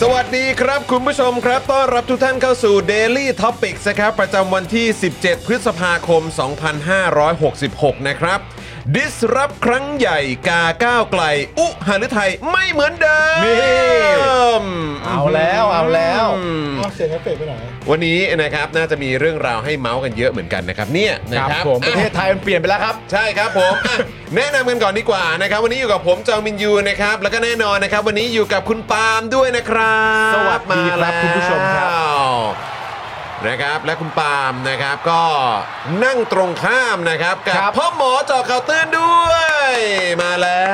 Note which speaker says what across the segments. Speaker 1: สวัสดีครับคุณผู้ชมครับ ต้อนรับทุกท่านเข้าสู่ Daily Topics นะครับ ประจำวันที่ 17 พฤษภาคม 2566 นะครับ ดิสรับครั้งใหญ่กาก้าวไกล อุหฤทัยไม่เหมือนเดิ
Speaker 2: นี่
Speaker 1: ม
Speaker 2: เอาแล้วเอาแล้ว
Speaker 1: อืม
Speaker 3: เอาเสียงเอฟเฟกต์ไปหน่อย
Speaker 1: วันนี้นะครับน่าจะมีเรื่องราวให้เมาส์กันเยอะเหมือนกันนะครับเนี่ยนะ
Speaker 2: ค
Speaker 1: ค
Speaker 2: รั
Speaker 1: รั
Speaker 2: บบ ผม ประเทศ
Speaker 1: อ่ะ
Speaker 2: ไทยมันเปลี่ยนไปแล้วครับ
Speaker 1: ใช่ครับผมอ่ะแนะนำกันก่อนดีกว่านะครับ วันนี้อยู่กับผมจองมินยูนะครับ แล้วก็แน่นอนนะครับ วันนี้อยู่กับคุณปาล์มด้วยนะครับ
Speaker 2: สวัสดีค
Speaker 1: มา
Speaker 2: รับ
Speaker 1: แล้ว
Speaker 2: คุณผู้ชมครับ
Speaker 1: นะครับและคุณปาล์มนะครับก็นั่งตรงข้ามนะครับกับ
Speaker 2: ครับ
Speaker 1: พ่อหมอเจอข่าวตื้นด้วย มาแล้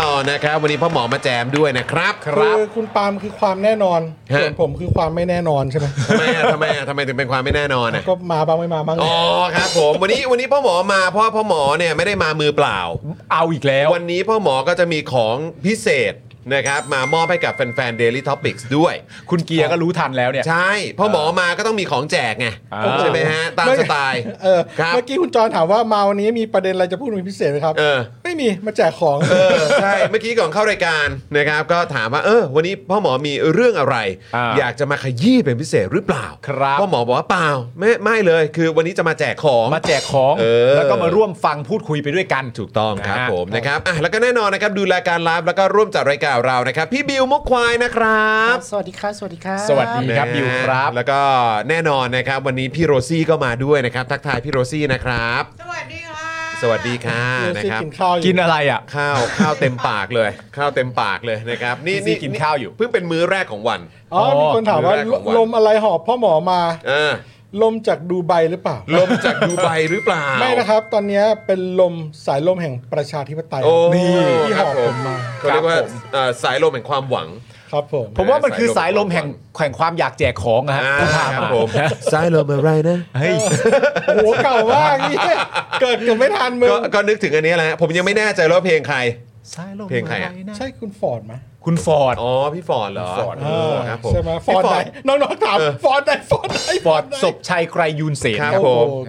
Speaker 1: วนะครับ วันนี้พ่อหมอมาแจมด้วยนะครับ
Speaker 3: คือคุณปาล์มคือความแน่นอน
Speaker 1: ฮะ
Speaker 3: ส่วนผมคือความไม่แน่นอนใช่ไหม
Speaker 1: ทำไมอ่ะทำไมอ่ะทำไมถึงเป็นความไม่แน่นอนอ่ะ
Speaker 3: ก็มาบ้างไม่มาบ้าง
Speaker 1: อ๋อครับผมวันนี้วันนี้พ่อหมอมาเพราะว่าพ่อหมอเนี่ยไม่ได้มามือเปล่า
Speaker 2: เอาอีกแล้ว
Speaker 1: วันนี้พ่อหมอก็จะมีของพิเศษนะครับมามอบให้กับแฟนๆ Daily Topics ด้วย
Speaker 2: คุณเกียร์ก็รู้ทันแล้วเนี่ย
Speaker 1: ใช่ พ่อหมอมาก็ต้องมีของแจกไง
Speaker 2: อ่า
Speaker 1: ใช่ไหมฮะ ตามสไตล์
Speaker 3: เออ
Speaker 1: ครับ
Speaker 3: เมื่อกี้คุณจอนถามว่ามาวันนี้มีประเด็นอะไรจะพูดเป็นพิเศษไหมครับ
Speaker 1: เออ
Speaker 3: ไม่มีมาแจกของ
Speaker 1: เออใช่เมื่อกี้ก่อนเข้ารายการนะครับ ก็ถามว่าเออวันนี้พ่อหมอมีเรื่องอะไร
Speaker 2: อ่า
Speaker 1: อยากจะมาขยี้เป็นพิเศษหรือเปล่า
Speaker 2: ครับ
Speaker 1: พ่อหมอบอกว่าเปล่าไม่ไม่เลย คือวันนี้จะมาแจกของ
Speaker 2: มาแจกของ
Speaker 1: เออ
Speaker 2: แล้วก็มาร่วมฟังพูดคุยไปด้วยกัน
Speaker 1: ถูกต้องครับ
Speaker 2: นะฮะ
Speaker 1: ผมนะครับอ่ะแล้วก็แน่นอนนะครับดูรายการไลฟ์แล้วก็ร่วมจัดรายการเรานะครับ พี่บิวมุกควายนะครับ
Speaker 4: สวัสดีครับ สวัสดีครับ
Speaker 2: สวัสดีครับ
Speaker 1: นะฮะ
Speaker 2: บิวครับ
Speaker 1: แล้วก็แน่นอนนะครับวันนี้พี่โรซี่ก็มาด้วยนะครับ ทักทายพี่โรซี่นะครับ สวัสดีค่ะ
Speaker 3: เดี๋
Speaker 1: สวั
Speaker 3: ย
Speaker 1: สดี
Speaker 3: ว
Speaker 1: ค่ะนะ
Speaker 3: สิ
Speaker 1: ครับ
Speaker 3: กินข้าวอยู่
Speaker 2: กินอะไรอ่ะ
Speaker 1: ข้าวข้าวเต็มปากเลย ข้าวเต็มปากเลยนะครับนี่
Speaker 2: พี่ซี่กินข้าวอยู่
Speaker 1: เพิ่งเป็นมื้อแรกของวัน
Speaker 3: อ๋อมีคนถาม
Speaker 1: มื้อ
Speaker 3: ว่า
Speaker 1: แรกของวัน
Speaker 3: ลมอะไรหอบพ่อหมอมา
Speaker 1: เออ
Speaker 3: ลมจากดูไบหรือเปล่า
Speaker 1: ลมจากดูไบหรือเปล่า
Speaker 3: ไม่นะครับ ตอนนี้เป็นลมสายลมแห่งประชาธิปไตย
Speaker 1: โอ้
Speaker 3: นี่ที่
Speaker 1: ค
Speaker 3: ห
Speaker 1: รับ
Speaker 3: อ
Speaker 1: ผ
Speaker 3: บผม มมา
Speaker 1: เขาเรียกว่า
Speaker 2: ครับผม
Speaker 1: เอ่อสายลมแห่งความหวัง
Speaker 3: ครับผม
Speaker 2: ผมว่ามันคือสายลมแห่งแข่งความอยากแจกของอะฮะ
Speaker 1: อ่า
Speaker 2: ที่พา
Speaker 1: ค
Speaker 2: มา
Speaker 1: รับผม
Speaker 2: สายลมอะไรนะเฮ้ย
Speaker 3: โอ้โหเก่ามากเนี่ยเกิดเกือบไม่ทันมึง
Speaker 1: ก็ก็นึกถึงอันนี้แหละผมยังไม่แน่ใจว่าเพลงใคร
Speaker 2: สายลม
Speaker 1: เพลงใครอะ
Speaker 3: ใช่คุณฟอร์ดไหม
Speaker 2: คุณฟอร์ด
Speaker 1: อ๋อ พี่ฟอนเหรอ
Speaker 2: พี่ฟอน
Speaker 1: เออครับผม
Speaker 3: ใช่ไหมฟ
Speaker 1: พี่
Speaker 3: อน
Speaker 1: ฟ
Speaker 3: ไหน
Speaker 1: อน
Speaker 3: น้องๆถาม
Speaker 1: เออ
Speaker 3: ฟอนไหนฟอนไหน
Speaker 2: ฟอร์ด
Speaker 3: ไหน
Speaker 2: ศพชัยไกรยูนเสน
Speaker 1: ครับ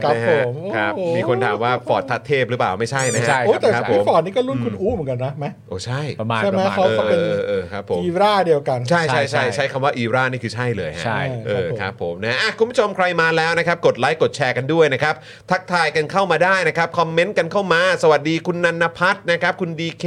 Speaker 2: ครับ
Speaker 1: ผม
Speaker 3: โอ้โหครับ
Speaker 1: นะ
Speaker 3: ผ
Speaker 1: ฮะครับ
Speaker 3: มโอ้โห
Speaker 1: มีคนถามว่าฟอร์ดทัดเทพหรือเปล่าไม่ใช่นะ
Speaker 2: ไม่
Speaker 1: ฮะ
Speaker 2: ใช่
Speaker 3: โอ้แต่
Speaker 1: ครับผ
Speaker 3: พี่
Speaker 1: ม
Speaker 3: ฟอนนี่ก็รุ่นคุณอู้เหมือนกันนะไหม
Speaker 1: โอ้ใช่
Speaker 2: ประมาณ
Speaker 3: ใช่ไหม
Speaker 2: ประมาณ
Speaker 3: เขา
Speaker 1: เออ
Speaker 3: เป็น
Speaker 1: เออเออครับผม
Speaker 3: อีราเดียวกัน
Speaker 1: ใช่ใช่ใช่
Speaker 2: ใช่
Speaker 1: ใช้คำว่าอีรานี่คือใช่เลยฮะ
Speaker 2: ใช่
Speaker 1: เออค
Speaker 3: ครั
Speaker 1: รับบ ผ
Speaker 3: ผม ม
Speaker 1: นะอ่ะคุณผู้ชมใครมาแล้วนะครับ กดไลค์กดแชร์กันด้วยนะครับ ทักทายกันเข้ามาได้นะครับ คอมเมนต์กันเข้ามา สวัสดีคุณนันพัฒน์นะครับ คุณดีเค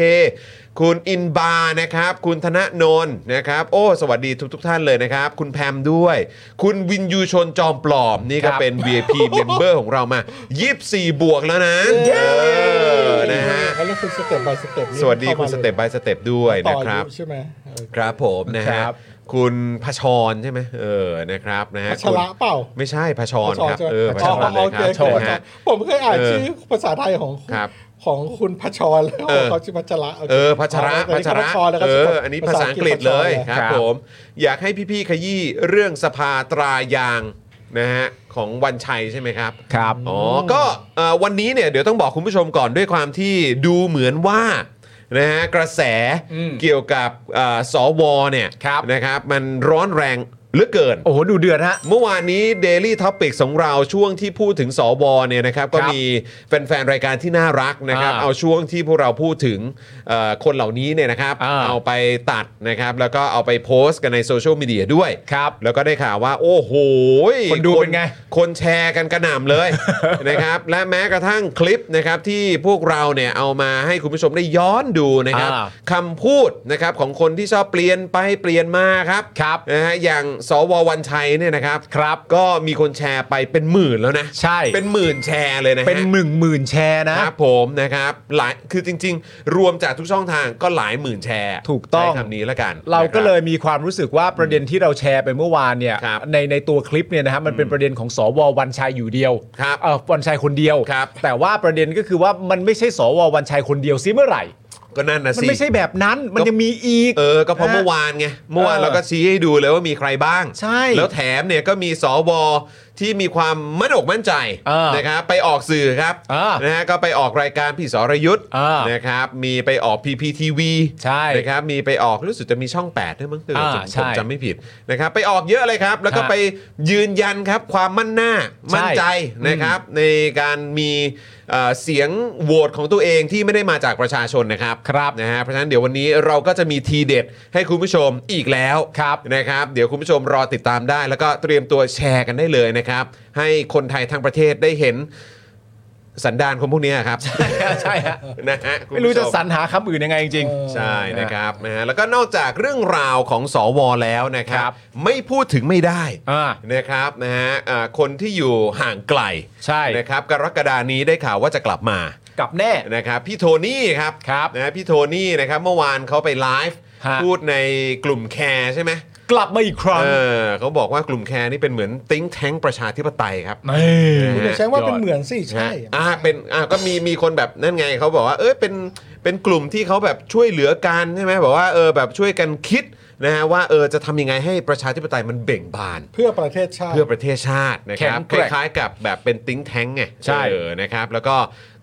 Speaker 1: คุณอินบาร์นะครับ คุณธนโนนนะครับ โอ้ สวัสดีทุกทุกๆท่านเลยนะครับ คุณแพมด้วย คุณวินยูชนจอมปลอมนี่ก็
Speaker 2: ครับ
Speaker 1: เป็น VIP member ของเรามา24บวกแล้วนะเออนะฮะ
Speaker 3: เขาเรียกคุณสเต็ปบายสเต็ป
Speaker 1: สวัสดีคุณสเต็ปบายสเต็ปด้วย
Speaker 3: ต่
Speaker 1: นะค
Speaker 3: ออา
Speaker 1: รับ
Speaker 3: ยุใช่ไหมเออ
Speaker 1: ครับผมนะฮะ
Speaker 2: ครับ
Speaker 1: คุณพชรใช่ไหมเออนะครับนะฮะ
Speaker 3: พัชระเปล่า
Speaker 1: คุณไม่ใช่พชรครับ
Speaker 3: ใช่ไหม
Speaker 1: เออพ
Speaker 3: พั
Speaker 1: ช
Speaker 3: ช
Speaker 1: ร
Speaker 3: ระ
Speaker 1: เล
Speaker 3: โอย เค
Speaker 1: ครับ
Speaker 3: โอเค
Speaker 1: นะฮะ
Speaker 3: ผมเคยอ่าน
Speaker 1: เออ
Speaker 3: ชื่อภาษาไทยของ
Speaker 1: ครับ
Speaker 3: ของคุณพัชรแล้ว
Speaker 1: เออ
Speaker 3: เขาชื่อพัชระโค
Speaker 1: เออพัชระ
Speaker 3: อ๋อ
Speaker 1: พัชระ
Speaker 3: แต่นี่ก็
Speaker 1: เอ
Speaker 3: พัชแล้วก็
Speaker 1: ออันนี้ภาษาอังกฤษเลยค
Speaker 3: พัชะ
Speaker 1: รับ ผมอยากให้พี่ๆขยี้เรื่องสภาตรายางนะฮะของวันชัยใช่ไหมครับ
Speaker 2: ครับ
Speaker 1: อ๋อ ก็เอ่อวันนี้เนี่ยเดี๋ยวต้องบอกคุณผู้ชมก่อนด้วยความที่ดูเหมือนว่า นะฮะกระแส
Speaker 2: อืม
Speaker 1: เกี่ยวกับเอ่อสวเนี่ย
Speaker 2: ครับ
Speaker 1: นะครับมันร้อนแรงเหลือเกิน
Speaker 2: โอ้โหดูเดือดฮะ
Speaker 1: เมื่อวานนี้ Daily Topics ของเราช่วงที่พูดถึงสวเนี่ยนะครับก็มีแฟนๆ รายการที่น่ารักนะครับ
Speaker 2: อ่า
Speaker 1: เอาช่วงที่พวกเราพูดถึงเอ่อคนเหล่านี้เนี่ยนะครับ
Speaker 2: อ่า
Speaker 1: เอาไปตัดนะครับแล้วก็เอาไปโพสต์กันในโซเชียลมีเดียด้วย
Speaker 2: ครับ
Speaker 1: แล้วก็ได้ข่าวว่า โอ้โห
Speaker 2: คนดูเป็นไง
Speaker 1: คนแชร์กันกระหน่ำเลย นะครับ และแม้กระทั่งคลิปนะครับที่พวกเราเนี่ยเอามาให้คุณผู้ชมได้ย้อนดูนะครับ
Speaker 2: อ่า
Speaker 1: คำพูดนะครับของคนที่ชอบเปลี่ยนไปเปลี่ยนมาครับ
Speaker 2: ครับ
Speaker 1: นะฮะอย่างสววันชัยเนี่ยนะครับ
Speaker 2: ครับ
Speaker 1: ก็มีคนแชร์ไปเป็นหมื่นแล้วนะ
Speaker 2: ใช่
Speaker 1: เป็นหมื่นแชร์เลยนะฮะ
Speaker 2: เป็นหนึ่งหมื่นแชร์นะ
Speaker 1: ครับผมนะครับหลายคือจริง ๆ รวมจากทุกช่องทางก็หลายหมื่นแชร์
Speaker 2: ถูกต้อง
Speaker 1: ใช้คำนี้ละกัน
Speaker 2: เราก็
Speaker 1: นะคบ
Speaker 2: เลยมีความรู้สึกว่าประเด็นที่เราแชร์ไปเมื่อวานเนี่ย
Speaker 1: ครับ
Speaker 2: ในในตัวคลิปเนี่ยนะฮะมันเป็นประเด็นของสววันชัยอยู่เดียว
Speaker 1: ครับ
Speaker 2: เออวันชัยคนเดียว
Speaker 1: ครับ
Speaker 2: แต่ว่าประเด็นก็คือว่ามันไม่ใช่สววันชัยคนเดียวซิเมื่อไหร่
Speaker 1: ก็นั่นนะ
Speaker 2: มัน
Speaker 1: สิ
Speaker 2: ไม่ใช่แบบนั้นมัน
Speaker 1: ก็
Speaker 2: ยังมีอีก
Speaker 1: เออ ก็เพราะเมื่อวานไง เมื่อวาน
Speaker 2: เออ
Speaker 1: เราก็ชี้ให้ดูเลยว่ามีใครบ้าง
Speaker 2: ใช่
Speaker 1: แล้วแถมเนี่ยก็มีสวที่มีความมั่นอกมั่นใจ
Speaker 2: เออ
Speaker 1: นะครับไปออกสื่อครับ
Speaker 2: เออ
Speaker 1: นะฮะก็ไปออกรายการพี่สรยุทธ์
Speaker 2: เออ
Speaker 1: นะครับมีไปออก PPTV
Speaker 2: ใช่
Speaker 1: นะครับมีไปออกรู้สึกจะมีช่อง8ด้วยมั้งตือ
Speaker 2: อ่า
Speaker 1: ผม
Speaker 2: ใช่
Speaker 1: ผมจำไม่ผิดนะครับไปออกเยอะเลยครับ แล้วก็
Speaker 2: ฮะ
Speaker 1: ไปยืนยันครับความมั่นหน้ามั่นใจนะครับในการมีเอ่อเสียงโหวตของตัวเองที่ไม่ได้มาจากประชาชนนะครับ
Speaker 2: ครับ
Speaker 1: นะฮะเพราะฉะนั้นเดี๋ยววันนี้เราก็จะมีทีเด็ดให้คุณผู้ชมอีกแล้ว
Speaker 2: ครับ
Speaker 1: นะครับ เดี๋ยวคุณผู้ชมรอติดตามได้ แล้วก็เตรียมตัวแชร์กันได้เลยนะครับ ให้คนไทยทั้งประเทศได้เห็นสันดานคนพวกเนี้ยครับ
Speaker 2: ใช่ฮะ
Speaker 1: นะฮะคุณ
Speaker 2: ไม่
Speaker 1: ผู้ช
Speaker 2: รู้จะสรรหาคำอื่นยังไงจริง
Speaker 1: ใช่นะครับนะฮะแล้วก็นอกจากเรื่องราวของสวแล้วนะครั
Speaker 2: ครับ บ
Speaker 1: ไม่พูดถึงไม่ได้
Speaker 2: อ่า
Speaker 1: นะครับนะฮะอ่าคนที่อยู่ห่างไกล
Speaker 2: ใช่
Speaker 1: นะครับกรกฎานี้ได้ข่าวว่าจะกลับมา
Speaker 2: กลับแน่
Speaker 1: นะครับพี่โทนี่ครับ
Speaker 2: ครับ
Speaker 1: นะฮะพี่โทนี่นะครับเมื่อวานเขาไปไลฟ์
Speaker 2: ฮะ
Speaker 1: พูดในกลุ่มแคร์ใช่ไหม
Speaker 2: กลับมาอีกครั้ง
Speaker 1: เออเขาบอกว่ากลุ่มแคร์นี่เป็นเหมือนติ้งแท้งประชาธิปไตยครับ
Speaker 2: นี่
Speaker 1: นะฮะ
Speaker 3: แต่ใช้ว่าเป็นเหมือนสิใช่
Speaker 1: นะอ่าเป็นอ่าก็มีมีคนแบบนั่นไงเขาบอกว่าเออเป็นเป็นกลุ่มที่เขาแบบช่วยเหลือกันใช่ไหมบอกว่าเออแบบช่วยกันคิดนะฮะว่าเออจะทำยังไงให้ประชาธิปไตยมันเบ่งบาน
Speaker 3: เพื่อประเทศชาติ
Speaker 1: เพื่อประเทศชาตินะครับ
Speaker 2: แข็ง
Speaker 1: ค
Speaker 2: แกร่ง
Speaker 1: ล้ายๆกับแบบเป็นติ้งแท้งไง
Speaker 2: ใช่
Speaker 1: เออนะครับ แล้วก็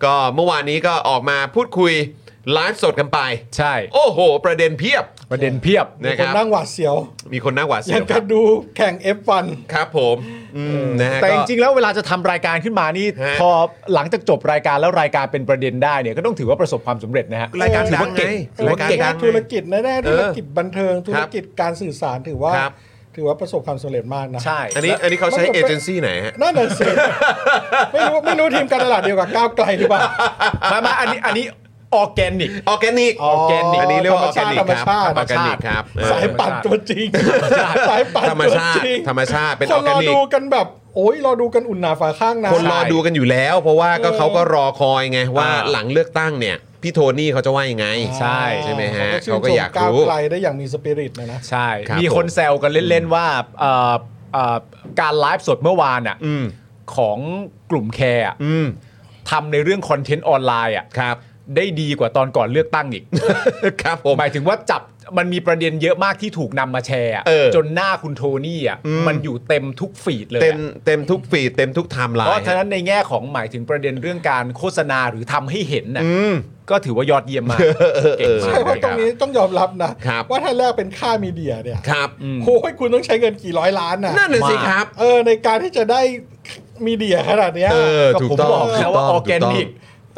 Speaker 1: ก็เมื่อวานนี้ก็ออกมาพูดคุยไลฟ์สดกันไป
Speaker 2: ใช่
Speaker 1: โอ้โห ประเด็นเพียบ
Speaker 2: ประเด็นเพียบ
Speaker 1: นะค
Speaker 3: คน
Speaker 1: รับ
Speaker 3: นั่งหวาดเสียว
Speaker 1: มีคนน่าหวาด
Speaker 3: อ
Speaker 1: เสี
Speaker 3: ย่าย ง
Speaker 1: วค
Speaker 3: กั
Speaker 1: รั
Speaker 3: บบ ดูแข่ง F1
Speaker 1: ครับผมอืมนะฮะ
Speaker 2: แต่
Speaker 1: ก็
Speaker 2: จริงๆแล้วเวลาจะทำรายการขึ้นมานี่
Speaker 1: ฮะ
Speaker 2: พอหลังจากจบรายการแล้วรายการเป็นประเด็นได้เนี่ยก็ต้องถือว่าประสบความสำเร็จนะฮะ
Speaker 1: รายการ
Speaker 3: เออ
Speaker 1: ถือว่าเก่ง
Speaker 3: เอ
Speaker 1: ถือ
Speaker 3: อ
Speaker 1: ว่าเก่ง
Speaker 3: แน่ๆธุรกิจแน่ๆธุรกิจบันเทิงธุ
Speaker 1: ครั
Speaker 3: ร
Speaker 1: บ
Speaker 3: กิจการสื่อสารถือว่า
Speaker 1: ครับ
Speaker 3: ถือว่าประสบความสำเร็จมากนะ
Speaker 2: ใช่
Speaker 1: อันนี้อันนี้เขาใช้เอเจนซี่ไหนฮะ
Speaker 3: นั่นน่ะสิไม่รู้ไม่รู้ทีมการตลาดเดียวกับก้าวไกลหรือเปล่า
Speaker 2: มามาอันนี้อันนี้ออร์แกนิก
Speaker 1: ออร์แกนิก
Speaker 2: ออร์แกนิก
Speaker 1: อันนี้เรียกว่าออร์แกนิก
Speaker 3: ธรร
Speaker 1: ค
Speaker 3: ม
Speaker 1: รับ
Speaker 3: ชาติ
Speaker 1: ออร์แกนิกครับเออ
Speaker 3: สายปั่นตัวจริงสายปั่น
Speaker 1: ธรรม
Speaker 3: ตัว
Speaker 1: ชาติ
Speaker 3: จริง
Speaker 1: ธรรมชาติเป็น
Speaker 3: ค
Speaker 1: อน อร์แก
Speaker 3: รอ
Speaker 1: นิก
Speaker 3: ดูกันแบบ โอ้ยรอดูกันอุ่นหนาฝาข้างนะ
Speaker 1: คนรอดูกันอยู่แล้ว เพราะว่าก็
Speaker 3: เออ
Speaker 1: เขาก็รอคอยไงว่า
Speaker 2: อ่า
Speaker 1: หลังเลือกตั้งเนี่ย พี่โทนี่เขาจะว่ายังไง
Speaker 2: ใช่
Speaker 1: ใช่ไหมฮะ
Speaker 3: เขา
Speaker 1: เขาก็
Speaker 3: ก็ชื่นชม
Speaker 1: อยาก
Speaker 3: ก้าว
Speaker 1: รู้
Speaker 3: ไกลได้อย่างมีสปิริตนะนะ
Speaker 2: ใช่
Speaker 1: ครับ
Speaker 2: มีคนแซวกันเล่น ๆ ว่าเอ่อเอ่อการไลฟ์สดเมื่อวานอ่ะ
Speaker 1: อืม
Speaker 2: ของกลุ่มแคร์อะ
Speaker 1: อืม
Speaker 2: ทำในเรื่องคอนเทนต์ออนไลน์อ่ะ
Speaker 1: ครับ
Speaker 2: ได้ดีกว่าตอนก่อนเลือกตั้งอีก
Speaker 1: ครับผม
Speaker 2: หมายถึงว่าจับมันมีประเด็นเยอะมากที่ถูกนำมาแชร์อะ
Speaker 1: เออ
Speaker 2: จนหน้าคุณโทนี่อ่ะมันอยู่เต็มทุกฟีดเลยอะ
Speaker 1: เต็มเต็มทุกฟีดเต็มทุกไทม์ไล
Speaker 2: เพ
Speaker 1: น์
Speaker 2: ราะฉะนั้นในแง่ของหมายถึงประเด็นเรื่องการโฆษณาหรือทำให้เห็นน่ะก็ถือว่ายอดเยี่ยมมากเก่งมา
Speaker 3: ใช่
Speaker 2: ก
Speaker 3: ว่าะตรงนี้ต้องยอมรับนะ
Speaker 1: ครับ
Speaker 3: ว่าถ้าแลกเป็นค่ามีเดียเนี่ย
Speaker 1: ครับ
Speaker 3: โอ้ยคุณต้องใช้เงินกี่ร้อยล้านนะ
Speaker 1: นั่นน่ะสิ
Speaker 2: มาก
Speaker 1: ครับ
Speaker 3: เออในการที่จะได้มีเดียขนาดเนี้ย
Speaker 1: เออ
Speaker 2: ก็
Speaker 1: ถูก
Speaker 2: ผม
Speaker 1: ต้อง
Speaker 2: บอก
Speaker 1: ถู
Speaker 2: แล้ว
Speaker 1: กต้
Speaker 2: ว่า
Speaker 1: อง
Speaker 2: ออร์แกนิก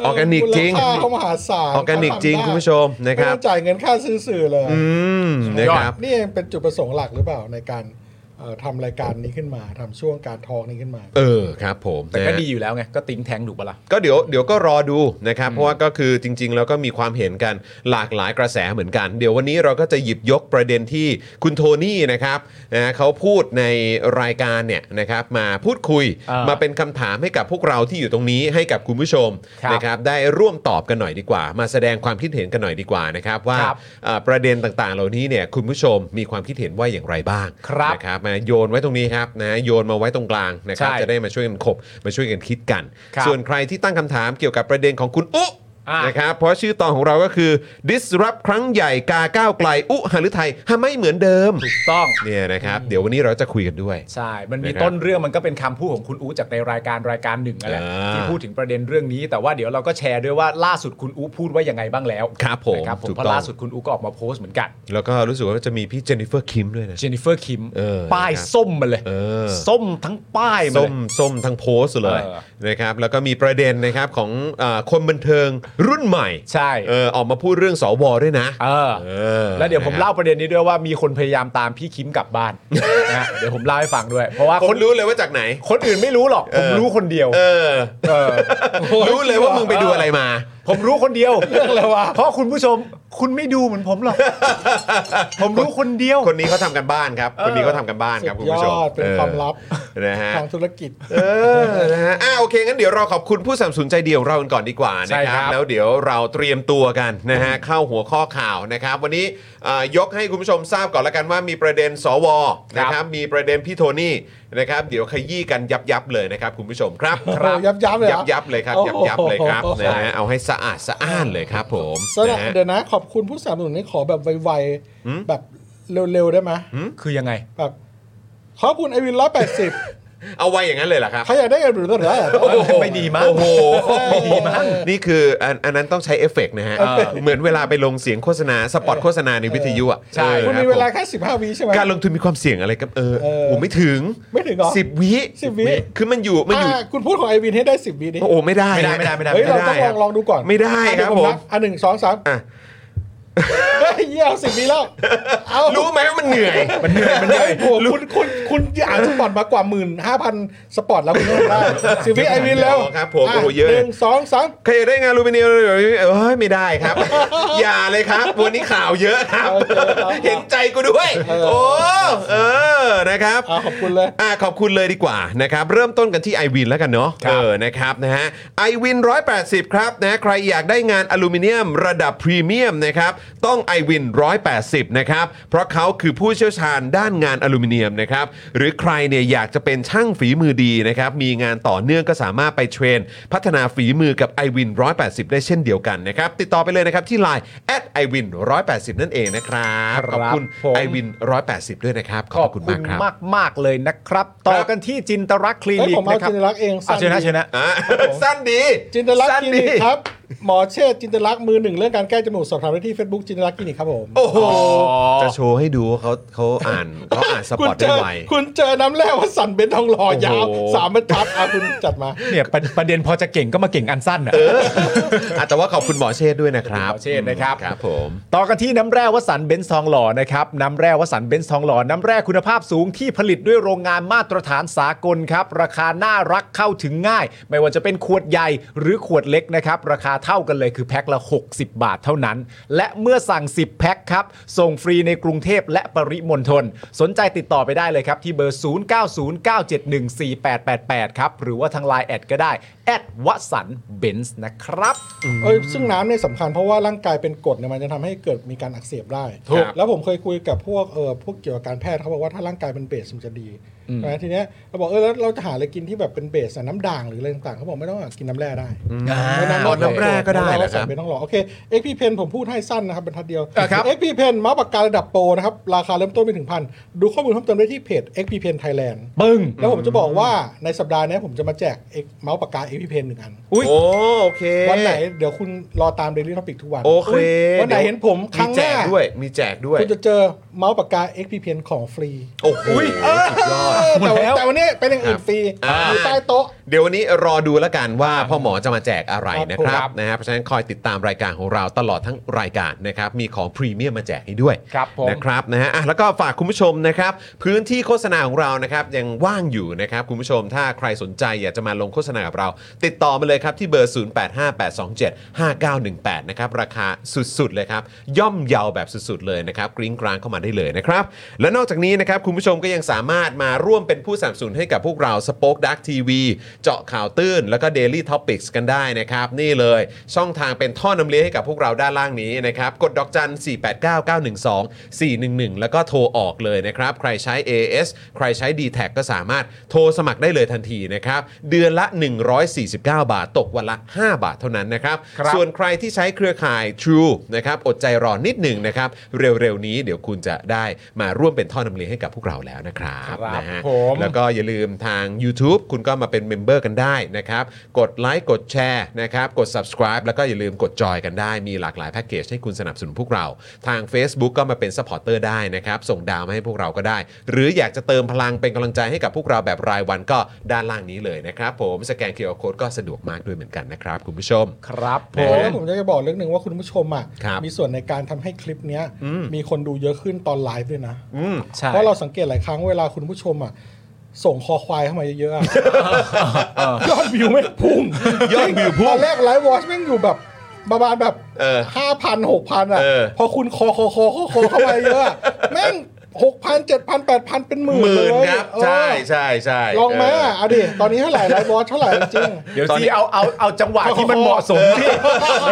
Speaker 1: ออร์แกนิกจริง
Speaker 3: มูลค่าเขามหาศาล
Speaker 1: ออร์แกนิกจริง
Speaker 3: เขาทำได้
Speaker 1: คุณผู้ชมนะครับ
Speaker 3: ไม่ต้องจ่ายเงินค่าซื้อสื่อเลย
Speaker 1: อืมนะครับ
Speaker 3: นี่เป็นจุดประสงค์หลักหรือเปล่าในการเอ่อทำรายการนี้ขึ้นมาทำช่วงการทองนี้ขึ้นมา
Speaker 1: เออครับผม
Speaker 2: แต่ก็
Speaker 1: นะฮะ
Speaker 2: ดีอยู่แล้วไง ก็ติ้งแทงถูกปะล่ะ
Speaker 1: ก็เดี๋ยวเดี๋ยวก็รอดูนะครับ เพราะว่าก็คือจริง ๆ แล้วก็มีความเห็นกันหลากหลายกระแสเหมือนกัน เดี๋ยววันนี้เราก็จะหยิบยกประเด็นที่คุณโทนี่นะครับนะเขาพูดในรายการเนี่ยนะครับมาพูดคุย
Speaker 2: อ่าม
Speaker 1: มาเป็นคำถามให้กับพวกเราที่อยู่ตรงนี้ให้กับคุณผู้ชม
Speaker 2: ครับ
Speaker 1: นะครับได้ร่วมตอบกันหน่อยดีกว่า มาแสดงความคิดเห็นกันหน่อยดีกว่านะครับว่า
Speaker 2: ครับ
Speaker 1: เอ่อประเด็นต่างๆ เหล่านี้เนี่ยคุณผู้ชมมีความคิดเห็นว่าอย่างไรบ้าง
Speaker 2: ครับ
Speaker 1: นะครับมาโยนไว้ตรงนี้ครับนะโยนมาไว้ตรงกลางนะครับ
Speaker 2: ใช่
Speaker 1: จะได้มาช่วยกันขบมาช่วยกันคิดกัน
Speaker 2: ครับ
Speaker 1: ส่วน ใครที่ตั้งคำถามเกี่ยวกับประเด็นของคุณอุ๊
Speaker 2: อ่าน
Speaker 1: นะครับเพราะชื่อตอนของเราก็คือ disrupt ครั้งใหญ่กาก้าวไกล อุหฤทัยฮะไม่เหมือนเดิม
Speaker 2: ถูกต้อง
Speaker 1: เนี่ยนะครับเดี๋ยววันนี้เราจะคุยกันด้วย
Speaker 2: ใช่ มันมี
Speaker 1: นะครับ
Speaker 2: ต้นเรื่องมันก็เป็นคำพูดของคุณอู๋จากในรายการรายการหนึ่งนั่นแหละ
Speaker 1: อ่า
Speaker 2: ที่พูดถึงประเด็นเรื่องนี้ แต่ว่าเดี๋ยวเราก็แชร์ด้วยว่าล่าสุดคุณอู๋พูดว่ายังไงบ้างแล้ว
Speaker 1: ครับผม
Speaker 2: นะครับผม
Speaker 1: ถูก
Speaker 2: เพ
Speaker 1: ต้อ
Speaker 2: ราะ
Speaker 1: ง
Speaker 2: ล่าสุดคุณอู๋ก็ออกมาโพสต์เหมือนกัน
Speaker 1: แล้วก็รู้สึกว่าจะมีพี่เจนนิเฟอร์คิมด้วยนะ
Speaker 2: เจนนิเฟอร์คิม
Speaker 1: เออ
Speaker 2: ป้าย
Speaker 1: ครับ
Speaker 2: ส้มมาเลย
Speaker 1: เออ
Speaker 2: ส้มทั้งป้ายมา
Speaker 1: ส้
Speaker 2: เลย
Speaker 1: มส้มทั้งโพสต์เลย
Speaker 2: เออ
Speaker 1: นะครับแล้วก็มีประเด็นนะครับของเออคนบันเทิงรุ่นใหม่
Speaker 2: ใช่
Speaker 1: เออออกมาพูดเรื่องสวด้วยนะ
Speaker 2: เออ
Speaker 1: เออ
Speaker 2: แล้วเดี๋ยวผม
Speaker 1: นะครับ
Speaker 2: เล่าประเด็นนี้ด้วยว่ามีคนพยายามตามพี่คิมกลับบ้าน นะเดี๋ยวผมเล่าให้ฟังด้วย เพราะว่า
Speaker 1: ค
Speaker 2: คน น
Speaker 1: รู้เลยว่าจากไหน
Speaker 2: คนอื่นไม่รู้หรอก ผมรู้คนเดียว
Speaker 1: เออ
Speaker 2: เออ
Speaker 1: รู้เลยว่ามึงไปดูอะไรมา
Speaker 2: ผมรู้คนเดียวเรื่องอะไรวะเพราะคุณผู้ชมคุณไม่ดูเหมือนผมหรอก ผมรู้คนเดียว
Speaker 1: คนนี้เขาทำกันบ้านครับ คนนี้เขาทำกันบ้านครับคุณ
Speaker 3: สุด
Speaker 1: ผู้ช
Speaker 3: ย
Speaker 1: ม
Speaker 3: อดเป็นความลับ
Speaker 1: เออนะฮะ
Speaker 3: ทางธุรกิจ
Speaker 1: เออ นะฮะ อ่าโอเค งั้นเดี๋ยวเราขอบคุณผู้สนัมสนุนใจเดียวของเรากันก่อนดีกว่านะ
Speaker 2: ใช่
Speaker 1: ค
Speaker 2: ครั
Speaker 1: รับ
Speaker 2: บ
Speaker 1: แล้วเดี๋ยวเราเตรียมตัวกันนะฮะ เข้าหัวข้อข่าวนะครับ วันนี้อ่ายกให้คุณผู้ชมทราบก่อนละกันว่ามีประเด็นสวนะครับ มีประเด็นพี่โทนี่นะครับ เดี๋ยวขยี้กันยับยับๆเลยนะครับคุณผู้ชมครับ
Speaker 3: ครับยับยับเลยเหร
Speaker 1: ยั
Speaker 3: อบ
Speaker 1: ยับๆเลยครับ
Speaker 3: โอ้
Speaker 1: ยับ
Speaker 3: โห
Speaker 1: ยับๆเลยครับ นะฮะ เอาให้สะอาดสะอ้านเลยครับ ผม
Speaker 3: สำหรับ
Speaker 1: นะฮะ
Speaker 3: เดี๋ยวนะขอบคุณผู้สนับสนุนนี่ขอแบบไวๆแบบเร็วๆได้ไหม
Speaker 2: คือยังไง
Speaker 3: แบบขอบคุณไอวินร้อยแปดสิบ
Speaker 1: เอาไว้อย่างนั้นเลยเหรอครับ
Speaker 3: ใครอยากได้เงินหรือเปล่า
Speaker 2: ไม่ดีมั้ง
Speaker 1: โอ้โหไม่ดีมั้งนี่คืออันอันนั้นต้องใช้เอฟเฟกต์นะฮะ เหมือนเวลาไปลงเสียงโฆษณา สปอตโฆษณาในวิทยุอ่ะ
Speaker 2: ใช่
Speaker 1: เออ
Speaker 3: คุณ
Speaker 1: รับ
Speaker 3: มีเวลา
Speaker 1: ผ
Speaker 3: แค่สิบห้าวิใช่ไหม
Speaker 1: มการลงทุนมีความเสี่ยงอะไรกับเออ
Speaker 3: เออ
Speaker 1: ผมไม่ถึง
Speaker 3: ไม่ถึงเหรอ
Speaker 1: สิบวิ
Speaker 3: สิบวิ
Speaker 1: คือมันอยู่มันอยู่
Speaker 3: อ่ะคุณพูดของไอวินให้ได้สิบวิดิ
Speaker 1: โอ้โหไม่ได้
Speaker 2: ไม่ได้
Speaker 1: ฮะ
Speaker 2: ไม่ได้ไม่ได้
Speaker 3: เฮ้ยเราต้องล
Speaker 1: ค
Speaker 3: อบ งลองดูก่อน
Speaker 1: ไม่ได้
Speaker 3: อ่ะ
Speaker 1: ค
Speaker 3: เยว
Speaker 1: รับ
Speaker 3: นั
Speaker 1: ผม
Speaker 3: อันหนึ่งสองสาม
Speaker 1: อ่ะ
Speaker 3: เฮ้ยเยี่ยสิบวิแล้วเอา
Speaker 1: รู้ไหมว่ามันเหนื่อย
Speaker 3: มันเหนื่อยมันเหนื่อยคุณคุณคุณอ่านสปอร์ตมากกว่าหมื่นห้าพันสปอร์ตแล้วคุณต้องได้สิบวิไอวินแล้ว
Speaker 1: ครับผมโอ้โหเยอะ
Speaker 3: หนึ่งสองสาม
Speaker 1: ใครอยากได้งานรูบินีเอ้ยไม่ได้ครับ อย่าเลยครับ วันนี้ข่าวเยอะครับ
Speaker 3: โอเคครับ
Speaker 1: เห็นใจกูด้วย โอ้เออนะครับ
Speaker 3: อ่ะขอบคุณเลย
Speaker 1: อ่ะขอบคุณเลยดีกว่านะครับเริ่มต้นกันที่ i w วินแล้วกันเนาะ
Speaker 2: ครับ
Speaker 1: เออนะครับนะฮะไอวินร้อยแปครับนะใครอยากได้งานอลูมิเนียมระดับพรีเมียมนะครับต้อง i w วินร้อยแนะครับเพราะเขาคือผู้เชี่ยวชาญด้านงานอลูมิเนียมนะครับหรือใครเนี่ยอยากจะเป็นช่างฝีมือดีนะครับมีงานต่อเนื่องก็สามารถไปเทรน พัฒนาฝีมือกับ i w วินร้อยแได้เช่นเดียวกันนะครับติดต่อไปเลยนะครับที่ Line at i w วินร้อยนั่นเองนะครับ
Speaker 2: ค
Speaker 1: ข
Speaker 2: รับ
Speaker 1: อบคุณ
Speaker 2: ผม
Speaker 1: ไอวินร้อยด้วยนะครับขอบคุณมากครับ
Speaker 2: มากมากๆเลยนะครับ ต่อกันที่จินตรักษณ์คลิ
Speaker 3: เฮ้ย
Speaker 2: นิก
Speaker 3: ผมเอา
Speaker 2: นะครับ
Speaker 3: จินตลักษณ์เอง
Speaker 2: อ่ะ
Speaker 3: สั้น
Speaker 2: เชิญนะ
Speaker 3: ดี
Speaker 2: เชิญนะ
Speaker 1: อ่ะสั้นดี
Speaker 3: จินตลักษณ์
Speaker 1: สั้
Speaker 3: คลินิกครับ หมอเชษฐ์จินตลักษณ์มือหนึ่งเรื่องการแก้จมูกสอบถามได้ที่ Facebook จินตลักษณ์คลินิกครับผม
Speaker 1: โอ้โห จะโชว์ให้ดูว่าเขาเขาอ่าน เขาอ่านสป
Speaker 3: คุณ
Speaker 1: อต
Speaker 3: เจ
Speaker 1: ได้
Speaker 3: อ
Speaker 1: ไว
Speaker 3: คุณเจอน้ำแร่ว่าสันเป็นทองหล่อ
Speaker 1: โอ้โห
Speaker 3: ยาวสามบรรทัดอ่ะคุณจัดมา
Speaker 2: เนี่ยประประเด็นพอจะเก่งก็มาเก่งอันสั้นอ่ะ
Speaker 1: อ่ะแต่ว่าขอบคุณหมอเชษฐ์ด้วยนะครับ
Speaker 2: หมอเชษฐ์นะครับ
Speaker 1: ครับผม
Speaker 2: ต่อกันที่น้ำแร่วสันต์เบนซ์ทองหล่อนะครับน้ำแร่วสันต์เบนซ์ทองหล่อน้ำแร่คุณภาพสูงที่ผลิตด้วยโรงงานมาตรฐานสากลครับราคาน่ารักเข้าถึงง่าย ไม่ว่าจะเป็นขวดใหญ่หรือขวดเล็กนะครับราคาเท่ากันเลยคือแพ็คละ 60 บาทเท่านั้น และเมื่อสั่ง 10 แพ็คครับส่งฟรีในกรุงเทพและปริมณฑลสนใจติดต่อไปได้เลยครับที่เบอร์ 0909714888 ครับหรือว่าทางไลน์แอดก็ได้แอดวสันต์เบนซ์นะครับ
Speaker 3: เอ้ยซึ่งน้ำเนี่ยสำคัญเพราะว่าร่างกายเป็นกรดเนี่ยมันจะทำให้เกิดมีการอักเสบได้
Speaker 1: ถูก
Speaker 3: แล้วผมเคยคุยกับพวกเออพวกเกี่ยวกับการแพทย์เขาบอกว่าถ้าร่างกายเป็นเบสมันจะดีนะทีเนี้ยเราบอกเออแล้วเราจะหาอะไรกินที่แบบเป็นเบสอ่ะน้ำด่างหรืออะไรต่างๆเขาบอกไม่ต้องอ่ะกินน้ำแร่ได้เพราะ
Speaker 1: อ๋อน้ำแร่ก็ได้เหรอครับ
Speaker 3: เาใส่เป็นต้องหล่อโอเคเอ็กพีเพนผมพูดให้สั้นนะครับบรรทัดเดียว
Speaker 2: อ่ะครับ
Speaker 3: เอ็กพีเพนเมาส์ปากการะดับโปรนะครับราคาเริ่มต้นไม่ถึงพันดูข้อมูลเพิ่มเติมได้ที่เพจ XP Pen Thailand
Speaker 2: ปึ้ง
Speaker 3: แล้วผมจะบอกว่าในสัปดาห์เนี้ยผมจะมาแจกเอ็กเมาส์ปากกา XP Pen หนึ่งอัน
Speaker 2: อุ้ย
Speaker 1: โอ้โอเค
Speaker 3: วันไหนเดี๋ยวคุณรอตาม Daily Topic ทุกวัน
Speaker 1: โอเค
Speaker 3: วันไหนเห็นผมครั้ง
Speaker 1: มี
Speaker 3: ห
Speaker 1: แจ
Speaker 3: น้าก
Speaker 1: ด้วย มีแจกด้วย
Speaker 3: คุณจะเจอเมาส์ปากกา XP Pen ของฟรี
Speaker 1: โอ้โหสุดยอด
Speaker 2: หมด
Speaker 3: แต่
Speaker 2: แล้ว
Speaker 3: แต่วันนี้เป็นอย่างอื่นฟรี
Speaker 1: อ่า
Speaker 3: อยู่ใต้โต๊ะ
Speaker 1: เดี๋ยววันนี้รอดูแล้วกันว่าพ่อหมอจะมาแจกอะไรนะครั
Speaker 3: ครับ บผม
Speaker 1: นะฮะเพราะฉะนั้นคอยติดตามรายการของเราตลอดทั้งรายการนะครับมีของพรีเมียมมาแจกให้ด้วย
Speaker 2: ครับผม
Speaker 1: นะครับนะฮะอ่ะแล้วก็ฝากคุณผู้ชมนะครับพื้นที่โฆษณาของเรานะครับยังว่างอยู่นะครับคุณผู้ชมถ้าใครสนใจอยากจะมาลงโฆษณากับเรา ติดต่อมาเลยครับที่เบอร์ 0858275918 นะครับราคาสุดๆเลยครับย่อมเยาแบบสุดๆเลยนะครับกริ้งกรางเข้ามา มาได้เลยนะครับ และนอกจากนี้นะครับคุณผู้ชมก็ยังสามารถมาร่วมเป็นผู้สนับสนุนให้กับพวกเราสป็อคดักทีวีเจาะข่าวตื้น แล้วก็ Daily Topics กันได้นะครับ นี่เลยช่องทางเป็นท่อนำเลี้ยงให้กับพวกเราด้านล่างนี้นะครับ กดดอกจัน 4 8 9 9 1 2 4 1 1 แล้วก็โทรออกเลยนะครับ ใครใช้ AS ใครใช้ d t แทก็สามารถโทรสมัครได้เลยทันทีนะครับ เดือนละ 149 บาท ตกวันละ 5 บาทเท่านั้นนะครับ
Speaker 2: ครับ
Speaker 1: ส่วนใครที่ใช้เครือข่าย True นะครับอดใจรอนิดหนึ่งนะครับ เร็วๆนี้เดี๋ยวคุณจะได้มาร่วมเป็นท่อนำเลี้ยงให้กับพวกเราแล้วนะครับ
Speaker 2: ครับ
Speaker 1: นะฮะ
Speaker 2: ผม
Speaker 1: แล้วก็อย่าลืมทาง YouTube คุณก็มาเป็นเมมเบอร์กันได้นะครับ กดไลค์กดแชร์นะครับ กด subscribe แล้วก็อย่าลืมกดจอยกันได้ มีหลากหลายแพ็กเกจให้คุณสนับสนุนพวกเรา ทาง Facebook ก็มาเป็น s u p p อร์เตอร์ได้นะครับ ส่งดาวมาให้พวกเราก็ได้ หรืออยากจะเติมพลังเป็นกำลังใจให้กับพวกเราแบบรายวันก็ด้านล่างนี้เลยนะครับผมสแกนเคอร์โคดก็สะดวกมากด้วยเหมือนกันนะครับคุณผู้ชม
Speaker 2: ครับผ
Speaker 1: นะ
Speaker 2: ม
Speaker 1: ฮะ
Speaker 3: แล้วผมจะบอกเรื่องหนึ่งว่าคุณผู้ชมอ่ะ
Speaker 1: ครับ
Speaker 3: มีส่วนในการทำให้คลิปเนี้ย
Speaker 1: อืม
Speaker 3: มีคนดูเยอะขึ้นตอนไลฟ์ด้วยนะ
Speaker 1: อืม
Speaker 2: ใช่
Speaker 3: เพราะเราสังเกตหลายครั้งเวลาคุณผู้ชมอ่ะส่งคอควายเข้ามาเยอะๆอะยอดวิวไม่งพุ่ง
Speaker 1: ยอดวิวพุ่ง
Speaker 3: ตอนแรกไลฟ์วอชแม่งอยู่แบบประมาณแบบ
Speaker 1: เออ
Speaker 3: ห้าพันหกพันอ่ะ
Speaker 1: เออ
Speaker 3: พอคุณคอคอคอคอคอเข้ามาเยอะอะแม่งหกพันเจ็ดพันแปดพันเป็นหมื่น
Speaker 1: หมื่น
Speaker 3: เลย
Speaker 1: ครับ
Speaker 3: เออ
Speaker 1: ใช่ใช่ใช่
Speaker 3: ลองไหม
Speaker 1: เ
Speaker 3: อ่ะเอาดิ ตอนนี้เท่าไหร่ไลฟ์วอชเท่าไหร่จริง
Speaker 2: เดี๋ยว
Speaker 1: ตอนนี้
Speaker 2: ที่เอาเอาเอาจังหวะที่มันเหมาะสมที่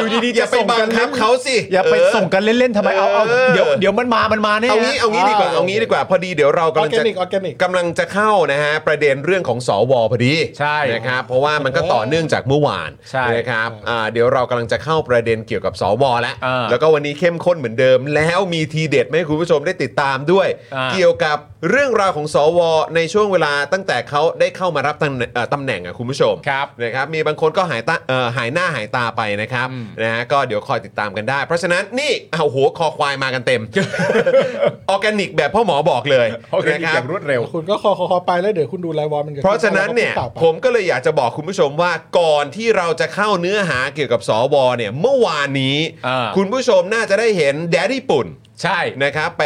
Speaker 2: อยู่ดีๆ
Speaker 1: อย่า
Speaker 2: จะ
Speaker 1: ไป
Speaker 2: ส่ง
Speaker 1: บั
Speaker 2: กั
Speaker 1: ง
Speaker 2: น
Speaker 1: คับเขาสิ
Speaker 2: อย่าไป
Speaker 1: เ
Speaker 2: ส่งกันเล่นๆทำไมเอาเอา
Speaker 1: เออ
Speaker 2: เดี๋ยวเดี๋ยวมันมามันมาเนี่ย
Speaker 1: เอางี้เอางี้ดีกว่าเอางี้ดีกว่าพอดีเดี๋ยวเรากำลังจะ
Speaker 3: Organic Organic
Speaker 1: กำลังจะเข้านะฮะประเด็นเรื่องของสวพอดี
Speaker 2: ใช่
Speaker 1: นะครับเพราะว่ามันก็ต่อเนื่องจากเมื่อวาน
Speaker 2: ใช่
Speaker 1: นะครับอ่าเดี๋ยวเรากำลังจะเข้าประเด็นเกี่ยวกับสวแล้ว
Speaker 2: อ่า
Speaker 1: แล้วก็วันนี้เข้มข้นเหมือนเดิม แล้วมีทีเด็ดให้คุณผู้ชมได้ติดตามด้วย
Speaker 2: อ่า
Speaker 1: เกี่ยวกับเรื่องราวของสวในช่วงเวลาตั้งแต่เขาได้เข้ามารับตำแหน่งเอ่อตำแหน่งอ่ะคุณผู้ชม
Speaker 2: ครับ
Speaker 1: นะครับมีบางคนก็หายตาเอ่อหายหน้าหายตาไปนะครับนะฮะก็เดี๋ยวคอยติดตามกันได้ เพราะฉะนั้นนี่เอาโหคอควายมากัน เต็ม ออร์แกนิกแบบพ่อหมอบอกเลย
Speaker 2: โอเค
Speaker 1: นะค
Speaker 2: อ
Speaker 1: รับ
Speaker 2: ย่างรวดเร็ว
Speaker 3: คุณก็คอคอคอไปแล้วเดี๋ยวคุณดูไลฟ์วอชมันกิด
Speaker 1: เพราะฉะนั้นเนี่ย
Speaker 3: แล้วก็
Speaker 1: ผมก็เลยอยากจะบอกคุณผู้ชมว่าก่อนที่เราจะเข้าเนื้อหาเกี่ยวกับสวเนี่ยเมื่อวานนี้
Speaker 2: อ่า
Speaker 1: คุณผู้ชมน่าจะได้เห็นแดดดี้ปุ่น
Speaker 2: ใช่
Speaker 1: นะครับไป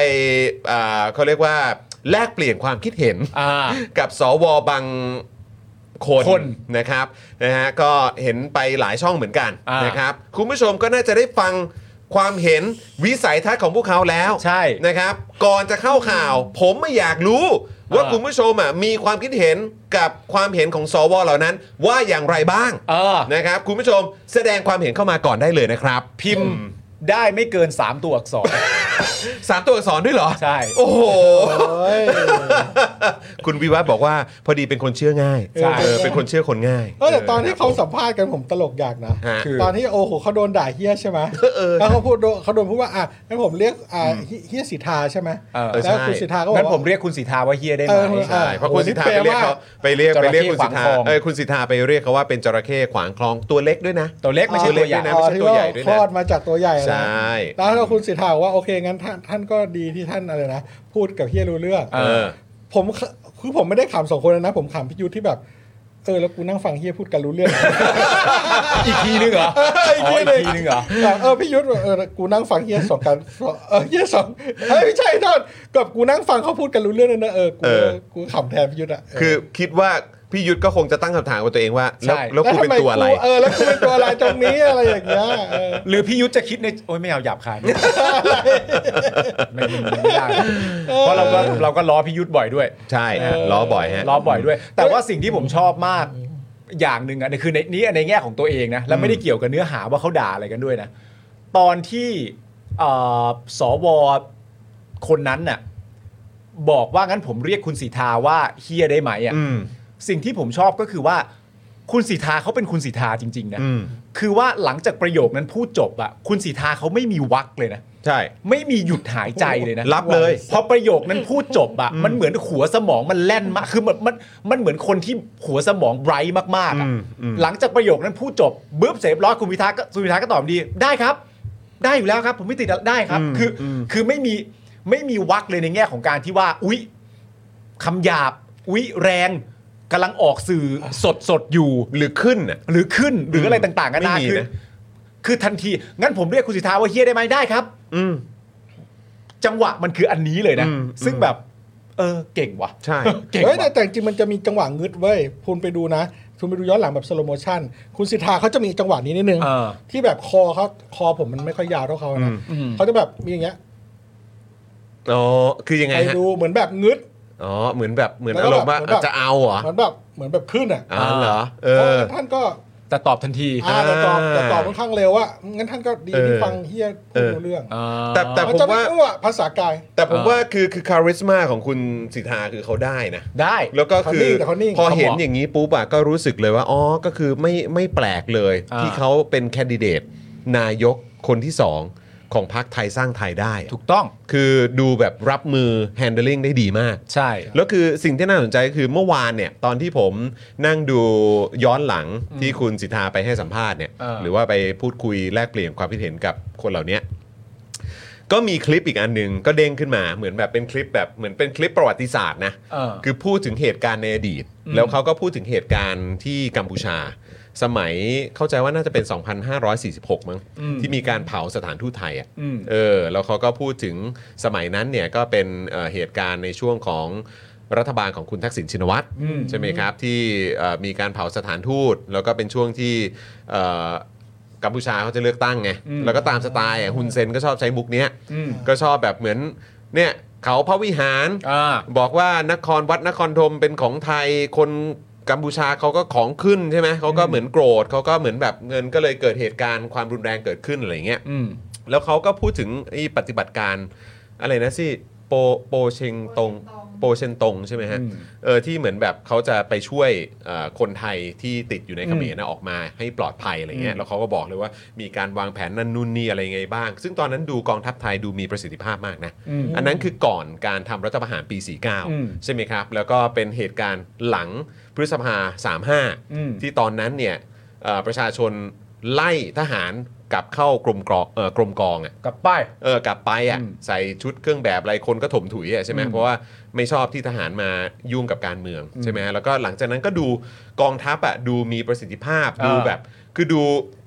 Speaker 1: อ่าเขาเรียกว่าแลกเปลี่ยนความคิดเห็น
Speaker 2: อ่า
Speaker 1: กับสวบางคน
Speaker 2: คน
Speaker 1: นะครับนะฮะก็เห็นไปหลายช่องเหมือนกัน
Speaker 2: อ่าน
Speaker 1: นะครับคุณผู้ชมก็น่าจะได้ฟังความเห็นวิสัยทัศน์ของพวกเขาแล้ว
Speaker 2: ใช่
Speaker 1: นะครับก่อนจะเข้าข่าว ผมไม่อยากรู้ว่า
Speaker 2: อ่า
Speaker 1: คุณผู้ชมอ่ะมีความคิดเห็นกับความเห็นของสวเหล่านั้น ว่าอย่างไรบ้าง
Speaker 2: เออ
Speaker 1: นะครับคุณผู้ชมแสดงความเห็นเข้ามาก่อนได้เลยนะครับ
Speaker 2: พิมพ์ได้ไม่เกิน 3 ตัวอักษร
Speaker 1: สามตัวอักษรด้วยเหรอ
Speaker 2: ใช่
Speaker 1: โอ้โห
Speaker 3: เอ้ย
Speaker 1: คุณวิวัฒน์บอกว่าพอดีเป็นคนเชื่อง่าย
Speaker 2: ใช่
Speaker 1: เออเป็นคนเชื่อคนง่าย
Speaker 3: เออแต่ตอนที่เขา
Speaker 1: ครับผม
Speaker 3: สัมภาษณ์กันผมตลกอยากนะ
Speaker 1: ฮะ
Speaker 3: คือตอนที่โอ้โหเขาโดนด่าเฮี้ยใช่ไหม
Speaker 1: เออ
Speaker 3: แล้วเขาพูดโดนเขาโดนพูดว่าอ่ะงั้นผมเรียกอ่าเฮี้ยสิทธาใช่ไหม
Speaker 2: เออ
Speaker 3: แล้ว
Speaker 1: ใช่
Speaker 3: คุณสิทธาก็บอก
Speaker 2: งั้นผม
Speaker 3: ว่า
Speaker 2: เรียกคุณสีทาว่าเฮียได้ไห
Speaker 3: เอ
Speaker 2: ม
Speaker 3: อ
Speaker 1: ใช่เพราะคุณ
Speaker 3: โอ้โห
Speaker 1: สิทธาไปเรียกเขาไปเรียก
Speaker 2: จ
Speaker 1: ไป
Speaker 2: ระเข้
Speaker 1: เรียกคุณสิทธา
Speaker 2: ขวางคลอง
Speaker 1: เออคุณสิทธาไปเรียกเขาว่าเป็นจระเข้ขวางคลองตัวเล็กด้วยนะ
Speaker 2: ตัวเล็กไม่ใช่
Speaker 1: เออ
Speaker 2: ตัวใหญ่
Speaker 1: เล็กด้ว
Speaker 3: อ๋อ
Speaker 1: ไม่ใช่
Speaker 3: ที่
Speaker 1: ตัวใหญ่ด้วยนะ
Speaker 3: คลอดมาจากตัวใหญ่นะ
Speaker 1: ใช่
Speaker 3: แล้วคุณสิทธาบอกว่าโอเคงั้นท่านท่านก็ดีที่ท่านอะไรนะพูดกับเฮี้ยรู้เรื่อง
Speaker 2: เออ
Speaker 1: เออ
Speaker 3: ผมคือผมไม่ได้ขำสองคนนะผมขำพี่ยุทธที่แบบเออแล้วกูนั่งฟังเฮี้ยพูดกันรู้เรื่อง
Speaker 2: อีกทีนึงเหรออ๋ออีกทีนึงเหรอ
Speaker 3: แบบเออพี่ยุทธเออกูนั่งฟังเฮียสองกันเออเฮียสองเอ้ยไม่ใช่นอนกับกูนั่งฟังเขาพูดกันรู้เรื่องนั่นนะเออกู
Speaker 1: เออ
Speaker 3: กูขำแทนพี่ยุทธอ่ะ
Speaker 1: คือคิดว่าพี่ยุทธก็คงจะตั้งคำถามกับตัวเองว่า แล้ว
Speaker 2: ใช่
Speaker 1: แล้วกูเป็นตัวอะไร
Speaker 3: เออแล้วกูเป็นตัวอะไรตรงนี้อะไรอย่างเงี้ยเออ
Speaker 2: หรือพี่ยุทธจะคิดในโอ้ยไม่เอาหยาบคายไม่ไม่ไม่ได้เพราะเราก็เราก็ล้อพี่ยุทธบ่อยด้วย
Speaker 1: ใช่ฮะล้อบ่อยฮะ
Speaker 2: ล้อบ่อยด้วย แต่ว่าสิ่งที่ผมชอบมากอย่างหนึ่งอะคือในนี้ในแง่ของตัวเองนะ และไม่ได้เกี่ยวกับเนื้อหาว่าเขาด่าอะไรกันด้วยนะ ตอนที่เอ่อสวคนนั้นน่ะบอกว่างั้นผมเรียกคุณสีทาว่าเฮียได้ไหมอะ
Speaker 1: อืม
Speaker 2: สิ่งที่ผมชอบก็คือว่า คุณสีทาเขาเป็นคุณสีทาจริงๆนะ
Speaker 1: อืม
Speaker 2: คือว่าหลังจากประโยคนั้นพูดจบอะคุณสีทาเขาไม่มีวักเลยนะ
Speaker 1: ใช่
Speaker 2: ไม่มีหยุดหายใจเลยนะ
Speaker 1: รับเลย
Speaker 2: พอประโยคนั้นพูดจบอะมันเหมือนหัวสมองมันแล่นมากคือมันมันมันเหมือนคนที่หัวสมองไบรท์มากๆอะหลังจากประโยคนั้นพูดจบบื้บเสร็จเรียบร้อยคุณพิธาก็คุณพิธาก็ตอบดี ได้ครับ ได้อยู่แล้วครับ ผมไม่ติดได้ครับ คืออคือไม่มีไม่มีวักเลยในแง่ของการที่ว่า อุ๊ยคำหยาบ อุ๊ยแรงกำลังออกสื่อสดสดๆอยู่
Speaker 1: หรือขึ้นอ่ะ
Speaker 2: หรือขึ้นหรืออะไรต่างๆกันานา
Speaker 1: ไม่มี
Speaker 2: คือ
Speaker 1: นะ
Speaker 2: คือทันที งั้นผมเรียกคุณสิทธาว่าเฮียได้ไหมได้ครับ
Speaker 1: อืม
Speaker 2: จังหวะมันคืออันนี้เลยนะ
Speaker 1: อืม
Speaker 2: ซึ่งแบบ เออเก่งว่ะ
Speaker 1: ใช่
Speaker 2: เก่ง
Speaker 3: เฮ้ยแต่
Speaker 2: ว่ะ
Speaker 3: แต่จริงมันจะมีจังหวะงึดเว้ยคุณไปดูนะคุณไปดูย้อนหลังแบบสโลโมชันคุณสิทธาเขาจะมีจังหวะนี้นิดนึง
Speaker 2: เออ
Speaker 3: ที่แบบคอเขาคอผมมันไม่ค่อยยาวเท่าเขานะเขาจะแบบมีอย่างเงี้ย
Speaker 1: อ๋อคือยังไง
Speaker 3: ไป
Speaker 1: ฮะ
Speaker 3: ดูเหมือนแบบงึด
Speaker 1: อ๋อเหมือนแบบเหมือน
Speaker 3: แล้ว
Speaker 1: อา
Speaker 3: ก็
Speaker 1: ร
Speaker 3: แบบ
Speaker 1: มณ์ว่า
Speaker 3: เหมือนแบบ
Speaker 1: จะเอาเหรอ
Speaker 3: เหมือนแบบเหมือนแบบขึ้นอ่ะ
Speaker 1: อ๋อเหรอเอ
Speaker 3: เพ
Speaker 1: อ
Speaker 3: ราะงั้นท่านก็
Speaker 2: แต่ตอบทันที
Speaker 3: อ่าแต่ตอบ
Speaker 1: อ่า
Speaker 3: แต่ตอบค่อนข้างเร็วอ่ะงั้นท่านก็ดี
Speaker 1: เออ
Speaker 3: ที่ฟังเฮียพูด
Speaker 1: เออ
Speaker 3: รู้เรื่อง
Speaker 2: อ่า
Speaker 1: แต่แต่ ผม
Speaker 3: จะไม่
Speaker 1: ว่า
Speaker 3: รู้อ่ะภาษากาย
Speaker 1: แต่ผม
Speaker 2: อ่า
Speaker 1: ว่าคือคือคาริสมาของคุณสิทธาคือเขาได้นะ
Speaker 2: ได้
Speaker 1: แล้วก็คือ
Speaker 3: เขานิ่ง
Speaker 1: พ
Speaker 3: แต่เขานิ่ง
Speaker 1: อเห็นอย่างนี้ปุ๊บอะก็รู้สึกเลยว่าอ๋อก็คือไม่ไม่แปลกเลย
Speaker 2: อ่า
Speaker 1: ที่เขาเป็นแคนดิเดตนายกคนที่สองของพรรคไทยสร้างไทยได้อะ
Speaker 2: ถูกต้อง
Speaker 1: คือดูแบบรับมือ handling ได้ดีมาก
Speaker 2: ใช่
Speaker 1: แล้วคือสิ่งที่น่าสนใจก็คือเมื่อวานเนี่ยตอนที่ผมนั่งดูย้อนหลังที่คุณสิทธาไปให้สัมภาษณ์เนี่ย
Speaker 2: เออ
Speaker 1: หรือว่าไปพูดคุยแลกเปลี่ยนความคิดเห็นกับคนเหล่านี้ก็มีคลิปอีกอันหนึ่งก็เด้งขึ้นมาเหมือนแบบเป็นคลิปแบบเหมือนเป็นคลิปประวัติศาสตร์นะ
Speaker 2: เออ
Speaker 1: คือพูดถึงเหตุการณ์ในอดีต แล้วเขาก็พูดถึงเหตุการณ์ที่กัมพูชา สมัยเข้าใจว่าน่าจะเป็น 2546 มั้ง
Speaker 2: อืม
Speaker 1: ที่มีการเผาสถานทูตไทยอ่ะ
Speaker 2: อืม
Speaker 1: เออแล้วเขาก็พูดถึงสมัยนั้นเนี่ยก็เป็นเอ่อเหตุการณ์ในช่วงของรัฐบาลของคุณทักษิณชินวัตรใช่ไหมครับที่เอ่อมีการเผาสถานทูต แล้วก็เป็นช่วงที่เอ่อกัมพูชาเขาจะเลือกตั้งไงแล้วก็ตามสไตล์อะฮุนเซนก็ชอบใช้มุกเนี้ยก็ชอบแบบเหมือนเนี่ยเขาพระวิหาร
Speaker 2: อ่า
Speaker 1: บอกว่านครวัดนครธมเป็นของไทยคนกัมพูชาเขาก็ของขึ้นใช่ไหมเขาก็เหมือนโกรธเขาก็เหมือนแบบเงินก็เลยเกิดเหตุการณ์ความรุนแรงเกิดขึ้นอะไรอย่างเงี้ย
Speaker 2: อืม
Speaker 1: แล้วเขาก็พูดถึงไอ้ปฏิบัติการอะไรนะสิโปโปเชงตงโปเชนตงใช่ไหมฮะ
Speaker 2: อืม
Speaker 1: เออที่เหมือนแบบเขาจะไปช่วยเอ่อคนไทยที่ติดอยู่ในเขมรนะออกมาให้ปลอดภัยอะไรเงี้ย
Speaker 2: อืม
Speaker 1: แล้วเขาก็บอกเลยว่ามีการวางแผนนั่นนู่นนี่อะไรยังไงบ้าง ซึ่งตอนนั้นดูกองทัพไทยดูมีประสิทธิภาพมากนะ
Speaker 2: อืม
Speaker 1: อันนั้นคือก่อนการทำรัฐประหารปี
Speaker 2: อืม
Speaker 1: 49 ใช่ไหมครับ แล้วก็เป็นเหตุการณ์หลังพฤษภา
Speaker 2: อืม
Speaker 1: 35 ที่ตอนนั้นเนี่ยเอ่อประชาชนไล่ทหารกลับเข้ากรมกรองเอ่อกรมกองอะ
Speaker 2: กลับไป
Speaker 1: เออกลับไปอ่ะ
Speaker 2: อืม
Speaker 1: ใส่ชุดเครื่องแบบอะไรคนก็ถมถุยอ่ะใช่ไหม
Speaker 2: อืม
Speaker 1: เพราะว่าไม่ชอบที่ทหารมายุ่งกับการเมือง
Speaker 2: อืม
Speaker 1: ใช่ไหมแล้วก็หลังจากนั้นก็ดูกองทัพอ่ะดูมีประสิทธิภาพ
Speaker 2: อ่า
Speaker 1: ดูแบบคือดู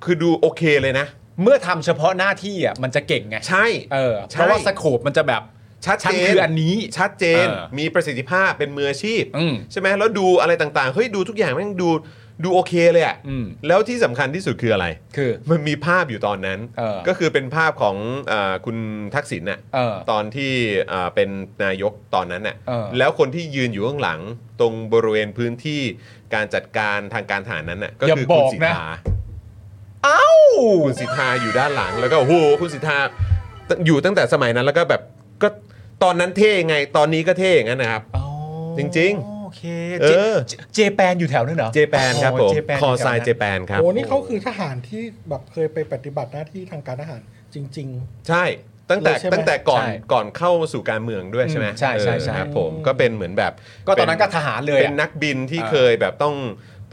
Speaker 1: คือดูโอเคเลยนะ
Speaker 2: เมื่อทำเฉพาะหน้าที่อ่ะมันจะเก่งไง
Speaker 1: ใช่
Speaker 2: เออ
Speaker 1: ใช่
Speaker 2: เพราะว่าสโคปมันจะแบบ
Speaker 1: ชัด
Speaker 2: ฉัน
Speaker 1: เจน
Speaker 2: คืออันนี้
Speaker 1: ชัดเจน
Speaker 2: เออ
Speaker 1: มีประสิทธิภาพเป็นมืออาชีพ
Speaker 2: อืม
Speaker 1: ใช่ไหมแล้วดูอะไรต่างๆ เฮ้ย ดูทุกอย่างแม่งดูดูโอเคเลยอะ่ะ
Speaker 2: อืม
Speaker 1: แล้วที่สำคัญที่สุดคืออะไร
Speaker 2: คือ
Speaker 1: มันมีภาพอยู่ตอนนั้น
Speaker 2: เออ
Speaker 1: ก็คือเป็นภาพของเออคุณทักษิณน่ะ
Speaker 2: เออ
Speaker 1: ตอนที่เอ่อเป็นนายกตอนนั้นน่ะ
Speaker 2: เออ
Speaker 1: แล้วคนที่ยืนอยู่ข้างหลังตรงบริเวณพื้นที่การจัดการทางการทหารนั้นน่ะก็
Speaker 2: อย่า
Speaker 1: คือ
Speaker 2: บอก
Speaker 1: คุณ
Speaker 2: นะ
Speaker 1: สิทธาคุณสิทธาอยู่ด้านหลังแล้วก็โอ้โหคุณสิทธาอยู่ตั้งแต่สมัยนั้นแล้วก็แบบก็ตอนนั้นเท่ยังไงตอนนี้ก็เท่อย่างนั้นนะครับ
Speaker 2: อ๋อ
Speaker 1: จริงๆ
Speaker 2: โอเค
Speaker 1: เอ
Speaker 2: เจ
Speaker 1: อ
Speaker 2: เจเจแปนอยู่แถวนั้นเหรอ
Speaker 1: เจแปนครับ
Speaker 2: โอ้
Speaker 1: ผม
Speaker 2: เจแปน
Speaker 1: คอไซ
Speaker 2: แถวนั้น
Speaker 1: เจแปนครับ
Speaker 3: โอ้นี่เขาคือทหารที่แบบเคยไปปฏิบัติหน้าที่ทางการทหารจริง
Speaker 1: ใช่ตั้งแต่
Speaker 3: เลยใช่ไหม
Speaker 1: ตั้งแต่ก่อนก่อนเข้าสู่การเมืองด้วยใช่ไหม
Speaker 2: ใช่ใช่
Speaker 1: เออ
Speaker 2: ใช่
Speaker 1: ครับผมก็เป็นเหมือนแบบ
Speaker 2: ก็ตอนนั้นก็ทหารเลย
Speaker 1: เป็น
Speaker 2: อะ
Speaker 1: นักบินที่
Speaker 2: เออ
Speaker 1: เคยแบบต้อง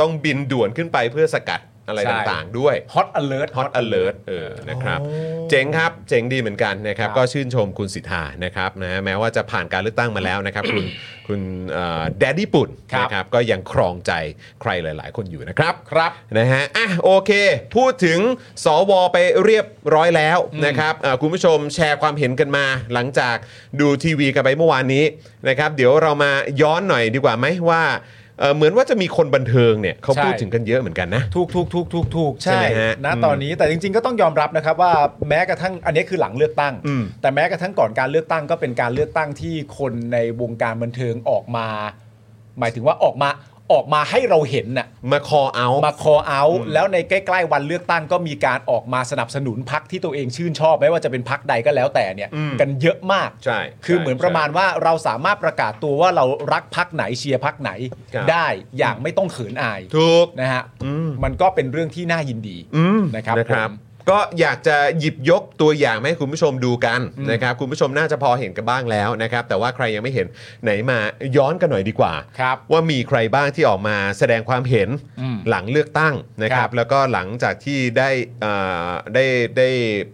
Speaker 1: ต้องบินด่วนขึ้นไปเพื่อสกัดอะไร
Speaker 2: ใช่
Speaker 1: ต่างๆด้วย
Speaker 2: Hot alert
Speaker 1: Hot Alert เออนะครับ
Speaker 3: โอ้
Speaker 1: เจ๋งครับ เจ๋งดีเหมือนกันนะครับ
Speaker 2: ครับ
Speaker 1: ก็ชื่นชมคุณสิทธานะครับนะแม้ว่าจะผ่านการเลือกตั้งมาแล้วนะครับ คุณคุณแดดดี้ปุ่น
Speaker 2: ครับ
Speaker 1: นะครับก็ยังครองใจใครหลาย ๆ คนอยู่นะครับ
Speaker 2: ครับ
Speaker 1: นะฮะ อ่ะ โอเค พูดถึงสวไปเรียบร้อยแล้วนะครับอ่าคุณผู้ชมแชร์ความเห็นกันมา หลังจากดูทีวีกันไปเมื่อวานนี้นะครับ เดี๋ยวเรามาย้อนหน่อยดีกว่าไหมว่าเอ่อเหมือนว่าจะมีคนบันเทิงเนี่ยเขา
Speaker 2: ใช่
Speaker 1: พูดถึงกันเยอะเหมือนกันนะ
Speaker 2: ถูกถูกถูกถูกถูกใช่
Speaker 1: ใช่ไหมฮะ
Speaker 2: นะ
Speaker 1: อืม
Speaker 2: ตอนนี้แต่จริงๆก็ต้องยอมรับนะครับว่าแม้กระทั่งอันนี้คือหลังเลือกตั้ง
Speaker 1: อืม
Speaker 2: แต่แม้กระทั่งก่อนการเลือกตั้งก็เป็นการเลือกตั้งที่คนในวงการบันเทิงออกมา หมายถึงว่าออกมาออกมาให้เราเห็นน่ะ
Speaker 1: มาคอเอา
Speaker 2: มาคอเอาแล้วในใกล้ๆวันเลือกตั้งก็มีการออกมาสนับสนุนพักที่ตัวเองชื่นชอบไม่ว่าจะเป็นพักใดก็แล้วแต่เนี่ย
Speaker 1: อืม
Speaker 2: กันเยอะมาก
Speaker 1: ใช่
Speaker 2: คือเหมือนประมาณ
Speaker 1: ใช่
Speaker 2: ว่าเราสามารถประกาศตัวว่าเรารักพักไหนเชียร์พักไหน
Speaker 1: ครับ
Speaker 2: ได้อย่างไม่ต้องเขินอาย
Speaker 1: ถูก
Speaker 2: นะฮะ
Speaker 1: อืม
Speaker 2: มันก็เป็นเรื่องที่น่ายินดี
Speaker 1: อืม
Speaker 2: นะครับ
Speaker 1: นะครับ
Speaker 2: ผม
Speaker 1: ก็อยากจะหยิบยกตัวอย่างมาให้คุณผู้ชมดูกัน
Speaker 2: อืม
Speaker 1: นะครับคุณผู้ชมน่าจะพอเห็นกันบ้างแล้วนะครับ แต่ว่าใครยังไม่เห็นไหนมาย้อนกันหน่อยดีกว่า
Speaker 2: ครับ
Speaker 1: ว่ามีใครบ้างที่ออกมาแสดงความเห็น
Speaker 2: อืม
Speaker 1: หลังเลือกตั้งนะค
Speaker 2: ค
Speaker 1: รั
Speaker 2: รับ บ
Speaker 1: แล้วก็หลังจากที่ได้อ่าได้ได้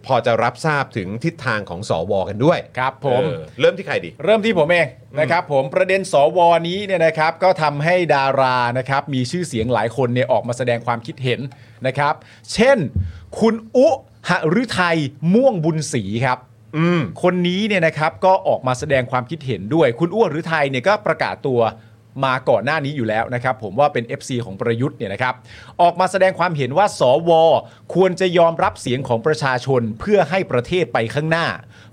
Speaker 1: พอจะรับทราบถึงทิศทางของสวกันด้วย
Speaker 2: ครับผม
Speaker 1: เออเริ่มที่ใครดี
Speaker 2: เริ่มที่ผมเองนะครับผมประเด็นสวนี้เนี่ยนะครับก็ทำให้ดารานะครับมีชื่อเสียงหลายคนเนี่ยออกมาแสดงความคิดเห็นนะครับ เช่น คุณอุหฤทัยม่วงบุญศรีครับ
Speaker 1: อืม
Speaker 2: คนนี้เนี่ยนะครับก็ออกมาแสดงความคิดเห็นด้วย คุณอ้วนหรือไทยเนี่ยก็ประกาศตัว มาก่อนหน้านี้อยู่แล้วนะครับ ผมว่าเป็น FC ของประยุทธ์เนี่ยนะครับ ออกมาแสดงความเห็นว่า สว ควรจะยอมรับเสียงของประชาชนเพื่อให้ประเทศไปข้างหน้า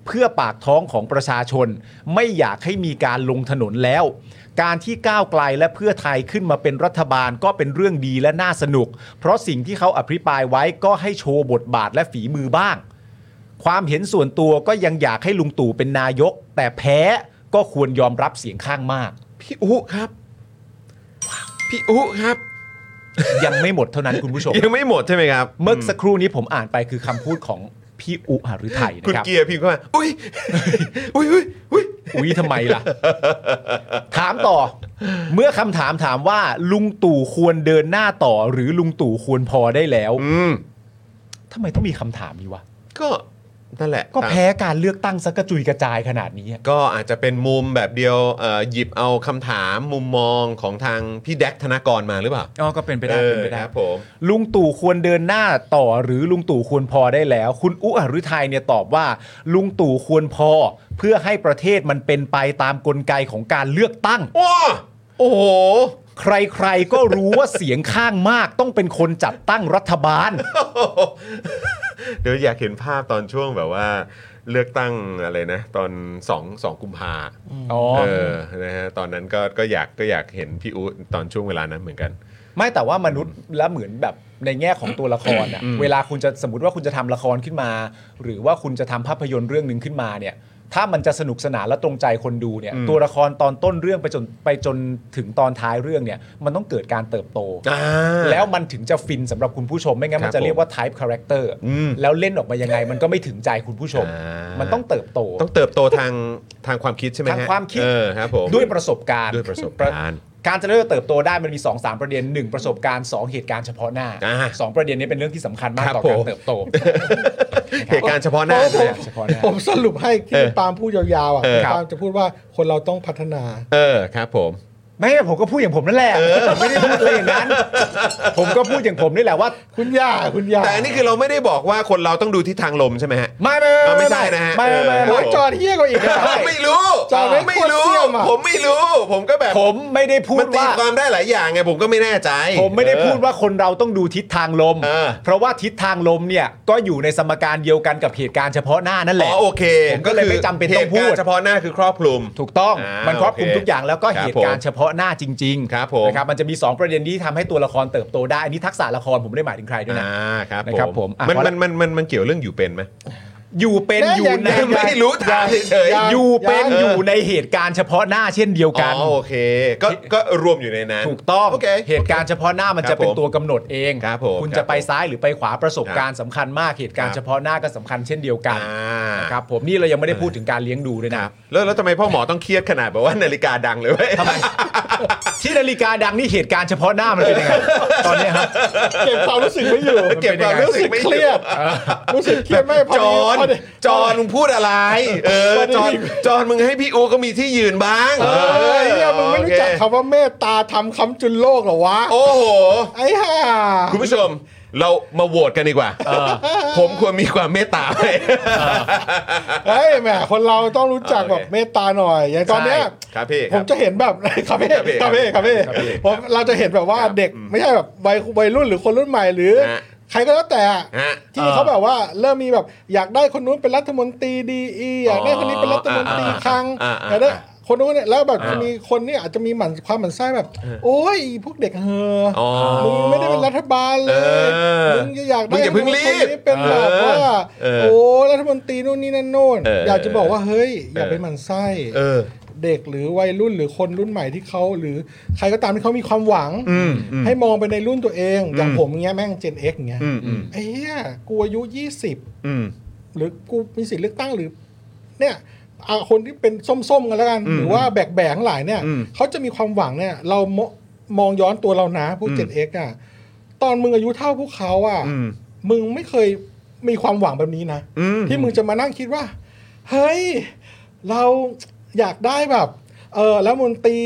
Speaker 2: เพื่อปากท้องของประชาชน ไม่อยากให้มีการลงถนนแล้ว การที่ก้าวไกลและเพื่อไทยขึ้นมาเป็นรัฐบาลก็เป็นเรื่องดีและน่าสนุก เพราะสิ่งที่เขาอภิปรายไว้ก็ให้โชว์บทบาทและฝีมือบ้าง ความเห็นส่วนตัวก็ยังอยากให้ลุงตู่เป็นนายก แต่แพ้ก็ควรยอมรับเสียงข้างมาก
Speaker 1: พี่อุ๊ครับพี่อุ๊ครับ
Speaker 2: ยังไม่หมดเท่านั้นคุณ ผู้ชม
Speaker 1: ยังไม่หมดใช่ไหมครับ
Speaker 2: เมื่อสักครู่นี้ผมอ่านไปคือคำพูดของพี่อุหฤทัย
Speaker 1: คุณ
Speaker 2: นะครับ
Speaker 1: เกียร์พิมพ์เข้ามา อุ้ย อุ้ยอุ้ยอุ้ย
Speaker 2: อุ้ยทำไมล่ะ ถามต่อ เมื่อคำถามถามว่า ลุงตู่ควรเดินหน้าต่อ หรือลุงตู่ควรพอได้แล้ว
Speaker 1: อืม
Speaker 2: ทำไมต้องมีคำถามนี้วะ
Speaker 1: ก็นั่นแหละ
Speaker 2: ก็
Speaker 1: ตาม
Speaker 2: แพ้การเลือกตั้งซะกระจุยกระจายขนาดนี้อะ
Speaker 1: ก็อาจจะเป็นมุมแบบเดียวเอ่อหยิบเอาคำถามมุมมองของทางพี่แดกธนากรมาหรือเปล่า
Speaker 2: อ๋อก็เป็นไปได้เป็นไปได้
Speaker 1: ออครับผม
Speaker 2: ลุงตู่ควรเดินหน้าต่อหรือลุงตู่ควรพอได้แล้ว คุณอุหฤทัยเนี่ยตอบว่า ลุงตู่ควรพอ เพื่อให้ประเทศมันเป็นไปตามกลไกของการเลือกตั้ง
Speaker 1: ว้าโอ้โห
Speaker 2: ใครๆก็รู้ว่าเสียงข้างมากต้องเป็นคนจัดตั้งรัฐบาล
Speaker 1: เดี๋ยวอยากเห็นภาพตอนช่วงแบบว่า เลือกตั้งอะไรนะ ตอนสองสองกุมภา
Speaker 2: อ๋อ
Speaker 1: เออนะฮะตอนนั้นก็ก็อยากก็อยากเห็นพี่อุตอนช่วงเวลานั้นเหมือนกัน
Speaker 2: ไม่แต่ว่ามนุษย์และเหมือนแบบในแง่ของตัวละครอะเวลาคุณจะสมมติว่าคุณจะทำละครขึ้นมา หรือว่าคุณจะทำภาพยนตร์เรื่องหนึ่งขึ้นมาเนี่ย ถ้ามันจะสนุกสนานและตรงใจคนดูเนี่ย ตัวละครตอนต้นเรื่องไปจนไปจนถึงตอนท้ายเรื่องเนี่ย มันต้องเกิดการเติบโต
Speaker 1: อ่า
Speaker 2: แล้วมันถึงจะฟินสำหรับคุณผู้ชมไม่งั้
Speaker 1: ค
Speaker 2: น
Speaker 1: รับ
Speaker 2: มันจะเรียกว่า type character
Speaker 1: อืม
Speaker 2: แล้วเล่นออกมายังไง มันก็ไม่ถึงใจคุณผู้ชม
Speaker 1: อ่ามั
Speaker 2: มันต้องเติบโต
Speaker 1: ต้องเติบโตทางทางความคิดใช่ไหมฮะ
Speaker 2: ทางความคิด
Speaker 1: เออครับผม
Speaker 2: ด้วยประสบการณ์
Speaker 1: ด้วยประสบการณ์
Speaker 2: การจะเริ่มเติบโตได้มันมี 2 3 ประเด็น 1 ประสบการณ์ 2 เหตุการณ์เฉพาะหน้า
Speaker 1: อ่า
Speaker 2: 2 ประเด็นนี้เป็นเรื่องที่สำคัญมาก
Speaker 1: ครับ
Speaker 2: ต่อการ
Speaker 1: ผม
Speaker 2: เติบโต
Speaker 1: เหตุการณ์เฉพาะหน้า
Speaker 3: โอ้
Speaker 1: ใช่
Speaker 3: ผ
Speaker 1: ไหม
Speaker 3: ม
Speaker 1: ฮะ
Speaker 2: เฉพาะหน้า
Speaker 3: ผมสรุปให้ที่
Speaker 1: เออ
Speaker 3: คุณปาล์มพูดยาวๆอ่ะ
Speaker 1: เออ
Speaker 3: คุณปาล์มจะพูดว่าคนเราต้องพัฒนา
Speaker 1: เออครับผม
Speaker 2: ไม่ผมก็พูดอย่างผมนั่นแหละผมไม่ได้พูดอะไรอย่างนั้น ผมก็พูดอย่างผมนี่แหละว่า
Speaker 3: คุณย่าคุณย่า
Speaker 1: แต่อันนี้คือเราไม่ได้บอกว่าคนเราต้องดูทิศทางลมใช่ไหมฮะ
Speaker 2: ไม่ไม่
Speaker 1: เออไม่ใช่นะฮะ
Speaker 2: ไม่ไม่ไม่
Speaker 1: เออ
Speaker 2: ไม่
Speaker 3: โอ้ยจอดเฮี้ยกว่าอีกอะ
Speaker 1: ไม่รู้
Speaker 3: จอไม่
Speaker 1: ไม่
Speaker 3: ควร
Speaker 1: รู้
Speaker 3: เสี่ยมอะ
Speaker 1: ผมไม่รู้ ผมก็แบบ
Speaker 2: ผมไม่ได้พู
Speaker 1: มั
Speaker 2: ด
Speaker 1: นตี
Speaker 2: ว่า
Speaker 1: ความได้หลายอย่างไง ผมก็ไม่แน่ใจ
Speaker 2: ผมไม่ได้พูดว่าคนเราต้องดูทิศทางลม
Speaker 1: เออ
Speaker 2: เพราะว่าทิศทางลมเนี่ยก็อยู่ในสมการเดียวกันกับเหตุการณ์เฉพาะหน้านั่นแห
Speaker 1: อ๋
Speaker 2: ละ
Speaker 1: อโอเค
Speaker 2: ผมก็เลย
Speaker 1: คือ
Speaker 2: ไม่จำเป็นต้องพูด
Speaker 1: หตุการณ์เฉพาะหน้าคือครอบคลุม
Speaker 2: ถูกต้อง
Speaker 1: อ่า
Speaker 2: มันครอบคลุม
Speaker 1: โอเค
Speaker 2: ทุกอย่างแล้วก็
Speaker 1: ครับ
Speaker 2: เหตุการณ์เฉพาะหน้าจริงๆ
Speaker 1: ครับผม
Speaker 2: นะครับมันจะมี 2 ประเด็นที่ทำให้ตัวละครเติบโตได้ อันนี้ทักษะละครผมไม่ได้หมายถึงใครด้วยนะ
Speaker 1: อ่าครับผม
Speaker 2: นะครับผมอ่ะ
Speaker 1: มัน
Speaker 2: พอ
Speaker 1: มั
Speaker 2: ละ
Speaker 1: นมันมันมันเกี่ยวเรื่องอยู่เป็นไหม
Speaker 2: อยู่เป็น
Speaker 3: แน่
Speaker 2: อยู่
Speaker 3: ยัง
Speaker 2: ใน
Speaker 3: ยัง
Speaker 1: ไม่รู้ถามเฉยๆ
Speaker 2: อยู่เป็น
Speaker 1: ยัง
Speaker 2: อยู่ในเหตุการณ์เฉพาะหน้าเช่นเดียว
Speaker 1: อ๋
Speaker 2: กั
Speaker 1: อน โอเค ก็ก็รวมอยู่ในนั้น
Speaker 2: ถูกต้อง
Speaker 1: โอเค
Speaker 2: เหตุการณ์เฉพาะหน้ามัน
Speaker 1: ครับ
Speaker 2: จะเป็น
Speaker 1: ผม
Speaker 2: ตัวกำหนดเอง
Speaker 1: ครับผม
Speaker 2: ณ
Speaker 1: ครั
Speaker 2: จะ
Speaker 1: บ
Speaker 2: ไปซ้ายหรือไปขวาประสบ
Speaker 1: ครับ
Speaker 2: การณ์สำคัญมากเหตุการ
Speaker 1: ครั
Speaker 2: ณ์
Speaker 1: บ
Speaker 2: เฉพาะหน้าก็สำคัญเช่นเดียวกัน
Speaker 1: อ่า
Speaker 2: นะครับผมนี่เรายังไม่ได้พูดถึงการเลี้ยงดูด้วย
Speaker 1: ค
Speaker 2: นะ
Speaker 1: รับแล้วแล้วทำไมพ่อหมอต้องเครียดขนาดแบบว่านาฬิกาดังเลยเว้ย
Speaker 2: ทำไม ที่นาฬิกาดังนี่เหตุการณ์เฉพาะหน้ามันเป็นยังไงตอนเนี้ยครับ
Speaker 3: เก็บความรู้สึกไม่อยู่
Speaker 1: เก็บความรู้สึกไม่อยู่
Speaker 3: เครียดรู้สึกเครียดไม่พอ
Speaker 1: จอน
Speaker 3: พอดี
Speaker 1: จอนมึงพูดอะไร เออ จอนจอนมึงให้พี่อูก็มีที่ยืนบ้าง
Speaker 3: เออเนี่ยมึงไม่รู้จัก
Speaker 1: โอเค
Speaker 3: คำว่าเมตตาทำคำจุนโลกเหรอวะ
Speaker 1: โอ้โห
Speaker 3: ไอ้ห่า
Speaker 1: คุณผู้ชม เรามาโหวตกันดีกว่า ผมควรมีความเมตตาไหม
Speaker 3: เฮ้ยแหมคนเราต้องรู้จัก
Speaker 1: โอเค
Speaker 3: แบบเมตตาหน่อย อย่างตอนเนี้ย
Speaker 1: ครับพี่ค
Speaker 3: ผ
Speaker 1: รั
Speaker 3: ม
Speaker 1: บ
Speaker 3: จะเห็นแบบ คาเฟ่
Speaker 1: คาเฟ่
Speaker 3: คาเฟ่คาเฟ่
Speaker 1: คาเฟ่
Speaker 3: ผมเราจะเห็นแบบว่า
Speaker 1: ครับ
Speaker 3: เด็กไม่ใช่แบบวัยวัยรุ่นหรือคนรุ่นใหม่หรือ
Speaker 1: ฮะ
Speaker 3: ใครก็แล้วแต่อะ
Speaker 1: ฮะ
Speaker 3: ที่เขาแบบว่าเริ่มมีแบบอยากได้คนนู้นเป็นรัฐมนตรีดีอีอยากได้คนนี้เป็นรัฐมนตรี
Speaker 1: อ่า
Speaker 3: คลัง
Speaker 1: อ่าอ่า
Speaker 3: อยากได้คนนู้นเนี่ยแล้วแบบ
Speaker 1: อ่ามี
Speaker 3: มีคนเนี่ยอาจจะมีหมันความหมันไส้แบบ โอ้ยพวกเด็กเฮ
Speaker 1: อ๋อ
Speaker 3: มึงไม่ได้เป็นรัฐบาลเลย
Speaker 1: เออ
Speaker 3: มึงจะอยาก
Speaker 1: มึ
Speaker 3: ได้
Speaker 1: งอย่าเพิ่งรีบ
Speaker 3: คนนี้เป็นแบบว่า
Speaker 1: เออ
Speaker 3: โอ้รัฐมนตรีนู่นนี่นั่นโน่น
Speaker 1: เอออ
Speaker 3: อยากจะบอกว่าเฮ้ยอย่าไปหมันไส้
Speaker 1: เออ
Speaker 3: เด็กหรือวัยรุ่นหรือคนรุ่นใหม่ที่เขาหรือใครก็ตามที่เขามีความหวัง ให้มองไปในรุ่นตัวเอง อย่างผมเงี้ยแม่ง Gen X เงี้ย
Speaker 1: อืมอืม
Speaker 3: ไอ้เหี้ยกูอายุ
Speaker 1: อืม
Speaker 3: 20 หรือกูมีสิทธิ์เลือกตั้งหรือ เนี่ยเอาคนที่เป็นส้มๆกันแล้วกัน หรือว่าแบกแบกๆทั้งหลายเนี่ย
Speaker 1: อืม
Speaker 3: เขาจะมีความหวังเนี่ย เรามอมองย้อนตัวเรานะพวก Gen X อ่ะตอนมึงอายุเท่าพวกเขาอ่ะ
Speaker 1: อืม
Speaker 3: มึงไม่เคยมีความหวังแบบนี้นะ
Speaker 1: อืม
Speaker 3: ที่มึงจะมานั่งคิดว่า เฮ้ย เราอยากได้แบบ เออแล้วมนตรี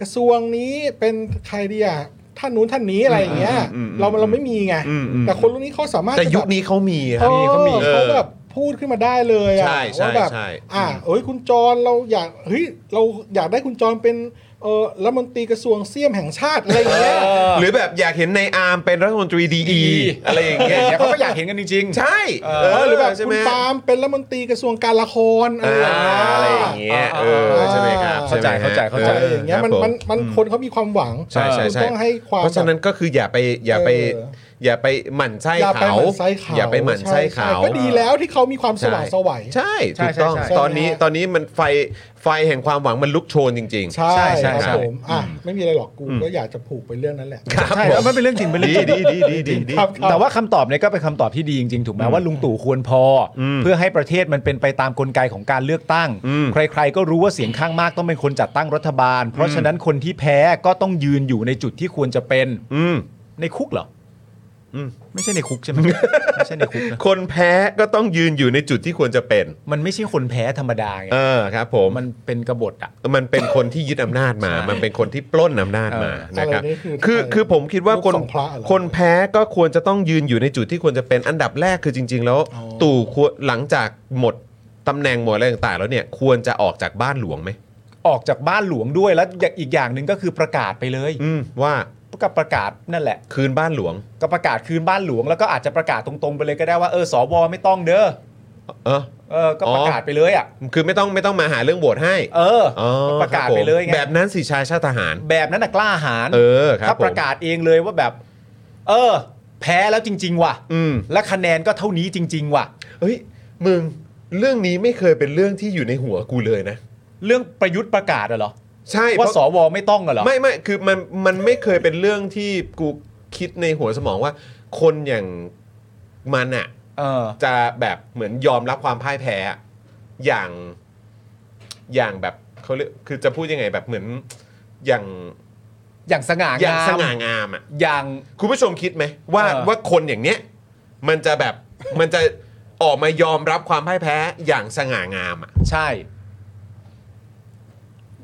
Speaker 3: กระทรวงนี้เป็นใครดีอะท่านนู้นท่านนี้อะไรอย่างเงี้ย
Speaker 1: อืมอืมอืม
Speaker 3: เราเราไม่มีไง
Speaker 1: อืมอืม
Speaker 3: แต่คนรุ่นนี้เขาสามารถ
Speaker 1: แต่ยุค
Speaker 3: จะ
Speaker 1: นี้เขามีค
Speaker 3: แบ
Speaker 1: รั
Speaker 3: บบ เออเขาแบบ
Speaker 1: เออ
Speaker 3: พูดขึ้นมาได้เลยอะ
Speaker 1: ใช่ใช่
Speaker 3: ว่าแบบ
Speaker 1: ใช่
Speaker 3: อ่ะเอ้ยคุณจรเราอยากเฮ้ยเราอยากได้คุณจรเป็นเออรัฐมนตรีกระทรวงเสียมแห่งชาติอะไรอย่างเงี้ย
Speaker 1: หรือแบบอยากเห็นในอาร์มเป็นรัฐมนตรีดีอีอะไรอย่างเงี้ย
Speaker 2: เขาก็อยากเห็นกันจริง
Speaker 1: ใช่
Speaker 3: เออหรือแบบ
Speaker 1: ใช่
Speaker 3: คุ
Speaker 1: ไหม
Speaker 3: ณปาล์มเป็นรัฐมนตรีกระทรวงการละครอะ
Speaker 1: อ่า
Speaker 3: ไรอย่างเงี้ย
Speaker 1: อะไรอย่างเงี้ยเออใช่ไหมครับ
Speaker 2: เข้าใจเข้าใจเข้าใจ
Speaker 3: อะไรอย่างเงี้ย
Speaker 1: ครับ
Speaker 3: มัน
Speaker 1: ผ
Speaker 3: มันมันคนเขามีความหวัง
Speaker 1: ใช่ใช่
Speaker 3: คุณ
Speaker 1: ใช่
Speaker 3: ต้องให้ความ
Speaker 1: เพราะฉะนั้นก็คืออย่าไปอย่าไป
Speaker 3: เออ
Speaker 1: อย่าไปหมั่นไส้
Speaker 3: อย่าไป
Speaker 1: เขา
Speaker 3: หมั่นไส้เขา
Speaker 1: อย่าไปหมั่นไส้เขา
Speaker 3: ใช่ก็ดีแล้วที่เขามีความส
Speaker 1: ใช่
Speaker 3: ว่างไสวัย
Speaker 1: ใช่
Speaker 2: ใช่
Speaker 1: ถูกต้อง
Speaker 2: ใช่ใช่
Speaker 1: ตอนนี้
Speaker 3: ใช่ไหมฮะ
Speaker 1: ตอนนี้มันไฟไฟแห่งความหวังมันลุกโชนจริง
Speaker 3: ใช่
Speaker 2: ใช่ใช่
Speaker 3: ค
Speaker 2: ใช่
Speaker 3: รับผมอ่ะไม่มีอะไรหรอกกูก็อยากจะผูกไปเรื่องนั้นแหละ
Speaker 1: ๆ ครับ
Speaker 2: ใช่
Speaker 1: ผ
Speaker 2: แล้ว
Speaker 1: ม
Speaker 2: มันเป็นเรื่องจริงเป็นเรื่อง
Speaker 1: ดี
Speaker 2: จริง
Speaker 1: ดีดีดีดีดี
Speaker 3: ครับ
Speaker 2: แต่ว่าคำตอบเนี่ยก็เป็นคำตอบที่ดีจริงๆ ถูกไหมว่าลุงตู่ควรพออ
Speaker 1: ม
Speaker 2: เพื่อให้ประเทศมันเป็นไปตามกลไกของการเลือกตั้ง
Speaker 1: อืม
Speaker 2: ใครๆก็รู้ว่าเสียงข้างมากต้องเป็นคนจัดตั้งรัฐบาล เพราะฉะนั้นคนที่แพ้ก็ต้องยืนอยู่ในจุดที่ควรจะเป็น
Speaker 1: อืม
Speaker 2: ในคุกเหรออ
Speaker 1: ม
Speaker 2: ไม่ใช่ในคุกใช่ไหม ไม่ใช่ในคุกนะ
Speaker 1: คนแพ้ก็ต้องยืนอยู่ในจุดที่ควรจะเป็น
Speaker 2: มันไม่ใช่คนแพ้ธรรมดาไง
Speaker 1: เออครับผม
Speaker 2: มันเป็นกบฏอ่ะ
Speaker 1: มันเป็นคนที่ยึดอำนาจมา
Speaker 2: ใช่
Speaker 1: มันเป็นคนที่ปล้นอำนาจมา
Speaker 2: เออ
Speaker 1: นะครับ
Speaker 3: อะไรนี่คือ
Speaker 1: คือคือผมคิดว่าคน
Speaker 3: ลูกสองพระเหรอ
Speaker 1: คนแพ้ก็ควรจะต้องยืนอยู่ในจุดที่ควรจะเป็นอันดับแรกคือจริง ๆ แล้ว ตู่ควรหลังจากหมดตำแหน่งหมดอะไรต่างๆ แล้วเนี่ยควรจะออกจากบ้านหลวงไหม
Speaker 2: ออกจากบ้านหลวงด้วยแล้วอย่างอีกอย่างหนึ่งก็คือประกาศไปเลย
Speaker 1: อืมว่า
Speaker 2: ก็ประกาศนั่นแหละ
Speaker 1: คืนบ้านหลวง
Speaker 2: ก็ประกาศคืนบ้านหลวงแล้วก็อาจจะประกาศตรงๆไปเลยก็ได้ว่าเออสวไม่ต้องเด้อ
Speaker 1: เออ
Speaker 2: เออ ก็ประกาศ
Speaker 1: อ๋อ
Speaker 2: ไปเลยอ่ะ
Speaker 1: คือไม่ต้องไม่ต้องมาหาเรื่องโหวตให้
Speaker 2: เออ
Speaker 1: อ๋อ
Speaker 2: ประกาศ
Speaker 1: คบผม
Speaker 2: ไปเลยไง
Speaker 1: แบบนั้นสิชายชาติทหาร
Speaker 2: แบบนั้นน่ะกล้าหาญ
Speaker 1: เออครับ
Speaker 2: ถ้าประกาศเองเลยว่าแบบ เออ แพ้แล้วจริง ๆ ว่ะ
Speaker 1: อืม
Speaker 2: และคะแนนก็เท่านี้จริง ๆ ว่ะ
Speaker 1: เฮ้ยมึงเรื่องนี้ไม่เคยเป็นเรื่องที่อยู่ในหัวกูเลยนะ
Speaker 2: เรื่องประยุทธ์ประกาศอะเหรอ
Speaker 1: ใช่เพ
Speaker 2: ว่า
Speaker 1: ระ
Speaker 2: สวไม่ต้องอะเหรอ
Speaker 1: ไม่ไม่คือมันมันไม่เคยเป็นเรื่องที่กูคิดในหัวสมองว่า คนอย่างมันอะ
Speaker 2: เออ
Speaker 1: จะแบบเหมือนยอมรับความพ่ายแพ้อะอย่างอย่างแบบเขาเรียกคือจะพูดยังไงแบบเหมือนอย่าง
Speaker 2: อย่างสง่างาม
Speaker 1: อย่างสง่างามอะ
Speaker 2: อย่าง
Speaker 1: คุณผู้ชมคิดไหมว่า
Speaker 2: เออ
Speaker 1: ว่าคนอย่างเนี้ยมันจะแบบมันจะออกมายอมรับความพ่ายแพ้อย่างสง่างามอะ
Speaker 2: ใช่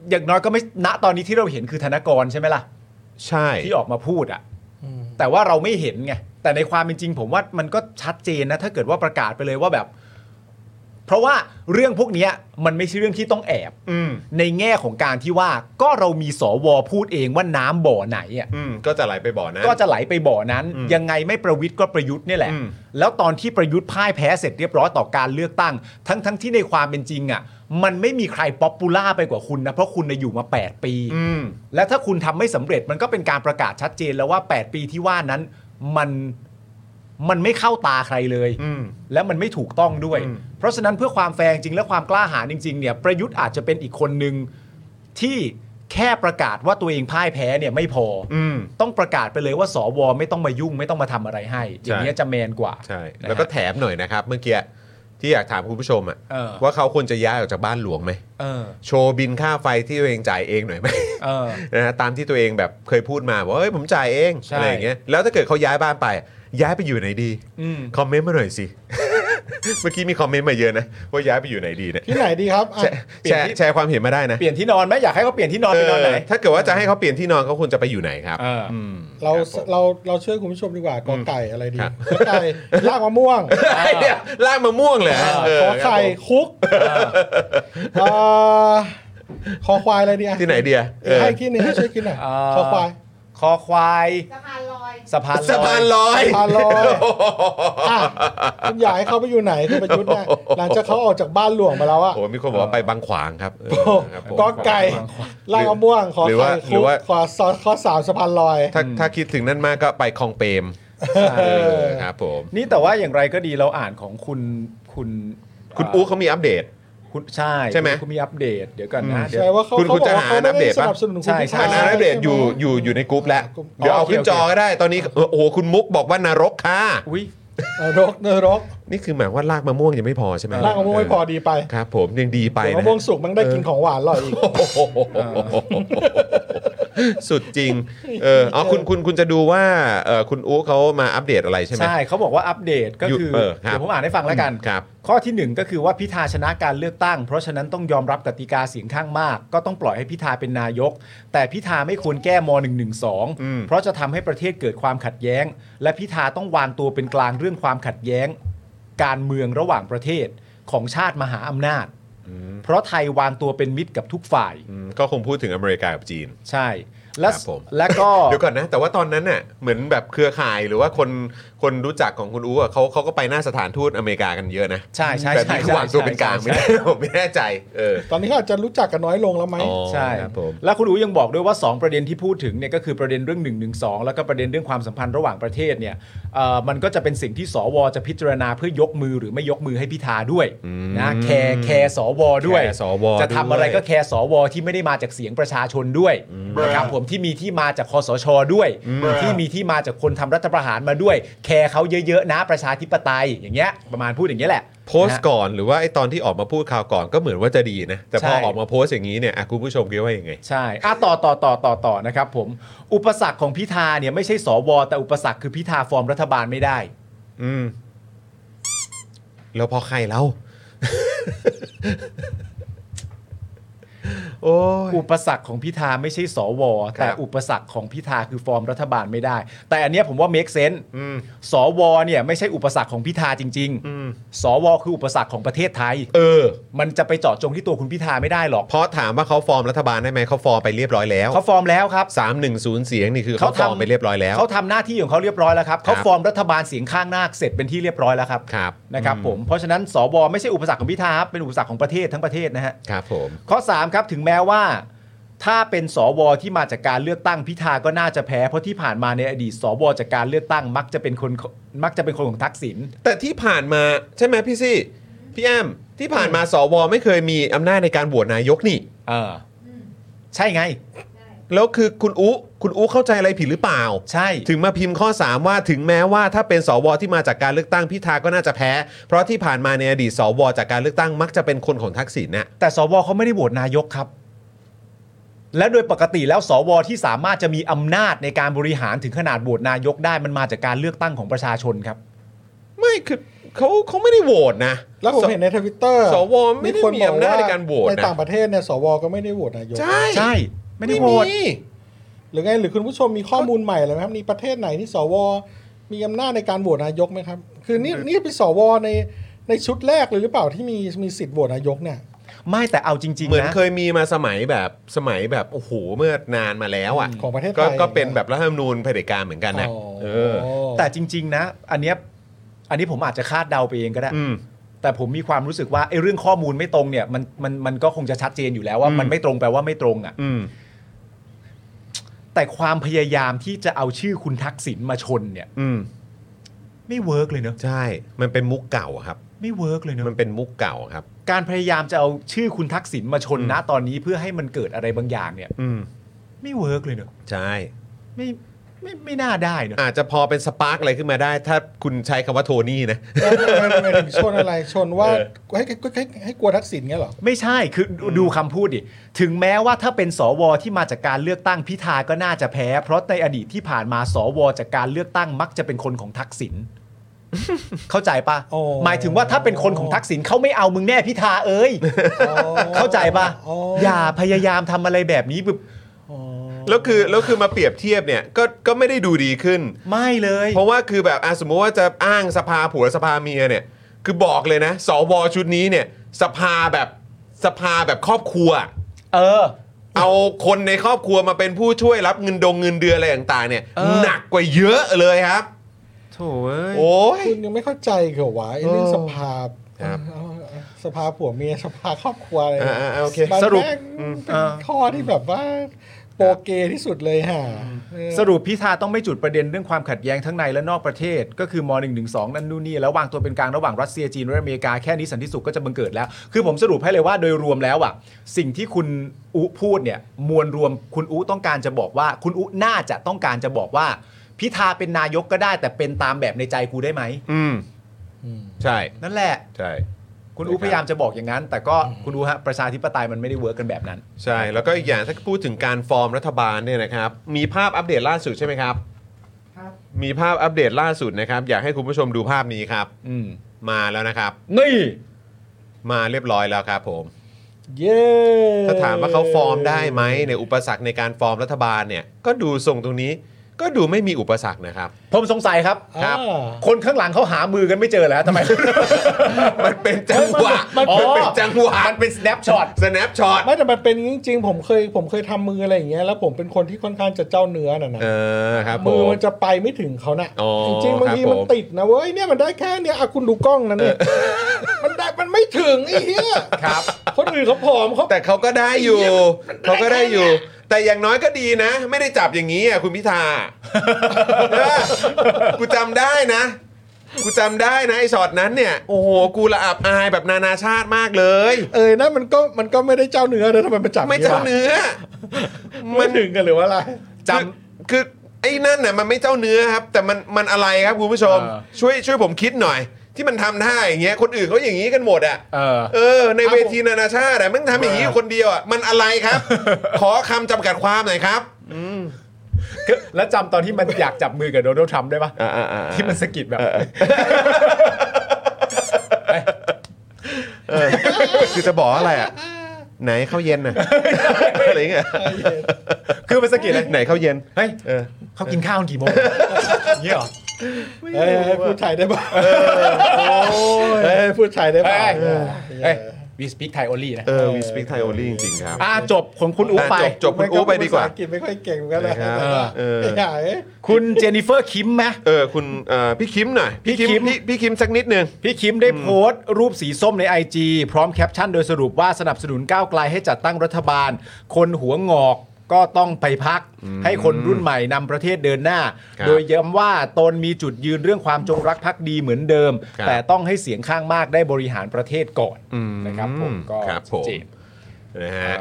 Speaker 2: อย่างน้อยก็ไม่ ณ ตอนนี้ที่เราเห็นคือธนกรใช่ไหมล่ะ
Speaker 1: ใช่
Speaker 2: ที่ออกมาพูดอะแต่ว่าเราไม่เห็นไง แต่ในความเป็นจริงผมว่ามันก็ชัดเจนนะ ถ้าเกิดว่าประกาศไปเลยว่าแบบ เพราะว่าเรื่องพวกเนี้ยมันไม่ใช่เรื่องที่ต้องแอบ
Speaker 1: อืม
Speaker 2: ในแง่ของการที่ว่าก็เรามีสวพูดเองว่าน้ำบ่อไหนอ่ะ
Speaker 1: อืมก็จะไหลไปบ่อนะ
Speaker 2: ก็จะไหลไปบ่อนั้น ยังไงไม่ประวิทย์ก็ประยุทธ์เนี่ยแหละ
Speaker 1: อืม
Speaker 2: แล้วตอนที่ประยุทธ์พ่ายแพ้เสร็จเรียบร้อยต่อการเลือกตั้ง ทั้งทั้งที่ในความเป็นจริงอ่ะ มันไม่มีใครป๊อปปูล่าไปกว่าคุณนะเพราะคุณน่ะอยู่มา 8 ปี
Speaker 1: อืม
Speaker 2: และถ้าคุณทำไม่สำเร็จมันก็เป็นการประกาศชัดเจนแล้วว่า 8 ปีที่ว่านั้นมันมันไม่เข้าตาใครเลย
Speaker 1: อืม
Speaker 2: และมันไม่ถูกต้องด้วย
Speaker 1: อืม
Speaker 2: เพราะฉะนั้นเพื่อความแฟร์จริงและความกล้าหาญจริงๆเนี่ยประยุทธ์อาจจะเป็นอีกคนหนึ่งที่แค่ประกาศว่าตัวเองพ่ายแพ้เนี่ยไม่พออ
Speaker 1: อืม
Speaker 2: ต้องประกาศไปเลยว่าสวไม่ต้องมายุ่งไม่ต้องมาทำอะไรให้ อย่างเงี้ยจะแมนกว่า
Speaker 1: ใช่
Speaker 2: นะฮะ
Speaker 1: แล้วก็แถมหน่อยนะครับ เมื่อกี้ที่อยากถามคุณผู้ชมอะ
Speaker 2: เออ
Speaker 1: ว่าเขาควรจะย้ายออกจากบ้านหลวงไหม
Speaker 2: เออ
Speaker 1: โชว์บินค่าไฟที่ตัวเองจ่ายเองหน่อยไหม
Speaker 2: เออ
Speaker 1: นะฮะตามที่ตัวเองแบบเคยพูดมาว่าเอ้ยผมจ่ายเอง
Speaker 2: ใช่
Speaker 1: อะไรอย่างเงี้ยแล้วถ้าเกิดเขาย้ายบ้านไป ย้ายไปอยู่ไหนดี
Speaker 2: อืม
Speaker 1: คอมเมนต์มาหน่อยสิ เมื่อกี้มีคอมเมนต์มาเยอะนะว่าย้ายไปอยู่ไหนดีเนี่ย
Speaker 3: ที่ไหนดีครับอ่ะ
Speaker 1: แชร์แชร์แชร์ความเห็นมาได้นะ
Speaker 2: เปลี่ยนที่นอนไหมอยากให้เขาเปลี่ยนที่นอนไปนอนไหน
Speaker 1: เออถ้าเกิดว่าจะให้เขาเปลี่ยนที่นอนเขาควรจะไปอยู่ไหนครับ
Speaker 2: เออ
Speaker 1: ม
Speaker 3: เรา
Speaker 1: คบผม
Speaker 3: เราเราช่วยคุณผู้ชมดีกว่ากอไก่อะไรดี
Speaker 1: ครับ
Speaker 3: กอไก่ลากมะม่วง
Speaker 1: ไอ้เนี่ยลากมะ ม่วงเลยฮะเออ
Speaker 3: ข
Speaker 1: ค
Speaker 3: อ
Speaker 1: รับ
Speaker 3: ไข่
Speaker 1: ผม
Speaker 3: คุกเอ่อคอควายอะไรดีอ่ะ
Speaker 1: ที่ไหนเดียเออ
Speaker 3: ให้ที่หนึ่งให้ช่วยกินหน่อย
Speaker 2: เอ่อ
Speaker 3: คอควาย
Speaker 2: คอควายสะพานลอย
Speaker 1: สะพานลอย
Speaker 3: สะพานลอย อ่ะคุณอยากให้เขาไปอยู่ไหนคุณประยุทธ์นะหลังจากเขาออกจากบ้านหลวงมาแล้วอะ
Speaker 1: โอ้ยมีคนบอกว่าไปบางขวางครับเออครับผม
Speaker 3: กอไก่ลากมะม่วงขอ
Speaker 1: หรือว่า
Speaker 3: ไข่
Speaker 1: หรื
Speaker 3: คุ
Speaker 1: อกว่า
Speaker 3: ขอซอข้อสามสะพานลอย
Speaker 1: ถ้าถ้าคิดถึงนั่นมากก็ไปคลองเปรมเออครับผม
Speaker 2: นี่แต่ว่าอย่างไรก็ดีเราอ่านของคุณคุณ
Speaker 1: คุณอู้เขามีอัปเดต
Speaker 2: คุณใช่
Speaker 1: ใช่ไหม
Speaker 2: คุณมีอัปเดต เดี๋ยวก่อนนะเดี๋ยว
Speaker 3: ใช่ว่าเขา
Speaker 1: คุณ
Speaker 3: เขา
Speaker 1: คุณ
Speaker 3: บอก
Speaker 1: จะ
Speaker 3: ว่า
Speaker 1: หา
Speaker 3: เขาไม่
Speaker 1: อัปเด
Speaker 3: ได้
Speaker 1: ต
Speaker 3: ส
Speaker 1: ปะ
Speaker 3: นับสนุนคุณ
Speaker 2: ใช่
Speaker 3: พิธา
Speaker 2: ใช่
Speaker 1: อันนั้นอัปเดตอยู่อยู่อยู่ในกรุ๊ปแล้ว เดี๋ยวเอาขึ้นจอก็ได้ ตอนนี้เออโอ้โหคุณมุกบอกว่านรกค่ะ
Speaker 2: อุ้ย
Speaker 3: เออรกเนอรก
Speaker 1: นี่คือหมายว่าลากมะม่วงยังไม่พอใช่ไหม
Speaker 3: ร่างมะม่วงไม่พอดีไป
Speaker 1: ครับผมยังดีไป
Speaker 3: เดี๋ยวมะ
Speaker 1: นะ
Speaker 3: ม่วงสุกมันได้กินของหวานอร่อยอีก
Speaker 1: โอ้โหสุดจริง เออเอาคุณคุณคุณจะดูว่าเออคุณอู้เขามาอัปเดตอะไรใช่ไหม
Speaker 2: ใช่เขาบอกว่าอัปเดตก็
Speaker 1: อยู่
Speaker 2: คือ
Speaker 1: เออครับ
Speaker 2: เดี๋ยวผมอ่านให้ฟังแล้วกัน
Speaker 1: ครับ
Speaker 2: ข้อทีหนึ่งก็คือว่าพิธาชนะการเลือกตั้ง เพราะฉะนั้นต้องยอมรับกติกาเสียงข้างมาก ก็ต้องปล่อยให้พิธาเป็นนายก แต่พิธาไม่ควรแก้ม
Speaker 1: อืม
Speaker 2: .112 เพราะจะทำให้ประเทศเกิดความขัดแย้ง และพิธาต้องวางตัวเป็นกลางเรื่องความขัดแย้ง การเมืองระหว่างประเทศของชาติมหาอำนาจ เพราะไทยวางตัวเป็นมิตรกับทุกฝ่าย
Speaker 1: อืมก็คงพูดถึงอเมริกากับจีน
Speaker 2: ใช่ และ
Speaker 1: ครับผม
Speaker 2: และก็
Speaker 1: เดี๋ยวก่อนนะ แต่ว่าตอนนั้นน่ะเหมือนแบบเครือข่ายหรือว่าคนคนรู้จักของคุณอู๋อะเขาเขาก็ไปหน้าสถานทูตอเมริกากันเยอะนะ
Speaker 2: ใช่ใช่
Speaker 1: แบบนี้
Speaker 2: ใช่
Speaker 1: คือวางตัวเป็นกลาง
Speaker 2: ใช่
Speaker 1: ไม่
Speaker 2: ใช่
Speaker 1: ได้ ผมไม่แน่ใจ เออ
Speaker 3: ตอนนี้เขาอาจจะรู้จักกันน้อยลงแล้วไหม
Speaker 1: อ๋อ
Speaker 2: ใช่
Speaker 1: ครับผม
Speaker 2: แล้วคุณอู๋ยังบอกด้วยว่า 2 ประเด็นที่พูดถึงเนี่ยก็คือประเด็นเรื่อง1นึแล้วก็ประเด็นเรื่องความสัมพันธ์ระหว่างประเทศเนี่ยเอ่อมันก็จะเป็นสิ่งที่สวจะพิจารณาเพื่อยกมือหรือไม่ยกมือให้พิธาด้วยนะแคร์แคร์สวด้วย
Speaker 1: แคร์สว
Speaker 2: จะทำอะไร
Speaker 1: ด้วย
Speaker 2: ก็แคร์สวที่ไม่ได้มาจากเสียงประชาชนด้วยนะครับผมที่มีที่มาจากคอสชด้วย ที่มีที่มาจากคนทำรัฐประหารมาด้วย แคร์เขาเยอะๆนะประชาธิปไตยอย่างเงี้ยประมาณพูดอย่างเงี้ยแหละ
Speaker 1: โพสต์ก่อนหรือว่าไอตอนที่ออกมาพูดข่าวก่อนก็เหมือนว่าจะดีนะ แต่พอ
Speaker 2: ใช่
Speaker 1: ออกมาโพสต์อย่างนี้เนี่ยอ่ะคุณผู้ชมคิดว่ายังไง
Speaker 2: ใช่อ่ะต่อต่อต่อต่อต่อนะครับผม อุปสรรคของพิธาเนี่ยไม่ใช่สว แต่อุปสรรคคือพิธาฟอร์มรัฐบาลไม่ได้
Speaker 1: อืม แล้วพอใครแล้ว โอ้ย
Speaker 2: อุปสรรคของพิธาไม่ใช่สว
Speaker 1: ครับ
Speaker 2: แต่อุปสรรคของพิธาคือฟอร์มรัฐบาลไม่ได้ แต่อันเนี้ยผมว่า make sense
Speaker 1: อืม
Speaker 2: สว เนี่ยไม่ใช่อุปสรรคของพิธาจริง
Speaker 1: อืม
Speaker 2: ๆ สว คืออุปสรรคของประเทศไทย
Speaker 1: เออ
Speaker 2: มันจะไปเจาะจงที่ตัวคุณพิธาไม่ได้หรอก
Speaker 1: เพราะถามว่าเขาฟอร์มรัฐบาลได้ไหมเขาฟอร์มไปเรียบร้อยแล้ว
Speaker 2: เขาฟอร์มแล้วครับ
Speaker 1: สามหนึ่งศูนย์เสียงนี่คือเขา
Speaker 2: เขา
Speaker 1: ฟ
Speaker 2: ทำ
Speaker 1: อร์มไปเรียบร้อยแล้ว
Speaker 2: เขาทำหน้าที่ของเขาเรียบร้อยแล้วครับ เขา
Speaker 1: ครับ
Speaker 2: ฟอร์มรัฐบาลเสียงข้างมากเสร็จเป็นที่เรียบร้อยแล้วครับ
Speaker 1: ครับ
Speaker 2: นะครับผม เพราะฉะนั้นสวไม่ใช่อุปสรรคของพิธาครับเป็นอุปสรรคของประเทศทั้งประเทศนะฮะ
Speaker 1: ครับผม
Speaker 2: ข้อ 3 ครับ ถึงแม้ว่า ถ้าเป็นสวที่มาจากการเลือกตั้งพิธาก็น่าจะแพ้ เพราะที่ผ่านมาในอดีตสวจากการเลือกตั้งมักจะเป็นคนมักจะเป็นคนของทักษิณ
Speaker 1: แต่ที่ผ่านมาใช่ไหมพี่ซี่พี่แอมที่ผ่านมาสวไม่เคยมีอำนาจในการโหวตนายกนี่
Speaker 2: เออใช่ไง
Speaker 1: แล้วคือคุณอุคุณอุเข้าใจอะไรผิดหรือเปล่า
Speaker 2: ใช่
Speaker 1: ถึงมาพิมพ์ข้อ 3 ว่าถึงแม้ว่าถ้าเป็นสวที่มาจากการเลือกตั้งพิธาก็น่าจะแพ้ เพราะที่ผ่านมาในอดีตสวจากการเลือกตั้งมักจะเป็นคนของทักษิณน่ะ
Speaker 2: แต่สวเขาไม่ได้โหวตนายกครับ และโดยปกติแล้วสวที่สามารถจะมีอำนาจในการบริหารถึงขนาดโหวตนายกได้มันมาจากการเลือกตั้งของประชาชนครับ
Speaker 1: ไม่คือเขาเขาไม่ได้โหวตนะ
Speaker 3: แล้วผมเห็นในทวิตเตอร์
Speaker 1: สวไม่ได้มีอำนาจในการโหวตนะ
Speaker 3: ในต่างประเทศเนี่ยสวก็ไม่ได้โหวตนายก
Speaker 1: ใช่
Speaker 2: ใช่ ไม่ได้โหวต
Speaker 1: มี
Speaker 3: หรือไงหรือคุณผู้ชมมีข้อมูลใหม่เลยไหมครับมีประเทศไหนที่สวมีอำนาจในการโหวตนายกไหมครับ คือนี่นี่เป็นสวในในชุดแรกเลยหรือเปล่าที่มีมีสิทธิ์โหวตนายกเนี่ย
Speaker 2: ไม่แต่เอาจริง
Speaker 1: เหมื
Speaker 2: ๆ
Speaker 1: อน
Speaker 2: นะ
Speaker 1: เคยมีมาสมัยแบบสมัยแบบโอ้โหเมื่อนานมาแล้วอ่ะ
Speaker 3: ของประเทศไทย
Speaker 1: ก็ก็เป็นแบบรัฐธรรมนูญเผด็จการเหมือนกันนะ
Speaker 3: อ๋อ
Speaker 1: เออ
Speaker 2: แต่จริง ๆ นะ อันเนี้ยอันนี้ผมอาจจะคาดเดาไปเองก็ได้
Speaker 1: อืม
Speaker 2: แต่ผมมีความรู้สึกว่าไอ้เรื่องข้อมูลไม่ตรงเนี่ยมันมันมันก็คงจะชัดเจนอยู่แล้วว่า
Speaker 1: อืม
Speaker 2: มันไม่ตรงแปลว่าไม่ตรงอะ่ะ
Speaker 1: อืม
Speaker 2: แต่ความพยายามที่จะเอาชื่อคุณทักษิณมาชนเนี่ย
Speaker 1: อืม
Speaker 2: ไม่เวิร์กเลยเนอะ
Speaker 1: ใช่มันเป็นมุกเก่าครับ
Speaker 2: ไม่เวิร์กเลยเนอะ
Speaker 1: มันเป็นมุกเก่าครับ
Speaker 2: การพยายามจะเอาชื่อคุณทักษิณมาชนนะตอนนี้เพื่อให้มันเกิดอะไรบางอย่างเนี่ย
Speaker 1: อืม
Speaker 2: ไม่เวิร์กเลยเนอะ
Speaker 1: ใช่
Speaker 2: ไม่ไม่ไม่น่าได้เนอะ
Speaker 1: อาจจะพอเป็นสปาร์กอะไรขึ้นมาได้ ถ้าคุณใช้คำว่าโทนี่นะ
Speaker 3: แล้วมันมันถึงชนอะไรชนว่าให้ให้ให้ให้กลัวทักษิณเงี้ยเหรอ
Speaker 2: ไม่ใช่คือดูดูคำพูดดิถึงแม้ว่าถ้าเป็นสวที่มาจากการเลือกตั้งพิธาก็น่าจะแพ้ เพราะในอดีตที่ผ่านมาสวจากการเลือกตั้งมักจะเป็นคนของทักษิ ณ เข้าใจปะ
Speaker 3: โอ้
Speaker 2: หมายถึงว่าถ้าเป็นคนของทักษิณเขาไม่เอามึงแน่พิธาเอ้ย เข้าใจปะ
Speaker 3: อ๋อ
Speaker 2: อย่าพยายามทำอะไรแบบนี้แบบ
Speaker 3: อ๋อ
Speaker 1: แล้วคือแล้วคือมาเปรียบเทียบเนี่ยก็ก็ไม่ได้ดูดีขึ้น
Speaker 2: ไม่เลย
Speaker 1: เพราะว่าคือแบบอ่ะสมมุติว่าจะอ้างสภาผัวสภาเมียเนี่ย คือบอกเลยนะ สวชุดนี้เนี่ย สภาแบบสภาแบบครอบครัว
Speaker 2: เออ
Speaker 1: เอาคนในครอบครัวมาเป็นผู้ช่วยรับเงินดงเงินเดือนอะไรต่างๆ เนี่ย
Speaker 2: เออ
Speaker 1: หนักกว่าเยอะเลยครับ
Speaker 2: โถ่เอ้ย
Speaker 1: โอ้ย
Speaker 3: คุณยังไม่เข้าใจเหรอวะไอ้เรื่อง
Speaker 1: เออ
Speaker 3: สภา
Speaker 1: ครับ
Speaker 3: เออสภาผัวเมียสภาครอบครัวอะไร
Speaker 1: อ่าๆโอเค
Speaker 3: มัน
Speaker 2: สรุป
Speaker 3: แม่งเป็นข้อที่แบบว่าโปรเกที่สุดเลยฮะเออ
Speaker 2: สรุปพิธาต้องไม่จุดประเด็นเรื่องความขัดแย้งทั้งในและนอกประเทศ ก็คือม .112 นั่นนู่นนี่แล้ววางตัวเป็นกลางระหว่างรัสเซียจีนและอเมริกาแค่นี้สันติสุขก็จะบังเกิดแล้ว คือผมสรุปให้เลยว่าโดยรวมแล้วอ่ะสิ่งที่คุณอุพูดเนี่ยมวลรวมคุณอุต้องการจะบอกว่า คุณอุน่าจะต้องการจะบอกว่า พิธาเป็นนายกก็ได้ แต่เป็นตามแบบในใจกูได้ไหม
Speaker 1: อืมใช่
Speaker 2: นั่นแหละ
Speaker 1: ใช่
Speaker 2: คุณอุพยายามจะบอกอย่างนั้น แต่ก็คุณอุฮะประชาธิปไตยมันไม่ได้เวิร์กกันแบบนั้น
Speaker 1: ใช่ แล้วก็อีกอย่างถ้าพูดถึงการฟอร์มรัฐบาลเนี่ยนะครับ มีภาพอัปเดตล่าสุดใช่ไหมครับ มีภาพอัปเดตล่าสุดนะครับ อยากให้คุณผู้ชมดูภาพนี้ครับ
Speaker 2: อืม
Speaker 1: มาแล้วนะครับ
Speaker 2: นี่
Speaker 1: มาเรียบร้อยแล้วครับผม
Speaker 3: เย้
Speaker 1: ถ้าถามว่าเขาฟอร์มได้ไหมในอุปสรรคในการฟอร์มรัฐบาลเนี่ย ก็ดูทรงตรงนี้ ก็ดูไม่มีอุปสรรคนะครับ
Speaker 2: ผมสงสัยครับ
Speaker 1: ครับ
Speaker 3: อ่า
Speaker 2: คนข้างหลังเขาหามือกันไม่เจอแล้วทำไม
Speaker 1: มันเป็นจังหวะ
Speaker 2: มัน
Speaker 1: มัน
Speaker 2: เป็
Speaker 1: เป็น
Speaker 2: น
Speaker 1: จังหวะ
Speaker 2: มันเป็น snapshot
Speaker 1: สแนปช็อต
Speaker 3: ไม่แต่มันเป็นจริงๆผมเคยผมเคยทำมืออะไรอย่างเงี้ยแล้วผมเป็นคนที่ค่อนข้างจะเจ้าเนื้อน่ะนะ
Speaker 1: เออครับผ
Speaker 3: มือ
Speaker 1: ม
Speaker 3: มันจะไปไม่ถึงเขาน่ะ
Speaker 1: อ๋อ
Speaker 3: จริงๆบางที
Speaker 1: ครับผม
Speaker 3: มันติดนะเว้ยเนี่ยมันได้แค่เนี้ยอ่ะคุณดูกล้องนะเนี่ยมันได้มันไม่ถึงไอ้เหี้ย
Speaker 2: ครับ
Speaker 3: คนอื่นเขาผอมเขา
Speaker 1: แต่เขาก็ได้อยู่ เขาก็ได้อยู่ แต่อย่างน้อยก็ดีนะ ไม่ได้จับอย่างนี้อ่ะคุณพิธา ใช่ปะกูจำได้นะ กูจำได้นะไอ้ช็อตนั้นเนี่ย โอ้โห กูละอับอายแบบนานาชาติมากเลย
Speaker 3: เอยนั่นมันก็มันก็ไม่ได้เจ้าเนื้อนะทำไมมันจับ
Speaker 1: ไม่เจ้าเนื้อ
Speaker 3: มันถึงกันหรือว่าอะไร
Speaker 2: จ
Speaker 1: คือคือไอ้นั่นน่ะมันไม่เจ้าเนื้อครับ แต่มันมันอะไรครับคุณผู้ชม
Speaker 2: เออ
Speaker 1: ช่วยช่วยผมคิดหน่อย ที่มันทำท่าอย่างเงี้ยคนอื่นเขาอย่างงี้กันหมดอ่ะ
Speaker 2: เออ
Speaker 1: เออ ในเวทีนานาชาติอ่ะมึงทำอย่างงี้อยู่คนเดียวอ่ะมันอะไร ครับ ขอคำจำกัดความหน่อยครับ
Speaker 2: คือแล้วจำตอนที่มันอยากจับมือกับโดนัลด์ทรัมป์ได้ปะที่มันสะกิดแบบ
Speaker 1: เออคือจะบอกอะไรอ่ะไหนข้าวเย็น น่ะอะไรเงี้ย
Speaker 2: คือมันสะกิดเลย
Speaker 1: ไหนข้าวเย็น
Speaker 2: เฮ้ย
Speaker 1: เออ
Speaker 2: เขากินข้าวกันกี่โมงอย่างเงี้ยเหรอ
Speaker 3: เอ้ยเอ้ยพูดไทยได้ป่ะเอ้ยพูดไทยได้
Speaker 2: เฮ้
Speaker 3: ป่ะ
Speaker 2: ย
Speaker 3: เออ
Speaker 2: เฮ้ยวีสปิกไทยโอลี่นะ
Speaker 1: เออวีสปิกไทโอลี่จริงๆครับ
Speaker 2: อ่าจบของคุณอู๋ไป
Speaker 1: อ่ะจบ คุณอู้ไปดีกว่า
Speaker 3: ภษอังกฤษไม่ค่อยเก่งเหมือนกันนะ
Speaker 1: นะครับเออ
Speaker 3: ไอ้ห่าเอ้ย
Speaker 2: คุณเจนนิเฟอร์คิมไหม
Speaker 1: เออคุณเอ่อพี่คิมหน่อยพี่
Speaker 2: พี่
Speaker 1: คิม
Speaker 2: คิม
Speaker 1: พี่พี่คิมสักนิดนึง
Speaker 2: พี่คิมได้โพสต์รูปสีส้มใน IG พร้อมแคปชั่นโดยสรุปว่าสนับสนุนก้าวไกลให้จัดตั้งรัฐบาล คนหัวงอกก็ต้องไปพัก ให้คนรุ่นใหม่นำประเทศเดินหน้า
Speaker 1: ครับ
Speaker 2: โดยย้ำว่าตนมีจุดยืนเรื่องความจงรักภักดีเหมือนเดิม แต่ต้องให้เสียงข้างมากได้บริหารประเทศก่อนนะครับผมก็
Speaker 1: ครับ
Speaker 2: ชั
Speaker 1: ผม
Speaker 2: ดเจน
Speaker 1: นะฮะ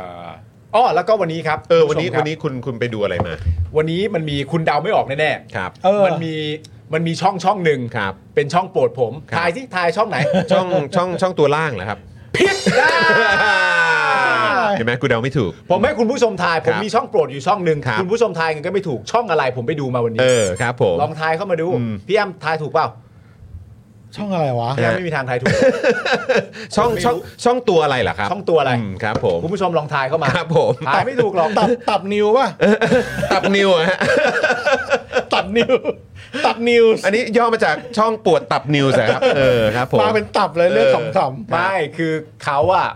Speaker 2: เอ่ออ้อแล้วก็วันนี้ครับ
Speaker 1: เออวันนี้
Speaker 2: คุณผู้ชม
Speaker 1: วัน
Speaker 2: ครับ
Speaker 1: นี้คุณคุณไปดูอะไรมา
Speaker 2: วันนี้มันมีคุณเดาไม่ออกแน่
Speaker 1: ครับ
Speaker 3: เออ
Speaker 2: ๆ มันมีมันมีช่องช่องหนึ่ง
Speaker 1: ครับ
Speaker 2: เป็นช่องโปรดผม
Speaker 1: ครับ
Speaker 2: ทายสิทายช่องไหน
Speaker 1: ช่องช่องช่องตัวล่างเหรอครับ
Speaker 2: ผิดนะ
Speaker 1: เห็นไหมกูเดาไม่ถูก
Speaker 2: ผมให้คุณผู้ชมทาย ผม
Speaker 1: ครับ
Speaker 2: มีช่องโปรดอยู่ช่องหนึ่ง
Speaker 1: ครับ
Speaker 2: ณผู้ชมทายกันก็ไม่ถูกช่องอะไรผมไปดูมาวัน
Speaker 1: เอ
Speaker 2: นี้
Speaker 1: อครับผม
Speaker 2: ลองทายเข้ามาดู
Speaker 1: อืม
Speaker 2: พี่แอมทายถูกเปล่า
Speaker 3: ช่องอะไรวะ
Speaker 2: พี่แอมไม่มีทางทายถูก
Speaker 1: ช่อง
Speaker 2: ผมไม่รู้
Speaker 1: ช่องช่องตัวอะไรเหรอครับ
Speaker 2: ช่องตัวอะไร
Speaker 1: มครับผม
Speaker 2: คุณผู้ชมลองทายเข้ามา
Speaker 1: ครับผม
Speaker 2: ทายไม่ถูกหรอก
Speaker 3: ตับตับนิวป่ะ
Speaker 1: ตับนิวอะฮะ
Speaker 3: ตับนิวตับนิวส์
Speaker 1: อันนี้ย่อมาจากช่องปวดตับนิวส์เหรอครับเออครับผม
Speaker 3: มาเป็นตับเลยเรื่อง
Speaker 1: เออ
Speaker 3: ขำ
Speaker 2: ไม่คือเขาอะ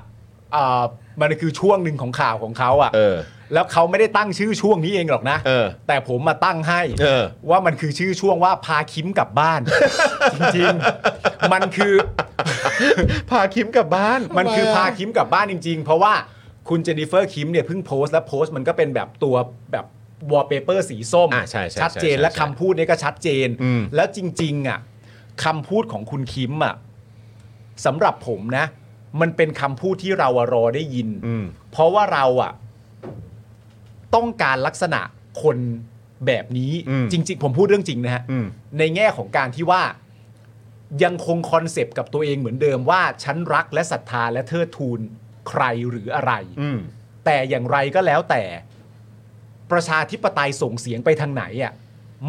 Speaker 2: เอ่อมันคือช่วงหนึ่งของข่าวของเขาอะ
Speaker 1: เออ
Speaker 2: แล้วเขาไม่ได้ตั้งชื่อช่วงนี้เองหรอกนะ
Speaker 1: เออ
Speaker 2: แต่ผมมาตั้งให้
Speaker 1: เออ
Speaker 2: ว่ามันคือชื่อช่วงว่าพาคิมกลับบ้าน จริงๆ มันคือ
Speaker 1: พาคิมกลับบ้าน
Speaker 2: มันคือพาคิมกลับบ้านจริง ๆ เพราะว่าคุณเจนนิเฟอร์คิมเนี่ยเพิ่งโพสต์และโพสต์มันก็เป็นแบบตัวแบบวอลเปเปอร์สีส้ม
Speaker 1: อ่ะใช่ใช่
Speaker 2: ชัดเจน
Speaker 1: ใช่ใช่
Speaker 2: และคำพูดเนี่ยก็ชัดเจน
Speaker 1: อืม
Speaker 2: แล้วจริงๆอ่ะคำพูดของคุณคิมอ่ะสำหรับผมนะ มันเป็นคำพูดที่เราอะรอได้ยิน
Speaker 1: อืม
Speaker 2: เพราะว่าเราอะต้องการลักษณะคนแบบนี้
Speaker 1: อืม
Speaker 2: จริง ๆ ผมพูดเรื่องจริงนะฮะ
Speaker 1: อืม
Speaker 2: ในแง่ของการที่ว่ายังคงคอนเซปต์กับตัวเองเหมือนเดิมว่า ฉันรักและศรัทธาและเทิดทูนใครหรืออะไร
Speaker 1: อืม
Speaker 2: แต่อย่างไรก็แล้วแต่ประชาธิปไตยส่งเสียงไปทางไหนอ่ะ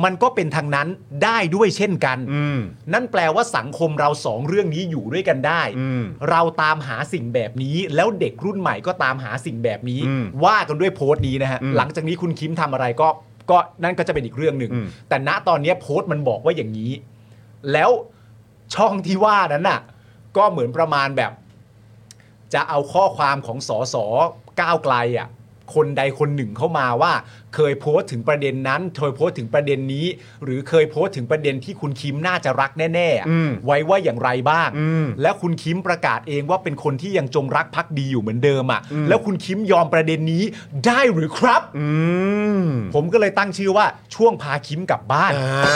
Speaker 2: มันก็เป็นทางนั้นได้ด้วยเช่นกัน
Speaker 1: อืม
Speaker 2: นั่นแปลว่าสังคมเราสองเรื่องนี้อยู่ด้วยกันได้
Speaker 1: อืม
Speaker 2: เราตามหาสิ่งแบบนี้ แล้วเด็กรุ่นใหม่ก็ตามหาสิ่งแบบนี้
Speaker 1: อืม
Speaker 2: ว่ากันด้วยโพสต์นี้นะฮะ
Speaker 1: อืม
Speaker 2: หลังจากนี้คุณคิมทำอะไรก็ก็นั่นก็จะเป็นอีกเรื่องหนึ่ง
Speaker 1: อืม
Speaker 2: แต่ณตอนเนี้ยโพสต์มันบอกว่าอย่างนี้ แล้วช่องที่ว่านั้นน่ะ ก็เหมือนประมาณแบบ จะเอาข้อความของสสก้าวไกลอ่ะคนใดคนหนึ่งเข้ามาว่า เคยโพสต์ถึงประเด็นนั้นเคยโพสต์ถึงประเด็นนี้ หรือเคยโพสต์ถึงประเด็นที่คุณคิมน่าจะรักแน่ๆอะ
Speaker 1: อืม
Speaker 2: ไว้ว่าอย่างไรบ้าง
Speaker 1: อืม
Speaker 2: และคุณคิมประกาศเองว่าเป็นคนที่ยังจงรักภักดีอยู่เหมือนเดิมอ่ะ
Speaker 1: อืม
Speaker 2: แล้วคุณคิมยอมประเด็นนี้ได้หรือครับ
Speaker 1: อืม
Speaker 2: ผมก็เลยตั้งชื่อว่าช่วงพาคิมกลับบ้าน
Speaker 1: อ่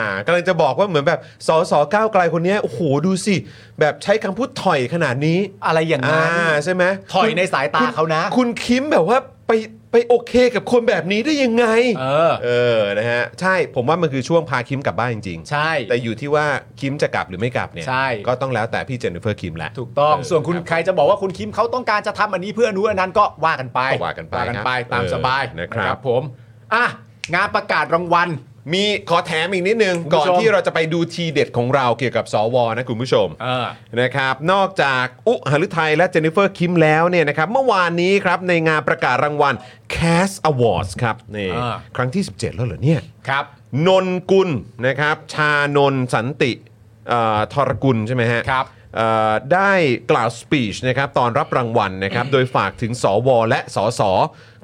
Speaker 1: ากำลังจะบอกว่าเหมือนแบบสสก้าวไกลคนเนี้ยโอ้โหดูสิ แบบใช้คำพูดถอยขนาดนี้
Speaker 2: อะไรอย่าง
Speaker 1: อ่า
Speaker 2: นั้น
Speaker 1: ใช่ไหม
Speaker 2: ถอยใน
Speaker 1: คุณ
Speaker 2: สายตาเขานะ
Speaker 1: คุณคิมแบบว่าไปไปโอเคกับคนแบบนี้ได้ยังไง
Speaker 2: เออ
Speaker 1: เออนะฮะ ใช่ผมว่ามันคือช่วงพาคิมกลับบ้านจริงๆ
Speaker 2: ใช่
Speaker 1: แต่อยู่ที่ว่าคิมจะกลับหรือไม่กลับเนี่ย
Speaker 2: ใช่
Speaker 1: ก็ต้องแล้วแต่พี่เจนนิเฟอร์คิมแหละ
Speaker 2: ถูกต้อง
Speaker 1: เออ
Speaker 2: ส่วนคุณ
Speaker 1: ครับ
Speaker 2: ใครจะบอกว่าคุณคิมเขาต้องการจะทำอันนี้เพื่ออนู้นอันนั้นก็ว่ากันไป
Speaker 1: ก็ว่ากันไป
Speaker 2: ว่ากันไป
Speaker 1: ครับ
Speaker 2: ตาม
Speaker 1: เออ
Speaker 2: สบาย
Speaker 1: นะครับ
Speaker 2: ผมอ่ะงานประกาศรางวัล
Speaker 1: มีขอแถมอีกนิดนึง
Speaker 2: คุณผู้ชม
Speaker 1: ก่อนที่เราจะไปดูทีเด็ดของเราเกี่ยวกับสวนะคุณผู้ชม
Speaker 2: เออ
Speaker 1: นะครับนอกจากอุหฤทัยและเจนนิเฟอร์คิมแล้วเนี่ยนะครับเมื่อวานนี้ครับในงานประกาศรางวัล Cast Awards ครับนี่
Speaker 2: อ่า
Speaker 1: ครั้งที่ 17 แล้วเหรอเนี่ย
Speaker 2: ครับ
Speaker 1: นนกุลนะครับชานนท์สันติเอ่อทรกุลใช่ไหมฮะ
Speaker 2: ครับ
Speaker 1: เอ่อได้กล่าวสปีชนะครับตอนรับรางวัลนะครับ โดยฝากถึงสวและสส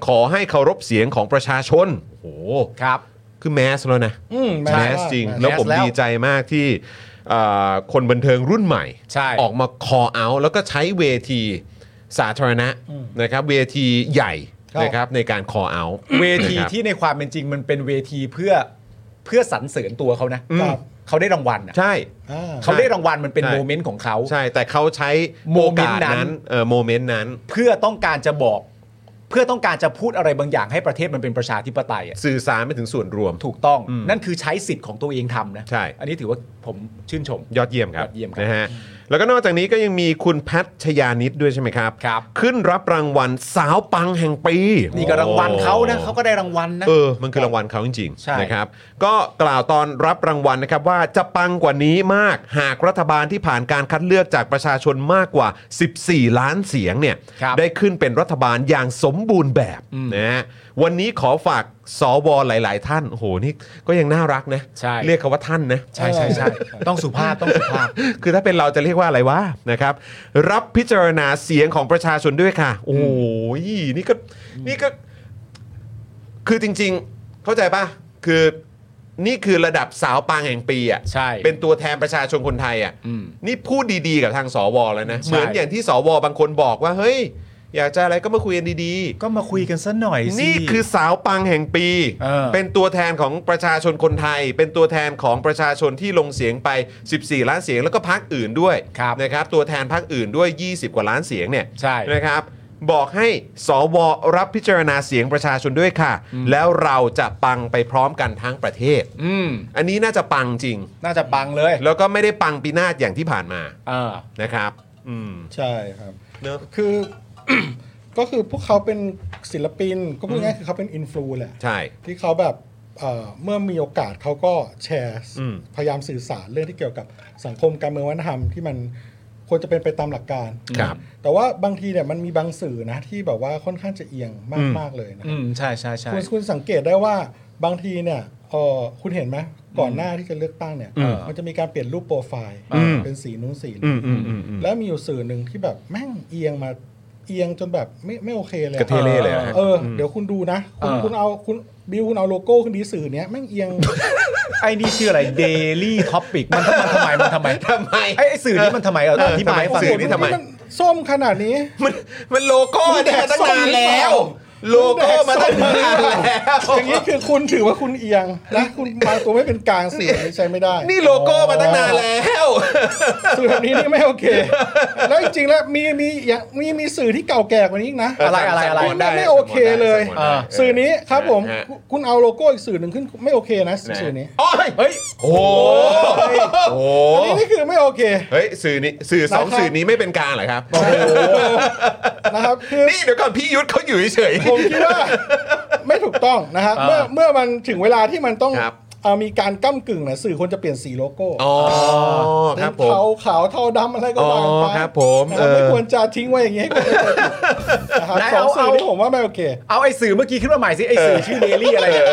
Speaker 1: ขอให้เคารพเสียงของประชาชน โอ้โห
Speaker 2: ครับ
Speaker 1: คือแมสแล้วนะ
Speaker 3: อืม
Speaker 1: แม
Speaker 3: แมส
Speaker 1: สจริง
Speaker 3: แมส
Speaker 1: แล้วผม
Speaker 2: แล้ว
Speaker 1: ดีใจมากที่เอ่อคนบันเทิงรุ่นใหม่
Speaker 2: ใช่
Speaker 1: ออกมา call out แล้วก็ใช้เวทีสาธารณะนะครับเวทีใหญ่
Speaker 3: ครับ
Speaker 1: นะครับในการ call out
Speaker 2: เวที
Speaker 1: นะครับ
Speaker 2: ที่ในความเป็นจริงมันเป็นเวทีเพื่อเพื่อสรรเสริญตัวเขานะ
Speaker 1: อืม
Speaker 2: เขาได้รางวัลอะ
Speaker 1: ใช่
Speaker 3: อ่า
Speaker 2: เขาได้รางวัลมันเป็น
Speaker 1: ใช่
Speaker 2: โมเมนต์ของเขา
Speaker 1: ใช่ แต่เขาใช้
Speaker 2: โม
Speaker 1: โอ
Speaker 2: เมน
Speaker 1: กา
Speaker 2: ต์
Speaker 1: ส
Speaker 2: นั้น
Speaker 1: นั้นเออโมเมนต์นั้น
Speaker 2: เพื่อต้องการจะบอก เพื่อต้องการจะพูดอะไรบางอย่างให้ประเทศมันเป็นประชาธิปไตยอะ
Speaker 1: สื่อสารไปถึงส่วนรวม
Speaker 2: ถูกต้อง นั่นคือใช้สิทธิ์ของตัวเองทำนะ
Speaker 1: ใช่
Speaker 2: อันนี้ถือว่าผมชื่นชม
Speaker 1: ยอดเยี่ยมครับ
Speaker 2: ยอดเยี่ยมครับ
Speaker 1: นะฮะแล้วก็นอกจากนี้ก็ยังมีคุณแพทชยานิดด้วยใช่ไหมครับ
Speaker 2: ครับ
Speaker 1: ขึ้นรับรางวัลสาวปังแห่งปี
Speaker 2: นี่ก็รางวัลเขานะเขาก็ได้รางวัลนะ
Speaker 1: เออ มันคือรางวัลเขาจริง
Speaker 2: ใช่
Speaker 1: ๆนะครับ ก็กล่าวตอนรับรางวัลนะครับว่าจะปังกว่านี้มากหากรัฐบาลที่ผ่านการคัดเลือกจากประชาชนมากกว่า 14 ล้านเสียงเนี่ย
Speaker 2: ครับ
Speaker 1: ได้ขึ้นเป็นรัฐบาลอย่างสมบูรณ์แบบนะฮะวันนี้ขอฝากสวหลาย ๆ ท่านโอ้โหนี่ก็ยังน่ารักนะ
Speaker 2: ใช่
Speaker 1: เรียกเขาว่าท่านนะ
Speaker 2: ใช่ใช่ใช่ต้องสุภาพต้องสุภาพ
Speaker 1: คือถ้าเป็นเราจะเรียกว่าอะไรวะนะครับ รับพิจารณาเสียงของประชาชนด้วยค่ะ โอ้ยนี่ก็นี่ก็ คือจริง ๆ เข้าใจป่ะ คือนี่คือระดับสาวปางแห่งปีอ่ะ
Speaker 2: ใช่
Speaker 1: เป็นตัวแทนประชาชนคนไทยอ่ะ
Speaker 2: อืม
Speaker 1: นี่พูดดีๆกับทางสวแล้วนะ
Speaker 2: ใช่
Speaker 1: เหมือนอย่างที่สวบางคนบอกว่า เฮ้ย อยากจะอะไรก็มาคุยกันดี
Speaker 2: ก็มาคุยกันซะหน่อย
Speaker 1: ๆ
Speaker 2: สิ
Speaker 1: นี่คือสาวปังแห่งปี
Speaker 2: เออ
Speaker 1: เป็นตัวแทนของประชาชนคนไทย เป็นตัวแทนของประชาชนที่ลงเสียงไป 14 ล้านเสียงแล้วก็พักอื่นด้วย
Speaker 2: ครับ
Speaker 1: นะครับตัวแทนพรรคอื่นด้วย 20 กว่าล้านเสียงเนี่ย
Speaker 2: ใช่
Speaker 1: นะครับ บอกให้สวรับพิจารณาเสียงประชาชนด้วยค่ะ แล้วเราจะปังไปพร้อมกันทั้งประเทศ
Speaker 2: อืม
Speaker 1: อันนี้น่าจะปังจริง
Speaker 2: น่าจะปังเลย
Speaker 1: แล้วก็ไม่ได้ปังปีนาศอย่างที่ผ่านมา
Speaker 2: เออ
Speaker 1: นะครับ อืม
Speaker 3: ใช่ครับ
Speaker 1: เนอะ
Speaker 3: คือ ก็คือพวกเขาเป็นศิลปิน ก็พูดง่ายๆคือเขาเป็นอินฟลูแหละ
Speaker 1: ใช่
Speaker 3: ที่เขาแบบเอ่อเมื่อมีโอกาสเขาก็แชร์
Speaker 1: อืม
Speaker 3: พยายามสื่อสารเรื่องที่เกี่ยวกับสังคมการเมืองวัฒนธรรมที่มันควรจะเป็นไปตามหลักการ
Speaker 1: ครับ
Speaker 3: แต่ว่าบางทีเนี่ยมันมีบางสื่อนะที่แบบว่าค่อนข้างจะเอียงมากมากๆเลยนะ
Speaker 2: อืมใช่ใช่ใช่
Speaker 3: คุณคุณสังเกตได้ว่าบางทีเนี่ยเออคุณเห็นไหมก่อนหน้าที่จะเลือกตั้งเนี่ย
Speaker 2: อืม
Speaker 3: มันจะมีการเปลี่ยนรูปโปรไฟล์
Speaker 1: อืม
Speaker 3: เป็นสีนู้นสีนี้
Speaker 1: อืมอืมอืมอืม
Speaker 3: แล้วมีอยู่สื่อหนึ่งที่แบบแม่งเอียงมาเอียงจนแบบไม่ไม่โอเคเลยอก
Speaker 1: ระเทเล่เลยนะฮะ
Speaker 3: เออเดี๋ยวคุณดูนะ คุณ
Speaker 2: เออ
Speaker 3: คุณเอาคุณบิวคุณเอาโลโก้คุณดีสื่อเนี้ยแม่งเอียง
Speaker 2: ไอ้นี่ชื่ออะไร Daily Topic มันมันทำไมมันทำไม
Speaker 1: ทำไม
Speaker 2: ไอ้ไอ้สื่อนี่มันทำไมเอาอธิบายให้ฟัง
Speaker 1: สื่อนี่ทำไม
Speaker 3: ส้มขนาดนี้
Speaker 1: มันมันโลโก้
Speaker 3: มันแด
Speaker 1: เนี่ย
Speaker 3: ก
Speaker 1: มาตั้งนาน
Speaker 3: ส้มห
Speaker 1: แล้ว โลโก้มาตั้ง
Speaker 3: รือเปล่า
Speaker 1: นานแล้ว
Speaker 3: อย่างนี้คือคุณถือว่าคุณเอียงนะคุณมาตัวไม่เป็นกลางสื่ออย่างนี้ใช้ไม่ได้
Speaker 1: นี่โลโก้มาตั้งนานแล้ว
Speaker 3: สื่อแบบนี้นี่ไม่โอเค แล้วจริงๆแล้วมีมีอย่างมีมีสื่อที่เก่าแก่กว่านี้อีกนะ
Speaker 2: อะไรอะไรอะไร
Speaker 1: สั่งด้
Speaker 3: ไม่โอเคเลย
Speaker 1: สั่งได้
Speaker 3: สื่อนี้ครับผม
Speaker 1: ฮะ
Speaker 3: คุณคุณเอาโลโก้อีกสื่อหนึ่งขึ้นไม่โอเคนะสื่อนี้
Speaker 1: โอ้ยเฮ้ยโอ้ยโอ้
Speaker 3: อันนี้นี่คือไม่โอเค
Speaker 1: เฮ้ยสื่อนี้สื่อสอง
Speaker 3: นะครับ
Speaker 1: สื่อนี้ไม่เป็นกลางเหรอครับ
Speaker 3: นะครับคือ
Speaker 1: นี่เดี๋ยวก่อนพี่ยุทธเขาอยู่เฉย
Speaker 3: ผมคิดว่า ไม่ถูกต้องนะครับเมื่อเมื่อมันถึงเวลาที่มันต้อง
Speaker 1: ครับ
Speaker 3: เอามีการก้ากึ่งนะสื่อควรจะเปลี่ยนสีโลโก้
Speaker 1: อ๋อครับผม
Speaker 3: เทาขาวเทาดำอะไรก็ว่ากัน
Speaker 1: อ๋
Speaker 3: ไป
Speaker 1: อครับผม
Speaker 3: นะครับ
Speaker 1: เอ
Speaker 3: ไม่
Speaker 1: อ
Speaker 3: ควรจะทิ้งไว้อย่างนี้ให้คนไม่เคยดูนะครับสองสื่อ
Speaker 2: ไหนเอาเอา
Speaker 3: ที่ผมว่าไม่โอเค
Speaker 2: เอาไอ้สื่อเมื่อกี้ขึ้นมาใหม่สิไอ้สื่อชื่อ Daily อะไรเนี่ย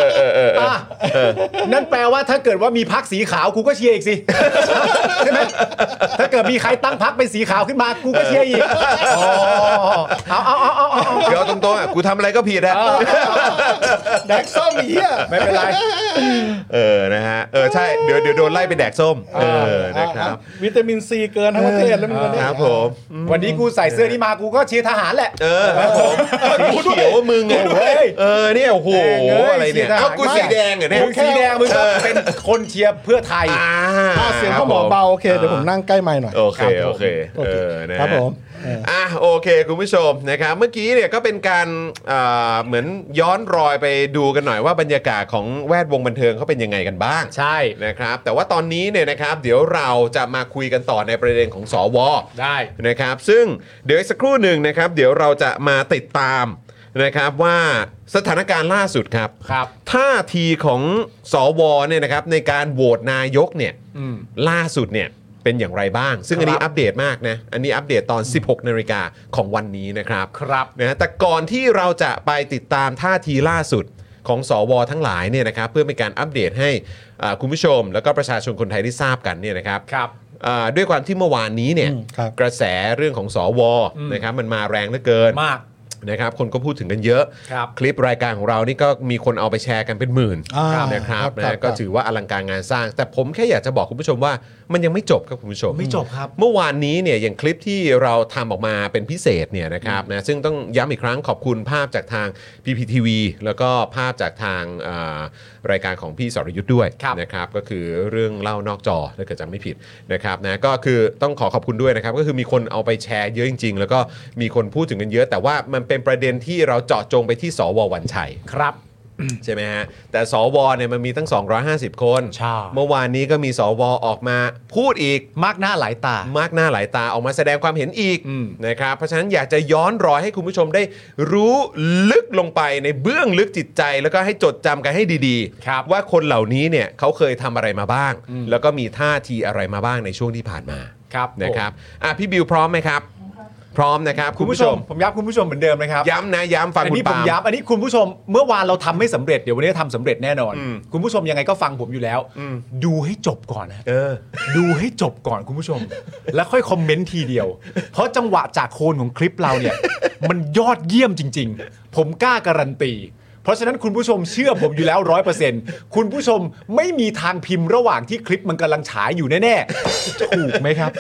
Speaker 2: อ่ะนั่นแปลว่าถ้าเกิดว่ามีพักสีขาวกูก็เชียร์อีกสิใช่ไหมถ้าเกิดมีใครตั้งพักเป็นสีขาวขึ้นมากูก็เชียร์อีกอ๋อเอาเอาเอาเอาเอาเอา
Speaker 1: เดี๋ยวตรงๆอ่ะกูทำอะไรก็ผิดอะ
Speaker 3: แดกซ่อมไอ้เหี้ย
Speaker 2: ไม่เป็นไร
Speaker 1: เออนะฮะเออใช่เดี๋ยวเดี๋ยวโดนไล่ไปแดกส้มเออนะครับ
Speaker 3: วิตามินซีเกินทั้งประเทศแล้วมึงเนี่ย
Speaker 1: ครับผม
Speaker 2: วันนี้กูใส่เสื้อนี้มากูก็เชียร์ทหารแหละ
Speaker 1: เออครับผมสีเขียวมึงอะ
Speaker 2: เฮ้ย
Speaker 1: เออเนี่ยโอ้โหอะไรเนี่ยเอ้ากูสีแดงเหรอเนี่ย
Speaker 2: มึงสีแดงมึงก็เป็นคนเชียร์เพื่อไทย
Speaker 3: อ่ะเสียงพ่อหมอเบาโอเคเดี๋ยวผมนั่งใกล้ไมค์หน่อย
Speaker 1: โอเค
Speaker 2: ครับผม
Speaker 1: โอเค
Speaker 3: โอ
Speaker 1: เอ
Speaker 3: เค
Speaker 1: อนะฮะ
Speaker 3: ครับผมเออ
Speaker 1: อ่ะโอเค คุณผู้ชมนะครับเมื่อกี้เนี่ยก็เป็นการอ่าเหมือนย้อนรอยไปดูกันหน่อยว่าบรรยากาศของแวดวงบันเทิงเขาเป็นยังไงกันบ้าง
Speaker 2: ใช่
Speaker 1: นะครับ แต่ว่าตอนนี้เนี่ยนะครับ เดี๋ยวเราจะมาคุยกันต่อในประเด็นของสว
Speaker 2: ได้
Speaker 1: นะครับซึ่งเดี๋ยวอีกสักครู่หนึ่งนะครับ เดี๋ยวเราจะมาติดตาม นะครับว่าสถานการณ์ล่าสุดครับ
Speaker 2: ครับ
Speaker 1: ท่าทีของสวเนี่ยนะครับในการโหวตนายกเนี่ย
Speaker 2: อืม
Speaker 1: ล่าสุดเนี่ยเป็นอย่างไรบ้าง ซึ่งอันนี้
Speaker 2: ครับ
Speaker 1: อัปเดตมากนะ อันนี้อัปเดตตอน 16นาฬิกาของวันนี้นะครับ
Speaker 2: ครับ
Speaker 1: นะฮะแต่ก่อนที่เราจะไปติดตามท่าทีล่าสุดของสวทั้งหลายเนี่ยนะครับเพื่อเป็นการอัปเดตให้อ่าคุณผู้ชม แล้วก็ประชาชนคนไทยได้ทราบกันเนี่ยนะครับ
Speaker 2: ครับ
Speaker 1: อ่าด้วยความที่เมื่อวานนี้เนี่ย
Speaker 3: อืมครับ
Speaker 1: กระแสเรื่องของสวนะครับมันมาแรงเหลือเกิน
Speaker 2: มาก
Speaker 1: นะครับคนก็พูดถึงกันเยอะ
Speaker 2: ครับ
Speaker 1: คลิปรายการของเรานี่ก็มีคนเอาไปแชร์กันเป็นหมื่น
Speaker 3: อ่า
Speaker 1: นะครับนะ
Speaker 3: ครั
Speaker 1: ฮะ
Speaker 3: บ
Speaker 1: ก็ถือว่าอลังการงานสร้าง แต่ผมแค่อยากจะบอกคุณผู้ชมว่ามันยังไม่จบครับคุณผู้ชม
Speaker 2: ไม่จบครับ
Speaker 1: เมื่อวานนี้เนี่ยอย่างคลิปที่เราทำออกมาเป็นพิเศษเนี่ยนะครับนะซึ่งต้องย้ำอีกครั้งขอบคุณภาพจากทาง PPTV แล้วก็ภาพจากทางเอ่อรายการของพี่สรยุทธ์ด้วย
Speaker 2: ครับ
Speaker 1: นะครับก็คือเรื่องเล่านอกจอถ้าเกิดจำไม่ผิดนะครับนะก็คือต้องขอขอบคุณด้วยนะครับก็คือมีคนเอาไปแชร์เยอะจริง ๆ แล้วก็มีคนพูดถึงกันเยอะ แต่ว่ามันเป็นประเด็นที่เราเจาะจงไปที่สววันชัย
Speaker 2: ครับ
Speaker 1: ใช่ไหมฮะ แต่สวเนี่ยมันมีตั้ง 250 คน
Speaker 2: ใช่
Speaker 1: เมื่อวานนี้ก็มีสวออกมาพูดอีก
Speaker 2: มากหน้าหลายตา
Speaker 1: มากหน้าหลายตาออกมาแสดงความเห็นอีก
Speaker 2: อืม
Speaker 1: นะครับ เพราะฉะนั้นอยากจะย้อนรอยให้คุณผู้ชมได้รู้ลึกลงไปในเบื้องลึกจิตใจ แล้วก็ให้จดจำกันให้ดีๆ ว่าคนเหล่านี้เนี่ยเขาเคยทำอะไรมาบ้าง แล้วก็มีท่าทีอะไรมาบ้างในช่วงที่ผ่านมา
Speaker 2: ครับ
Speaker 1: นะครับอ่ะพี่บิวพร้อมไหมครับ พร้อมนะครับ
Speaker 2: คุณผู้ชม ผมย้ำคุณผู้ชมเหมือนเดิมนะครับ
Speaker 1: ย้ำนะย้ำฟัง
Speaker 2: อัน
Speaker 1: คุณ
Speaker 2: นี้ผ
Speaker 1: ปาม ล์ม
Speaker 2: ย้ำอันนี้คุณผู้ชมเมื่อวานเราทำไม่สำเร็จเดี๋ยววันนี้ทำสำเร็จแน่นอน
Speaker 1: อืม
Speaker 2: คุณผู้ชมยังไงก็ฟังผมอยู่แล้ว
Speaker 1: อืม
Speaker 2: ดูให้จบก่อนนะ
Speaker 1: เออ
Speaker 2: ดูให้จบก่อนคุณผู้ชม แล้วค่อยคอมเมนต์ทีเดียว เพราะจังหวะจากโคนของคลิปเรา เนี่ย มันยอดเยี่ยมจริง ๆ ผมกล้าการันตี เพราะฉะนั้นคุณผู้ชมเชื่อผมอยู่แล้วร้อยเปอร์เซ็นต์คุณผู้ชมไม่มีทางพิมพ์ระหว่างที่คลิปมันกำลังฉายอยู่แน่ๆถูกไหม ครับ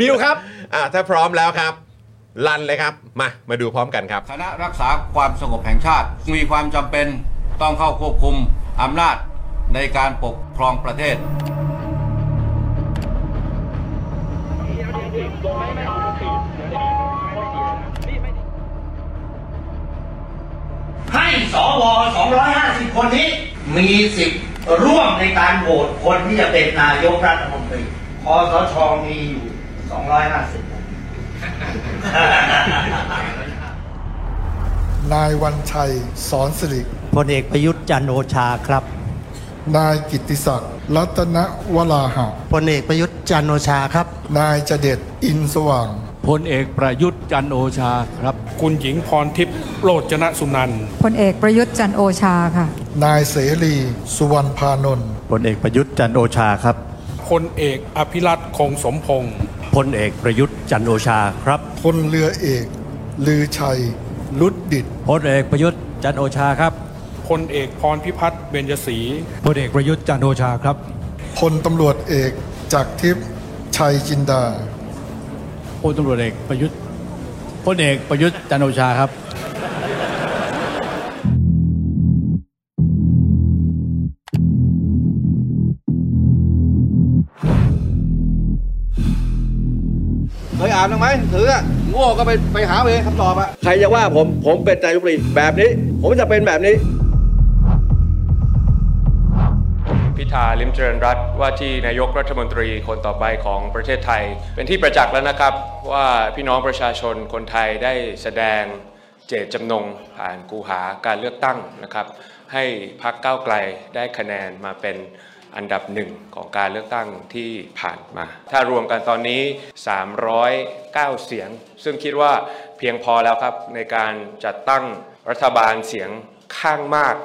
Speaker 2: บิวครับ
Speaker 1: อ่ะถ้าพร้อมแล้วครับ ลันเลยครับ มามาดูพร้อมกันครับ
Speaker 5: คณะรักษาความสงบแห่งชาติ มีความจำเป็นต้องเข้าควบคุมอำนาจในการปกครองประเทศ
Speaker 6: ให้สว250 คนนี้ มีสิทธิ์ร่วมในการโหวตคนที่จะเป็นนายกรัฐมนตรีคอสชมีอยู่ 250คน
Speaker 7: นายวันชัย สอนสิริ
Speaker 8: พลเอกประยุทธ์จันทร์โอชาครับ
Speaker 7: นายกิตติศักดิ์ รัตนวราหะ
Speaker 8: พลเอกประยุทธ์จันทร์โอชาครับ
Speaker 7: นายจเดชอินสว่าง
Speaker 9: พลเอกประยุทธ์จันทร์โอชาครับ คุณหญิงพรทิพย์โรจนสุนันท์
Speaker 10: พลเอกประยุทธ์จันทร์โอชาค่ะ
Speaker 7: นายเสรี สุวรรณพานนท์
Speaker 11: พลเอกประยุทธ์จันทร์โอชาครับ
Speaker 9: พลเอกอภิรัตคงสมพงศ์
Speaker 11: พลเอกประยุทธ์จันทร์โอชาครับ
Speaker 7: พลเรือเอก ลือชัย ลุดดิต
Speaker 11: พลเอกประยุทธ์จันทร์โอชาครับ
Speaker 9: พลเอกพรพิพัฒน์เบญยศรี
Speaker 11: พลเอกประยุทธ์จันทร์โอชาครับ
Speaker 7: พลตำรวจเอกจากทิพย์ชัยจินดา
Speaker 11: พลตำรวจเอกประยุทธ์พลเอกประยุทธ์จันทร์โอชาครับ
Speaker 5: เคยอ่านบ้างไหมถืออะโง่ก็ไปไปหาเอาเองคำตอบอะใครจะว่าผมผมเป็นนายกรัฐมนตรีแบบนี้ ผมจะเป็นแบบนี้
Speaker 9: พิธาลิมเจริญรัตน์ว่าที่นายกรัฐมนตรีคนต่อไปของประเทศไทย เป็นที่ประจักษ์แล้วนะครับว่าพี่น้องประชาชนคนไทยได้แสดงเจตจำนงผ่านกูหาการเลือกตั้งนะครับ ให้พรรคก้าวไกลได้คะแนนมาเป็นอันดับหนึ่งของการเลือกตั้งที่ผ่านมา ถ้ารวมกันตอนนี้ 309 เสียง ซึ่งคิดว่าเพียงพอแล้วครับในการจัดตั้งรัฐบาลเสียงข้างมาก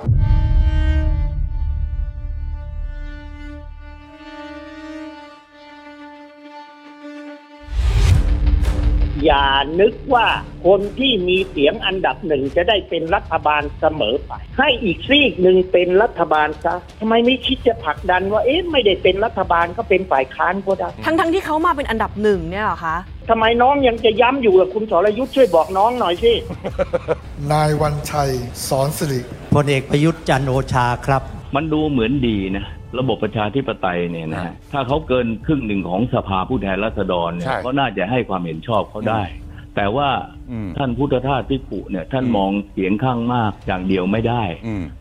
Speaker 6: อย่านึกว่าคนที่มีเสียงอันดับหนึ่งจะได้เป็นรัฐบาลเสมอไป ให้อีกซีกหนึ่งเป็นรัฐบาลซะทำไมไม่คิดจะผลักดันว่าเอ๊ะไม่ได้เป็นรัฐบาลก็เป็นฝ่ายค้านก็ได้
Speaker 10: ทั้งทั้งที่เขามาเป็นอันดับหนึ่งเนี่ยเหรอคะ
Speaker 6: ทำไมน้องยังจะย้ำอยู่กับคุณสรยุทธ์ช่วยบอกน้องหน่อยสิ
Speaker 7: นายวันชัย สอนสิริ
Speaker 8: พลเอกประยุทธ์จันทร์โอชาครับ
Speaker 5: มันดูเหมือนดีนะ ระบบประชาธิปไตยเนี่ยนะฮะถ้าเขาเกินครึ่งหนึ่งของสภาผู้แทนราษฎรเนี่ย
Speaker 2: ใช่
Speaker 5: ก็น่าจะให้ความเห็นชอบเขาได้ แต่ว่าท่านพุทธทาสพิกุเนี่ยท่านมองเสียงข้างมากอย่างเดียวไม่ได้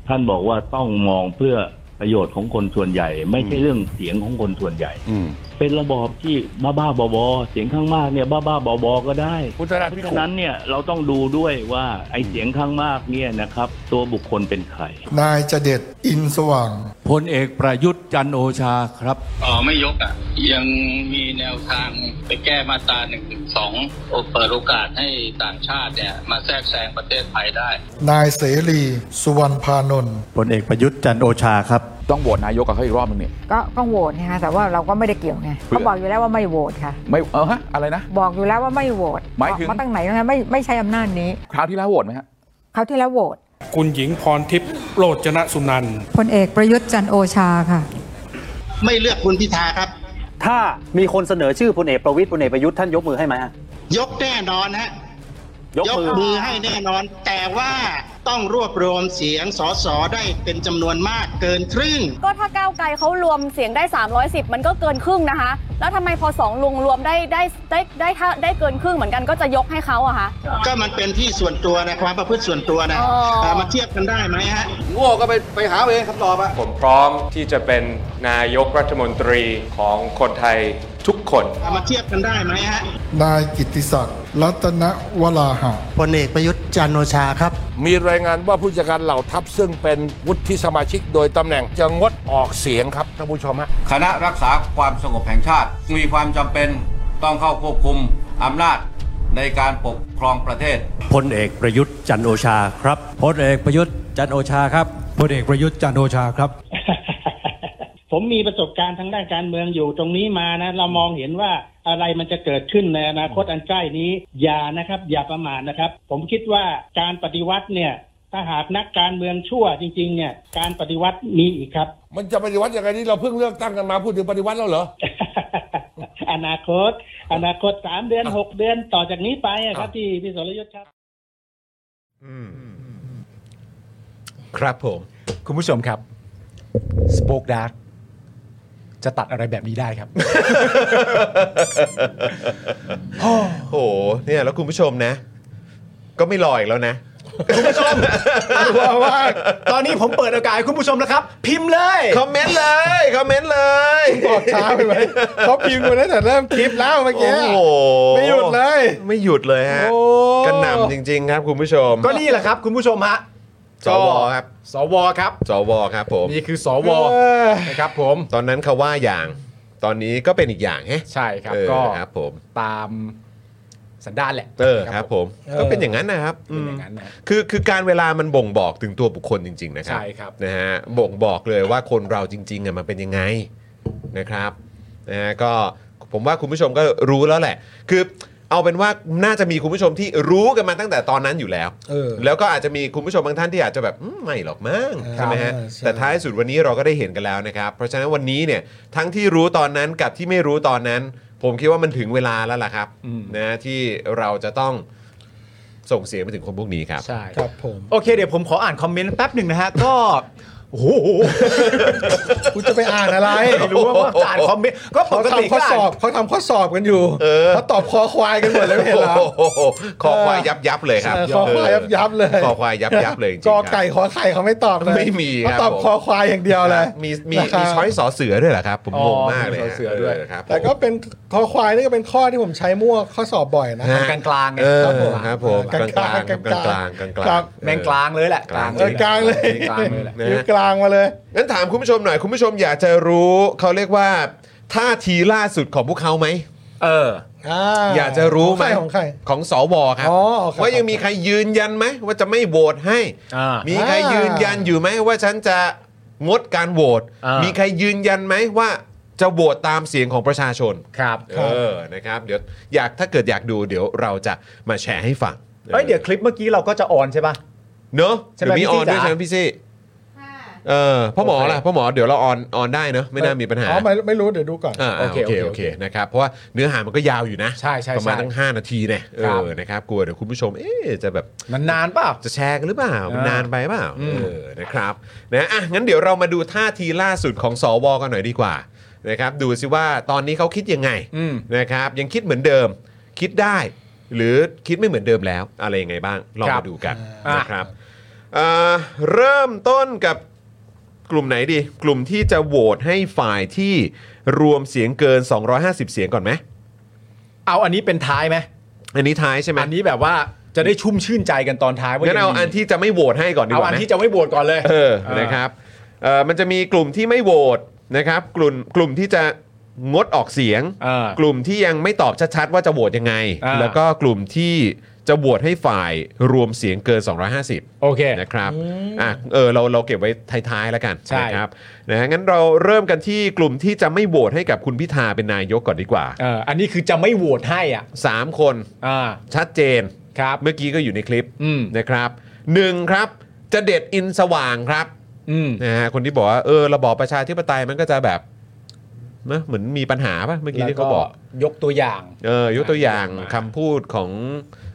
Speaker 5: ท่านบอกว่าต้องมองเพื่อประโยชน์ของคนส่วนใหญ่ ไม่ใช่เรื่องเสียงของคนส่วนใหญ่
Speaker 12: เป็นระบอบที่บ้าบ้าๆบอๆเสียงข้างมากเนี่ยบ้าบ้าๆบอๆก็ได้เพราะฉะนั้นเนี่ยเราต้องดูด้วยว่าไอ้เสียงข้างมากเนี่ยนะครับตัวบุคคลเป็นใคร
Speaker 7: นายจเด็ดอินสว่าง
Speaker 11: พลเอกประยุทธ์จันทร์โอชาครับ
Speaker 13: ต่อไม่ยกอ่ะ ยังมีแนวทางไปแก้มาตราหนึ่งสองเปิดโอกาสให้ต่างชาติเนี่ย มาแทรกแซงประเทศไทยได้
Speaker 7: นายเสรีสุวรรณพานนท์
Speaker 14: พลเอกประยุทธ์จันโอชาครับ ต้องโหวตนายกกับเขาอีกรอบนึงเนี่ย
Speaker 15: ก็ก็โหวตนะคะแต่ว่าเราก็ไม่ได้เกี่ยวไง
Speaker 14: เพื่อ
Speaker 15: เขาบอกอยู่แล้วว่าไม่โหวตค่ะ
Speaker 14: ไม่เออฮะอะไรนะ
Speaker 15: บอกอยู่แล้วว่าไม่โหวต
Speaker 14: หมายถึง
Speaker 15: ออกตั้งไหนนะคะไม่ไม่ใช้อำนาจนี้
Speaker 14: คราวที่แล้วโหวตไหมฮะ
Speaker 15: เขาวที่แล้วโหวต
Speaker 16: คุณหญิงพรทิพย์โรจนสุนันท์
Speaker 10: พลเอกประยุทธ์จันทร์โอชาค่ะ
Speaker 17: ไม่เลือกคุณพิธาครับ
Speaker 18: ถ้ามีคนเสนอชื่อพลเอกประวิตยพลเอกประยุทธ์ท่านยกมือให้ไหมฮะ
Speaker 17: ยกแน่นอนฮะ
Speaker 18: ยกมือ
Speaker 17: มือให้แน่นอน แต่ว่าต้องรวบรวมเสียงสอสอได้เป็นจำนวนมากเกินครึ่ง
Speaker 19: ก็ถ้าก้าวไกลเขารวมเสียงได้ 310 มันก็เกินครึ่งนะคะ แล้วทำไมพอสองลุงรวมได้ได้ได้ได้ถ้าได้เกินครึ่งเหมือนกันก็จะยกให้เขาอะคะ
Speaker 17: ก็มันเป็นที่ส่วนตัวนะความประพฤติส่วนตัวนะ
Speaker 19: อ๋อ
Speaker 17: เอ่อมาเทียบกันได้ไหมฮะ
Speaker 5: โง่ก็ไปไปหาเอาเองคำตอบอะ
Speaker 9: ผมพร้อมที่จะเป็นนายกรัฐมนตรีของคนไทยทุกคน
Speaker 17: มาเทียบกันได้ไหมฮะ
Speaker 7: นายกิตติศักดิ์รัตนวราหะ
Speaker 8: พลเอกประยุทธ์จันทร์โอชาครับ
Speaker 20: มีรายงานว่าผู้จัดการเหล่าทัพซึ่งเป็นวุฒิสมาชิกโดยตำแหน่งจะงดออกเสียงครับท่านผู้ชมฮะ
Speaker 5: คณะรักษาความสงบแห่งชาติ มีความจำเป็นต้องเข้าควบคุมอำนาจในการปกครองประเทศ
Speaker 8: พลเอกประยุทธ์จันโอชาครับ
Speaker 11: พลเอกประยุทธ์จันโอชาครับพลเอกประยุทธ์จันโอชาครับ
Speaker 17: ผมมีประสบการณ์ทางด้านการเมืองอยู่ตรงนี้มานะ เรามองเห็นว่าอะไรมันจะเกิดขึ้นในอนาคตอันใกล้นี้ อย่านะครับ อย่าประมาทนะครับ ผมคิดว่าการปฏิวัติเนี่ย ถ้าหากนักการเมืองชั่วจริง ๆ เนี่ย การปฏิวัติมีอีกครับ
Speaker 20: มันจะปฏิวัติยังไงนี่เราเพิ่งเลือกตั้งกันมาพูดถึงปฏิวัติแล้วเหรอ
Speaker 17: อนาคต อนาคตสามเดือนหกเดือนต่อจากนี้ไปอะครับที่พี่สรยุทธ์ครับ
Speaker 1: ครับผม
Speaker 2: คุณผู้ชมครับสป o อ e ดาร์กจะตัดอะไรแบบนี้ได้ครับ
Speaker 1: โอ้โห เนี่ยแล้วคุณผู้ชมนะ ก็ไม่รออีกแล้วนะ
Speaker 2: กลัวมาก ตอนนี้ผมเปิดโอกาสให้คุณผู้ชมนะครับ พิมพ์เลย
Speaker 1: คอมเมนต์เลย คอมเมนต์เลย
Speaker 2: บอกช้าไปไหม
Speaker 1: เขาพิมพ์มาตั้งแต่เริ่มคลิปแล้วเมื่อกี้ โอ้โห
Speaker 2: ไม่หยุดเลย
Speaker 1: ไม่หยุดเลยฮะกระหน่ำจริง ๆ ครับคุณผู้ชม
Speaker 2: ก็นี่แหละครับ คุณผู้ชมฮะ
Speaker 1: สวครับ
Speaker 2: สวครับ
Speaker 1: สวครับผม
Speaker 2: นี่คือสวนะครับผม
Speaker 1: ตอนนั้นเขาว่าอย่าง ตอนนี้ก็เป็นอีกอย่างแฮะ
Speaker 2: ใช่ครับ
Speaker 1: เออ
Speaker 2: ก็
Speaker 1: ครับผม
Speaker 2: ตามสันดานแหละ
Speaker 1: เออครับผม
Speaker 2: เออ
Speaker 1: ก็เป็นอย่างนั้นนะครับ
Speaker 2: เป็นอย่างนั้นนะ
Speaker 1: อืมคือคือการเวลามันบ่งบอกถึงตัวบุคคลจริง ๆ นะครับ
Speaker 2: ใช่ครับ
Speaker 1: นะฮะบ่งบอกเลยว่าคนเราจริงๆอ่ะมันเป็นยังไงนะครับนะฮะก็ผมว่าคุณผู้ชมก็รู้แล้วแหละ คือเอาเป็นว่าน่าจะมีคุณผู้ชมที่รู้กันมาตั้งแต่ตอนนั้นอยู่แล้ว
Speaker 3: เออ
Speaker 1: แล้วก็อาจจะมีคุณผู้ชมบางท่านที่อาจจะแบบอืมไม่หรอกมั้งใช่ไหมฮะ
Speaker 3: เออใช่
Speaker 1: แต่ท้ายสุดวันนี้เราก็ได้เห็นกันแล้วนะครับ เพราะฉะนั้นวันนี้เนี่ยทั้งที่รู้ตอนนั้นกับที่ไม่รู้ตอนนั้น ผมคิดว่ามันถึงเวลาแล้วล่ะครับ
Speaker 2: อืม
Speaker 1: นะที่เราจะต้องส่งเสียงไปถึงคนพวกนี้ครับ
Speaker 2: ใช่
Speaker 3: ครับผม
Speaker 2: โอเคเดี๋ยวผมขออ่านคอมเมนต์แป๊บหนึ่งนะฮะ ก็ โอ้โห
Speaker 3: กูจะไปอ่านอะไร
Speaker 2: ไม่รู้ว่าว่าอ่านคอมเมนต์ก็ป
Speaker 3: เขา
Speaker 2: กติ
Speaker 3: ทำข้
Speaker 2: ก็
Speaker 3: อสอบเขาทำข้อสอบกันอยู่เขาตอบคอควายกันหมดเลยไม่เห็นเหรอ
Speaker 1: โอ้โหคอควายยับยับๆเลยครับ
Speaker 3: เออคอควายยับยับเลย
Speaker 1: คอควายยับยับเลยจริงๆค
Speaker 3: กอ
Speaker 1: รับ
Speaker 3: ไก่ขอไข่เขาไม่ตอบเลย
Speaker 1: ไม่มี
Speaker 3: เขา
Speaker 1: ครับ
Speaker 3: ตอบ
Speaker 1: ผม
Speaker 3: คอควายอย่างเดียวเลย
Speaker 1: มีมี
Speaker 3: นะครั
Speaker 1: มี
Speaker 3: บ
Speaker 1: ช้อยสอเสือด้วยเหรอครับ ผม
Speaker 2: อ๋อง
Speaker 1: งมากเลย
Speaker 2: สอเสือด้วย
Speaker 1: ครับ
Speaker 3: แต่ก็เป็นคอควายนี่ก็เป็นข้อที่ผมใช้มั่วข้อสอบบ่อยนะ
Speaker 2: กลางกลางๆไง
Speaker 1: เออ
Speaker 2: ครับผม
Speaker 1: ครับผม
Speaker 3: ก
Speaker 1: ก
Speaker 3: ลา
Speaker 1: ลาง ง
Speaker 3: ๆ
Speaker 1: กลางกลาง
Speaker 3: กลา
Speaker 1: กลางๆ
Speaker 3: งๆ
Speaker 1: กลาง
Speaker 3: ครับ
Speaker 1: ๆ
Speaker 2: แม่งกลางเลยแหละ
Speaker 1: กลาง
Speaker 3: เออกลางเลย
Speaker 2: กลางเลยแหละ
Speaker 1: นะ
Speaker 3: นิ้ว
Speaker 1: ฮะ
Speaker 3: กลางมาเลย
Speaker 1: งั้นถามคุณผู้ชมหน่อย คุณผู้ชมอยากจะรู้เขาเรียกว่าท่าทีล่าสุดของพวกเขาไหม
Speaker 2: เออ
Speaker 1: อยากจะรู้ไหม
Speaker 3: ของใครของใคร
Speaker 1: ของสวครับ
Speaker 3: อ๋อครับ
Speaker 1: ว่ายังมีใครยืนยันไหมว่าจะไม่โหวตให้
Speaker 2: อ่ามี
Speaker 1: มีใครยืนยันอยู่ไหมว่าฉันจะงดการโหวต
Speaker 2: อ่ามี
Speaker 1: มีใครยืนยันไหมว่าจะโหวตตามเสียงของประชาชน
Speaker 2: ครับ
Speaker 1: เออ นะครับ เดี๋ยวอยากถ้าเกิดอยากดูเดี๋ยวเราจะมาแชร์ให้ฟัง
Speaker 2: เอ้ยเดี๋ยวคลิปเมื่อกี้เราก็จะออนใช่ป่ะ
Speaker 1: เนอะ
Speaker 2: ใช่
Speaker 1: เดี๋
Speaker 2: ไห
Speaker 1: ยว
Speaker 2: ม
Speaker 1: มีออนด้ว
Speaker 2: พี่
Speaker 1: ย
Speaker 2: จ๋า
Speaker 1: ใช่ไหมพี่ซี่เออพ่อหมอล่ะพ่อหมอเดี๋ยวเราออนออนได้เนอะไม่น่ามีปัญหา
Speaker 3: อ๋อไม่ไม่รู้เดี๋ยวดูก่อน
Speaker 1: าา
Speaker 2: โอเค
Speaker 1: โอเค
Speaker 2: โอเค
Speaker 1: โอเคนะครับเพราะว่าเนื้อหามันก็ยาวอยู่นะ
Speaker 2: ใช่ใช่
Speaker 1: ประมาณ
Speaker 2: ใช่
Speaker 1: ตั้ง 5 นาทีเนี่ยเอ
Speaker 2: ครับ
Speaker 1: อนะครับกลัวเดี๋ยวคุณผู้ชมเอ๊ะจะแบบ
Speaker 2: มันนานเปล่า
Speaker 1: จะแชร์กันหรือเปล่ามัน
Speaker 2: อ่าน
Speaker 1: นานไปเปล่า
Speaker 2: อื
Speaker 1: เอ
Speaker 2: ม
Speaker 1: อนะครับนะอ่ะงั้นเดี๋ยวเรามาดูท่าทีล่าสุดของสวกันหน่อยดีกว่านะครับดูซิว่าตอนนี้เขาคิดยังไง
Speaker 2: อืม
Speaker 1: นะครับยังคิดเหมือนเดิม คิดได้ หรือคิดไม่เหมือนเดิมแล้ว อะไรยังไงบ้างลอง
Speaker 2: ครั
Speaker 1: มา
Speaker 2: บ
Speaker 1: ดูกัน
Speaker 2: อ่ะ
Speaker 1: นะครับเอ่อเริ่มต้นกับ กลุ่มไหนดี กลุ่มที่จะโหวตให้ฝ่ายที่รวมเสียงเกิน 250 เสียงก่อนไหม
Speaker 2: เอาอันนี้เป็นท้ายไหม
Speaker 1: อันนี้ท้ายใช่ไหม
Speaker 2: อันนี้แบบว่าจะได้ชุ่มชื่นใจกันตอนท้ายว่า
Speaker 1: งั้นเอาอันที่จะไม่โหวตให้ก่อนดีก
Speaker 2: เอา
Speaker 1: ว่าไหม
Speaker 2: อันที่จะไม่โหวตก่อนเลย
Speaker 1: เออ นะครับเอ่อมันจะมีกลุ่มที่ไม่โหวตนะครับ กลุ่มกลุ่มที่จะงดออกเสียง กลุ่มที่ยังไม่ตอบชัดๆว่าจะโหวตยังไง
Speaker 2: อ่า
Speaker 1: แล้วก็กลุ่มที่จะโหวตให้ฝ่ายรวมเสียงเกิน 250
Speaker 2: โอเค
Speaker 1: นะครับ อ่ะ เออ เราเราเก็บไว้ท้ายๆแล้วกัน
Speaker 2: ใช่
Speaker 1: นะครับ นะฮะงั้นเราเริ่มกันที่กลุ่มที่จะไม่โหวตให้กับคุณพิธาเป็นนายกก่อนดีกว่า
Speaker 2: เอออันนี้คือจะไม่โหวตให้อ่ะ
Speaker 1: สามคน
Speaker 2: อ่า
Speaker 1: ชัดเจน
Speaker 2: ครับ
Speaker 1: เมื่อกี้ก็อยู่ในคลิป
Speaker 2: อืม
Speaker 1: นะครับหนึ่งครับจะเด็ดอินสว่างครับนะฮะคนที่บอกว่าเออระบอบประชาธิปไตยมันก็จะแบบนะเหมือนมีปัญหาป่ะเมื่อกี้ที่เขาบอก
Speaker 2: ยกตัวอย่าง
Speaker 1: เออยกตัวอย่างคำพูดของ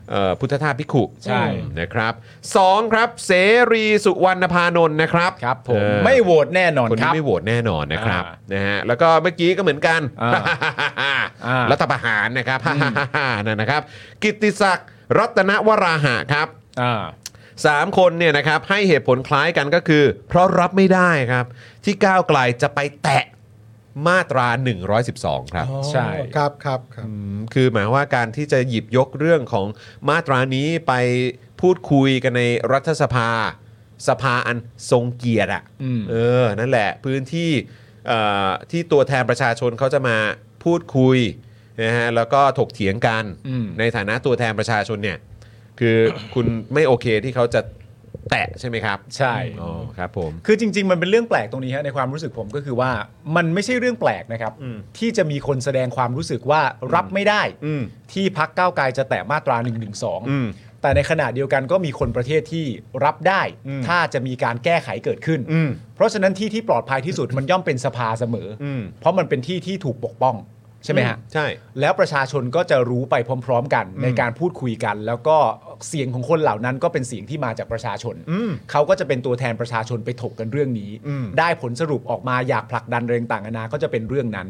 Speaker 1: เอ่อพุทธทาสพิกขุ
Speaker 2: ใช่
Speaker 1: นะครับสองครับเสรีสุวรรณพานนท์นะครับครับผม
Speaker 2: ไม่โหวตแน่นอน
Speaker 1: คน
Speaker 2: ค
Speaker 1: ที่
Speaker 2: รับ
Speaker 1: ไม่โหวตแน่นอนนะครับนะฮะแล้วก็เมื่อกี้ก็เหมือนกัน รัฐประหารนะครับ นั่นนะครับ กิตติศักดิ์รัตนวราหะครับสามคนเนี่ยนะครับให้เหตุผลคล้ายกันก็คือ เพราะรับไม่ได้ครับ ที่ก้าวไกลจะไปแตะมาตรา 112 ครับ
Speaker 3: ใช่ครับครับครับ
Speaker 1: คือหมายว่าการที่จะหยิบยกเรื่องของมาตรานี้ไปพูดคุยกันในรัฐสภา สภาอันทรงเกียรติอ่ะ
Speaker 2: อืม
Speaker 1: เออ นั่นแหละพื้นที่เอ่อที่ตัวแทนประชาชนเขาจะมาพูดคุยนะฮะแล้วก็ถกเถียงกัน
Speaker 2: อืม
Speaker 1: ในฐานะตัวแทนประชาชนเนี่ย คือ คุณไม่โอเคที่เขาจะแตะใช่ไหมครับ
Speaker 2: ใช่
Speaker 1: อ๋อครับผม
Speaker 2: คือจริง ๆ มันเป็นเรื่องแปลกตรงนี้ฮะในความรู้สึกผมก็คือว่ามันไม่ใช่เรื่องแปลกนะครับ ที่จะมีคนแสดงความรู้สึกว่ารับไม่ได้ที่พักก้าวไกลจะแตะมาตรา1นึ
Speaker 1: อืม
Speaker 2: แต่ในขณะเดียวกันก็มีคนประเทศที่รับได้
Speaker 1: อืม
Speaker 2: ถ้าจะมีการแก้ไขเกิดขึ้น
Speaker 1: อืม
Speaker 2: เพราะฉะนั้นที่ที่ปลอดภัยที่สุดมันย่อมเป็นสภาเสมออ
Speaker 1: อืม
Speaker 2: เพราะมันเป็นที่ที่ถูกปกป้องใช่ไหมฮะ
Speaker 1: ใช่
Speaker 2: แล้วประชาชนก็จะรู้ไปพร้อม ๆ กัน
Speaker 1: อืม
Speaker 2: ในการพูดคุยกัน แล้วก็เสียงของคนเหล่านั้นก็เป็นเสียงที่มาจากประชาชน เขาก็จะเป็นตัวแทนประชาชนไปถกกันเรื่องนี้
Speaker 8: อืม
Speaker 2: ได้ผลสรุปออกมาอยากผลักดันเรื่องต่างนานาก็จะเป็นเรื่องนั้น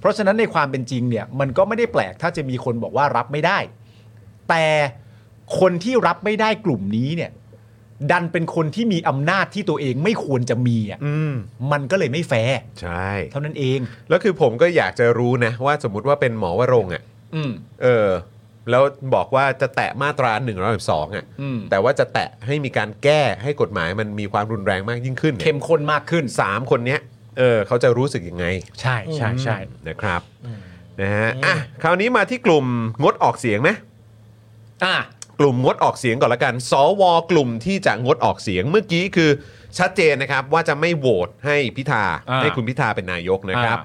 Speaker 2: เพราะฉะนั้นในความเป็นจริงเนี่ยมันก็ไม่ได้แปลกถ้าจะมีคนบอกว่ารับไม่ได้ แต่คนที่รับไม่ได้กลุ่มนี้เนี่ย ดันเป็นคนที่มีอำนาจที่ตัวเองไม่ควรจะมีอ่ะมันก็เลยไม่แฟร์
Speaker 1: ใช่
Speaker 2: เท่านั้นเอง
Speaker 1: แล้วคือผมก็อยากจะรู้นะว่าสมมติว่าเป็นหมอวรงค์อ่ะ
Speaker 2: อืม
Speaker 1: เออแล้วบอกว่าจะแตะมาตรา1นึอ่ะ
Speaker 2: อืม
Speaker 1: แต่ว่าจะแตะให้มีการแก้ให้กฎหมายมันมีความรุนแรงมากยิ่งขึ้น
Speaker 2: เข้มข้นมากขึ้น
Speaker 1: สามคนเนี้ยเออเขาจะรู้สึกยังไง
Speaker 2: ใช่ใช่ใช่
Speaker 1: นะครับนะฮะอ่ะคราวนี้มาที่กลุ่มงดออกเสียงไหม
Speaker 2: อ่ะ
Speaker 1: กลุ่มงดออกเสียงก่อนละกัน สวกลุ่มที่จะงดออกเสียงเมื่อกี้คือชัดเจนนะครับว่าจะไม่โหวตให้พิธา
Speaker 2: อ่า
Speaker 1: ให้คุณพิธาเป็นนายกนะครับ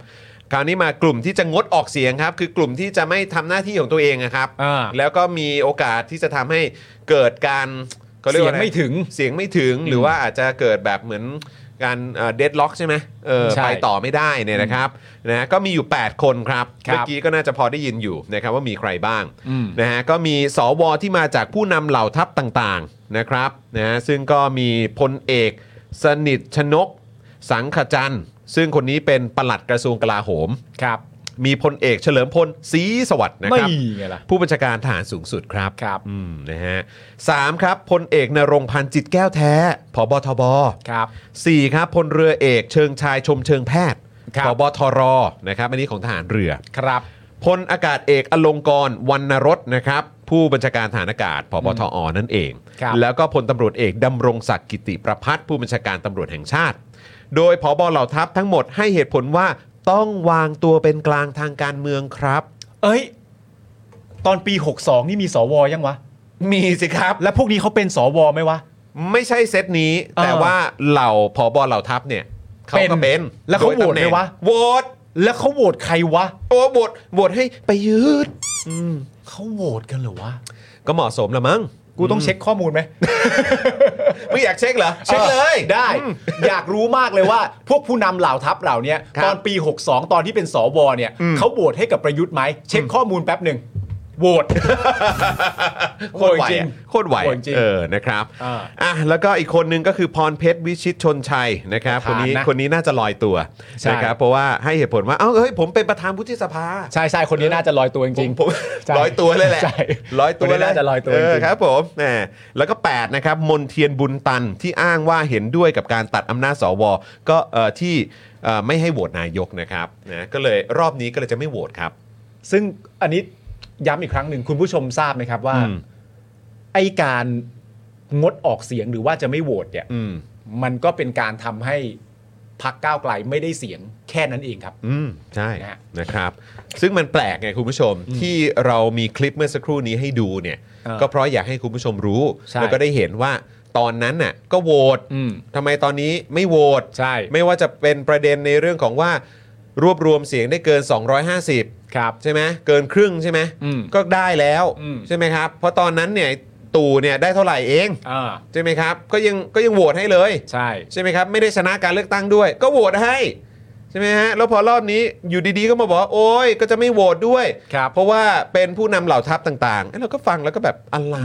Speaker 1: คราวนี้มากลุ่มที่จะงดออกเสียงครับ คือกลุ่มที่จะไม่ทำหน้าที่ของตัวเองนะครับ
Speaker 2: อ่า
Speaker 1: แล้วก็มีโอกาสที่จะทำให้เกิดการขารีกว่าอะร
Speaker 2: เสียงไม่ถึง
Speaker 1: เสียงไม่ถึงหรือว่าอาจจะเกิดแบบเหมือนการเดดล็อกใช่ไหมเออ
Speaker 2: ใช่
Speaker 1: ไปต่อไม่ได้เนี่ยนะครับนะก็มีอยู่ 8 คนครับ
Speaker 2: ครับ
Speaker 1: เมื่อกี้ก็น่าจะพอได้ยินอยู่นะครับว่ามีใครบ้าง
Speaker 2: อืม
Speaker 1: นะฮะก็มีสวที่มาจากผู้นำเหล่าทัพต่างๆนะครับนะฮะซึ่งก็มีพลเอกสนิทชนก สังขจันทร์ซึ่งคนนี้เป็นปลัดกระทรวงกลาโหม
Speaker 2: ครับ
Speaker 1: มีพลเอกเฉลิมพลศรีสวัสดิ์นะ
Speaker 2: ไม่
Speaker 1: ครับ
Speaker 2: ไงล่ะ
Speaker 1: ผู้บัญชาการทหารสูงสุดครับ
Speaker 2: ครับ
Speaker 1: อืมนะฮะสามครับพลเอกนรงค์พันธ์จิตแก้วแท้ผบทบ
Speaker 2: ครับ
Speaker 1: สี่ครับพลเรือเอกเชิงชายชมเชิงแพทย์
Speaker 2: ครับ
Speaker 1: ผบทรนะครับอันนี้ของทหารเรือ
Speaker 2: ครับ
Speaker 1: พลอากาศเอกอลงกรณ์วรรณรสนะครับ ผู้บัญชาการฐานอากาศพบทอนั่นเอง
Speaker 2: ครับ
Speaker 1: แล้วก็พลตำรวจเอกดำรงศักดิ์กิติประพัฒน์ผู้บัญชาการตำรวจแห่งชาติ โดยพบเหล่าทัพทั้งหมดให้เหตุผลว่าต้องวางตัวเป็นกลางทางการเมืองครับ
Speaker 2: เอ้ย ตอนปี 62 นี่มีสวยังวะ
Speaker 1: มีสิครับ
Speaker 2: แล้วพวกนี้เขาเป็นสวไหมวะ
Speaker 1: ไม่ใช่เซตนี้
Speaker 2: เออ
Speaker 1: แต่ว่าเหล่าพบเหล่าทัพเนี่ยเขาก็เป็น
Speaker 2: แล้วเขาโหวตไหมวะ
Speaker 1: โหวต
Speaker 2: แล้วเขาโหวตใครวะ
Speaker 1: โอ้โหวตโหวตให้ไปยืด
Speaker 2: เขาโหวตกันเหรอวะ
Speaker 1: ก็เหมาะสมละมั้ง
Speaker 2: กูต้องเช็คข้อมูลไหม
Speaker 1: ไม่อยากเช็คเหรอเช็คเลย
Speaker 2: ได้ อยากรู้มากเลยว่า พวกผู้นำเหล่าทัพเหล่าเนี้ย
Speaker 1: ครับ
Speaker 2: ตอนปี 62 ตอนที่เป็นสวเนี่ย
Speaker 1: อืม
Speaker 2: เขาโหวตให้กับประยุทธ์ไหมเช็คข้อมูลแป๊บหนึ่ง
Speaker 1: โหวต โคตรไหว
Speaker 2: โหวตจริง
Speaker 1: อะโคตรไหว
Speaker 2: โหวตจริง
Speaker 1: เออนะครับ
Speaker 2: อ่า
Speaker 1: อ่ะแล้วก็อีกคนนึงก็คือพรเพชรวิชิตชนชัยนะครับ
Speaker 2: ป
Speaker 1: คน
Speaker 2: ระธาน
Speaker 1: นี้
Speaker 2: นะ
Speaker 1: คนนี้น่าจะลอยตัว
Speaker 2: ใช่
Speaker 1: นะครับเพราะว่าให้เหตุผลว่าเอ้าเฮ้ยผมเป็นประธานวุฒิสภา
Speaker 2: ใช่ใช่คนนี้น่าจะลอยตัวจริงๆใช่
Speaker 1: ร้อยตัวเลยแหละ
Speaker 2: ใช่
Speaker 1: ร้อยตัว
Speaker 2: คนนี้น่าจะลอยตัว
Speaker 1: เอ
Speaker 2: จ
Speaker 1: อ
Speaker 2: ริงๆ
Speaker 1: ครับผมแหมแล้วก็ 8 นะครับ มนเทียนบุญตันที่อ้างว่าเห็นด้วยกับการตัดอำนาจสว ก็เอ่อที่เอ่อไม่ให้โหวตนายกนะครับนะก็เลยรอบนี้ก็เลยจะไม่โหวตครับ
Speaker 2: ซึ่งอันนี้ย้ำอีกครั้งหนึ่งคุณผู้ชมทราบไหมครับว่า
Speaker 1: อืม
Speaker 2: ไอการงดออกเสียงหรือว่าจะไม่โหวตเนี่ย
Speaker 1: อืม
Speaker 2: มันก็เป็นการทำให้พักก้าวไกลไม่ได้เสียงแค่นั้นเองครับ
Speaker 1: อืมใช่นะครับ ซึ่งมันแปลกไงคุณผู้ชมที่เรามีคลิปเมื่อสักครู่นี้ให้ดูเนี่ย
Speaker 2: เออ
Speaker 1: ก็เพราะอยากให้คุณผู้ชมรู้
Speaker 2: ใช่
Speaker 1: แล้วก็ได้เห็นว่าตอนนั้นน่ะก็โหวต
Speaker 2: อืม
Speaker 1: ทำไมตอนนี้ไม่โหวต
Speaker 2: ใช่
Speaker 1: ไม่ว่าจะเป็นประเด็นในเรื่องของว่ารวบรวมเสียงได้เกิน 250
Speaker 2: ครับ
Speaker 1: ใช่ไหมเกินครึ่งใช่ไหม
Speaker 2: อืม
Speaker 1: ก็ได้แล้ว
Speaker 2: อืม
Speaker 1: ใช่ไหมครับ เพราะตอนนั้นเนี่ยตู่เนี่ยได้เท่าไหร่เอง
Speaker 2: อ่า
Speaker 1: ใช่ไหมครับ ก็ยังก็ยังโหวตให้เลย
Speaker 2: ใช่
Speaker 1: ใช่ไหมครับ ไม่ได้ชนะการเลือกตั้งด้วย ก็โหวตให้ใช่ไหมฮะแล้วพอรอบนี้อยู่ดีๆก็มาบอกว่าโอ้ยก็จะไม่โหวตด้วย เพราะว่าเป็นผู้นำเหล่าทัพต่างๆเอ้ยเราก็ฟังแล้วก็แบบอะไร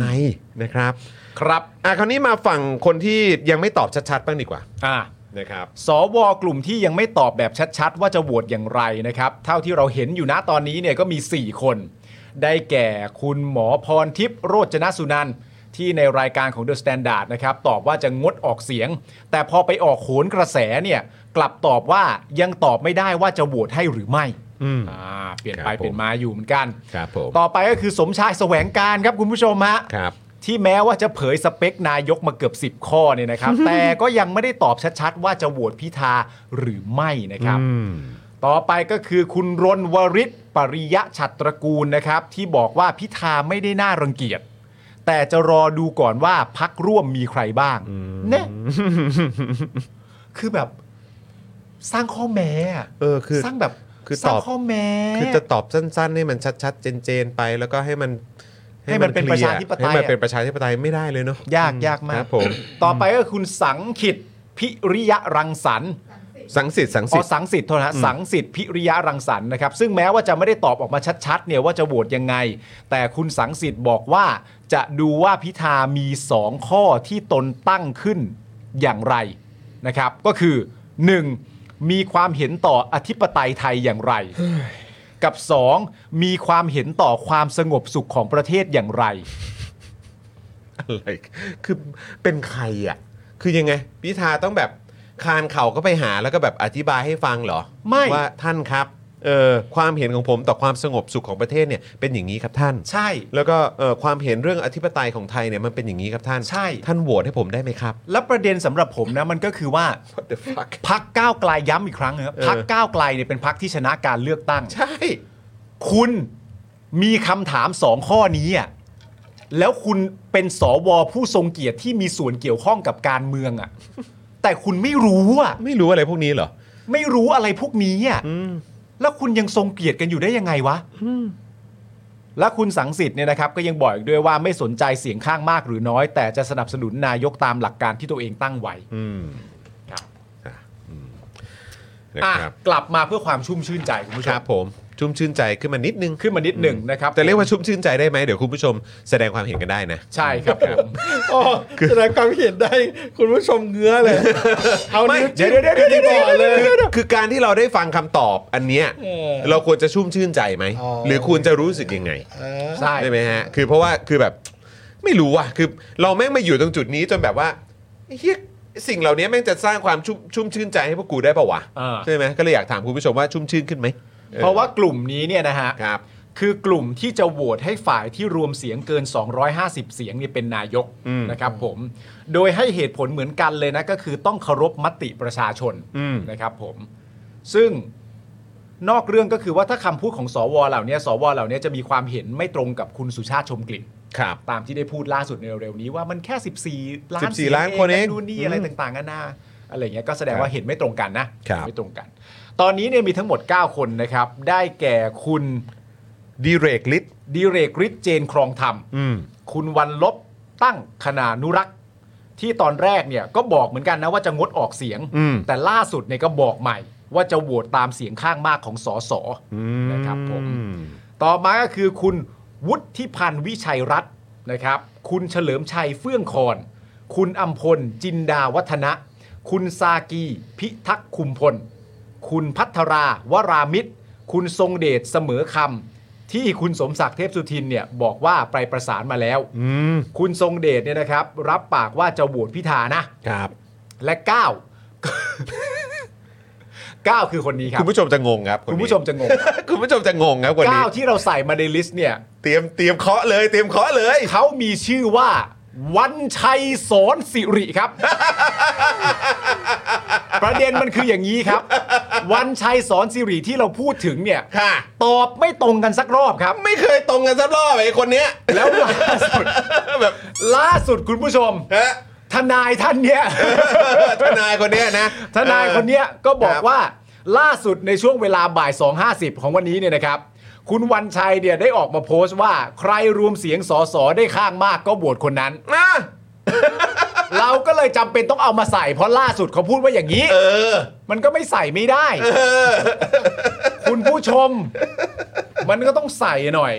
Speaker 1: นะครับ
Speaker 2: ครับ
Speaker 1: อ่ะคราวนี้มาฝั่งคนที่ยังไม่ตอบชัดๆบ้างดีกว่า
Speaker 2: อ่า
Speaker 1: นะครับ
Speaker 2: สวกลุ่มที่ยังไม่ตอบแบบชัดๆ ว่าจะโหวตอย่างไรนะครับ เท่าที่เราเห็นอยู่นะตอนนี้เนี่ยก็มี 4 คน ได้แก่คุณหมอพรทิพย์โรจนสุนันท์ที่ในรายการของ The Standard นะครับ ตอบว่าจะงดออกเสียง แต่พอไปออกโขนกระแสเนี่ย กลับตอบว่ายังตอบไม่ได้ว่าจะโหวตให้หรือไม่
Speaker 1: อืม
Speaker 2: อ่าเปลี่ยนไป
Speaker 1: ครับผม
Speaker 2: เปลี่ยนมาอยู่เหมือนกัน
Speaker 1: ครับผม
Speaker 2: ต่อไปก็คือสมชายแสวงการครับคุณผู้ชมฮะ
Speaker 1: ครับ
Speaker 2: ที่แม้ว่าจะเผยสเปคนายกมาเกือบ 10 ข้อเนี่ย นะครับ แต่ก็ยังไม่ได้ตอบชัดๆ ว่าจะโหวตพิธาหรือไม่นะครับ ต่อไปก็คือคุณรนวริศปริยะฉัตรกูลนะครับ ที่บอกว่าพิธาไม่ได้น่ารังเกียจ แต่จะรอดูก่อนว่าพักร่วมมีใครบ้างเนี่ยคือแบบสร้างข้อแม้อะ
Speaker 1: เออคือ
Speaker 2: สร้างแบบ
Speaker 1: คือ
Speaker 2: สร้า
Speaker 1: ต
Speaker 2: ง
Speaker 1: อบ
Speaker 2: ข้อแม้
Speaker 1: คือจะตอบสั้นๆ ให้มันชัดๆ เจนๆ ไปแล้วก็ให้มัน
Speaker 2: ให้มันเป็น
Speaker 1: ค
Speaker 2: ประชาธิปไตย
Speaker 1: ให้มัน
Speaker 2: อะ
Speaker 1: เป็นประชาธิปไตยไม่ได้เลยเนาะ
Speaker 2: ยากยากมา
Speaker 1: ค
Speaker 2: ก
Speaker 1: รับผม
Speaker 2: ต่อไปก็คุณสังขิตพิริยะรังสรรค์
Speaker 1: สังสิทธิ์สัง
Speaker 2: อ๋
Speaker 1: สิ
Speaker 2: อ
Speaker 1: ทธิ์
Speaker 2: สังสิทธิ์โทษนะฮะ
Speaker 1: อืม
Speaker 2: สังสิทธิ์พิริยะรังสรรค์นะครับ ซึ่งแม้ว่าจะไม่ได้ตอบออกมาชัดๆเนี่ยว่าจะโหวตยังไง แต่คุณสังสิทธิ์บอกว่า จะดูว่าพิธามี 2 ข้อที่ตนตั้งขึ้นอย่างไรนะครับ ก็คือ 1. มีความเห็นต่ออธิปไตยไทยอย่าง ไร กับ 2. มีความเห็นต่อความสงบสุขของประเทศอย่างไร
Speaker 1: อะไรคือเป็นใครอ่ะ คือยังไง พิธาต้องแบบคานเข่าก็ไปหาแล้วก็แบบอธิบายให้ฟังเหรอ
Speaker 2: ไม่
Speaker 1: ว่าท่านครับเออความเห็นของผมต่อความสงบสุขของประเทศเนี่ยเป็นอย่างนี้ครับท่าน
Speaker 2: ใช่
Speaker 1: แล้วก็เอ่อความเห็นเรื่องอธิปไตยของไทยเนี่ยมันเป็นอย่างนี้ครับท่าน
Speaker 2: ใช่
Speaker 1: ท่านโหวตให้ผมได้ไหมครับ
Speaker 2: และประเด็นสำหรับผมนะมันก็คือว่า
Speaker 1: What the fuck
Speaker 2: พักก้าวไกลย้ำอีกครั้งนะครับ
Speaker 1: เออ
Speaker 2: พักก้าวไกลเนี่ยเป็นพักที่ชนะการเลือกตั้ง
Speaker 1: ใช่
Speaker 2: คุณมีคำถามสองข้อนี้อะแล้วคุณเป็นสวผู้ทรงเกียรติที่มีส่วนเกี่ยวข้องกับการเมืองอะแต่คุณไม่รู้อะ
Speaker 1: ไม่รู้อะไรพวกนี้เหรอ
Speaker 2: ไม่รู้อะไรพวกนี้อะแล้วคุณยังทรงเกียรติกันอยู่ได้ยังไงวะ และคุณสังสิทธิ์เนี่ยนะครับก็ยังบอกอีกด้วยว่าไม่สนใจเสียงข้างมากหรือน้อย แต่จะสนับสนุนนายกตามหลักการที่ตัวเองตั้งไว้
Speaker 1: อืม
Speaker 2: ครับ
Speaker 1: อ่ะอืม
Speaker 2: อ่ะ
Speaker 1: นะครับ
Speaker 2: กลับมาเพื่อความชุ่มชื่นใจคุณผู้ช
Speaker 1: ครั
Speaker 2: ม
Speaker 1: บผมชุ่มชื่นใจขึ้นมานิดนึง
Speaker 2: ขึ้นมานิดหนึ่งนะครับ
Speaker 1: แต่เรียกว่าชุ่มชื่นใจได้ไหมเดี๋ยวคุณผู้ชมแสดงความเห็นกันได้นะ
Speaker 2: ใช่ครับผม
Speaker 3: อ๋อแสดงความเห็นได้คุณผู้ชมเงื้อเลย เอา
Speaker 1: ไม่
Speaker 3: นิ้ว
Speaker 2: เดี๋
Speaker 3: จิ้
Speaker 2: ยว
Speaker 3: ม
Speaker 2: เดี๋ยวเดี๋ยวเดี๋ยว
Speaker 1: คื
Speaker 3: ก่อนเลย
Speaker 2: เดี๋ยว
Speaker 1: อคือการที่เราได้ฟังคำตอบอันเนี้ย
Speaker 3: เออ
Speaker 1: เราควรจะชุ่มชื่นใจไหม
Speaker 3: อ๋อ
Speaker 1: หรือควรจะรู้สึกยังไง
Speaker 3: เออ
Speaker 2: ใช่
Speaker 1: ใช่ไหมฮะ คือเพราะว่าคือแบบไม่รู้ว่ะคือเราแม่งมาอยู่ตรงจุดนี้จนแบบว่าเฮียสิ่งเหล่านี้แม่งจะสร้างความชุ่มชุ่มชื่นใจให้พวกกูได้ป่าวะ
Speaker 2: เออ
Speaker 1: ใช่ไหมก็เลยอยากถามคุณผู้ชมว่าชุ่มชื่นขึ้นไหมออ
Speaker 2: เพราะว่ากลุ่มนี้เนี่ยนะฮะ
Speaker 1: ครับ
Speaker 2: คือกลุ่มที่จะโหวตให้ฝ่ายที่รวมเสียงเกิน 250 เสียงเนี่ยเป็นนายก
Speaker 1: อืม
Speaker 2: นะครับผม โดยให้เหตุผลเหมือนกันเลยนะ ก็คือต้องเคารพมติประชาชน
Speaker 1: อืม
Speaker 2: นะครับผม ซึ่งนอกเรื่องก็คือว่าถ้าคำพูดของสวเหล่านี้สวเหล่านี้จะมีความเห็นไม่ตรงกับคุณสุชาติชมกลิ่น
Speaker 1: ครับ
Speaker 2: ตามที่ได้พูดล่าสุดในเร็วๆนี้ว่ามันแค่ 14 ล้าน
Speaker 1: 14ล้านคนเอง
Speaker 2: นู่นนี่อะไรต่างๆกันานาอะไรเงี้ยก็แสดง
Speaker 1: ค
Speaker 2: ว่า
Speaker 1: รับ
Speaker 2: เห็นไม่ตรงกันนะครับ ไม่ตรงกัน ตอนนี้เนี่ยมีทั้งหมด 9 คนนะครับ ได้แก่คุณ
Speaker 1: ดีเรกลิท
Speaker 2: ดิเรกฤทธิ์เจนครองธรรม
Speaker 1: อืม
Speaker 2: คุณวันลบตั้งคณานุรักษ์ ที่ตอนแรกเนี่ยก็บอกเหมือนกันนะว่าจะงดออกเสียง
Speaker 1: อืม
Speaker 2: แต่ล่าสุดเนี่ยก็บอกใหม่ ว่าจะโหวตตามเสียงข้างมากของสส นะครับผม ต่อมาก็คือคุณ วุฒิพันธ์วิชัยรัตน์นะครับ คุณเฉลิมชัยเฟื่องคอน คุณอัมพล จินดาวัฒนะ คุณซากี พิทักษ์คุมพล คุณพัทราวรามิตร คุณทรงเดชเสมอคำที่คุณสมศักดิ์เทพสุทินเนี่ยบอกว่าไปประสานมาแล้ว คุณทรงเดชเนี่ยนะครับ รับปากว่าจะโหวตพิธานะ
Speaker 1: ครับ
Speaker 2: และ 9 9 คือคนนี้ครับ
Speaker 1: คุณผู้ชมจะงงครับนนี้
Speaker 2: คุณผู้ชมจะงง
Speaker 1: คุณผู้ชมจะงงครับคนนี้
Speaker 2: 9 ที่เราใส่มาในลิสต์เนี่ย
Speaker 1: เตรียมเตรียมเคาะเลย เตรียมเคาะเลย
Speaker 2: เขามีชื่อว่า วันชัยสอนสิริครับ ประเด็นมันคืออย่างนี้ครับ วันชัยสอนสิริที่เราพูดถึงเนี่ยตอบไม่ตรงกันสักรอบครับ
Speaker 1: ไม่เคยตรงกันสักรอบไอ้ คนเนี้ย
Speaker 2: แล้วล่าสุด
Speaker 1: แบบ
Speaker 2: ล่าสุดคุณผู้ชมทนายท่านเนี้ย
Speaker 1: ทนายคนเนี้ยนะ
Speaker 2: ทนายคนเนี้ยก็บอกว่าล่าสุดในช่วงเวลาบ่าย 2.50 ของวันนี้เนี่ยนะครับ คุณวันชัยเนี่ยได้ออกมาโพสต์ว่าใครรวมเสียงสอสอได้ข้างมากก็โหวตคนนั้น เราก็เลยจำเป็นต้องเอามาใส่เพราะล่าสุดเขาพูดว่าอย่างนี้มันก็ไม่ใส่ไม่ได้ คุณผู้ชม มันก็ต้องใส่หน่อย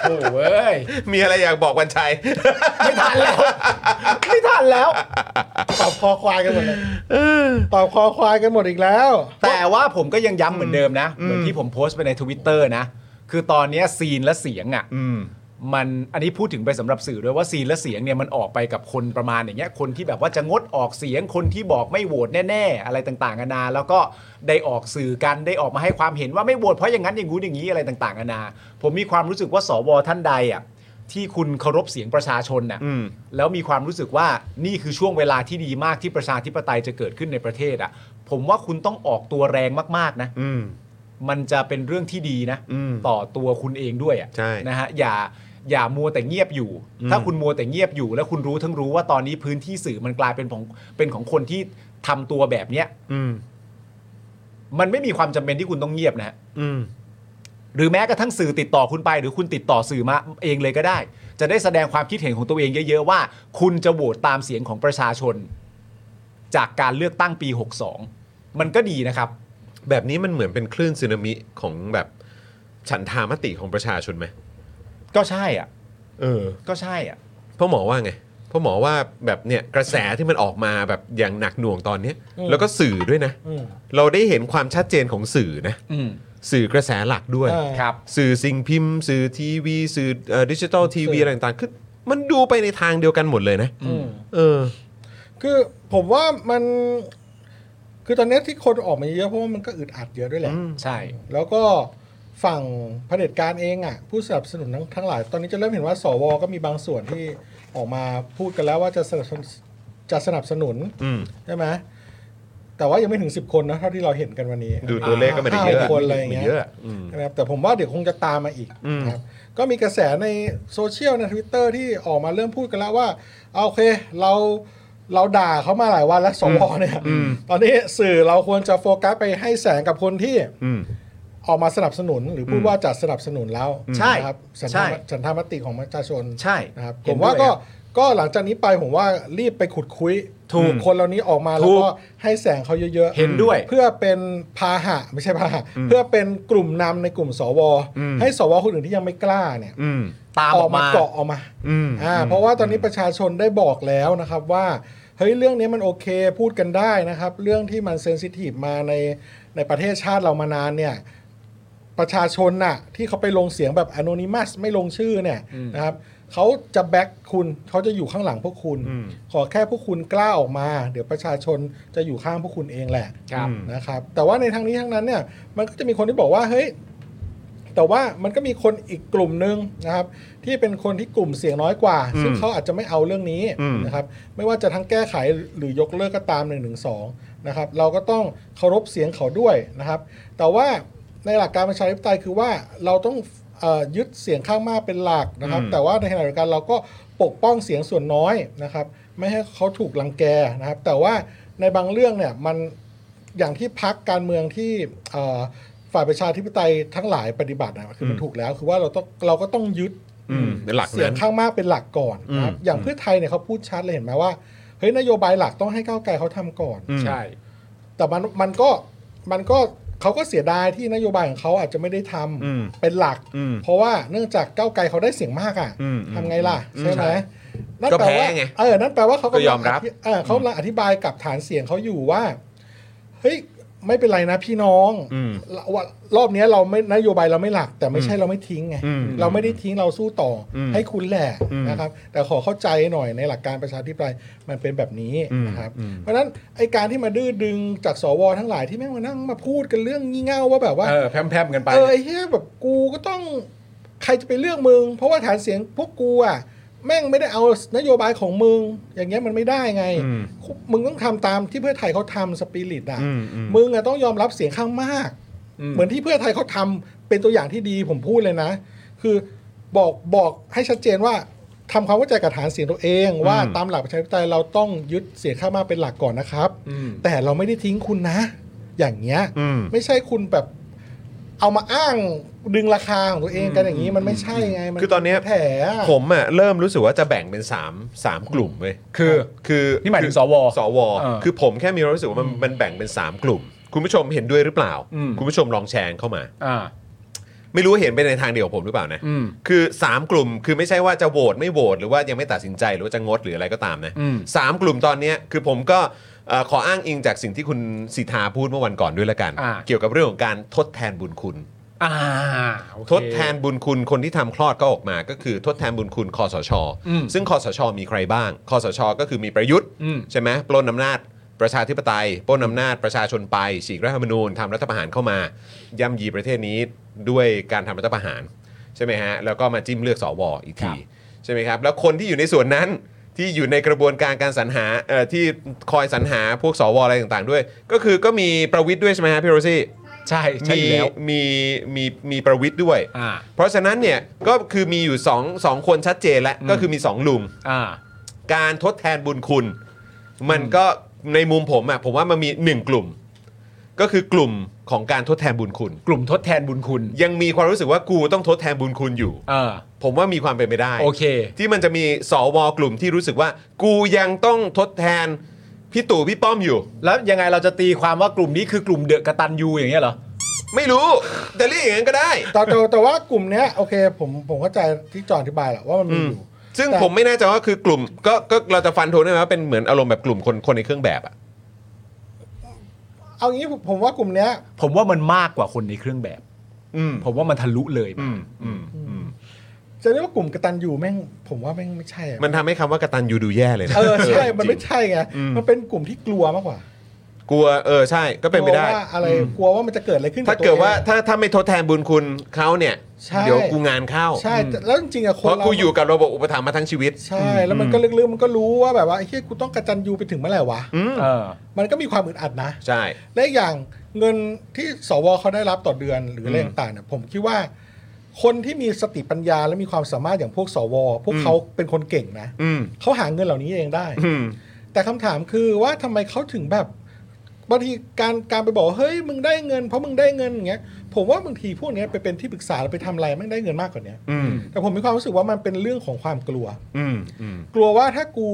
Speaker 2: โถ่เว้ย
Speaker 1: มีอะไรอยากบอกวันชัย
Speaker 2: ไม่ทันแล้ว ไม่ทันแล้ว
Speaker 3: ตอบคอควายกันหมดเลยตอบคอควายกันหมดอีกแล้ว
Speaker 2: แต่ว่าผมก็ยังย้ำเหมือนเดิมนะ เหมือนที่ผมโพสต์ไปในทวิตเตอร์นะ คือตอนเนี้ยซีนและเสียงอ่ะมันอันนี้พูดถึงไปสำหรับสื่อด้วยว่าซีนและเสียงเนี่ยมันออกไปกับคนประมาณอย่างเงี้ยคนที่แบบว่าจะงดออกเสียงคนที่บอกไม่โหวตแน่ๆ อะไรต่างๆนานาแล้วก็ได้ออกสื่อกันได้ออกมาให้ความเห็นว่าไม่โหวตเพราะอย่างนั้นอย่างงู้นอย่างนี้อะไรต่างๆนานาผมมีความรู้สึกว่าสวท่านใดอ่ะที่คุณเคารพเสียงประชาชนน่ะ
Speaker 1: อืม
Speaker 2: แล้วมีความรู้สึกว่านี่คือช่วงเวลาที่ดีมากที่ประชาธิปไตยจะเกิดขึ้นในประเทศอ่ะ ผมว่าคุณต้องออกตัวแรงมากๆนะ
Speaker 1: อืม
Speaker 2: มันจะเป็นเรื่องที่ดีนะ
Speaker 1: อืม
Speaker 2: ต่อตัวคุณเองด้วยอ่ะ
Speaker 1: ใช่
Speaker 2: นะฮะอย่าอย่ามัวแต่เงียบอยู่
Speaker 1: อืม
Speaker 2: ถ้าคุณมัวแต่เงียบอยู่ แล้วคุณรู้ทั้งรู้ว่าตอนนี้พื้นที่สื่อมันกลายเป็นของเป็นของคนที่ทำตัวแบบเนี้ย
Speaker 1: อืม
Speaker 2: มันไม่มีความจำเป็นที่คุณต้องเงียบนะฮะ
Speaker 1: อืม
Speaker 2: หรือแม้กระทั่งสื่อติดต่อคุณไป หรือคุณติดต่อสื่อมาเองเลยก็ได้ จะได้แสดงความคิดเห็นของตัวเองเยอะๆว่า คุณจะโหวตตามเสียงของประชาชน จากการเลือกตั้งปี 62 มันก็ดีนะครับ
Speaker 1: แบบนี้มันเหมือนเป็นคลื่นสึนามิของแบบฉันทามติของประชาชนไหม
Speaker 2: ก็ใช่อ่ะ
Speaker 1: เออ
Speaker 2: ก็ใช่อ่ะ
Speaker 1: พ่อหมอว่าไงพ่อหมอว่าแบบเนี่ยกระแสที่มันออกมาแบบอย่างหนักหน่วงตอนเนี้ย
Speaker 2: อืม
Speaker 1: แล้วก็สื่อด้วยนะ เราได้เห็นความชัดเจนของสื่อนะ
Speaker 2: อืม
Speaker 1: สื่อกระแสหลักด้วย
Speaker 2: เออครับ
Speaker 1: สื่อสิ่งพิมพ์ สื่อทีวี สื่อดิจิตอลทีวี
Speaker 3: สื่ออ
Speaker 1: อะไรต่างๆคือมันดูไปในทางเดียวกันหมดเลยนะ เออ
Speaker 3: คือผมว่ามัน คือตอนเนี้ยที่คนออกมาเยอะเพราะว่ามันก็อึดอัดเยอะด้วยแหละ
Speaker 2: ใช่
Speaker 3: แล้วก็ฝั่งเผด็จการเองอ่ะ ผู้สนับสนุนทั้งทั้งหลาย ตอนนี้จะเริ่มเห็นว่าสวก็มีบางส่วนที่ออกมาพูดกันแล้วว่าจะสนับสนุนจะสนับสนุน
Speaker 1: อืม
Speaker 3: ใช่ไหมแต่ว่ายังไม่ถึง 10 คนนะเท่าที่เราเห็นกันวันนี้
Speaker 1: ดูตัวเลขก็ไม่ได้เยอะ
Speaker 3: ห้าคนอะไรอย่างเงี้
Speaker 1: ไม่เยอะ
Speaker 3: ย
Speaker 1: อืม
Speaker 3: นะครับแต่ผมว่าเดี๋ยวคงจะตามมาอีก
Speaker 1: อืม
Speaker 3: นะครับก็มีกระแสในโซเชียลในทวิตเตอร์ที่ออกมาเริ่มพูดกันแล้วว่าเอาโอเคเราเราด่าเขามาหลายวันแล้วสวเนี่ย
Speaker 1: อืม
Speaker 3: ตอนนี้สื่อเราควรจะโฟกัสไปให้แสงกับคนที่
Speaker 1: อืม
Speaker 3: ออกมาสนับสนุนหรือพู
Speaker 1: อื
Speaker 3: ด
Speaker 1: ม
Speaker 3: ว่าจะสนับสนุนแล้ว
Speaker 2: ใช่
Speaker 3: นะครับฉัน
Speaker 2: ใช่
Speaker 3: ทามฉันทามติของประชาชน
Speaker 2: ใช่
Speaker 3: นะครับ
Speaker 2: เห็
Speaker 3: ผ
Speaker 2: น
Speaker 3: ม
Speaker 2: ด้วย
Speaker 3: ว่าก็ก็หลังจากนี้ไปผมว่ารีบไปขุดคุย
Speaker 2: ถูก
Speaker 3: คนเหล่านี้ออกมาแล้วก็ให้แสงเขาเยอะๆ
Speaker 2: เห็นด้วย
Speaker 3: เพื่อเป็นพาหะไม่ใช่พาหะเพื่อเป็นกลุ่มนำในกลุ่มสว
Speaker 2: อืม
Speaker 3: ให้สวคนอื่นที่ยังไม่กล้าเนี่ย
Speaker 1: อืม
Speaker 2: ตาม
Speaker 3: อ
Speaker 2: อ
Speaker 3: อ
Speaker 2: อก ก
Speaker 3: มา
Speaker 2: มา
Speaker 3: เกาะออกมา
Speaker 1: อืม
Speaker 3: อ่าเพราะว่าตอนนี้ประชาชนได้บอกแล้วนะครับว่าเฮ้ยเรื่องนี้มันโอเคพูดกันได้นะครับ เรื่องที่มันเซนซิทีฟมาในในประเทศชาติเรามานานเนี่ยประชาชนน่ะที่เขาไปลงเสียงแบบอนอนิมัสไม่ลงชื่อเนี่ย
Speaker 2: อืม
Speaker 3: นะครับเขาจะแบ็กคุณเขาจะอยู่ข้างหลังพวกคุณ
Speaker 1: อืม
Speaker 3: ขอแค่พวกคุณกล้าออกมา เดี๋ยวประชาชนจะอยู่ข้างพวกคุณเองแหละ
Speaker 2: ครับ
Speaker 3: นะครับแต่ว่าในทางนี้ทางนั้นเนี่ยมันก็จะมีคนที่บอกว่าเฮ้ยแต่ว่ามันก็มีคนอีกกลุ่มหนึ่งนะครับ ที่เป็นคนที่กลุ่มเสียงน้อยกว่า
Speaker 1: อืม
Speaker 3: ซึ่งเขาอาจจะไม่เอาเรื่องนี้
Speaker 1: อืม
Speaker 3: นะครับ ไม่ว่าจะทั้งแก้ไขหรือยกเลิกก็ตาม1นึนะครับ เราก็ต้องเคารพเสียงเขาด้วยนะครับ แต่ว่าในหลักการประชาธิปไตยคือว่าเราต้องเออยึดเสียงข้างมากเป็นหลักนะครับ
Speaker 1: อืม
Speaker 3: แต่ว่าในขณะเดียวกันเราก็ปกป้องเสียงส่วนน้อยนะครับ ไม่ให้เขาถูกลังแกนะครับ แต่ว่าในบางเรื่องเนี่ยมัน อย่างที่พักการเมืองที่เอ่อฝ่ายประชาธิปไตยทั้งหลายปฏิบัตินะคือมั
Speaker 1: อื
Speaker 3: น
Speaker 1: ม
Speaker 3: ถูกแล้วคือว่าเราต้องเราก็ต้องยึด
Speaker 1: อืมในหลัก
Speaker 3: เสีย
Speaker 1: นั้
Speaker 3: ง
Speaker 1: น
Speaker 3: ข้างมากเป็นหลักก่อนนะครับ
Speaker 1: อืม
Speaker 3: อย่างเพื่อไทยเนี่ยเขาพูดชัดเลยเห็นไหมว่าเฮ้ยนโยบายหลักต้องให้ก้าวไกลเขาทำก่อน
Speaker 1: อืม
Speaker 2: ใช่
Speaker 3: แต่มันมันก็มันก็ เขาก็เสียดายที่นโยบายของเขาอาจจะไม่ได้ทำ
Speaker 1: อืม
Speaker 3: เป็นหลัก
Speaker 1: อืม
Speaker 3: เพราะว่าเนื่องจากก้าวไกลเขาได้เสียงมากอ่ะ
Speaker 1: อืม
Speaker 3: ทำไงล่ะ
Speaker 1: อืม
Speaker 3: ใช่ไหม
Speaker 1: ใช่
Speaker 3: นั่น
Speaker 1: ก็
Speaker 3: แปล
Speaker 1: แพ้
Speaker 3: ว่า
Speaker 1: ไง
Speaker 3: เออนั่นแปลว่าเขา
Speaker 1: ก็ยอมรับ
Speaker 3: ธิเออเขากำลังอธิบายกับฐานเสียงเขาอยู่ว่าเฮ้ยไม่เป็นไรนะพี่น้อง
Speaker 1: อืม
Speaker 3: เราว่ารอบเนี้ยเราไม่นโยบายเราไม่หลัก แต่ไม่ใช่
Speaker 1: อืม
Speaker 3: เราไม่ทิ้งไง
Speaker 1: อืม
Speaker 3: เราไม่ได้ทิ้งเราสู้ต่ออ
Speaker 1: ม
Speaker 3: ให้คุณแหละ
Speaker 1: อืม
Speaker 3: นะครับ แต่ขอเข้าใจหน่อยในหลักการประชาธิปไตยมันเป็นแบบนี้
Speaker 1: อืม
Speaker 3: นะครับ
Speaker 1: อืม
Speaker 3: เพราะฉะนั้นไอการที่มาดื้อดึงจากสวทั้งหลายที่แม่งมานั่งมาพูดกันเรื่องงี่เง่าว่าแบบว่า
Speaker 2: เออแพมๆกันไป
Speaker 3: เออไอ้เฮียแบบกูก็ต้องใครจะไปเลือกมึง เพราะว่าฐานเสียงพวกกูอ่ะแม่งไม่ได้เอานโยบายของมึง อย่างเงี้ยมันไม่ได้ไง
Speaker 1: อืม
Speaker 3: มึงต้องทำตามที่เพื่อไทยเขาทำสปิริตอ่ะ
Speaker 1: อืมอืม
Speaker 3: มึงอ่ะต้องยอมรับเสียงข้างมาก เหมือนที่เพื่อไทยเขาทำเป็นตัวอย่างที่ดีผมพูดเลยนะ คือบอกบอกให้ชัดเจนว่าทำความเข้าใจกับฐานเสียงตัวเอง ว่า
Speaker 1: อืม
Speaker 3: ตามหลักประชาธิปไตยเราต้องยึดเสียงข้างมากเป็นหลักก่อนนะครับ แต่เราไม่ได้ทิ้งคุณนะ อย่างเงี้ย
Speaker 1: อืม
Speaker 3: ไม่ใช่คุณแบบเอามาอ้างดึงราคาของตัวเองกันอย่างนี้มันไม่ใช่ไงมั
Speaker 1: คือตอนเนี้ย
Speaker 3: แผลอะ
Speaker 1: ผมอ่ะเริ่มรู้สึกว่าจะแบ่งเป็น3 3กลุ่มเว้ยคือคือนี่หมายถึงสวสว
Speaker 2: เออ
Speaker 1: คือผมแค่มีความรู้สึกว่ามันมันแบ่งเป็น 3 กลุ่ม คุณผู้ชมเห็นด้วยหรือเปล่า
Speaker 2: อืม
Speaker 1: คุณผู้ชมลองแชร์เข้ามา
Speaker 2: อ่า
Speaker 1: ไม่รู้ว่าเห็นไปในทางเดียวกับผมหรือเปล่านะ
Speaker 2: อืม
Speaker 1: คือ 3 กลุ่มคือไม่ใช่ว่าจะโหวตไม่โหวตหรือว่ายังไม่ตัดสินใจหรือว่าจะงดหรืออะไรก็ตามนะ
Speaker 2: อืม
Speaker 1: สามกลุ่มตอนเนี้ยคือผมก็เอ่อขออ้างอิงจากสิ่งที่คุณสิทธาพูดเมื่อวันก่อนด้วยละกัน
Speaker 2: อ่า
Speaker 1: เกี่ยวกับเรื่องของการทดแทนบุญคุณ
Speaker 2: อ่าโอเค
Speaker 1: ทดแทนบุญคุณคนที่ทำคลอดก็ออกมา ก็คือทดแทนบุญคุณคอสช
Speaker 2: อืม
Speaker 1: ซึ่งคอสช มีใครบ้าง คอสช ก็คือมีประยุทธ์
Speaker 2: อืม
Speaker 1: ใช่ไหมปล้นอำนาจประชาธิปไตยปล้นอำนาจประชาชนไป ฉีกรัฐธรรมนูญทำรัฐประหารเข้ามา ย่ำยีประเทศนี้ด้วยการทำรัฐประหาร ใช่ไหมฮะ แล้วก็มาจิ้มเลือกสวอีกที ใช่ไหมครับ แล้วคนที่อยู่ในส่วนนั้นที่อยู่ในกระบวนการการสรรหาเอ่อที่คอยสรรหาพวกสวอะไรต่างๆ ด้วย ก็คือก็มีประวิทย์ด้วยใช่ไหมฮะพี่โรซี่
Speaker 2: ใช่ใช่
Speaker 1: มี
Speaker 2: อยู่แล้ว
Speaker 1: มีมีมีประวิทย์ด้วย
Speaker 2: อ่า
Speaker 1: เพราะฉะนั้นเนี่ยก็คือมีอยู่สองสองคนชัดเจนแล้วก็คือมีสองลุง
Speaker 2: อ่า
Speaker 1: การทดแทนบุญคุณ มันก็ในมุมผมอะผมว่ามันมีหนึ่งกลุ่ม ก็คือกลุ่มของการทดแทนบุญคุณ
Speaker 2: กลุ่มทดแทนบุญคุณ
Speaker 1: ยังมีความรู้สึกว่ากูต้องทดแทนบุญคุณอยู่
Speaker 2: เออ
Speaker 1: ผมว่ามีความเป็นไปได้
Speaker 2: โอเค
Speaker 1: ที่มันจะมีสวกลุ่มที่รู้สึกว่า กูยังต้องทดแทนพี่ตู่พี่ป้อมอยู่
Speaker 2: แล้วยังไงเราจะตีความว่ากลุ่มนี้คือกลุ่มเดอะกตันยูอย่างเงี้ยเหรอ
Speaker 1: ไม่รู้จะเรียกอย่างนั้นก็ได้
Speaker 3: แต่แต่แต่ว่ากลุ่มเนี้ยโอเค ผมผมเข้าใจที่จออธิบายแหละว่ามันมีอยู่
Speaker 1: ซึ่ง
Speaker 3: แต่
Speaker 1: ผมไม่แน่ใจว่าคือกลุ่มก็ก็เราจะฟันธงได้ไหมว่าเป็นเหมือนอารมณ์แบบกลุ่มคนคนในเครื่องแบบอะ
Speaker 3: เอางี้ผมผมว่ากลุ่มเนี้ย
Speaker 2: ผมว่ามันมากกว่าคนในเครื่องแบบ
Speaker 1: อืม
Speaker 2: ผมว่ามันทะลุเลยมา
Speaker 3: จะเรียกว่ากลุ่มกตันยูแม่ง ผมว่าแม่งไม่ใช่อะ
Speaker 1: มันทำให้คำว่ากระตันยูดูแย่เลยนะ
Speaker 3: เออใช่
Speaker 1: จริง
Speaker 3: มันไม่ใช่ไง
Speaker 1: อืม
Speaker 3: มันเป็นกลุ่มที่กลัวมากกว่าก
Speaker 1: ลัวเออใช่ก็เป็นไปได้
Speaker 3: กลัวว่าอะไรกลัวว่ามันจะเกิดอะไรขึ้นบ
Speaker 1: ถ้าเกิดว่า
Speaker 3: ตัเอง
Speaker 1: ถ้าถ้าไม่ทดแทนบุญคุณเขาเนี่ย
Speaker 3: ใช่
Speaker 1: เดี๋ยวกูงานเข้า
Speaker 3: ใช่แต่แล้วจริงๆอะค
Speaker 1: เพ
Speaker 3: น
Speaker 1: ราะ
Speaker 3: เรา
Speaker 1: กูอยู่กับระบบอุปถัมภ์มาทั้งชีวิต
Speaker 3: ใช่แล้วมันก็ลึกๆมันก็รู้ว่าแบบว่าไอ้เฮียกูต้องกตันยูไปถึงเมื่อไหร่วะ
Speaker 1: อืม
Speaker 2: เออ
Speaker 3: มันก็มีความอึดอัดนะ
Speaker 1: ใช่
Speaker 3: และอีกอย่างเงินที่สวเขาได้รับต่อเดือนหรืออะไร
Speaker 1: อืม
Speaker 3: ต่างๆเนี่ยผมคิดว่า คนที่มีสติปัญญาและมีความสามารถอย่างพวกสว พวกเขาเป็นคนเก่งนะ
Speaker 1: อืม
Speaker 3: เขาหาเงินเหล่านี้เองได้
Speaker 1: อืม
Speaker 3: แต่คำถามคือว่าทำไมเขาถึงแบบบางทีการการไปบอกว่าเฮ้ยมึงได้เงิน เพราะมึงได้เงินอย่างเงี้ยผมว่าบางทีพวกเนี้ยไปเป็นที่ปรึกษาหรือไปทำอะไรแม่งได้เงินมากกว่าเนี้ย
Speaker 1: อืม
Speaker 3: แต่ผมมีความรู้สึกว่ามันเป็นเรื่องของความกลัว
Speaker 1: อืมอืม
Speaker 3: กลัวว่าถ้ากู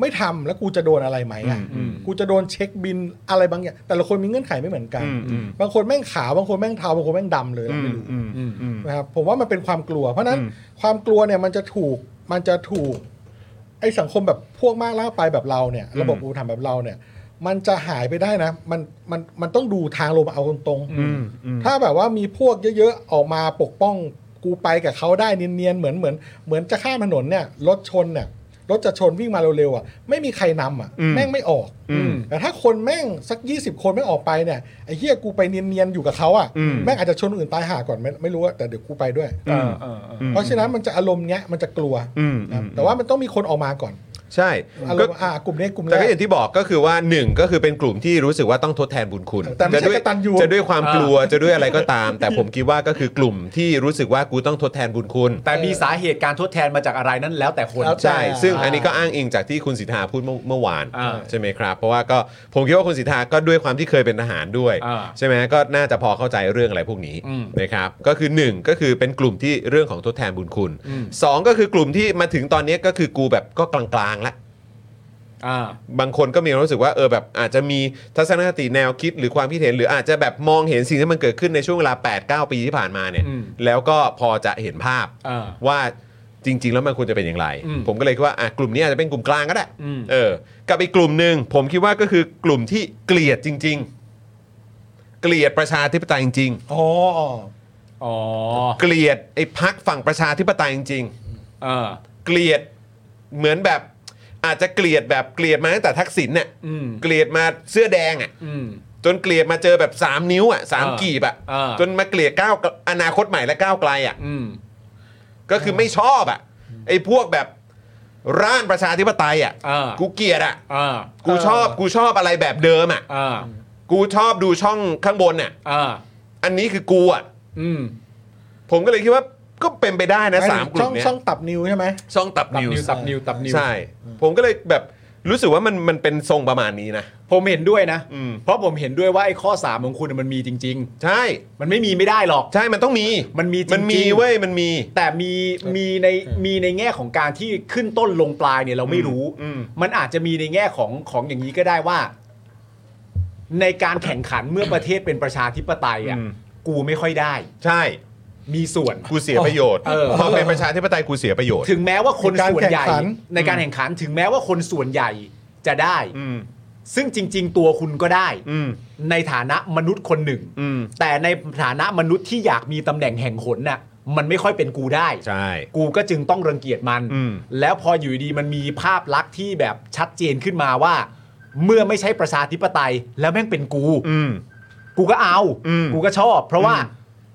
Speaker 3: ไม่ทำแล้วกูจะโดนอะไรไหมอ่ะ
Speaker 1: อืมอืม
Speaker 3: กูจะโดนเช็คบินอะไรบางอย่างแต่ละคนมีเงื่อนไขไม่เหมือนกัน
Speaker 1: อืมอืม
Speaker 3: บางคนแม่งขาวบางคนแม่งเทาบางคนแม่งดำเลยเราไม่รู้
Speaker 1: อืมอืมอืม
Speaker 3: นะครับผมว่ามันเป็นความกลัว เพราะฉะนั้น
Speaker 1: อืม
Speaker 3: ความกลัวเนี่ยมันจะถูกมันจะถูกไอ้สังคมแบบพวกมากล่าไปแบบเราเนี่ย ระบบอุปถัมภ์แบบเราเนี่ย มันจะหายไปได้นะ มันมันมันต้องดูทางลงเอาตรงๆ
Speaker 1: อืมอืม
Speaker 3: ถ้าแบบว่ามีพวกเยอะๆ ออกมาปกป้องกูไปกับเขาได้เนียนๆ เหมือนเหมือนเหมือนจะข้ามถนนเนี่ยรถชนเนี่ยรถจะชนวิ่งมาเร็วๆอ่ะไม่มีใครนำอ่ะ
Speaker 1: อืม
Speaker 3: แม่งไม่ออก
Speaker 1: อืม
Speaker 3: แต่ถ้าคนแม่งสัก 20 คนไม่ออกไปเนี่ยไอ้เหี้ยกูไปเนียนๆ อยู่กับเขาอ่ะ
Speaker 1: อืม
Speaker 3: แม่งอาจจะชนคนอื่นตายห่าก่อนไม่ไม่รู้อะแต่เดี๋ยวกูไปด้วย
Speaker 2: เออเออเออ
Speaker 3: เพราะฉะนั้นมันจะอารมณ์เนี้ยมันจะกลัว
Speaker 1: อืม
Speaker 3: ครับแต่ว่ามันต้องมีคนออกมาก่อน
Speaker 1: ใช่
Speaker 3: อาร
Speaker 1: ก็
Speaker 3: มณ์อ่ากลุ่มนี้กลุ่มแร
Speaker 1: แต่ก็อก ย่างที่บอกก็คือว่าหนึ่งก็คือเป็นกลุ่มที่รู้สึกว่าต้องทดแทนบุญคุณ
Speaker 3: แต่ไม่ใช่
Speaker 1: จะด้วย
Speaker 3: กตัญญู
Speaker 1: จะด้วยความกลัวจะด้วยอะไรก็ตาม แต่ผมคิดว่าก็คือกลุ่มที่รู้สึกว่ากูต้องทดแทนบุญคุณ
Speaker 2: แต่มีสาเหตุการทดแทนมาจากอะไรนั้นแล้วแต่คน
Speaker 3: แล้วแต่
Speaker 1: ใช่ ซึ่งอันนี้ก็อ้างอิงจากที่คุณสิทธาพูดเมื่อเมื่อวาน
Speaker 2: อ่า
Speaker 1: ใช่ไหมครับ เพราะว่าก็ผมคิดว่าคุณสิทธาก็ด้วยความที่เคยเป็นทหารด้วย
Speaker 2: อ่า
Speaker 1: ใช่ไหมก็น่าจะพอเข้าใจเรื่องอะไรพวกนี้
Speaker 2: อืม
Speaker 1: นะครับ ก็คือ 1 ก็คือเป็นกลุ่มที่เรื่องของทดแทนบุญคุณ
Speaker 2: อืม
Speaker 1: 2 ก็คือกลุ่มที่มาถึงตอนนี้ก็คือกูแบบก็กลางๆละ บางคนก็มีความรู้สึกว่าเออแบบอาจจะมีทัศนคติแนวคิดหรือความคิดเห็น หรืออาจจะแบบมองเห็นสิ่งที่มันเกิดขึ้นในช่วงเวลา 8-9 ปีที่ผ่านมาเนี่ย
Speaker 2: อืม
Speaker 1: แล้วก็พอจะเห็นภาพ
Speaker 2: อ่า
Speaker 1: ว่าจริง ๆ แล้วมันควรจะเป็นอย่างไร
Speaker 2: อืม
Speaker 1: ผมก็เลยคิดว่าอ่ะกลุ่มนี้อาจจะเป็นกลุ่มกลางก็ได้
Speaker 2: อืม
Speaker 1: เออกับอีกกลุ่มหนึ่งผมคิดว่าก็คือกลุ่มที่เกลียดจริง ๆ เกลียดประชาธิปไตยจริง
Speaker 3: อ๋อ
Speaker 2: อ๋อ
Speaker 1: เกลียดไอ้พักฝั่งประชาธิปไตยจริงๆเกลียดเหมือนแบบอาจจะเกลียดแบบเกลียดมาตั้งแต่ทักษิณเนี่ย
Speaker 2: อืม
Speaker 1: เกลียดมาเสื้อแดงอ่ะ
Speaker 2: อืม
Speaker 1: จนเกลียดมาเจอแบบ 3 นิ้วอ่ะสาม
Speaker 2: อ่า
Speaker 1: กีบอ่ะ
Speaker 2: อ่า
Speaker 1: จนมาเกลียดก้าวอนาคตใหม่และก้าวไกลอ่ะ
Speaker 2: อืม
Speaker 1: ก็คือไม่ชอบอ่ะไอ้พวกแบบร่านประชาธิปไตยอ่ะ
Speaker 2: อ่ากู
Speaker 1: กูเกลียดอ่ะ
Speaker 2: อ่า
Speaker 1: กูชอบกูชอบอะไรแบบเดิมอ่ะ
Speaker 2: อ่า
Speaker 1: กูชอบดูช่องข้างบนอ่ะ
Speaker 2: อ่า
Speaker 1: อันนี้คือกูอ่ะ
Speaker 2: อืม
Speaker 1: ผมก็เลยคิดว่าก็เป็นไปได้นะ
Speaker 3: หยถึง
Speaker 1: สามกลุ่
Speaker 3: ช่อ
Speaker 1: ม
Speaker 3: ง
Speaker 1: เนี้ย
Speaker 3: ช่องตับนิวใช่ไหม
Speaker 1: ช่องตับนิว
Speaker 2: ตับนิวตับนิว
Speaker 1: ใช่ผมก็เลยแบบรู้สึกว่ามันมันเป็นทรงประมาณนี้นะ
Speaker 2: ผมเห็นด้วยนะ
Speaker 1: อืม
Speaker 2: เพราะผมเห็นด้วยว่าไอ้ข้อ 3 ของคุณน่ะมันมีจริง
Speaker 1: ใช่
Speaker 2: ๆ มันไม่มีไม่ได้หรอก
Speaker 1: ใช่มันต้องมี
Speaker 2: มันมีจริงๆ
Speaker 1: มันมีเว้ยมันมี
Speaker 2: แต่มีมีในมีในแง่ของการที่ขึ้นต้นลงปลายเนี่ยเราไม่รู้
Speaker 1: อืม
Speaker 2: มันอาจจะมีในแง่ของของอย่างนี้ก็ได้ว่า ในการแข่งขันเมื่อประเทศเป็นประชาธิปไตยอ่ะ
Speaker 1: อืม
Speaker 2: กูไม่ค่อยได้
Speaker 1: ใช่
Speaker 2: มีส่วน
Speaker 1: กูเสียประโยชน์
Speaker 2: เออ
Speaker 1: พอเป็นประชาธิปไตยกูเสียประโยชน์
Speaker 2: ถึงแม้ว่าคน
Speaker 3: ในการ
Speaker 2: ส่วนใหญ่
Speaker 3: แข่งขัน
Speaker 2: ในการแข่งขันถึงแม้ว่าคนส่วนใหญ่จะได้
Speaker 1: อืม
Speaker 2: ซึ่งจริง ๆ ตัวคุณก็ได้
Speaker 1: อืม
Speaker 2: ในฐานะมนุษย์คนหนึ่ง
Speaker 1: อืม
Speaker 2: แต่ในฐานะมนุษย์ที่อยากมีตำแหน่งแห่งหนน่ะ มันไม่ค่อยเป็นกูได้
Speaker 1: ใช่
Speaker 2: กูก็จึงต้องรังเกียจมัน
Speaker 1: อืม
Speaker 2: แล้วพออยู่ดีมันมีภาพลักษณ์ที่แบบชัดเจนขึ้นมาว่า เมื่อไม่ใช่ประชาธิปไตย แล้วแม่งเป็นกู
Speaker 1: อืม
Speaker 2: กูก็เอา
Speaker 1: อืม
Speaker 2: กูก็ชอบ เพราะว่า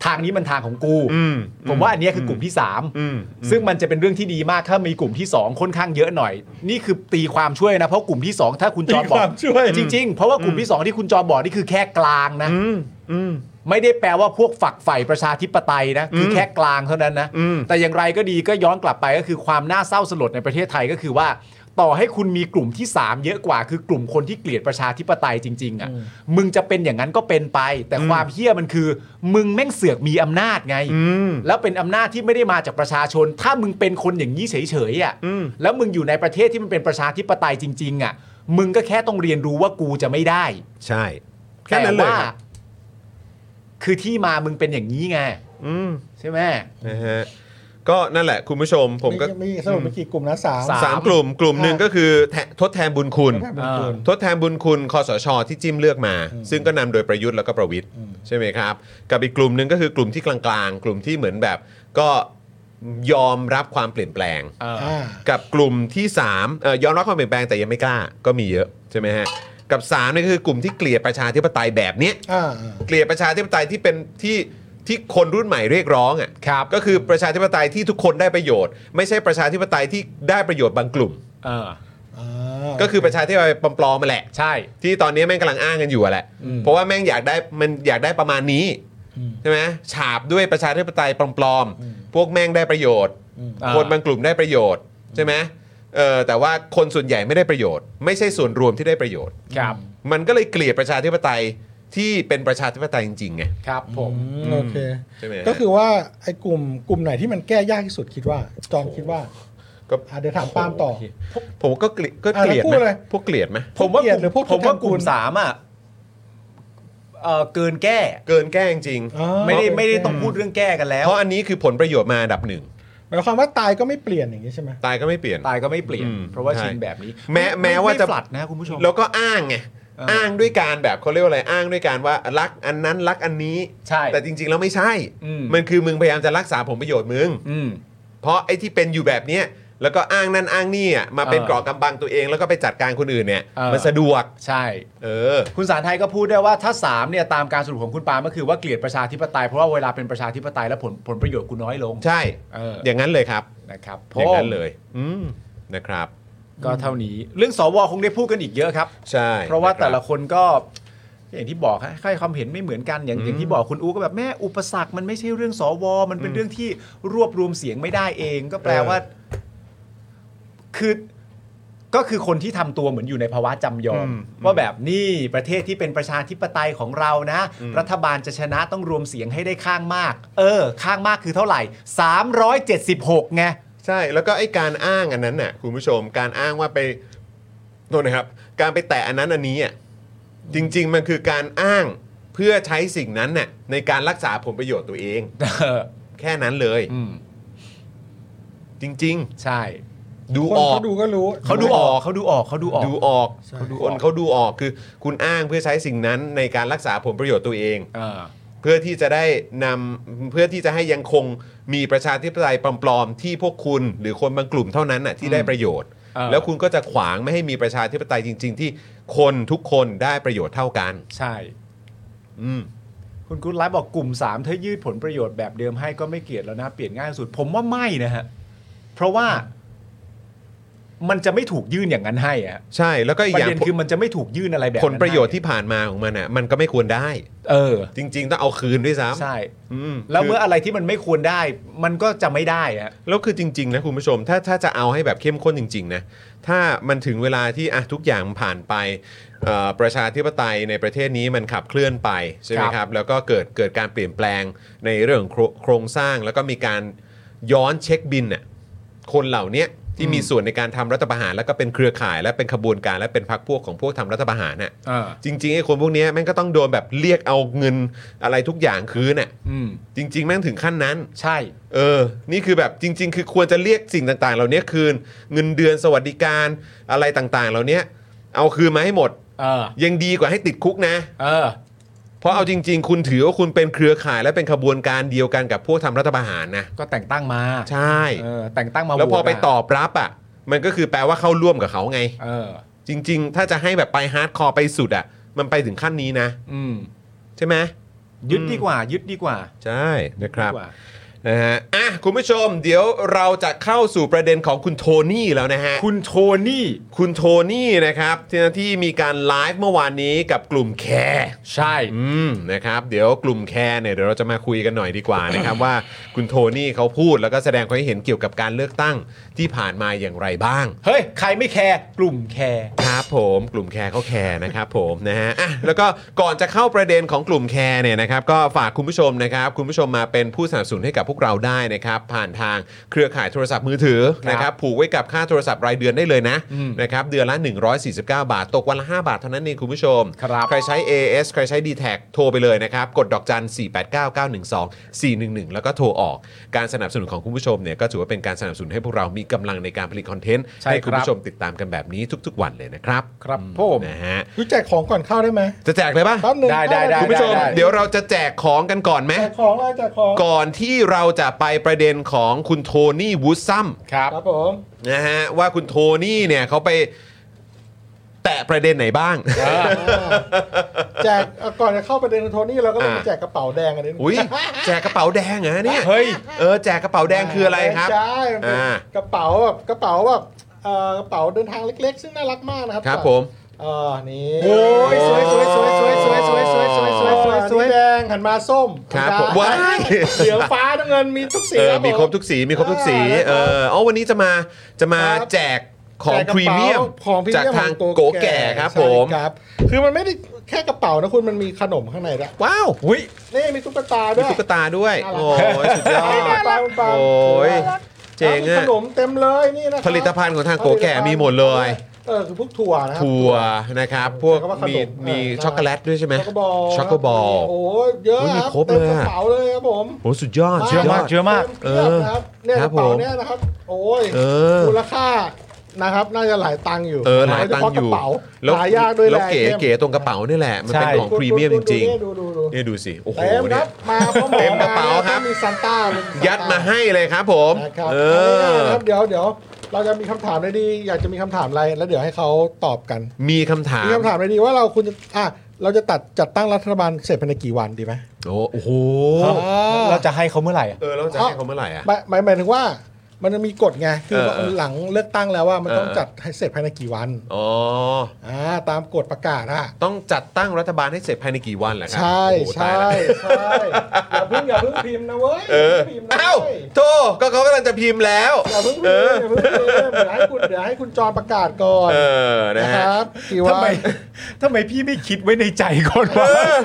Speaker 2: ทางนี้มันทางของกู
Speaker 1: อืม
Speaker 2: ผมว่าอันเนี้ยคือกลุ่มที่สาม
Speaker 1: อืม
Speaker 2: ซึ่งมันจะเป็นเรื่องที่ดีมากถ้ามีกลุ่มที่สองค่อนข้างเยอะหน่อย นี่คือตีความช่วยนะ เพราะกลุ่มที่สองถ้าคุณจอมบ
Speaker 3: ตีค
Speaker 2: อก
Speaker 3: วามช่วย
Speaker 2: จริง ๆ เพราะว่ากลุ่มที่สองที่คุณจอมบอกนี่คือแค่กลางนะ
Speaker 1: อืมอืม
Speaker 2: ไม่ได้แปลว่าพวกฝักใฝ่ประชาธิปไตยนะ คือแค่กลางเท่านั้นนะ
Speaker 1: อืม
Speaker 2: แต่อย่างไรก็ดีก็ย้อนกลับไปก็คือความน่าเศร้าสลดในประเทศไทยก็คือว่า ต่อให้คุณมีกลุ่มที่ 3 เยอะกว่า คือกลุ่มคนที่เกลียดประชาธิปไตยจริง ๆ อ่ะ มึงจะเป็นอย่างนั้นก็เป็นไป แต่ความเฮี้ยมันคือ มึงแม่งเสือกมีอำนาจไง แล้วเป็นอำนาจที่ไม่ได้มาจากประชาชน ถ้ามึงเป็นคนอย่างนี้เฉยๆอ่ะแล้วมึงอยู่ในประเทศที่มันเป็นประชาธิปไตยจริง ๆ อ่ะ มึงก็แค่ต้องเรียนรู้ว่ากูจะไม่ได้
Speaker 1: ใช่แค่
Speaker 2: แต่
Speaker 1: นั้นเลย
Speaker 2: ว่า
Speaker 1: ครับ
Speaker 2: คือที่มามึงเป็นอย่างนี้ไง
Speaker 1: อืม
Speaker 2: ใช่ไหม
Speaker 1: นะฮะก็นั่นแหละคุณผู้ชม ผมก็
Speaker 3: มีสรุปมีกี่กลุ่มนะสาม
Speaker 2: สาม
Speaker 1: สามกลุ่มกลุ่มหนึ่งก็คือแทนทดแทนบุญคุณ ทดแทนบุญคุณคอสชที่จิ้มเลือกมา ซึ่งก็นำโดยประยุทธ์แล้วก็ประวิทย์
Speaker 3: อืม
Speaker 1: ใช่ไหมครับ กับอีกกลุ่มหนึ่งก็คือกลุ่มที่กลางๆ กลุ่มที่เหมือนแบบก็ยอมรับความเปลี่ยนแปลง
Speaker 2: เออ
Speaker 3: อ่า
Speaker 1: กับกลุ่มที่3เอ่อยอมรับความเปลี่ยนแปลงแต่ยังไม่กล้าก็มีเยอะใช่ไหมฮะกับ3นี่คือกลุ่มที่เกลียดประชาธิปไตยแบบเนี้ย
Speaker 3: อ่า
Speaker 1: เกลียดประชาธิปไตยที่เป็นที่ที่คนรุ่นใหม่เรียกร้องอ่ะ
Speaker 2: ครับ
Speaker 1: ก็คือประชาธิปไตยที่ทุกคนได้ประโยชน์ ไม่ใช่ประชาธิปไตยที่ได้ประโยชน์บางกลุ่ม
Speaker 2: เออ
Speaker 3: อ่า
Speaker 1: ก็คือประชาธิปไตยปลอมๆมาแหละ
Speaker 2: ใช่
Speaker 1: ที่ตอนนี้แม่งกำลังอ้างกันอยู่อะแหละ
Speaker 3: อืม
Speaker 1: เพราะว่าแม่งอยากได้มันอยากได้ประมาณนี้
Speaker 3: อืม
Speaker 1: ใช่ไหมฉาบด้วยประชาธิปไตยปลอม
Speaker 3: อืม
Speaker 1: ๆพวกแม่งได้ประโยชน์
Speaker 3: อืม
Speaker 2: อ่า
Speaker 1: คนบางกลุ่มได้ประโยชน์ใช่ไหมเออแต่ว่าคนส่วนใหญ่ไม่ได้ประโยชน์ ไม่ใช่ส่วนรวมที่ได้ประโยชน์
Speaker 2: ครับ
Speaker 1: มันก็เลยเกลียดประชาธิปไตยที่เป็นประชาธิปไตยจริงๆไง
Speaker 2: ครับผม
Speaker 3: อืมโอเค
Speaker 1: ใช่ไหม
Speaker 3: ก็คือว่าไอ้กลุ่มกลุ่มไหนที่มันแก้ยากที่สุดคิดว่า จอมคิดว่า
Speaker 1: ก็
Speaker 3: อ่ะเดี๋ยวถามปาล์มต่อ
Speaker 1: ผมก็เกลียดก็เกลียด
Speaker 3: อ่ะแล้วพู
Speaker 1: ไหม
Speaker 3: ดเลย
Speaker 1: พวกเกลียดไหม
Speaker 2: ผมว่า
Speaker 3: เกลียดหรือพวก
Speaker 2: ผมว่ากลุ่
Speaker 3: ทุ
Speaker 2: ม
Speaker 3: น
Speaker 2: สามอ่ะเออเกินแก้
Speaker 1: เกินแกล้งจริง
Speaker 3: อ๋อ
Speaker 2: ไม่ได้ไม่ได้
Speaker 3: โเค
Speaker 2: ต้องพูดเรื่องแก้กันแล้ว
Speaker 1: เพราะอันนี้คือผลประโยชน์มาอันดับหนึ่ง
Speaker 3: หมายความว่าตายก็ไม่เปลี่ยนอย่างนี้ใช่ไหม
Speaker 1: ตายก็ไม่เปลี่ยน
Speaker 2: ตายก็ไม่เปลี่ยน
Speaker 1: อืม
Speaker 2: เพราะว่า
Speaker 1: ใช่
Speaker 2: ชินแบบนี้
Speaker 1: แม้แม้ว่าจะ
Speaker 2: ไฟลัดนะคุณผู้ชม
Speaker 1: แล้วก็อ้างไง
Speaker 2: เอออ้
Speaker 1: อ้างด้วยการแบบเขาเรียกว่าอะไรอ้างด้วยการว่ารักอันนั้นรักอันนี้
Speaker 2: ใช่
Speaker 1: แต่จริง ๆ แล้วไม่ใช่
Speaker 2: อืม
Speaker 1: มันคือมึงพยายามจะรักษาผลประโยชน์มึง
Speaker 2: อืม
Speaker 1: เพราะไอ้ที่เป็นอยู่แบบเนี้ยแล้วก็อ้างนั่นอ้างนี่อ่ะมาเป็น
Speaker 2: เออก
Speaker 1: รอกำบังตัวเองแล้วก็ไปจัดการคนอื่นเนี่ย
Speaker 2: เออ
Speaker 1: มันสะดวก
Speaker 2: ใช่
Speaker 1: เออ
Speaker 2: คุณสารไทยก็พูดได้ว่าถ้า3เนี่ยตามการสรุปของคุณปาล์มก็คือว่าเกลียดประชาธิปไตยเพราะว่าเวลาเป็นประชาธิปไตยแล้วผลผลประโยชน์กูน้อยลง
Speaker 1: ใช่
Speaker 2: เออ
Speaker 1: อ
Speaker 2: อย่าง
Speaker 1: นั้นเลยครับ
Speaker 2: นะครับผ
Speaker 1: อย่างนั้
Speaker 2: ม
Speaker 1: นเลย อืมนะครับ
Speaker 2: ก็เท่านี้ เรื่องสวคงได้พูดกันอีกเยอะครับ
Speaker 1: ใช่
Speaker 2: เพราะว่าแต่ละ
Speaker 1: นคบ
Speaker 2: คนก็ อย่างที่บอกฮะให้ความเห็นไม่เหมือนกันอย่างอย่างที่บอกคุณอูก็แบบแม่อุปสรรคมันไม่ใช่เรื่องสวมันเป็นเรื่องที่รวบรวมเสียงไม่ได้เอง ก็แปลว่า คือก็คือคนที่ทำตัวเหมือนอยู่ในภาวะจำยอม
Speaker 1: อืม
Speaker 2: ว่าแบบนี่ประเทศที่เป็นประชาธิปไตยของเรานะ
Speaker 1: อืม
Speaker 2: รัฐบาลจะชนะต้องรวมเสียงให้ได้ข้างมาก เออ ข้างมากคือเท่าไหร่ 376ไง
Speaker 1: ใช่แล้วก็ไอ้การอ้างอันนั้นน่ะคุณผู้ชมการอ้างว่าไป โทษนะครับ การไปแตะอันนั้นอันนี้อ่ะจริง ๆ มันคือการอ้างเพื่อใช้สิ่งนั้นน่ะในการรักษาผลประโยชน์ตัวเอง แค่นั้นเลยจริง ๆ
Speaker 2: ใช่
Speaker 1: ดู
Speaker 3: คน
Speaker 1: ออก
Speaker 3: เขาดูก็รู้
Speaker 2: เขาดูออกเขาดูออกเขาดูออก
Speaker 1: ดูออก
Speaker 3: ใช่
Speaker 1: คนเขาดูออกคือคุณอ้างเพื่อใช้สิ่งนั้นในการรักษาผลประโยชน์ตัวเองเพื่อที่จะได้นำเพื่อที่จะให้ยังคงมีประชาธิปไตยปลอมๆที่พวกคุณ หรือคนบางกลุ่มเท่านั้นน่ะที่ได้ประโยชน์
Speaker 2: เออ
Speaker 1: แล้วคุณก็จะขวางไม่ให้มีประชาธิปไตยจริง ๆ ที่คนทุกคนได้ประโยชน์เท่ากัน
Speaker 2: ใช่
Speaker 1: อืม
Speaker 2: คุณกุ๊ดไลฟ์บอกกลุ่ม 3 ถ้ายืดผลประโยชน์แบบเดิมให้ก็ไม่เกลียดแล้วนะ เปลี่ยนง่ายสุด ผมว่าไม่นะฮะ เพราะว่ามันจะไม่ถูกยื่นอย่างนั้นให้อะฮะ
Speaker 1: ใช่แล้วก็อีกอย่าง
Speaker 2: ประเด็นคือมันจะไม่ถูกยื่นอะไรแบบ
Speaker 1: ผ
Speaker 2: นั้
Speaker 1: ล
Speaker 2: นให้
Speaker 1: ประโยชน์ที่ผ่านมาของมันน่ะมันก็ไม่ควรได้
Speaker 2: เออ
Speaker 1: จริง ๆ ต้องเอาคืนด้วยซ้ำ
Speaker 2: ใช่
Speaker 1: อืม
Speaker 2: แล้วเมื่ออะไรที่มันไม่ควรได้ มันก็จะไม่ได้อะ
Speaker 1: แล้วคือจริงๆนะคุณผู้ชม ถ้าถ้าจะเอาให้แบบเข้มข้นจริงๆนะถ้ามันถึงเวลาที่อ่ะทุกอย่างผ่านไปเอ่อประชาธิปไตยในประเทศนี้มันขับเคลื่อนไปใช่ไหม
Speaker 2: ครับ
Speaker 1: ครับ แล้วก็เกิดเกิดการเปลี่ยนแปลงในเรื่องโครโครงสร้าง แล้วก็มีการย้อนเช็คบินน่ะคนเหล่าเนี้ยที่มีส่วนในการทำรัฐประหาร แล้วก็เป็นเครือข่าย และเป็นขบวนการและเป็นพรรคพวกของพวกทำรัฐประหารน่ะ
Speaker 2: เออ
Speaker 1: จริงๆไอ้คนพวกเนี้ยแม่งก็ต้องโดนแบบเรียกเอาเงินอะไรทุกอย่างคืนน่ะ
Speaker 2: อืม
Speaker 1: จริง ๆ แม่งถึงขั้นนั้น
Speaker 2: ใช่
Speaker 1: เออ นี่คือแบบจริง ๆ คือควรจะเรียกสิ่งต่าง ๆ เหล่านี้คืน เงินเดือนสวัสดิการอะไรต่าง ๆ เหล่านี้เอาคืนมาให้หมด
Speaker 2: เออ
Speaker 1: ยังดีกว่าให้ติดคุกนะ
Speaker 2: เออ
Speaker 1: เพราะเอาจริง ๆ คุณถือว่าคุณเป็นเครือข่ายและเป็นขบวนการเดียวกันกับพวกทำรัฐประหารนะ
Speaker 2: ก็แต่งตั้งมา
Speaker 1: ใช่
Speaker 2: เออแต่งตั้งมา
Speaker 1: แล้วพอ
Speaker 2: โหต
Speaker 1: ไปตอบรับอ่ะ มันก็คือแปลว่าเข้าร่วมกับเขาไง
Speaker 2: เออ
Speaker 1: จริง ๆ ถ้าจะให้แบบไปฮาร์ดคอร์ไปสุดอ่ะ มันไปถึงขั้นนี้นะ
Speaker 2: อืม
Speaker 1: ใช่ไหม
Speaker 2: ยึดดีกว่า ยึดดีกว่า
Speaker 1: ใช่นะครับ
Speaker 2: ดีกว่า
Speaker 1: นะฮะอ่ะคุณผู้ชม เดี๋ยวเราจะเข้าสู่ประเด็นของคุณโทนี่แล้วนะฮะ
Speaker 2: คุณโทนี่
Speaker 1: คุณโทนี่นะครับที่ที่มีการไลฟ์เมื่อวานนี้กับกลุ่มแคร์
Speaker 2: ใช่
Speaker 1: อืมนะครับเดี๋ยวกลุ่มแคร์เนี่ยเดี๋ยวเราจะมาคุยกันหน่อยดีกว่านะครับ ว่าคุณโทนี่เขาพูดแล้วก็แสดงความเห็นเกี่ยวกับการเลือกตั้งที่ผ่านมาอย่างไรบ้าง
Speaker 2: เฮ้ย ใครไม่แคร์กลุ่มแคร์
Speaker 1: ครับผมกลุ่มแคร์เขาแคร์นะครับผมนะฮะอ่ะแล้วก็ก่อนจะเข้าประเด็นของกลุ่มแคร์เนี่ยนะครับก็ฝากคุณผู้ชมนะครับคุณผู้ชมมาเป็นผู้สนับสนุนให้กับพวกเราได้นะครับผ่านทางเครือข่ายโทรศัพท์มือถือนะครับผูกไว้กับค่าโทรศัพท์รายเดือนได้เลยนะ
Speaker 2: อืม
Speaker 1: นะครับเดือนละ 149 บาท ตกวันละ 5 บาทเท่านั้นเองคุณผู้ชม
Speaker 2: ครับ
Speaker 1: ใครใช้ AS ใครใช้ d t แทโทรไปเลยนะครับกดดอกจัน 4 8 9 9 1 2 4 1 1 แล้วก็โทรออกการสนับสนุนของคุณผู้ชมเนี่ยก็ถือว่าเป็นการสนับสนุนให้พวกเรามีกำลังในการผลิตคอนเทนต์
Speaker 2: ใช่
Speaker 1: ให้คุณ
Speaker 2: ครับ
Speaker 1: ผู้ชม ติดตามกันแบบนี้ทุกๆวันเลยนะครับ
Speaker 2: ครับผม
Speaker 1: นะฮะ
Speaker 3: รู้แจกของก่อนเข้าได้ไหม
Speaker 1: จะแจกเลยป่ะ
Speaker 3: แป๊บนึงได้ได้ได้
Speaker 1: คุณผู้ชม
Speaker 3: ได้ได้
Speaker 1: เดี๋ยวเราจะแจกของกันก่อนไหม
Speaker 3: แจกของเลยแจกของ
Speaker 1: ก่อนที่เราจะไปประเด็นของคุณโทนี่วูดซัม
Speaker 2: ครับ
Speaker 3: ครับผม
Speaker 1: นะฮะว่าคุณโทนี่เนี่ยเขาไปแตะประเด็นไหนบ้าง
Speaker 3: แจกเอาก่อนจะเข้าประเด็นคุณโทนี่เราก็ต้อง
Speaker 1: อ่า
Speaker 3: แจกกระเป๋าแดงกันนิดนึง
Speaker 1: อุ้ยแจกกระเป๋าแดงเหรอเนี่ย
Speaker 2: เฮ้ย
Speaker 1: เออแจกกระเป๋าแดงคืออะไรครับ
Speaker 3: ใช่มันเป็น
Speaker 1: อ่าก
Speaker 3: ระเป๋าแบบกระเป๋าแบบเอ่อกระเป๋าเดินทางเล็ก ๆ ซึ่งน่ารักมากนะครับ
Speaker 1: ครับผม
Speaker 3: เออนี่
Speaker 1: โอ้ยสวยสวยสวยสวยสวยสวยสวยสวยสวยสวยสวย
Speaker 3: สวยแดงหันมาส้ม
Speaker 1: ครับผม
Speaker 3: ธรร
Speaker 1: ว้าม
Speaker 3: ดาย เหลืองฟ้าน้ำเงินมีทุกสี
Speaker 1: เออ
Speaker 3: ครับ
Speaker 1: มีครบ
Speaker 3: ผ
Speaker 1: ทุกสี มีครบทุกสี
Speaker 3: อ่า
Speaker 1: เอออ๋อวันนี้จะมาจะมา
Speaker 3: ครับ
Speaker 1: แจกของ
Speaker 3: แจกก
Speaker 1: พ
Speaker 3: ระ
Speaker 1: รีเมี
Speaker 3: เป๋าย
Speaker 1: ม
Speaker 3: ของพรี
Speaker 1: จาก
Speaker 3: เมียม
Speaker 1: ทาง
Speaker 3: ของ
Speaker 1: โกแก่ครับผม
Speaker 3: ใช่ครับ คือมันไม่ได้แค่กระเป๋านะคุณมันมีขนมข้างในด้วย
Speaker 1: ว้าว
Speaker 2: อุ้ย
Speaker 3: นี่มีตุ๊กตา
Speaker 1: มี
Speaker 3: ด้วย
Speaker 1: ตุ๊กตาด้วย
Speaker 3: น่ารัก
Speaker 1: โอ้ยสุดยอด
Speaker 3: น่ารักปังๆ
Speaker 1: โอ้ยเจ๋ง
Speaker 3: มี
Speaker 1: อะ
Speaker 3: ขนมเต็มเลยนี่นะครับ
Speaker 1: ผลิตภัณฑ์ของทางโกแก่มีหมดเลย
Speaker 3: เออคือพวกถั่วนะครับ
Speaker 1: ถั่วนะครับ พวก
Speaker 3: ใช้คำว่าข
Speaker 1: มี
Speaker 3: นมเออ
Speaker 1: มี
Speaker 3: น่ารัก
Speaker 1: ช็อกโกแลตด้วยใช่ไหม
Speaker 3: ช็อกโกบอล
Speaker 1: ช็อกโกบอล
Speaker 3: โอ้ยเยอะ
Speaker 1: โอ้ยมี
Speaker 3: ครับ
Speaker 1: ครบ
Speaker 3: เต็ม
Speaker 1: เลย
Speaker 3: กระ
Speaker 1: อะ
Speaker 3: เป๋าเลยครับผม
Speaker 1: โหสุดยอด
Speaker 2: เชื่อมากเชื่อมาก
Speaker 3: เต็มเพียบนะครับเนี่ย
Speaker 1: ค
Speaker 3: ก
Speaker 1: รับ
Speaker 3: ระเป๋า
Speaker 1: ผม
Speaker 3: เนี่ยนะครับ โอ้ย
Speaker 1: เออ
Speaker 3: มูลค่านะครับ น่าจะหลายตังค์อยู่
Speaker 1: เออหลายตังค์อ
Speaker 3: โด
Speaker 1: ยู่
Speaker 3: เฉพะกระเป๋า
Speaker 1: แล้ว
Speaker 3: หายากด้วย
Speaker 1: แล้ว
Speaker 3: หะ
Speaker 1: เก๋
Speaker 3: ไอทม
Speaker 1: เก๋ตรงกระเป๋านี่แหละ มันเป็น
Speaker 2: ใช่
Speaker 1: ของพรีเมียมจริง
Speaker 3: ดูดู
Speaker 1: ๆเนี่ยดูสิ โอ้โห
Speaker 3: เต็มค
Speaker 1: เนี่
Speaker 3: รั
Speaker 1: ย
Speaker 3: บมาพ่อหมอ
Speaker 1: เต็มกระเป๋าครับ
Speaker 3: ต้องมีซันต้าเลยมีซันต้
Speaker 1: ยัดมาให้เลยครับผม
Speaker 3: นะครับ
Speaker 1: เออ
Speaker 3: เอาง่ายๆนะครับเดี๋ยวเดี๋ยวเราจะมีคำถามเลยดี อยากจะมีคำถามอะไรแล้วเดี๋ยวให้เขาตอบกัน
Speaker 1: มีคำถาม
Speaker 3: มีคำถามเลยดีว่าเราคุณจะอ่ะเราจะตัดจัดตั้งรัฐบาลเสร็จภายในกี่วันดีไหม
Speaker 1: โอ้โห
Speaker 2: เราจะให้เขาเมื่อไหร่อะ
Speaker 1: เออแล้วจะให้เขาเมื่อไหร่อ่ะ
Speaker 3: หมายหมายหมายถึงว่ามันจะมีกฎไงคือ
Speaker 1: เออเออ
Speaker 3: หลังเลือกตั้งแล้วว่ามัน
Speaker 1: เออ
Speaker 3: ต้องจัดให้เสร็จภายในกี่วัน
Speaker 1: อ๋อ
Speaker 3: อ่าตามกฎประกาศอ่ะ
Speaker 1: ต้องจัดตั้งรัฐบาลให้เสร็จภายในกี่วันเหรอครั
Speaker 3: ใช่
Speaker 1: โอ้โหตาย
Speaker 3: ใช่
Speaker 1: แล้ว
Speaker 3: ใช่อย่าเพิ่งอย่าเพิ่งพิมพ์นะเว้ย
Speaker 1: เออ
Speaker 3: อย่าเพิ่งพิมพ์นะ
Speaker 1: เอ้า
Speaker 3: เว้ย
Speaker 1: โทก็เขากำลังจะพิมพ์แล้ว
Speaker 3: อย่าเพิ่งพิมพ์
Speaker 1: เออ
Speaker 3: อย่าเพิ่งพิมพ์เดี๋ยวให้คุณเดี๋ยวให้คุณจอนประกาศก่อน
Speaker 1: เออ นะ
Speaker 3: นะค
Speaker 1: ฮะ
Speaker 3: รับกี่วั
Speaker 2: ทำไม
Speaker 3: น
Speaker 2: ทำไมพี่ไม่คิดไว้ในใจก่อนวะ
Speaker 1: เออ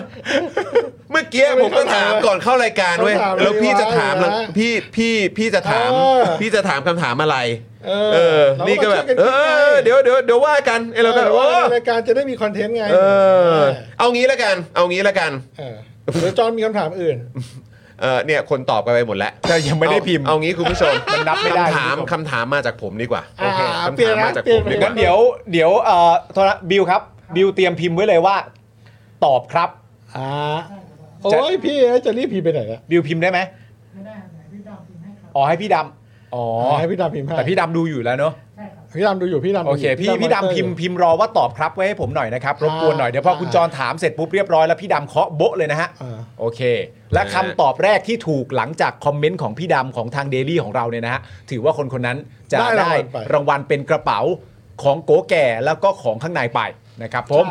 Speaker 1: เมื่อกี้ผมก็ถามก่อนเข้ารายการเว้ย
Speaker 3: ต้องถาม
Speaker 1: แล้วพี่จะถามหลัง
Speaker 3: เลยนะ
Speaker 1: พี่พี่พี่จะถาม
Speaker 3: เออ
Speaker 1: พี่จะถามคำถามอะไร
Speaker 3: เออ
Speaker 1: เออ
Speaker 3: เราก็
Speaker 1: นี่ก็แบบ
Speaker 3: ช่วยกัน
Speaker 1: เออ
Speaker 3: คิดไป
Speaker 1: เดี๋ยวเดี๋ยวเดี๋ยวว่ากันไอ้เราก็
Speaker 3: เออ
Speaker 1: โอ้
Speaker 3: ว่าในรายการจะได้มีคอนเทนต์ไง
Speaker 1: เออ เอางี้ละกัน เอางี้ละกัน
Speaker 3: เออหรือจอห์นมีคำถามอื่น
Speaker 1: เออเนี่ยคนตอบกันไปหมดแล้ว
Speaker 2: แต่ยังไม่ได้พิมพ์
Speaker 1: เอางี้คุณผู้ชม
Speaker 2: มันนับไม่ได้
Speaker 1: คำถามคำถามมาจากผมดีกว่า
Speaker 2: โอเค
Speaker 1: คำถามมาจากผมดีก
Speaker 2: งั้
Speaker 1: ว่าน
Speaker 2: เดี๋ยวเดี๋ยวเอ่อโทษนะบิวครับ บิวเตรียมพิมพ์ไว้เลยว่า ตอบครับ
Speaker 3: อ่า
Speaker 2: โอ้
Speaker 3: ยพี่จะรีบพิมพ์ไปไหนล่ะ
Speaker 2: บิวพิมพ์ได้ไหมไม่ได้อ๋อให้พี่ดำอ๋อ
Speaker 3: ให้พี่ดำพิมพ์ให้
Speaker 2: แต่พี่ดำดูอยู่แล้วเนอะ
Speaker 3: พี่ดำดูอยู่พี่ดำดู
Speaker 2: โอเคพี่
Speaker 3: ยู่
Speaker 2: พี่
Speaker 3: มอ
Speaker 2: ดำ
Speaker 3: นิ
Speaker 2: พิม
Speaker 3: เตอ
Speaker 2: พ์
Speaker 3: ร์
Speaker 2: พิมพ์รอว่าตอบครับไว้ให้ผมหน่อยนะครับรบกวนหน่อยเดี๋ยวพอคุณจรถามเสร็จปุ๊บเรียบร้อยแล้วพี่ดำเคาะโบ๊ะเลยนะฮะ
Speaker 3: อ่า
Speaker 2: โอเค และคำตอบแรกที่ถูกหลังจากคอมเมนต์ของพี่ดำของทางเดลี่ของเราเนี่ยนะฮะถือว่าคนคนนั้นจะ
Speaker 3: ได้ราง
Speaker 2: ได้
Speaker 3: วัลไป
Speaker 2: รางวัลเป็นกระเป๋าของโกแก่แล้วก็ของข้างในไปนะครับผม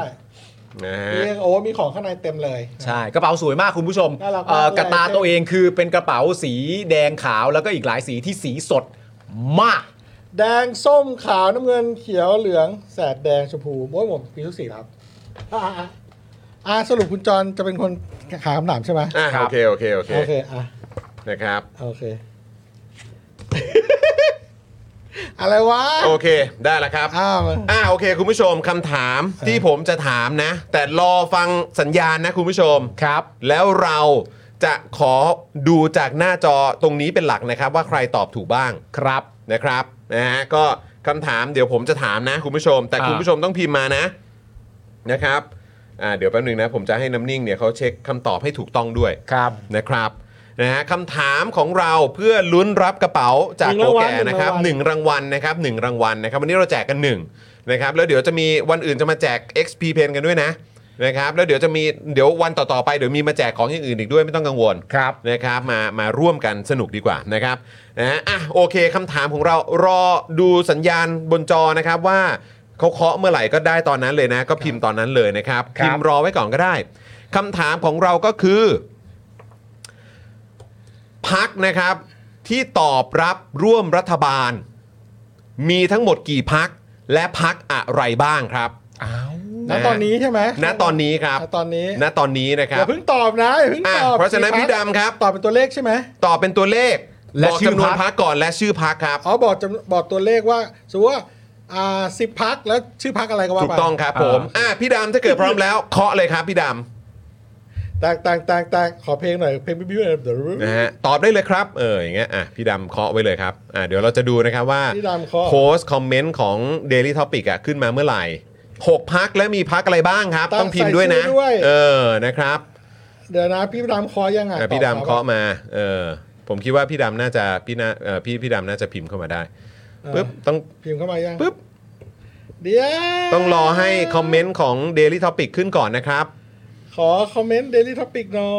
Speaker 1: นะ
Speaker 3: ใช่
Speaker 1: ฮะ
Speaker 3: พี่โอ้มีของข้างในเต็มเลย
Speaker 2: ใช่กระเป๋าสวยมากคุณผู้ชม
Speaker 3: น่ารักมาก
Speaker 2: เอ่อ
Speaker 3: เลย
Speaker 2: กระตาตัวเองคือเป็นกระเป๋าสีแดงขาวแล้วก็อีกหลายสีที่สีสดมาก
Speaker 3: แดงส้มขาวน้ำเงินเขียวเหลืองแสดแดงชมพูโอ้ยผมมีทุกสีครับอ่ะอ่ะอ่ะอ่าสรุปคุณจรจะเป็นคนหาคำถามใช่ไหม
Speaker 1: อ่ะโอเคโอเคโอเค
Speaker 3: โอเคอ่ะ
Speaker 1: นะครับ
Speaker 3: โอเค อะไรวะ
Speaker 1: โอเคได้แล้วครับ
Speaker 3: อ้าว
Speaker 1: อ่าโอเคคุณผู้ชมคำถามที่ผมจะถามนะ แต่รอฟังสัญญาณนะคุณผู้ชม
Speaker 2: ครับ
Speaker 1: แล้วเราจะขอดูจากหน้าจอตรงนี้เป็นหลักนะครับ ว่าใครตอบถูกบ้าง
Speaker 2: ครับ
Speaker 1: นะครับนะฮะก็คำถามเดี๋ยวผมจะถามนะคุณผู้ชม แต่
Speaker 2: อ่า
Speaker 1: คุณผู้ชมต้องพิมพ์มานะนะครับอ่าเดี๋ยวแป๊บหนึงนะผมจะให้น้ำนิ่งเนี่ยเขาเช็คคำตอบให้ถูกต้องด้วย
Speaker 2: ครับ
Speaker 1: นะครับนะฮะคำถามของเราเพื่อลุ้นรับกระเป๋า จาก
Speaker 3: หนึ่
Speaker 1: โก
Speaker 3: งรางวัล
Speaker 1: แก่นะครับ
Speaker 3: ห
Speaker 1: ห
Speaker 3: นึ่
Speaker 1: นึ่
Speaker 3: งราร
Speaker 1: งาง ง
Speaker 3: วั
Speaker 1: วั
Speaker 3: ล
Speaker 1: ลนะครับหนึ่งรางวัลนะครับวันนี้เราแจกกันหนึ่งนะครับแล้วเดี๋ยวจะมีวันอื่นจะมาแจก XP Pen กันด้วยนะนะครับแล้วเดี๋ยวจะมีเดี๋ยววันต่อๆไปเดี๋ยวมีมาแจกของอย่างอื่นอีกด้วยไม่ต้องกังวล
Speaker 2: ครับ
Speaker 1: นะครับมามาร่วมกันสนุกดีกว่านะครับนะฮะอ่ะโอเคคำถามของเรารอดูสัญญาณบนจอนะครับว่าเขาเคาะเมื่อไหร่ก็ได้ตอนนั้นเลยนะ ก็พิมพ์ตอนนั้นเลยนะครับ
Speaker 2: ครับ
Speaker 1: พิมพ์รอไว้ก่อนก็ได้คำถามของเราก็คือ พักนะครับที่ตอบรับร่วมรัฐบาล มีทั้งหมดกี่พักและพักอะไรบ้างครับ
Speaker 3: ณตอนนี้ใช่ไหม
Speaker 1: ณตอนนี้ครับ
Speaker 3: ณตอนนี้
Speaker 1: ณตอนนี้นะค
Speaker 3: อ
Speaker 1: รับ
Speaker 3: ย่าเพิ่งตอบนะอย่าเพิ่งตอบ
Speaker 1: อ่ะเพราะฉะนั้น
Speaker 3: พัก
Speaker 1: พี่ดำครับ
Speaker 3: ตอบเป็นตัวเลขใช่ไหม
Speaker 1: ตอบเป็นตัวเลข
Speaker 2: และ
Speaker 1: บอก
Speaker 2: ชื่อ
Speaker 1: จำนวน
Speaker 2: พรรค
Speaker 1: พักก่อนและชื่อพักครับ
Speaker 3: อ๋อบอกจำบอกตัวเลขว่าสมมติว่าอ่าสิบพักแล้วชื่อพักอะไรก็ว่า
Speaker 1: ถู
Speaker 3: ไป
Speaker 1: กต้องครับผมอ่ะพี่ดำถ้าเกิดพร้อมแล้วเคาะเลยครับพี่ด
Speaker 3: ต่างต่างต่างต่างขอเพลงหน่อยเพลงพี่พี่หน่อยเดี๋ยว
Speaker 1: ำนะฮะตอบได้เลยครับเอออย่างเงี้ยอ่ะพี่ดำเคาะไว้เลยครับอ่ะเดี๋ยวเราจะดูนะครับว่า
Speaker 3: พี่ดำขอ
Speaker 1: โพสต์คอมเมนต์ของ Daily Topic อะขึ้นมาเมื่อไหร่ 6 พักและมีพักอะไรบ้างครับ ต้องพิมพ์ด้วยนะ เออนะครับ
Speaker 3: เดี๋ยวนะพี่ดำขอยังไง
Speaker 1: อ่ะพี่ดำเคาะมาเออผมคิดว่าพี่ดำน่าจะพี่น่าเออพี่พี่ดำน่าจะพิมพ์เข้ามาได้ปึ๊บต้อง
Speaker 3: พิมพ์เข้ามายัง
Speaker 1: ปึ๊บ
Speaker 3: เดี๋ยว
Speaker 1: ต้องรอให้คอมเมนต์ของ Daily Topic ขึ้นก่อนนะครับ
Speaker 3: ขอคอมเมนต์ daily topic หน่อ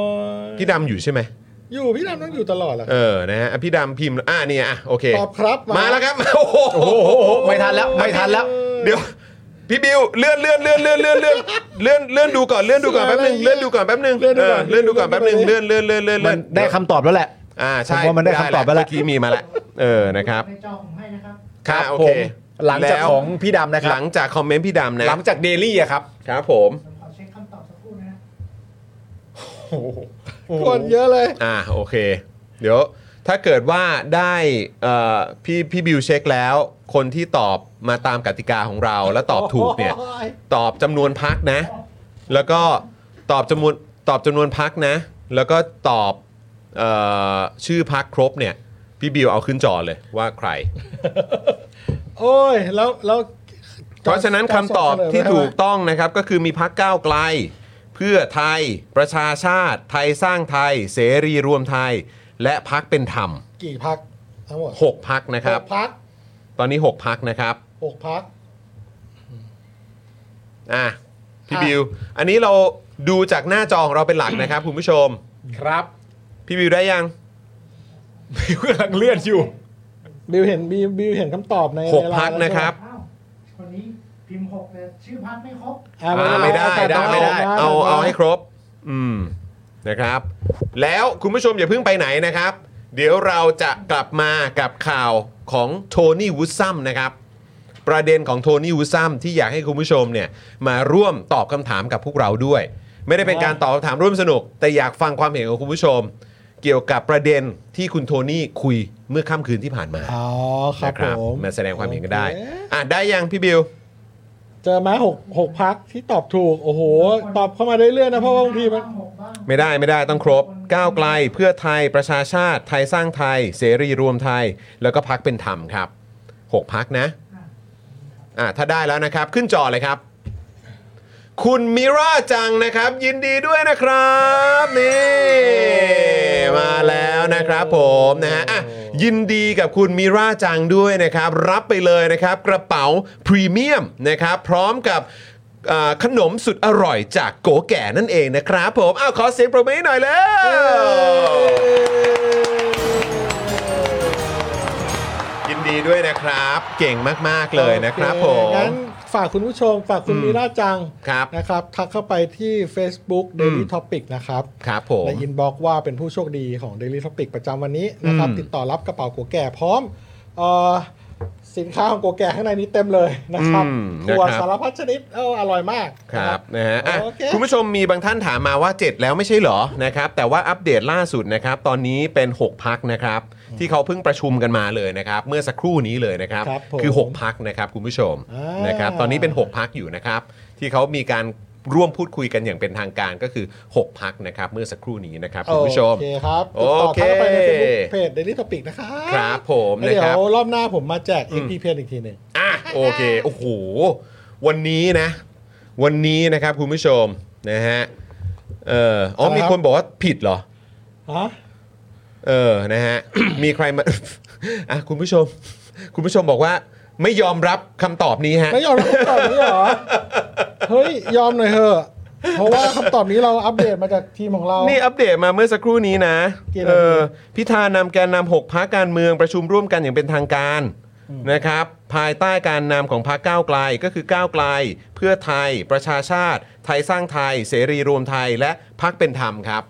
Speaker 3: ย
Speaker 1: พี่ดำอยู่ใช่ไหม
Speaker 3: อยู่พี่ดำต้องอยู่ตลอดแหละ
Speaker 1: เออนะฮะอ่ะพี่ดำพิมพ์อ่ะเนี่ยอ่ะโอเค
Speaker 3: ตอบครับ
Speaker 1: มาแล้วครับ โอ้โห
Speaker 2: โอ้โหไม่ทันแล้วไม่ทันแล้ว
Speaker 1: เดี๋ยวพี่บิวเลื่อนเลื่อนเลื่อนเลื่อนเลื่อนเลื่อนเลื่อนเลื่อนดูก่อนเลื่อนดูก่อนแป๊บนึงเลื่อนดูก่อนแป๊บนึงเออเลื่อนดูก่อนแป๊บนึงเลื่อนเลื่อนเลื่อนเลื่อน
Speaker 2: มั
Speaker 1: เลื่อน น
Speaker 2: ได้คำตอบแล้วแหละ
Speaker 1: อ่าใช่
Speaker 2: ผมว่ามันได้คำตอบแล้วแหละ
Speaker 1: เมื่อกี้มีมาแล้วเออนะครับ
Speaker 2: ครับ
Speaker 1: อ่าโอ
Speaker 2: ผ
Speaker 1: เค
Speaker 2: มหลังจาก
Speaker 1: แว
Speaker 2: ของพี่ดำนะครับ
Speaker 1: หลังจากคอมเมนต์พี่ดำนะ
Speaker 2: หลังจากเดลี่อะครับ
Speaker 1: ครับผม
Speaker 3: กดเยอะเลย
Speaker 1: อ่าโอเค เดี๋ยวถ้าเกิดว่าได้เอ่อพี่พี่บิวเช็คแล้ว คนที่ตอบมาตามกติกาของเราและตอบถูกเนี่ย ตอบจำนวนพักนะ แล้วก็ตอบจำนวนตอบจำนวนพักนะ แล้วก็ตอบเอ่อชื่อพักครบเนี่ย พี่บิวเอาขึ้นจอเลยว่าใคร
Speaker 3: โอ้ยแล้วแล้ว
Speaker 1: เพราะฉะนั้นคำตอบที่ถูกต้องนะครับ ก็คือมีพักก้าวไกล เพื่อไทย ประชาชาติ ไทยสร้างไทย เสรีรวมไทย และพักเป็นธรรม
Speaker 3: กี่พักทั้งหมด
Speaker 1: 6 พักนะครับ
Speaker 3: หกพัก
Speaker 1: ตอนนี้ 6 พักนะครับ
Speaker 3: หกพัก
Speaker 1: อ่ะพี่
Speaker 3: อ่ะ
Speaker 1: บิว อันนี้เราดูจากหน้าจอของเราเป็นหลักนะครับ คุณผู้ชม
Speaker 2: ครับ
Speaker 1: พี่บิวได้ยัง
Speaker 2: กำลังเลื่อนอยู่
Speaker 3: บิวเห็นบิวบิวเห็นคำตอบใน
Speaker 1: หก
Speaker 3: ในไล
Speaker 1: พัก
Speaker 3: แล้ว
Speaker 1: นะ
Speaker 3: ใช่ไหม
Speaker 1: ครับ
Speaker 21: คนนี้พิมพ์หกเลยชื่อพักไม่ครบ
Speaker 3: อ่า
Speaker 1: อ่า
Speaker 3: ไม่
Speaker 1: ไม่
Speaker 3: ได้
Speaker 1: ได้ได้ไม่ได้
Speaker 3: เอา
Speaker 1: เอา
Speaker 3: เอา
Speaker 1: เอาให้ครบ อืมนะครับ แล้วคุณผู้ชมอย่าเพิ่งไปไหนนะครับ เดี๋ยวเราจะกลับมากับข่าวของโทนี่วูดซัมนะครับ ประเด็นของโทนี่วูดซัมที่อยากให้คุณผู้ชมเนี่ยมาร่วมตอบคำถามกับพวกเราด้วย ไม่ได้เป็นการตอบคำถามร่วมสนุก แต่อยากฟังความเห็นของคุณผู้ชม เกี่ยวกับประเด็นที่คุณโทนี่คุยเมื่อค่ำคืนที่ผ่านมา
Speaker 3: อ๋อครับ
Speaker 1: นะ
Speaker 3: ผม
Speaker 1: มาแสดงความเห็นกันได้อ่ะได้ยังพี่บิว
Speaker 3: เจอมาหกหกพักที่ตอบถูก โอ้โห ตอบเข้ามาเรื่อยๆนะเพราะว่าบางทีมัน
Speaker 1: ไม่ได้ไม่ได้ต้องครบ ก้าวไกลเพื่อไทยประชาชาติ ไทยสร้างไทย เสรีรวมไทย แล้วก็พักเป็นธรรมครับ 6 พักนะอ่าถ้าได้แล้วนะครับ ขึ้นจอเลยครับ คุณมิราจังนะครับ ยินดีด้วยนะครับนี่มาแล้วนะครับผมนะฮะอ่ะยินดีกับคุณมิราจังด้วยนะครับ รับไปเลยนะครับ กระเป๋าพรีเมียมนะครับ พร้อมกับอ่าขนมสุดอร่อยจากโกแก่นั่นเองนะครับผมอ้าวขอเสียงปรบมือให้หน่อยแล้ว ยินดีด้วยนะครับ เก่งมาก ๆ เลยนะครับผ
Speaker 3: โอ
Speaker 1: ม
Speaker 3: เงั้นฝากคุณผู้ชม ฝากคุณ
Speaker 1: อืม
Speaker 3: มีราจัง
Speaker 1: ครับ
Speaker 3: นะครับ ทักเข้าไปที่ Facebook
Speaker 1: อื
Speaker 3: Daily
Speaker 1: ม
Speaker 3: Topic นะครับ
Speaker 1: ครับผม
Speaker 3: และอินบ็อกว่าเป็นผู้โชคดีของ Daily Topic ประจำวันนี้นะครับ
Speaker 1: อืม
Speaker 3: ติดต่อรับกระเป๋ากัวแก่พร้อมเอ่อสินค้าของกัวแก่ข้างในนี้เต็มเลยนะครับ
Speaker 1: อืม
Speaker 3: ถั่ว
Speaker 1: นะครับ
Speaker 3: สารพัดชนิดเอออร่อยมาก
Speaker 1: ครับนะฮะอ่ะ
Speaker 3: โอเค
Speaker 1: คุณผู้ชมมีบางท่านถามมาว่า 7 แล้วไม่ใช่เหรอนะครับแต่ว่าอัปเดตล่าสุดนะครับ ตอนนี้เป็น 6 พักนะครับ ที่เขาเพิ่งประชุมกันมาเลยนะครับ เมื่อสักครู่นี้เลยนะครับ
Speaker 3: ครับผม
Speaker 1: อ6พักนะครับคุณผู้ชม
Speaker 3: อ่าน
Speaker 1: นะครับตอนนี้เป็น 6 พักอยู่นะครับ ที่เขามีการร่วมพูดคุยกันอย่างเป็นทางการก็คือ 6 พักนะครับ เมื่อสักครู่นี้นะครับคุณผู้ชม
Speaker 3: โอเคครับ
Speaker 1: โอ
Speaker 3: ติดต่อ
Speaker 1: เค
Speaker 3: ทักเข้าไปใน Facebook เพจ Daily Topic นะครับ
Speaker 1: ครับผมนะค
Speaker 3: เดี๋ย
Speaker 1: รับ
Speaker 3: วรอบหน้าผมมาแจก
Speaker 1: อืม
Speaker 3: AP เพจอีกทีหนึ่ง
Speaker 1: อ่ะโอเค โอ้โห วันนี้นะ วันนี้นะครับคุณผู้ชมนะฮะเอออ๋อ
Speaker 3: ครับ
Speaker 1: มีคนบอกว่าผิดเหรอ
Speaker 3: ฮะ
Speaker 1: เออนะฮะ มีใครมา อ่ะคุณผู้ชม คุณผู้ชมบอกว่าไม่ยอมรับคำตอบนี้ฮะ
Speaker 3: ไม่ยอมรับคำตอบนี้เหรอ เฮ้ย ยอมหน่อยเถอะ เพราะว่าคำตอบนี้เราอัปเดตมาจากทีมของเรา
Speaker 1: นี่อัปเดตมาเมื่อสักครู่นี้นะ
Speaker 3: กี่นาที
Speaker 1: เออพิธานำแกนนำหกพักการเมืองประชุมร่วมกันอย่างเป็นทางการนะครับ ภายใต้การนำของพรรคก้าวไกลก็คือก้าวไกล เพื่อไทย ประชาชาติ ไทยสร้างไทย เสรีรวมไทยและพักเป็นธรรมครับ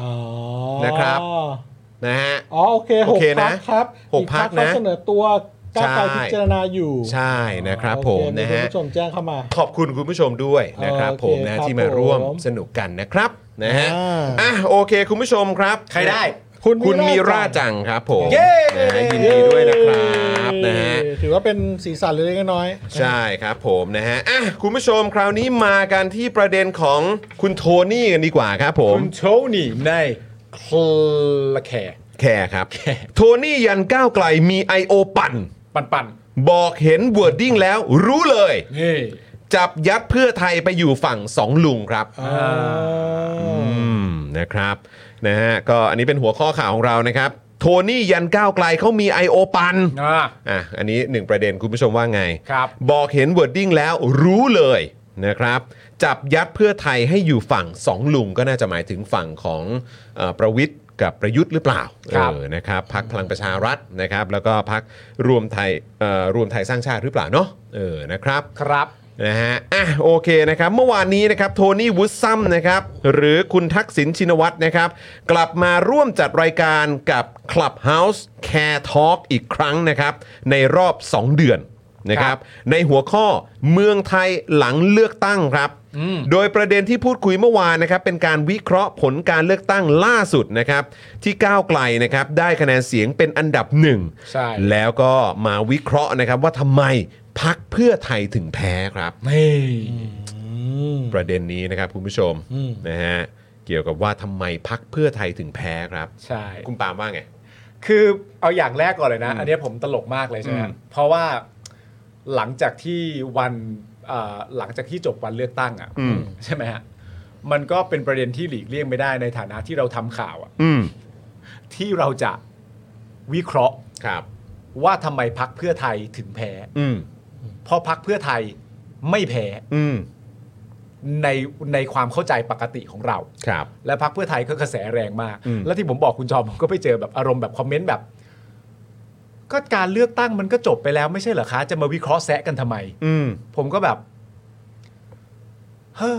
Speaker 3: อ๋อ
Speaker 1: นะครับ นะฮะ
Speaker 3: อ๋อ โอเค
Speaker 1: โอ
Speaker 3: หก
Speaker 1: เค
Speaker 3: พั
Speaker 1: นะ
Speaker 3: กครับ
Speaker 1: หก
Speaker 3: อี
Speaker 1: พรรค
Speaker 3: รรเขา
Speaker 1: นะ
Speaker 3: เสนอตัวก้าวไกลพิจารณาอยู่
Speaker 1: ใช่นะครับผ
Speaker 3: โอ
Speaker 1: ม
Speaker 3: เค
Speaker 1: นะฮะ
Speaker 3: คุณผู้ชมแจ้งเข้ามา
Speaker 1: ขอบคุณคุณผู้ชมด้วยนะครับ
Speaker 3: โอเค
Speaker 1: ผมนะครับ ที่มาร่วม
Speaker 3: ผม
Speaker 1: สนุกกันนะครับนะฮะ
Speaker 3: อ่า
Speaker 1: อ่ะโอเคคุณผู้ชมครับ ใครได้
Speaker 3: คุณ
Speaker 1: คุณมี
Speaker 3: รา
Speaker 1: ราจังครับผม
Speaker 3: เย้
Speaker 1: นะฮะยินดีด้วยนะครับนะฮะ
Speaker 3: ถือว่าเป็นสีสันเล็กๆน้อย
Speaker 1: ใช่ครับผมนะฮะอ่ะคุณผู้ชมคราวนี้มากันที่ประเด็นของคุณโทนี่กันดีกว่าครับผม
Speaker 2: คุณโทนี่ในคลแคร์
Speaker 1: แค่ครับ โทนี่ยันก้าวไกลมี I.O. ปั่น
Speaker 2: ปั่นปั่น
Speaker 1: บอกเห็นวอร์ดดิ้งแล้วรู้เลย
Speaker 2: นี่
Speaker 1: จับยัดเพื่อไทยไปอยู่ฝั่งสองลุงครับ อืมนะครับนะฮะก็อันนี้เป็นหัวข้อข่าวของเรานะครับ โทนี่ยันก้าวไกลเขามี I.O. ปัน
Speaker 2: อ่า
Speaker 1: อ่ะอันนี้หนึ่งประเด็นคุณผู้ชมว่าไง
Speaker 2: ครับ
Speaker 1: บอกเห็นวอร์ดดิ้งแล้วรู้เลยนะครับ จับยัดเพื่อไทยให้อยู่ฝั่งสองลุงก็น่าจะหมายถึงฝั่งของเอ่อประวิทย์กับประยุทธ์หรือเปล่า
Speaker 2: ครับ
Speaker 1: เออนะครับพักพลังประชารัฐนะครับ แล้วก็พักรวมไทยเอ่อรวมไทยสร้างชาติหรือเปล่าเนาะเออนะครับ
Speaker 2: ครับ
Speaker 1: นะฮะอ่ะโอเคนะครับ เมื่อวานนี้นะครับโทนี่วุฒซัมนะครับ หรือคุณทักษิณชินวัตรนะครับ กลับมาร่วมจัดรายการกับ Clubhouse Care Talk อีกครั้งนะครับ ในรอบ 2 เดือนนะครับ ในหัวข้อเมืองไทยหลังเลือกตั้งครับ โดยประเด็นที่พูดคุยเมื่อวานนะครับ เป็นการวิเคราะห์ผลการเลือกตั้งล่าสุดนะครับ ที่ก้าวไกลนะครับ ได้คะแนนเสียงเป็นอันดับหนึ่ง
Speaker 2: ใช่
Speaker 1: แล้วก็มาวิเคราะห์นะครับ ว่าทำไมพักเพื่อไทยถึงแพ้ครับ
Speaker 2: นี่
Speaker 1: ประเด็นนี้นะครับคุณผู้ชม
Speaker 2: อืม
Speaker 1: นะฮะเกี่ยวกับว่าทำไมพักเพื่อไทยถึงแพ้ครับ
Speaker 2: ใช่
Speaker 1: คุณปาล์มว่าไง
Speaker 2: คือเอาอย่างแรกก่อนเลยนะ อันเนี้ยผมตลกมากเลยใช่ไหม
Speaker 1: อืม
Speaker 2: เพราะว่าหลังจากที่วันเอ่อหลังจากที่จบวันเลือกตั้งอ่ะ
Speaker 1: อืม
Speaker 2: ใช่ไหมฮะมันก็เป็นประเด็นที่หลีกเลี่ยงไม่ได้ในฐานะที่เราทำข่าวอ่ะ
Speaker 1: อืม
Speaker 2: ที่เราจะวิเคราะห์
Speaker 1: ครับ
Speaker 2: ว่าทำไมพักเพื่อไทยถึงแพ้
Speaker 1: อืม
Speaker 2: เพราะพักเพื่อไทยไม่แพ้
Speaker 1: อืม
Speaker 2: ในในความเข้าใจปกติของเรา
Speaker 1: ครับ
Speaker 2: และพักเพื่อไทยก็กระแสแรงมาก
Speaker 1: อืม
Speaker 2: และที่ผมบอกคุณจอมผมก็ไปเจอแบบอารมณ์แบบคอมเมนต์แบบ ก็การเลือกตั้งมันก็จบไปแล้วไม่ใช่เหรอคะ จะมาวิเคราะห์แซะกันทำไม
Speaker 1: อืม
Speaker 2: ผมก็แบบเฮ้อ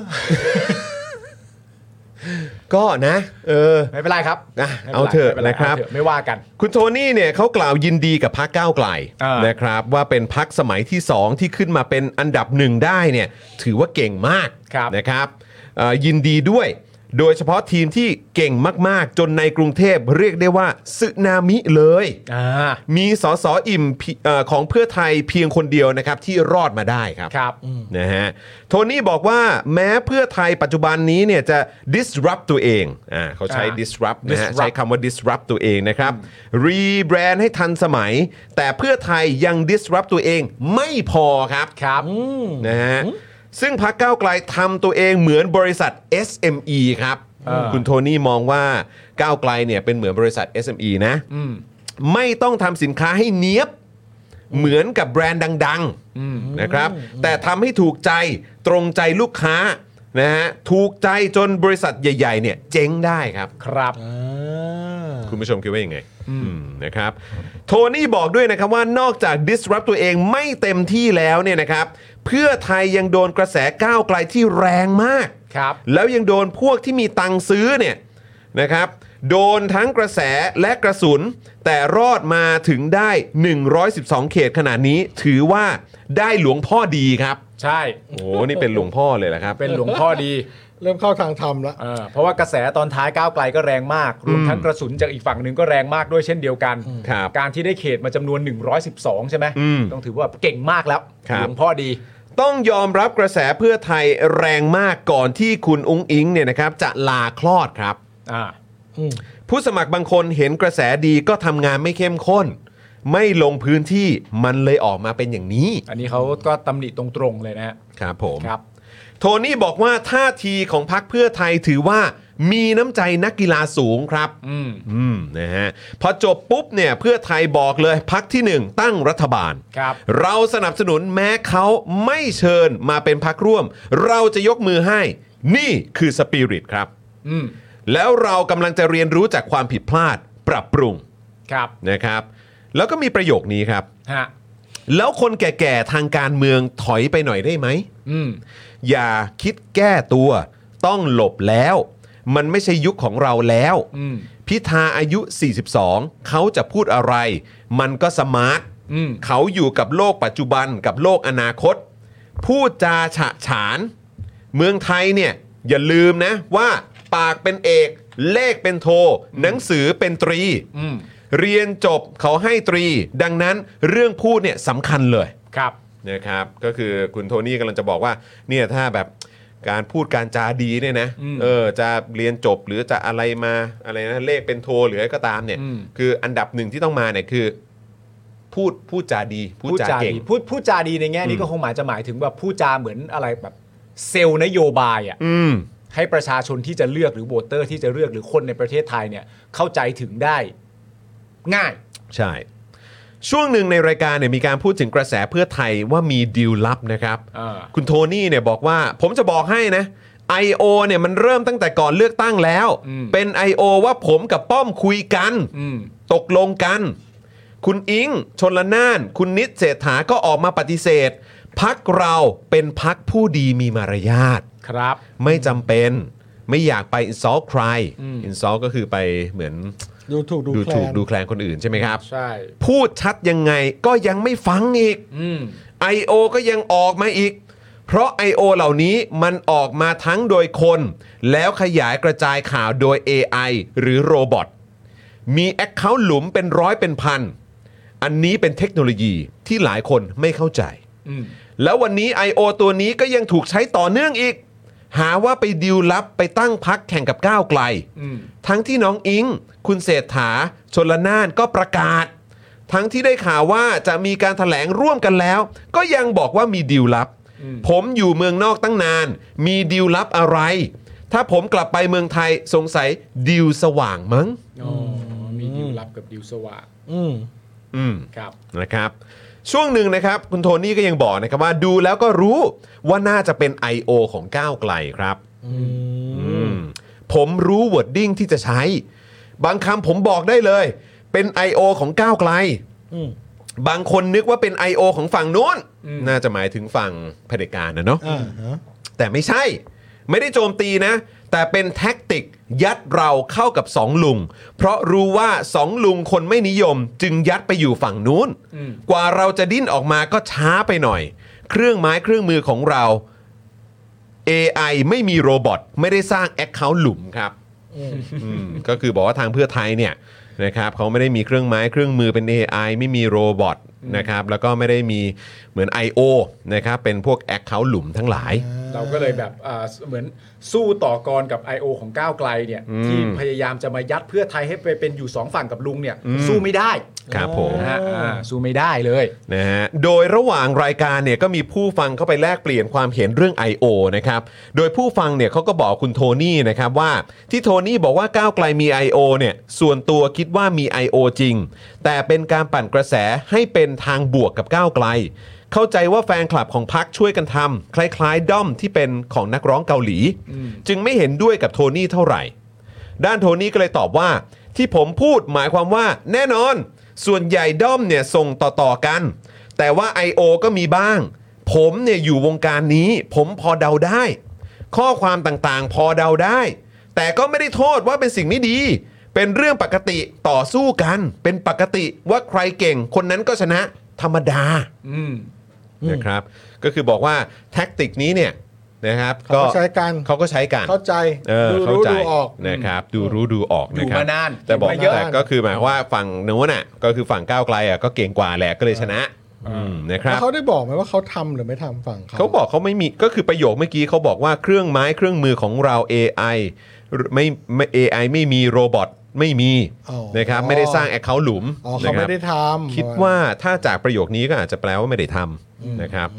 Speaker 1: ก็นะ เออ
Speaker 2: ไม่เป็นไรครับ
Speaker 1: อ่ะ
Speaker 2: ไม่ป็นไร
Speaker 1: เอาเถอะ
Speaker 2: ไม่ป็ไ
Speaker 1: นะครับ
Speaker 2: เอาเถไม่ว่ากัน
Speaker 1: คุณโทนี่เนี่ยเขากล่าวยินดีกับพักก้าวไกล
Speaker 2: อ่าน
Speaker 1: นะครับ ว่าเป็นพักสมัยที่ 2 ที่ขึ้นมาเป็นอันดับหนึ่งได้เนี่ยถือว่าเก่งมากนะครับ เอ่อยินดีด้วย โดยเฉพาะทีมที่เก่งมาก ๆ จนในกรุงเทพเรียกได้ว่าสึนามิเลยมีสอสออิ่มพิเอ่อของเพื่อไทยเพียงคนเดียวนะครับที่รอดมาได้ครับนะฮะโทนี่บอกว่าแม้เพื่อไทยปัจจุบันนี้เนี่ยจะ disrupt ตัวเองอ่าเขาใช้
Speaker 2: อ่า
Speaker 1: disrupt นะฮะ
Speaker 2: disrupt
Speaker 1: ใช้คำว่า disrupt ตัวเองนะครับ รีแบรนด์ให้ทันสมัย แต่เพื่อไทยยัง disrupt ตัวเองไม่พอครับครับนะฮะซึ่งพักเก้าวไกลทำตัวเองเหมือนบริษัท SME ครับ
Speaker 2: เออ
Speaker 1: คุณโทนี่มองว่าก้าวไกลเนี่ยเป็นเหมือนบริษัท SME นะ
Speaker 2: อืม
Speaker 1: ไม่ต้องทำสินค้าให้เนี้ยบ เหมือนกับแบรนด์ดัง
Speaker 2: อืม
Speaker 1: ๆ นะครับ แต่ทำให้ถูกใจตรงใจลูกค้านะฮะถูกใจจนบริษัทใหญ่ ๆ เนี่ยเจ๊งได้ครับครับ คุณผู้ชมคิดว่ายังไงอืมนะครับโทนี่บอกด้วยนะครับว่านอกจาก disrupt ตัวเองไม่เต็มที่แล้วเนี่ยนะครับเพื่อไทยยังโดนกระแสก้าวไกลที่แรงมาก
Speaker 2: ครับ
Speaker 1: แล้วยังโดนพวกที่มีตังค์ซื้อเนี่ยนะครับโดนทั้งกระแสและกระสุน แต่รอดมาถึงได้ 112 เขตขนาดนี้ ถือว่าได้หลวงพ่อดีครับ
Speaker 2: ใช่
Speaker 1: โอ้โหนี่เป็นหลวงพ่อเลยแหละครับ
Speaker 2: เป็นหลวงพ่อดี
Speaker 3: เริ่มเข้าทางธรรมละ
Speaker 2: เพราะว่ากระแสตอนท้ายก้าวไกลก็แรงมาก รวมทั้งกระสุนจากอีกฝั่งหนึ่งก็แรงมากด้วยเช่นเดียวกัน การที่ได้เขตมาจำนวน 112 ใช่ไหม
Speaker 1: อืม
Speaker 2: ต้องถือว่าเก่งมากแล้ว
Speaker 1: ครับ
Speaker 2: หลวงพ่อดี
Speaker 1: ต้องยอมรับกระแสเพื่อไทยแรงมากก่อนที่คุณอุ้งอิงเนี่ยนะครับจะลาคลอดครับ ผู้สมัครบางคนเห็นกระแสดีก็ทำงานไม่เข้มข้น ไม่ลงพื้นที่มันเลยออกมาเป็นอย่างนี้
Speaker 2: อันนี้เขาก็ตำหนิตรงๆเลยนะฮะ
Speaker 1: ครับผมครับ โทนี่บอกว่าท่าทีของพักเพื่อไทยถือว่ามีน้ำใจนักกีฬาสูงครับ
Speaker 2: อืม
Speaker 1: อืมนะฮะพอจบปุ๊บเนี่ยเพื่อไทยบอกเลยพักที่หนึ่งตั้งรัฐบาล
Speaker 2: ครับ
Speaker 1: เราสนับสนุนแม้เขาไม่เชิญมาเป็นพักร่วม เราจะยกมือให้ นี่คือสปิริตครับ
Speaker 2: อืม
Speaker 1: แล้วเรากำลังจะเรียนรู้จากความผิดพลาดปรับปรุง
Speaker 2: ครับ
Speaker 1: นะครับ แล้วก็มีประโยคนี้ครับ
Speaker 2: ฮะ
Speaker 1: แล้วคนแก่ๆทางการเมืองถอยไปหน่อยได้ไหม
Speaker 2: อืม
Speaker 1: อย่าคิดแก้ตัว ต้องหลบแล้ว มันไม่ใช่ยุคของเราแล้ว
Speaker 2: อืม
Speaker 1: พิธาอายุ 42 เขาจะพูดอะไร มันก็สมาร์ท
Speaker 2: อืม
Speaker 1: เขาอยู่กับโลกปัจจุบันกับโลกอนาคต พูดจาฉะฉาน เมืองไทยเนี่ย อย่าลืมนะว่าปากเป็นเอก เลขเป็นโท หนังสือเป็นตรี
Speaker 2: อืม
Speaker 1: เรียนจบเขาให้ตรี ดังนั้นเรื่องพูดเนี่ยสำคัญเลย
Speaker 2: ครับ
Speaker 1: นะครับก็คือคุณโทนี่กำลังจะบอกว่าเนี่ยถ้าแบบการพูดการจาดีเนี่ยนะ
Speaker 2: อืม
Speaker 1: เออจะเรียนจบหรือจะอะไรมาอะไรนะเลขเป็นโทหรืออะไรก็ตามเนี่ย
Speaker 2: อืม
Speaker 1: คืออันดับหนึ่งที่ต้องมาเนี่ยคือ พูดพูดจาดีพูดจาเก่ง
Speaker 2: ดีพูดพูดจาดีในแง่นี้ก็คงหมายจะหมายถึงว่าพูดจาเหมือนอะไรแบบเซลล์นโยบายอ่ะ
Speaker 1: อืม
Speaker 2: ให้ประชาชนที่จะเลือกหรือโบเตอร์ที่จะเลือกหรือคนในประเทศไทยเนี่ย เข้าใจถึงได้ง่าย
Speaker 1: ใช่ ช่วงหนึ่งในรายการเนี่ยมีการพูดถึงกระแสเพื่อไทยว่ามีดีลลับนะครับ คุณโทนี่เนี่ยบอกว่าผมจะบอกให้นะ I.O. เนี่ยมันเริ่มตั้งแต่ก่อนเลือกตั้งแล้ว
Speaker 2: อืม
Speaker 1: เป็น I.O. ว่าผมกับป้อมคุยกัน
Speaker 2: อืม
Speaker 1: ตกลงกัน คุณอิงชนละนาน คุณนิดเศรษฐาก็ออกมาปฏิเสธ พักเราเป็นพักผู้ดีมีมารยาท
Speaker 2: ครับ
Speaker 1: ไม่จำเป็นไม่อยากไปอินซอลใคร
Speaker 2: อืม
Speaker 1: อินซอลก็คือไปเหมือน
Speaker 3: ดูถูกดู
Speaker 1: ดู
Speaker 3: แคล
Speaker 1: ถูก
Speaker 3: น
Speaker 1: ดูแคลนคนอื่นใช่ไหมครับ
Speaker 2: ใช่
Speaker 1: พูดชัดยังไงก็ยังไม่ฟังอีก
Speaker 2: อืม
Speaker 1: I.O. ก็ยังออกมาอีก เพราะ I.O. เหล่านี้มันออกมาทั้งโดยคน แล้วขยายกระจายข่าวโดย AI หรือโรบอทมี Account หลุมเป็นร้อยเป็นพัน อันนี้เป็นเทคโนโลยีที่หลายคนไม่เข้าใจ
Speaker 2: อืม
Speaker 1: แล้ววันนี้ I.O. ตัวนี้ก็ยังถูกใช้ต่อเนื่องอีก หาว่าไปดิวลับไปตั้งพักแข่งกับก้าวไกล
Speaker 2: อืม
Speaker 1: ทั้งที่น้องอิง คุณเศรษฐา ชนละนานก็ประกาศ ทั้งที่ได้ข่าวว่าจะมีการถแถลงร่วมกันแล้ว ก็ยังบอกว่ามีดีลลับ
Speaker 2: อืม
Speaker 1: ผมอยู่เมืองนอกตั้งนาน มีดีลลับอะไร ถ้าผมกลับไปเมืองไทยสงสัยดีลสว่างมั้ง
Speaker 2: อ๋อมีดิวลับกับดิวสว่าง
Speaker 3: อืม
Speaker 1: อืม
Speaker 2: ครับ
Speaker 1: นะครับ ช่วงหนึ่งนะครับ คุณโทนี่ก็ยังบอกนะครับว่าดูแล้วก็รู้ว่าน่าจะเป็น I.O. ของก้าวไกลครับ อืมผมรู้วอร์ดดิ้งที่จะใช้ บางคำผมบอกได้เลย เป็น I.O. ของก้าวไกล
Speaker 3: อืม
Speaker 1: บางคนนึกว่าเป็น I.O. ของฝั่งโน้น
Speaker 2: อืม
Speaker 1: น่าจะหมายถึงฝั่งเผด็จการนะเนาะ
Speaker 3: อ่าฮะ
Speaker 1: แต่ไม่ใช่ ไม่ได้โจมตีนะ แต่เป็นแท็กติกยัดเราเข้ากับสองลุง เพราะรู้ว่าสองลุงคนไม่นิยม จึงยัดไปอยู่ฝั่งนู้น
Speaker 2: อืม
Speaker 1: กว่าเราจะดิ้นออกมาก็ช้าไปหน่อย เครื่องไม้เครื่องมือของเรา AI ไม่มีโรบอทไม่ได้สร้าง Account หลุมครับ อืมก็คือบอกว่าทางเพื่อไทยเนี่ยนะครับเขาไม่ได้มีเครื่องไม้เครื่องมือเป็น AI ไม่มีโรบอทนะครับแล้วก็ไม่ได้มีเหมือน I.O. นะครับเป็นพวกแอคเคาท์หลุมทั้งหลาย
Speaker 2: เราก็เลยแบบอ่าเหมือนสู้ต่อกรกับ I.O. ของก้าวไกลเนี่ย
Speaker 1: อืม
Speaker 2: ที่พยายามจะมายัดเพื่อไทยให้ไปเป็นอยู่สองฝั่งกับลุงเนี่ย
Speaker 1: อืม
Speaker 2: สู้ไม่ได้
Speaker 1: ครับผม
Speaker 2: นะฮะอ่าสู้ไม่ได้เลย
Speaker 1: นะฮะโดยระหว่างรายการเนี่ยก็มีผู้ฟังเข้าไปแลกเปลี่ยนความเห็นเรื่อง I.O. นะครับโดยผู้ฟังเนี่ยเขาก็บอกคุณโทนี่นะครับว่าที่โทนี่บอกว่าก้าวไกลมี I.O. เนี่ยส่วนตัวคิดว่ามี I.O. จริง แต่เป็นการปั่นกระแสให้เป็นทางบวกกับก้าวไกล เข้าใจว่าแฟนคลับของพักช่วยกันทำคล้ายๆ ด้อมที่เป็นของนักร้องเกาหลี จึงไม่เห็นด้วยกับโทนี่เท่าไหร่ ด้านโทนี่ก็เลยตอบว่า ที่ผมพูดหมายความว่าแน่นอน ส่วนใหญ่ด้อมเนี่ยส่งต่อๆกัน แต่ว่า I.O. ก็มีบ้าง ผมเนี่ยอยู่วงการนี้ ผมพอเดาได้ ข้อความต่างๆ พอเดาได้ แต่ก็ไม่ได้โทษว่าเป็นสิ่งไม่ดี เป็นเรื่องปกติต่อสู้กัน เป็นปกติว่าใครเก่ง คนนั้นก็ชนะธรรมดา
Speaker 2: อืม
Speaker 1: นะครับก็คือบอกว่าแท็กติกนี้เนี่ยนะครับ
Speaker 3: เขาก็ใช้กัน
Speaker 1: เขาก็ใช้กัน
Speaker 3: เข้าใจ
Speaker 1: เออ
Speaker 3: ดู
Speaker 1: เข้า
Speaker 3: รู้
Speaker 1: ใจ
Speaker 3: ดูออก
Speaker 1: นะครับดูรู้ดูออก
Speaker 2: อยู่
Speaker 1: นะครับ
Speaker 2: มานาน
Speaker 1: แต่บอก
Speaker 2: อยู่มาเยอะ
Speaker 1: แต่ก็คือหมายความว่าฝั่งนู้นน่ะก็คือฝั่งก้าวไกลอ่ะก็เก่งกว่าแหละก็เลยชนะมนะค
Speaker 3: แล้
Speaker 1: รั
Speaker 3: ว
Speaker 1: บ
Speaker 3: เขาได้บอกไหมว่าเขาทำหรือไม่ทำฝั่งเขา
Speaker 1: เขาบอกเขาไม่มีก็คือประโยคเมื่อกี้เขาบอกว่าเครื่องไม้เครื่องมือของเรา AI ไม่ไม่ AI ไม่มีโรบอทไม่มีนะครับไม่ได้สร้างแอคเคาท์หลุม
Speaker 3: อ๋อเขา
Speaker 1: นะค
Speaker 3: ไม่
Speaker 1: รับ
Speaker 3: ได้ทำ
Speaker 1: คิดว่าถ้าจากประโยคนี้ก็อาจจะแปลว่าไม่ได้ทำนะครับ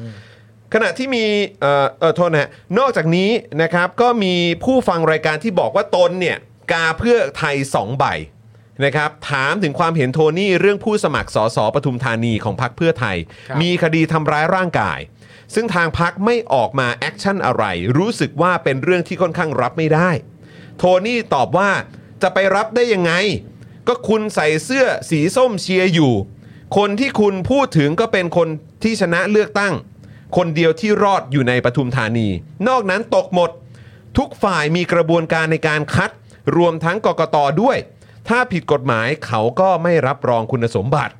Speaker 1: ขณะที่มีเอ่อเอ่อโทษนะฮะนอกจากนี้นะครับก็มีผู้ฟังรายการที่บอกว่าตนเนี่ยกาเพื่อไทย 2 ใบนะครับถามถึงความเห็นโทนี่เรื่องผู้สมัครสสปทุมธานีของพักเพื่อไทย มีคดีทำร้ายร่างกาย ซึ่งทางพักไม่ออกมาแอคชั่นอะไร รู้สึกว่าเป็นเรื่องที่ค่อนข้างรับไม่ได้ โทนี่ตอบว่าจะไปรับได้ยังไง ก็คุณใส่เสื้อสีส้มเชียร์อยู่ คนที่คุณพูดถึงก็เป็นคนที่ชนะเลือกตั้ง คนเดียวที่รอดอยู่ในปทุมธานี นอกนั้นตกหมด ทุกฝ่ายมีกระบวนการในการคัด รวมทั้งกกตด้วย ถ้าผิดกฎหมายเขาก็ไม่รับรองคุณสมบัติ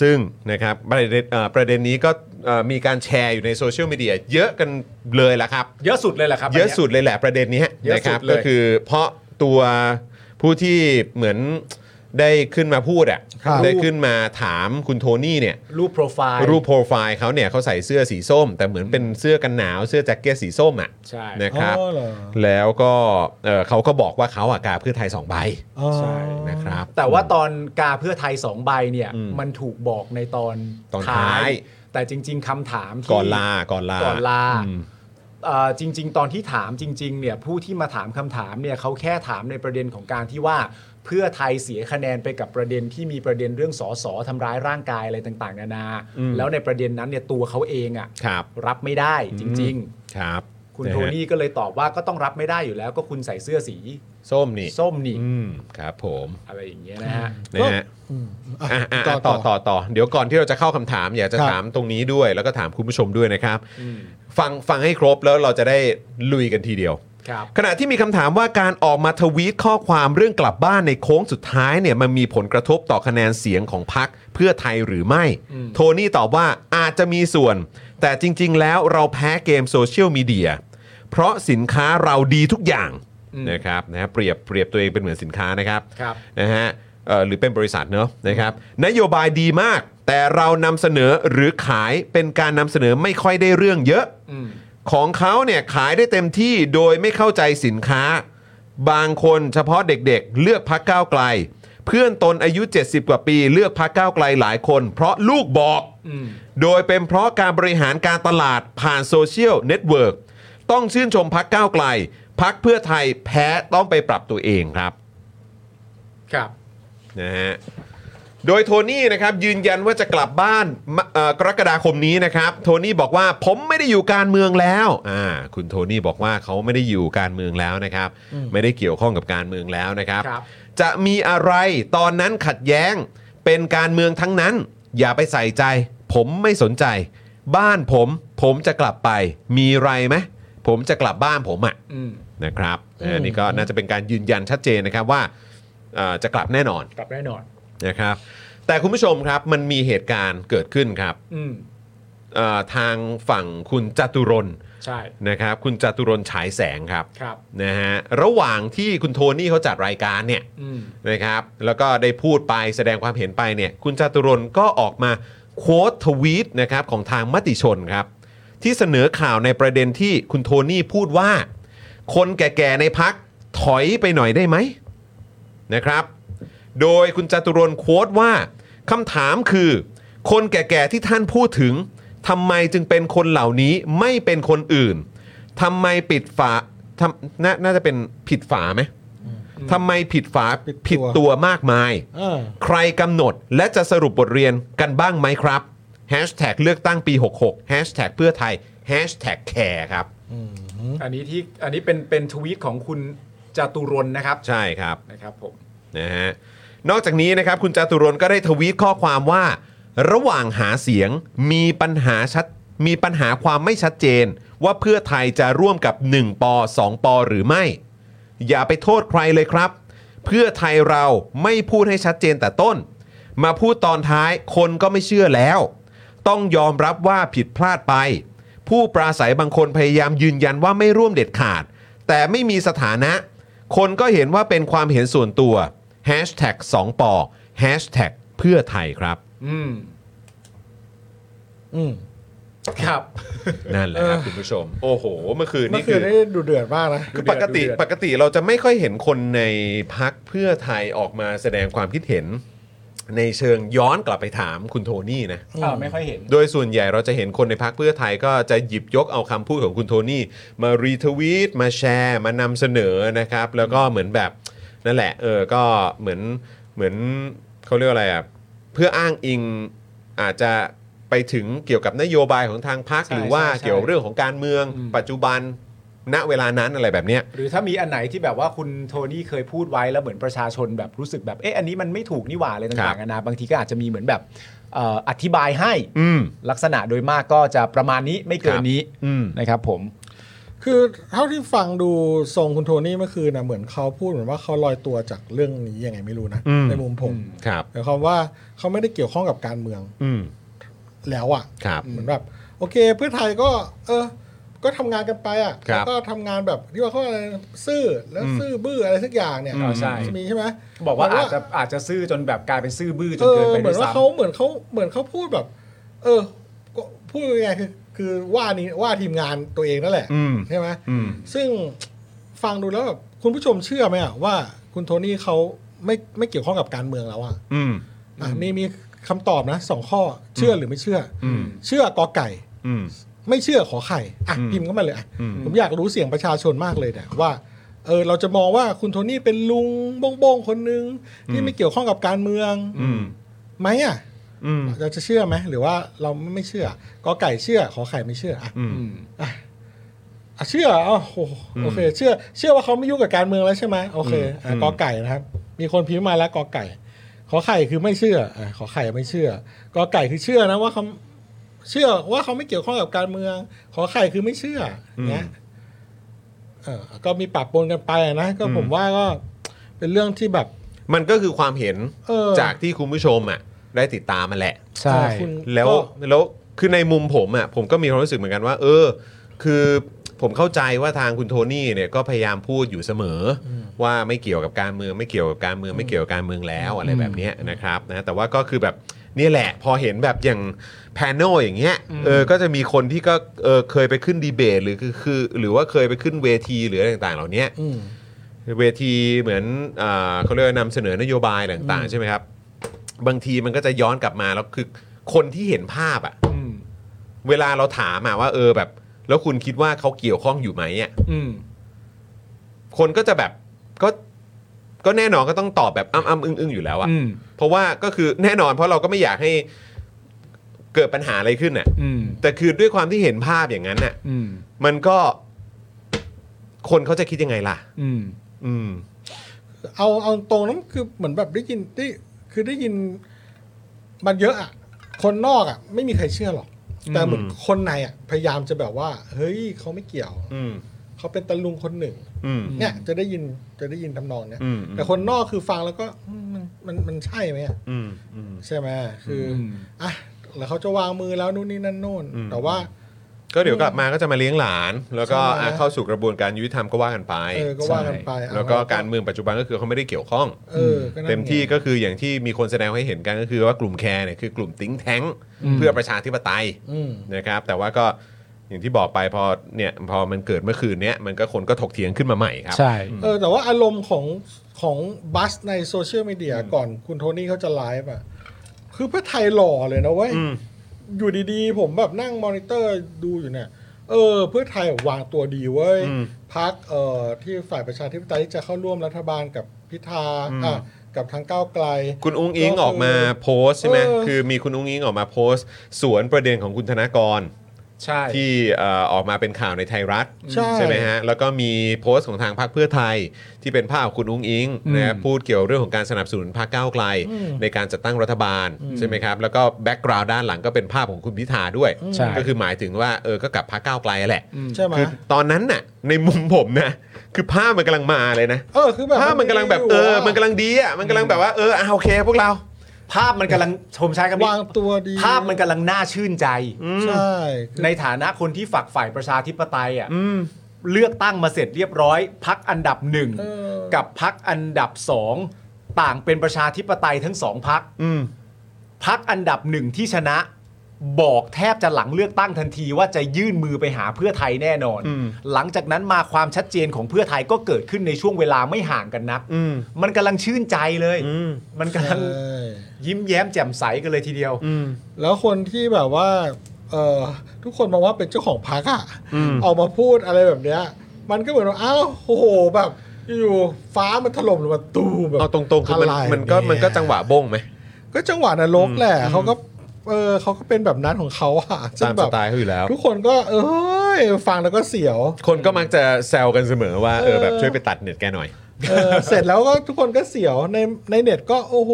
Speaker 1: ซึ่งนะครับประเด็นเอ่อประเด็นนี้ก็เอ่อมีการแชร์อยู่ในโซเชียลมีเดียเยอะกันเลยล่ะครับ
Speaker 2: เยอะสุดเลยแหละครับ
Speaker 1: เยอะ
Speaker 2: นนี้
Speaker 1: สุดเลยแหละประเด็นนี้
Speaker 2: เยอะ
Speaker 1: นะครับ
Speaker 2: สุดเลย
Speaker 1: ก็คือเพราะตัวผู้ที่เหมือนได้ขึ้นมาพูดอ่ะ
Speaker 3: ครับ
Speaker 1: ได้ขึ้นมาถามคุณโทนี่เนี่ย
Speaker 2: รูปโปรไฟล์
Speaker 1: รูปโปรไฟล์เขาเนี่ยเขาใส่เสื้อสีส้ม แต่เหมือนเป็นเสื้อกันหนาวเสื้อแจ็คเก็ตสีส้มอ่ะ
Speaker 2: ใช่
Speaker 1: นะครับ
Speaker 3: อ๋อเหรอ
Speaker 1: แล้วก็เอ่อเขาก็บอกว่าเขาอ่ะกาเพื่อไทย 2 ใบ
Speaker 3: ใช่
Speaker 1: นะครับ
Speaker 2: แต่ว่าตอนกาเพื่อไทย 2 ใบเนี่ย มันถูกบอกในตอน
Speaker 1: ตอนท้าย
Speaker 2: แต่จริง ๆคำถามที่
Speaker 1: ก่อนลาก่อนลา
Speaker 2: ก่อนลา
Speaker 1: อืม
Speaker 2: เอ่อจริง ๆ ตอนที่ถามจริง ๆ เนี่ยผู้ที่มาถามคำถามเนี่ยเขาแค่ถามในประเด็นของการที่ว่า เพื่อไทยเสียคะแนนไปกับประเด็นที่มีประเด็นเรื่องสอสอทำร้ายร่างกายอะไรต่างๆนานา
Speaker 1: อืม
Speaker 2: แล้วในประเด็นนั้นเนี่ยตัวเขาเองอะ
Speaker 1: ครับ
Speaker 2: รับไม่ได้จริง ๆ
Speaker 1: ๆครับ
Speaker 2: คุณ
Speaker 1: ะฮะ
Speaker 2: โทนี่ก็เลยตอบว่าก็ต้องรับไม่ได้อยู่แล้วก็คุณใส่เสื้อสี
Speaker 1: ส้มนี่
Speaker 2: ส้มนี่
Speaker 1: อืมครับผม
Speaker 2: อะไรอย่างเงี้ยนะฮะ
Speaker 1: นะฮะ อ่ะอ่ะ
Speaker 2: ต่
Speaker 1: ต่อ
Speaker 2: อ
Speaker 1: ต่อ
Speaker 2: ต่
Speaker 1: ต่อ
Speaker 2: อ
Speaker 1: เดี๋ยวก่อนที่เราจะเข้าคำถาม อยากจะ
Speaker 2: ครับ
Speaker 1: ถามตรงนี้ด้วย แล้วก็ถามคุณผู้ชมด้วยนะครับ ฟังฟังให้ครบแล้วเราจะได้ลุยกันทีเดียว
Speaker 2: ครับ
Speaker 1: ขณะที่มีคำถามว่าการออกมาทวีตข้อความเรื่องกลับบ้านในโค้งสุดท้ายเนี่ยมันมีผลกระทบต่อคะแนนเสียงของพรรคเพื่อไทยหรือไม่
Speaker 2: อืม
Speaker 1: โทนี่ตอบว่าอาจจะมีส่วน แต่จริง ๆ แล้วเราแพ้เกมโซเชียลมีเดียเพราะสินค้าเราดีทุกอย่างนะครับนะฮะเปรียบเปรียบตัวเองเป็นเหมือนสินค้านะครับ
Speaker 2: ครับ
Speaker 1: นะฮะเอ่อหรือเป็นบริษัทเนอะนะครับนโยบายดีมาก แต่เรานำเสนอหรือขายเป็นการนำเสนอไม่ค่อยได้เรื่องเยอะ
Speaker 2: อืม
Speaker 1: ของเขาเนี่ยขายได้เต็มที่โดยไม่เข้าใจสินค้า บางคนเฉพาะเด็กๆ เลือกพักก้าวไกล เพื่อนตนอายุ 70 กว่าปีเลือกพักก้าวไกลหลายคน เพราะลูกบอก
Speaker 2: อืม
Speaker 1: โดยเป็นเพราะการบริหารการตลาดผ่านโซเชียลเน็ตเวิร์กต้องชื่นชมพักก้าวไกล พักเพื่อไทยแพ้ต้องไปปรับตัวเองครับ
Speaker 2: ครับ
Speaker 1: นะฮะ โดยโทนี่นะครับยืนยันว่าจะกลับบ้านมะเอ่อกรกฎาคมนี้นะครับ โทนี่บอกว่าผมไม่ได้อยู่การเมืองแล้วอ่าคุณโทนี่บอกว่าเขาไม่ได้อยู่การเมืองแล้วนะครับ
Speaker 2: อืม
Speaker 1: ไม่ได้เกี่ยวข้องกับการเมืองแล้วนะครับ
Speaker 2: ครับ
Speaker 1: จะมีอะไรตอนนั้นขัดแย้งเป็นการเมืองทั้งนั้น อย่าไปใส่ใจ ผมไม่สนใจ บ้านผม ผมจะกลับไป มีไรไหมผมจะกลับบ้านผมอ่ะ
Speaker 2: อืม
Speaker 1: นะครับ
Speaker 2: อืม
Speaker 1: อันนี้ก็น่าจะเป็นการยืนยันชัดเจนนะครับว่าเอ่อจะกลับแน่นอน
Speaker 2: กลับแน่นอน
Speaker 1: นะครับ แต่คุณผู้ชมครับมันมีเหตุการณ์เกิดขึ้นครับ
Speaker 2: อืม
Speaker 1: เอ่อทางฝั่งคุณจตุรนต์
Speaker 22: ใช่
Speaker 1: นะครับคุณจตุรนต์ฉายแสงครับ
Speaker 22: ครับ
Speaker 1: นะฮะระหว่างที่คุณโทนี่เขาจัดรายการเนี่ย
Speaker 22: อืม
Speaker 1: นะครับแล้วก็ได้พูดไปแสดงความเห็นไปเนี่ยคุณจาตุรนต์ก็ออกมาโค้ดทวีตนะครับของทางมติชนครับ ที่เสนอข่าวในประเด็นที่คุณโทนี่พูดว่า คนแก่ๆในพักถอยไปหน่อยได้ไหมนะครับ โดยคุณจาตุรนต์โค้ดว่าคำถามคือ คนแก่ๆที่ท่านพูดถึงทำไมจึงเป็นคนเหล่านี้ไม่เป็นคนอื่นทำไมปิดฝาทำนาน่าจะเป็นผิดฝาไหม ทำไมผิดฝาผิดตัวมากมาย
Speaker 3: เออ
Speaker 1: ใครกำหนดและจะสรุปบทเรียนกันบ้างไหมครับแฮชแท็กเลือกตั้งปี 66แฮชแท็กเพื่อไทยแฮชแท็กแคร์ครับ
Speaker 22: อันนี้ที่อันนี้เป็นเป็นทวีตของคุณจาตุรนต์นะครับ
Speaker 1: ใช่ครับ
Speaker 22: นะครับผม
Speaker 1: นะฮะนอกจากนี้นะครับคุณจาตุรนต์ก็ได้ทวีตข้อความว่า ระหว่างหาเสียงมีปัญหาชัดมีปัญหาความไม่ชัดเจน ว่าเพื่อไทยจะร่วมกับ 1 ป 2 ป หรือไม่ อย่าไปโทษใครเลยครับ เพื่อไทยเราไม่พูดให้ชัดเจนแต่ต้น มาพูดตอนท้ายคนก็ไม่เชื่อแล้ว ต้องยอมรับว่าผิดพลาดไป ผู้ปราศัยบางคนพยายามยืนยันว่าไม่ร่วมเด็ดขาด แต่ไม่มีสถานะ คนก็เห็นว่าเป็นความเห็นส่วนตัว Hashtag 2ปอ Hashtag เพื่อไทยครับ
Speaker 22: อืม
Speaker 3: อืม
Speaker 22: ครับ
Speaker 1: นั่นแหละครับ คุณผู้ชม โอ้โห เมื่อคืน
Speaker 3: เมื่
Speaker 1: นี่
Speaker 3: อคื
Speaker 1: คื
Speaker 3: น
Speaker 1: อ
Speaker 3: นี่ดูเดือดมากนะ
Speaker 1: คือปกติปกติเราจะไม่ค่อยเห็นคนในพักเพื่อไทยออกมาแสดงความคิดเห็น ในเชิงย้อนกลับไปถามคุณโทนี่นะ
Speaker 22: อ่าไม่ค่อยเห็น
Speaker 1: โดยส่วนใหญ่เราจะเห็นคนในพักเพื่อไทยก็จะหยิบยกเอาคำพูดของคุณโทนี่ มารีทวีตมาแชร์ มานำเสนอนะครับ แล้วก็เหมือนแบบนั่นแหละเออก็เหมือนเหมือนเขาเรียกว่าอะไรอ่ะเพื่ออ้างอิงอาจจะไปถึงเกี่ยวกับนโยบายของทางพรรคหรือว่า
Speaker 22: ใช่ใช่
Speaker 1: เกี่ยวเรื่องของการเมือง ปัจจุบันณเวลานั้นอะไรแบบเนี้ย
Speaker 22: หรือถ้ามีอันไหนที่แบบว่าคุณโทนี่เคยพูดไว้แล้วเหมือนประชาชนแบบรู้สึกแบบเอ๊ะอันนี้มันไม่ถูกนี่หว่าอะไร
Speaker 1: ครั
Speaker 22: ต่า
Speaker 1: บ
Speaker 22: งๆนานาบางทีก็อาจจะมีเหมือนแบบเอ่ออธิบายให้
Speaker 1: อืม
Speaker 22: ลักษณะโดยมากก็จะประมาณนี้ไม่เกินนี้
Speaker 1: อืม
Speaker 22: นะครับผม
Speaker 3: คือเท่าที่ฟังดูทรงคุณโทนี่เมื่อคืนนะเหมือนเขาพูดเหมือนว่าเขาลอยตัวจากเรื่องนี้ยังไงไม่รู้นะ
Speaker 1: อืม
Speaker 3: ในมุมผม
Speaker 1: ครับ
Speaker 3: หมายความว่าเขาไม่ได้เกี่ยวข้องกับการเมือง
Speaker 1: อืม
Speaker 3: แล้วอ่ะ
Speaker 1: ครับ
Speaker 3: เหมือนแบบโอเคเพื่อไทยก็ เออ ก็ทำงานกันไปอ่ะ
Speaker 1: ครับ
Speaker 3: แล้วก็ทำงานแบบที่ว่าเขาอะไรซื่อแล้ว
Speaker 22: อืม
Speaker 3: ซื่อบื้ออะไรสักอย่างเนี่ย
Speaker 22: อ๋อใช่
Speaker 3: จะมีใช่ไหม
Speaker 22: บอกว่า
Speaker 3: เหมืน
Speaker 22: อาจจะอาจจะซื่อจนแบบกลายเป็นซื่อบื้อจ
Speaker 3: เอน
Speaker 22: เกิน
Speaker 3: อ
Speaker 22: ไป
Speaker 3: เหมื
Speaker 22: ด้ว
Speaker 3: อ
Speaker 22: น ย
Speaker 3: ว่าเขา
Speaker 22: ซ้ำ
Speaker 3: เหมือนเขาเหมือนเขาพูดแบบ เออก็พูดยังไงคือ คือว่านี้ว่าทีมงานตัวเองนั่นแหละ
Speaker 1: อืม
Speaker 3: ใช่ไหม
Speaker 1: อืม
Speaker 3: ซึ่งฟังดูแล้วแบบคุณผู้ชมเชื่อไหมอ่ะว่าคุณโทนี่เขาไม่ไม่เกี่ยวข้องกับการเมืองแล้วอ่ะ
Speaker 1: อืม
Speaker 3: อ่ะมีมีคำตอบนะสองข้อเชื่อหรือไม่เชื่ออ
Speaker 1: ม
Speaker 3: เชื่อกอไก่
Speaker 1: อืม
Speaker 3: ไม่เชื่อขอไข่อ่ะ
Speaker 1: อืม
Speaker 3: พิมพ์เข้ามาเลยอ่ะ
Speaker 1: อืม
Speaker 3: ผมอยากรู้เสียงประชาชนมากเลยเนี่ยว่าเออเราจะมองว่าคุณโทนี่เป็นลุงโบ้งๆคนนึงที่ไม่เกี่ยวข้องกับการเมือง
Speaker 1: อืม
Speaker 3: ไหมอ่ะ
Speaker 1: อืม
Speaker 3: เราจะเชื่อไหมหรือว่าเราไม่เชื่อกอไก่เชื่อขอไข่ไม่เชื่ออ่ะ
Speaker 1: อืม
Speaker 3: อ่ะเชื่ออ๋อโอ้โหโอเค เชื่อ เชื่อว่าเขาไม่ยุ่งกับการเมืองแล้วใช่ไหมโอเคอ่ะ
Speaker 1: อืม
Speaker 3: กอไก่นะครับ มีคนพิมพ์มาแล้วกอไก่ ขอไข่คือไม่เชื่ออ่ะขอไข่ไม่เชื่อกอไก่คือเชื่อนะว่าเขาเชื่อว่าเขาไม่เกี่ยวข้องกับการเมือง ขอไข่คือไม่เชื่ออย่างเนี้ยเออก็มีปรับปนกันไปอ่ะนะก็ผมว่าก็เป็นเรื่องที่แบบ
Speaker 1: มันก็คือความเห็น
Speaker 3: เออ
Speaker 1: จากที่คุณผู้ชมอ่ะได้ติดตามมาแหละ
Speaker 3: ใช่คุณ
Speaker 1: แล้ว
Speaker 3: ก็
Speaker 1: แล้วคือในมุมผมอ่ะผมก็มีความรู้สึกเหมือนกันว่า เออ คือผมเข้าใจว่าทางคุณโทนี่เนี่ยก็พยายามพูดอยู่เสมออว่าไม่เกี่ยวกับการเมืองไม่เกี่ยวกับการเมืองไม่เกี่ยวกับการเมืองแล้วอะไรแบบเนี้ยนะครับนะแต่ว่าก็คือแบบเนี่ยแหละ พอเห็นแบบอย่างแพนโนอย่างเงี้ยเออก็จะมีคนที่ก็เออเคยไปขึ้นดีเบตหรือคือคือ หรือว่าเคยไปขึ้นเวทีหรืออะไรต่างๆเหล่าเนี้ย
Speaker 3: อืม
Speaker 1: เวทีเหมือนอาเขาเรียกว่านำเสนอนโยบายต่างๆ ใช่ไหมครับ บางทีมันก็จะย้อนกลับมาแล้วคือคนที่เห็นภาพอะ
Speaker 22: อืม
Speaker 1: เวลาเราถามอะว่าเออแบบ แล้วคุณคิดว่าเขาเกี่ยวข้องอยู่ไหมอะ
Speaker 22: อืม
Speaker 1: คนก็จะแบบก็ก็แน่นอนก็ต้องตอบแบบอ้ำอ้ำอึ้งอึ้งอยู่แล้วอะ
Speaker 22: อืม
Speaker 1: เพราะว่าก็คือแน่นอนเพราะเราก็ไม่อยากให้เกิดปัญหาอะไรขึ้นน่ะ
Speaker 22: อืม
Speaker 1: แต่คือด้วยความที่เห็นภาพอย่างนั้นน่ะ
Speaker 22: อืม
Speaker 1: มันก็คนเขาจะคิดยังไงล่ะ
Speaker 22: อืม
Speaker 1: อืม
Speaker 3: เอาเอาตรงนั้นคือเหมือนแบบได้ยินได้คือได้ยินมันเยอะอ่ะ คนนอกอ่ะ ไม่มีใครเชื่อหรอก แต่เหมือน
Speaker 1: อืม
Speaker 3: คนในอ่ะ พยายามจะแบบว่า เฮ้ยเขาไม่เกี่ยว
Speaker 1: อืม
Speaker 3: เขาเป็นตะลุงคนหนึ่ง
Speaker 1: อืม
Speaker 3: เนี่ย จะได้ยินจะได้ยินทำนองเนี้ย
Speaker 1: อืมอืม
Speaker 3: แต่คนนอกคือฟังแล้วก็อืมมันมันมันใช่ไหมอ่ะ
Speaker 1: อืมอืม
Speaker 3: ใช่ไหมคือออ่ะ แล้วเขาจะวางมือแล้วนู่นนี่นั่นโน่น
Speaker 1: อืม
Speaker 3: แต่ว่า
Speaker 1: ก็เดี๋ยวกลับมาก็จะมาเลี้ยงหลาน แล้วก็
Speaker 3: ใช่
Speaker 1: อ่ะเข้าสู่กระบวนการยุติธรรมก็ว่ากันไป
Speaker 3: เออก็ว่ากันไป
Speaker 1: ใช่
Speaker 3: เอา
Speaker 1: แล้วก็การเมืองปัจจุบันก็คือเขาไม่ได้เกี่ยวข้อง
Speaker 3: เออก็นั่นไง
Speaker 1: เต็มที่ก็คืออย่างที่มีคนแสดงให้เห็นกันก็คือว่ากลุ่มแคร์เนี่ยคือกลุ่มติ้งแท้ง
Speaker 3: อืม
Speaker 1: เพื่อประชาธิปไตย
Speaker 3: อืม
Speaker 1: นะครับแต่ว่าก็อย่างที่บอกไปพอเนี่ยพอมันเกิดเมื่อคืนเนี้ยมันก็คนก็ถกเถียงขึ้นมาใหม่ครับ
Speaker 22: ใช่
Speaker 1: อืม
Speaker 3: เออแต่ว่าอารมณ์ของของบัสในโซเชียลมีเดียก่อนคุณโทนี่เขาจะไลฟ์อ่ะ คือเพื่อไทยหล่อเลยนะเว้ย อยู่ดีๆ ผมแบบนั่งมอนิเตอร์ดูอยู่เนี่ย เออ เพื่อไทยวางตัวดีเว้ย
Speaker 1: อืม
Speaker 3: พักเอ่อที่ฝ่ายประชาธิปไตยที่จะเข้าร่วมรัฐบาลกับพิธา
Speaker 1: อืม
Speaker 3: อ่ะกับทางก้าวไกล
Speaker 1: คุณอุ้งอิงออกมาโพสต์ใช่ไหม
Speaker 3: เออ
Speaker 1: คือมีคุณอุ้งอิงออกมาโพสต์ สวนประเด็นของคุณธนากร
Speaker 22: ใช่
Speaker 1: ที่เอ่อออกมาเป็นข่าวในไทยรัฐ
Speaker 3: ใช่
Speaker 1: ไหมฮะแล้วก็มีโพสต์ของทางพรรคเพื่อไทยที่เป็นภาพของคุณอุ้งอิงนะครับพูดเกี่ยวเรื่องของการสนับสนุนพรรคก้าวไกล
Speaker 3: อืม
Speaker 1: ในการจัดตั้งรัฐบาล
Speaker 3: อืม
Speaker 1: ใช่ไหมครับแล้วก็แบ็กกราวด์ด้านหลังก็เป็นภาพของคุณพิธาด้วย
Speaker 3: ใช่
Speaker 1: ก็คือหมายถึงว่าเออก็กับพรรคก้าวไกลแหละ
Speaker 3: ใช่ไหม
Speaker 1: คือตอนนั้นน่ะในมุมผมนะคือภาพมันกำลังมาเลยนะ
Speaker 3: เออคือแบบ
Speaker 1: ภาพมันกำลังแบบเออ มันกำลังดีอ่ะมันกำลังแบบว่าเอออ่ะโอเคพวกเรา
Speaker 22: ภาพมันกำลังชมใช้คำนี้
Speaker 3: วางตัวดี
Speaker 22: ภาพมันกำลังน่าชื่นใจ
Speaker 3: ใช่
Speaker 22: ในฐานะคนที่ฝักฝ่ายประชาธิปไตยอ่ะเลือกตั้งมาเสร็จเรียบร้อย พักอันดับหนึ่งกับพักอันดับสองต่างเป็นประชาธิปไตยทั้งสองพักพักอันดับหนึ่งที่ชนะ บอกแทบจะหลังเลือกตั้งทันทีว่าจะยื่นมือไปหาเพื่อไทยแน่นอน
Speaker 1: อืม
Speaker 22: หลังจากนั้นมาความชัดเจนของเพื่อไทยก็เกิดขึ้นในช่วงเวลาไม่ห่างกันนัก
Speaker 1: อืม
Speaker 22: มันกำลังชื่นใจเลย มันกำลัง
Speaker 3: ใช่
Speaker 22: ยิ้มแย้มแจ่มใสกันเลยทีเดียว
Speaker 3: แล้วคนที่แบบว่าเออทุกคนมองว่าเป็นเจ้าของพักอะ
Speaker 1: อืม
Speaker 3: ออกมาพูดอะไรแบบเนี้ย มันก็เหมือนว่าอ้าวโอ้โหแบบอยู่ๆฟ้ามันถล่มลงมาตูมแบบ
Speaker 1: เอาตรงๆคือมัน
Speaker 3: อะไ
Speaker 1: มันก็มันก็จังหวะบงไหม
Speaker 3: ก็จังหวะนรกแหละ
Speaker 1: อืม
Speaker 3: เขาก็เออเขาก็เป็นแบบนั้นของเขาอะซึ่ง
Speaker 1: ตาม
Speaker 3: แบ
Speaker 1: ส
Speaker 3: บ
Speaker 1: ไตล์เขาอยู่แล้ว
Speaker 3: ทุกคนก็เอยฟังแล้วก็เสียว
Speaker 1: คนก็มักจะแซวกันเสมอว่าเออแบบ
Speaker 3: เออ
Speaker 1: ช่วยไปตัดเน็ตแกหน่อย
Speaker 3: เออเสร็จแล้วก็ทุกคนก็เสียวในในเน็ตก็โอ้โห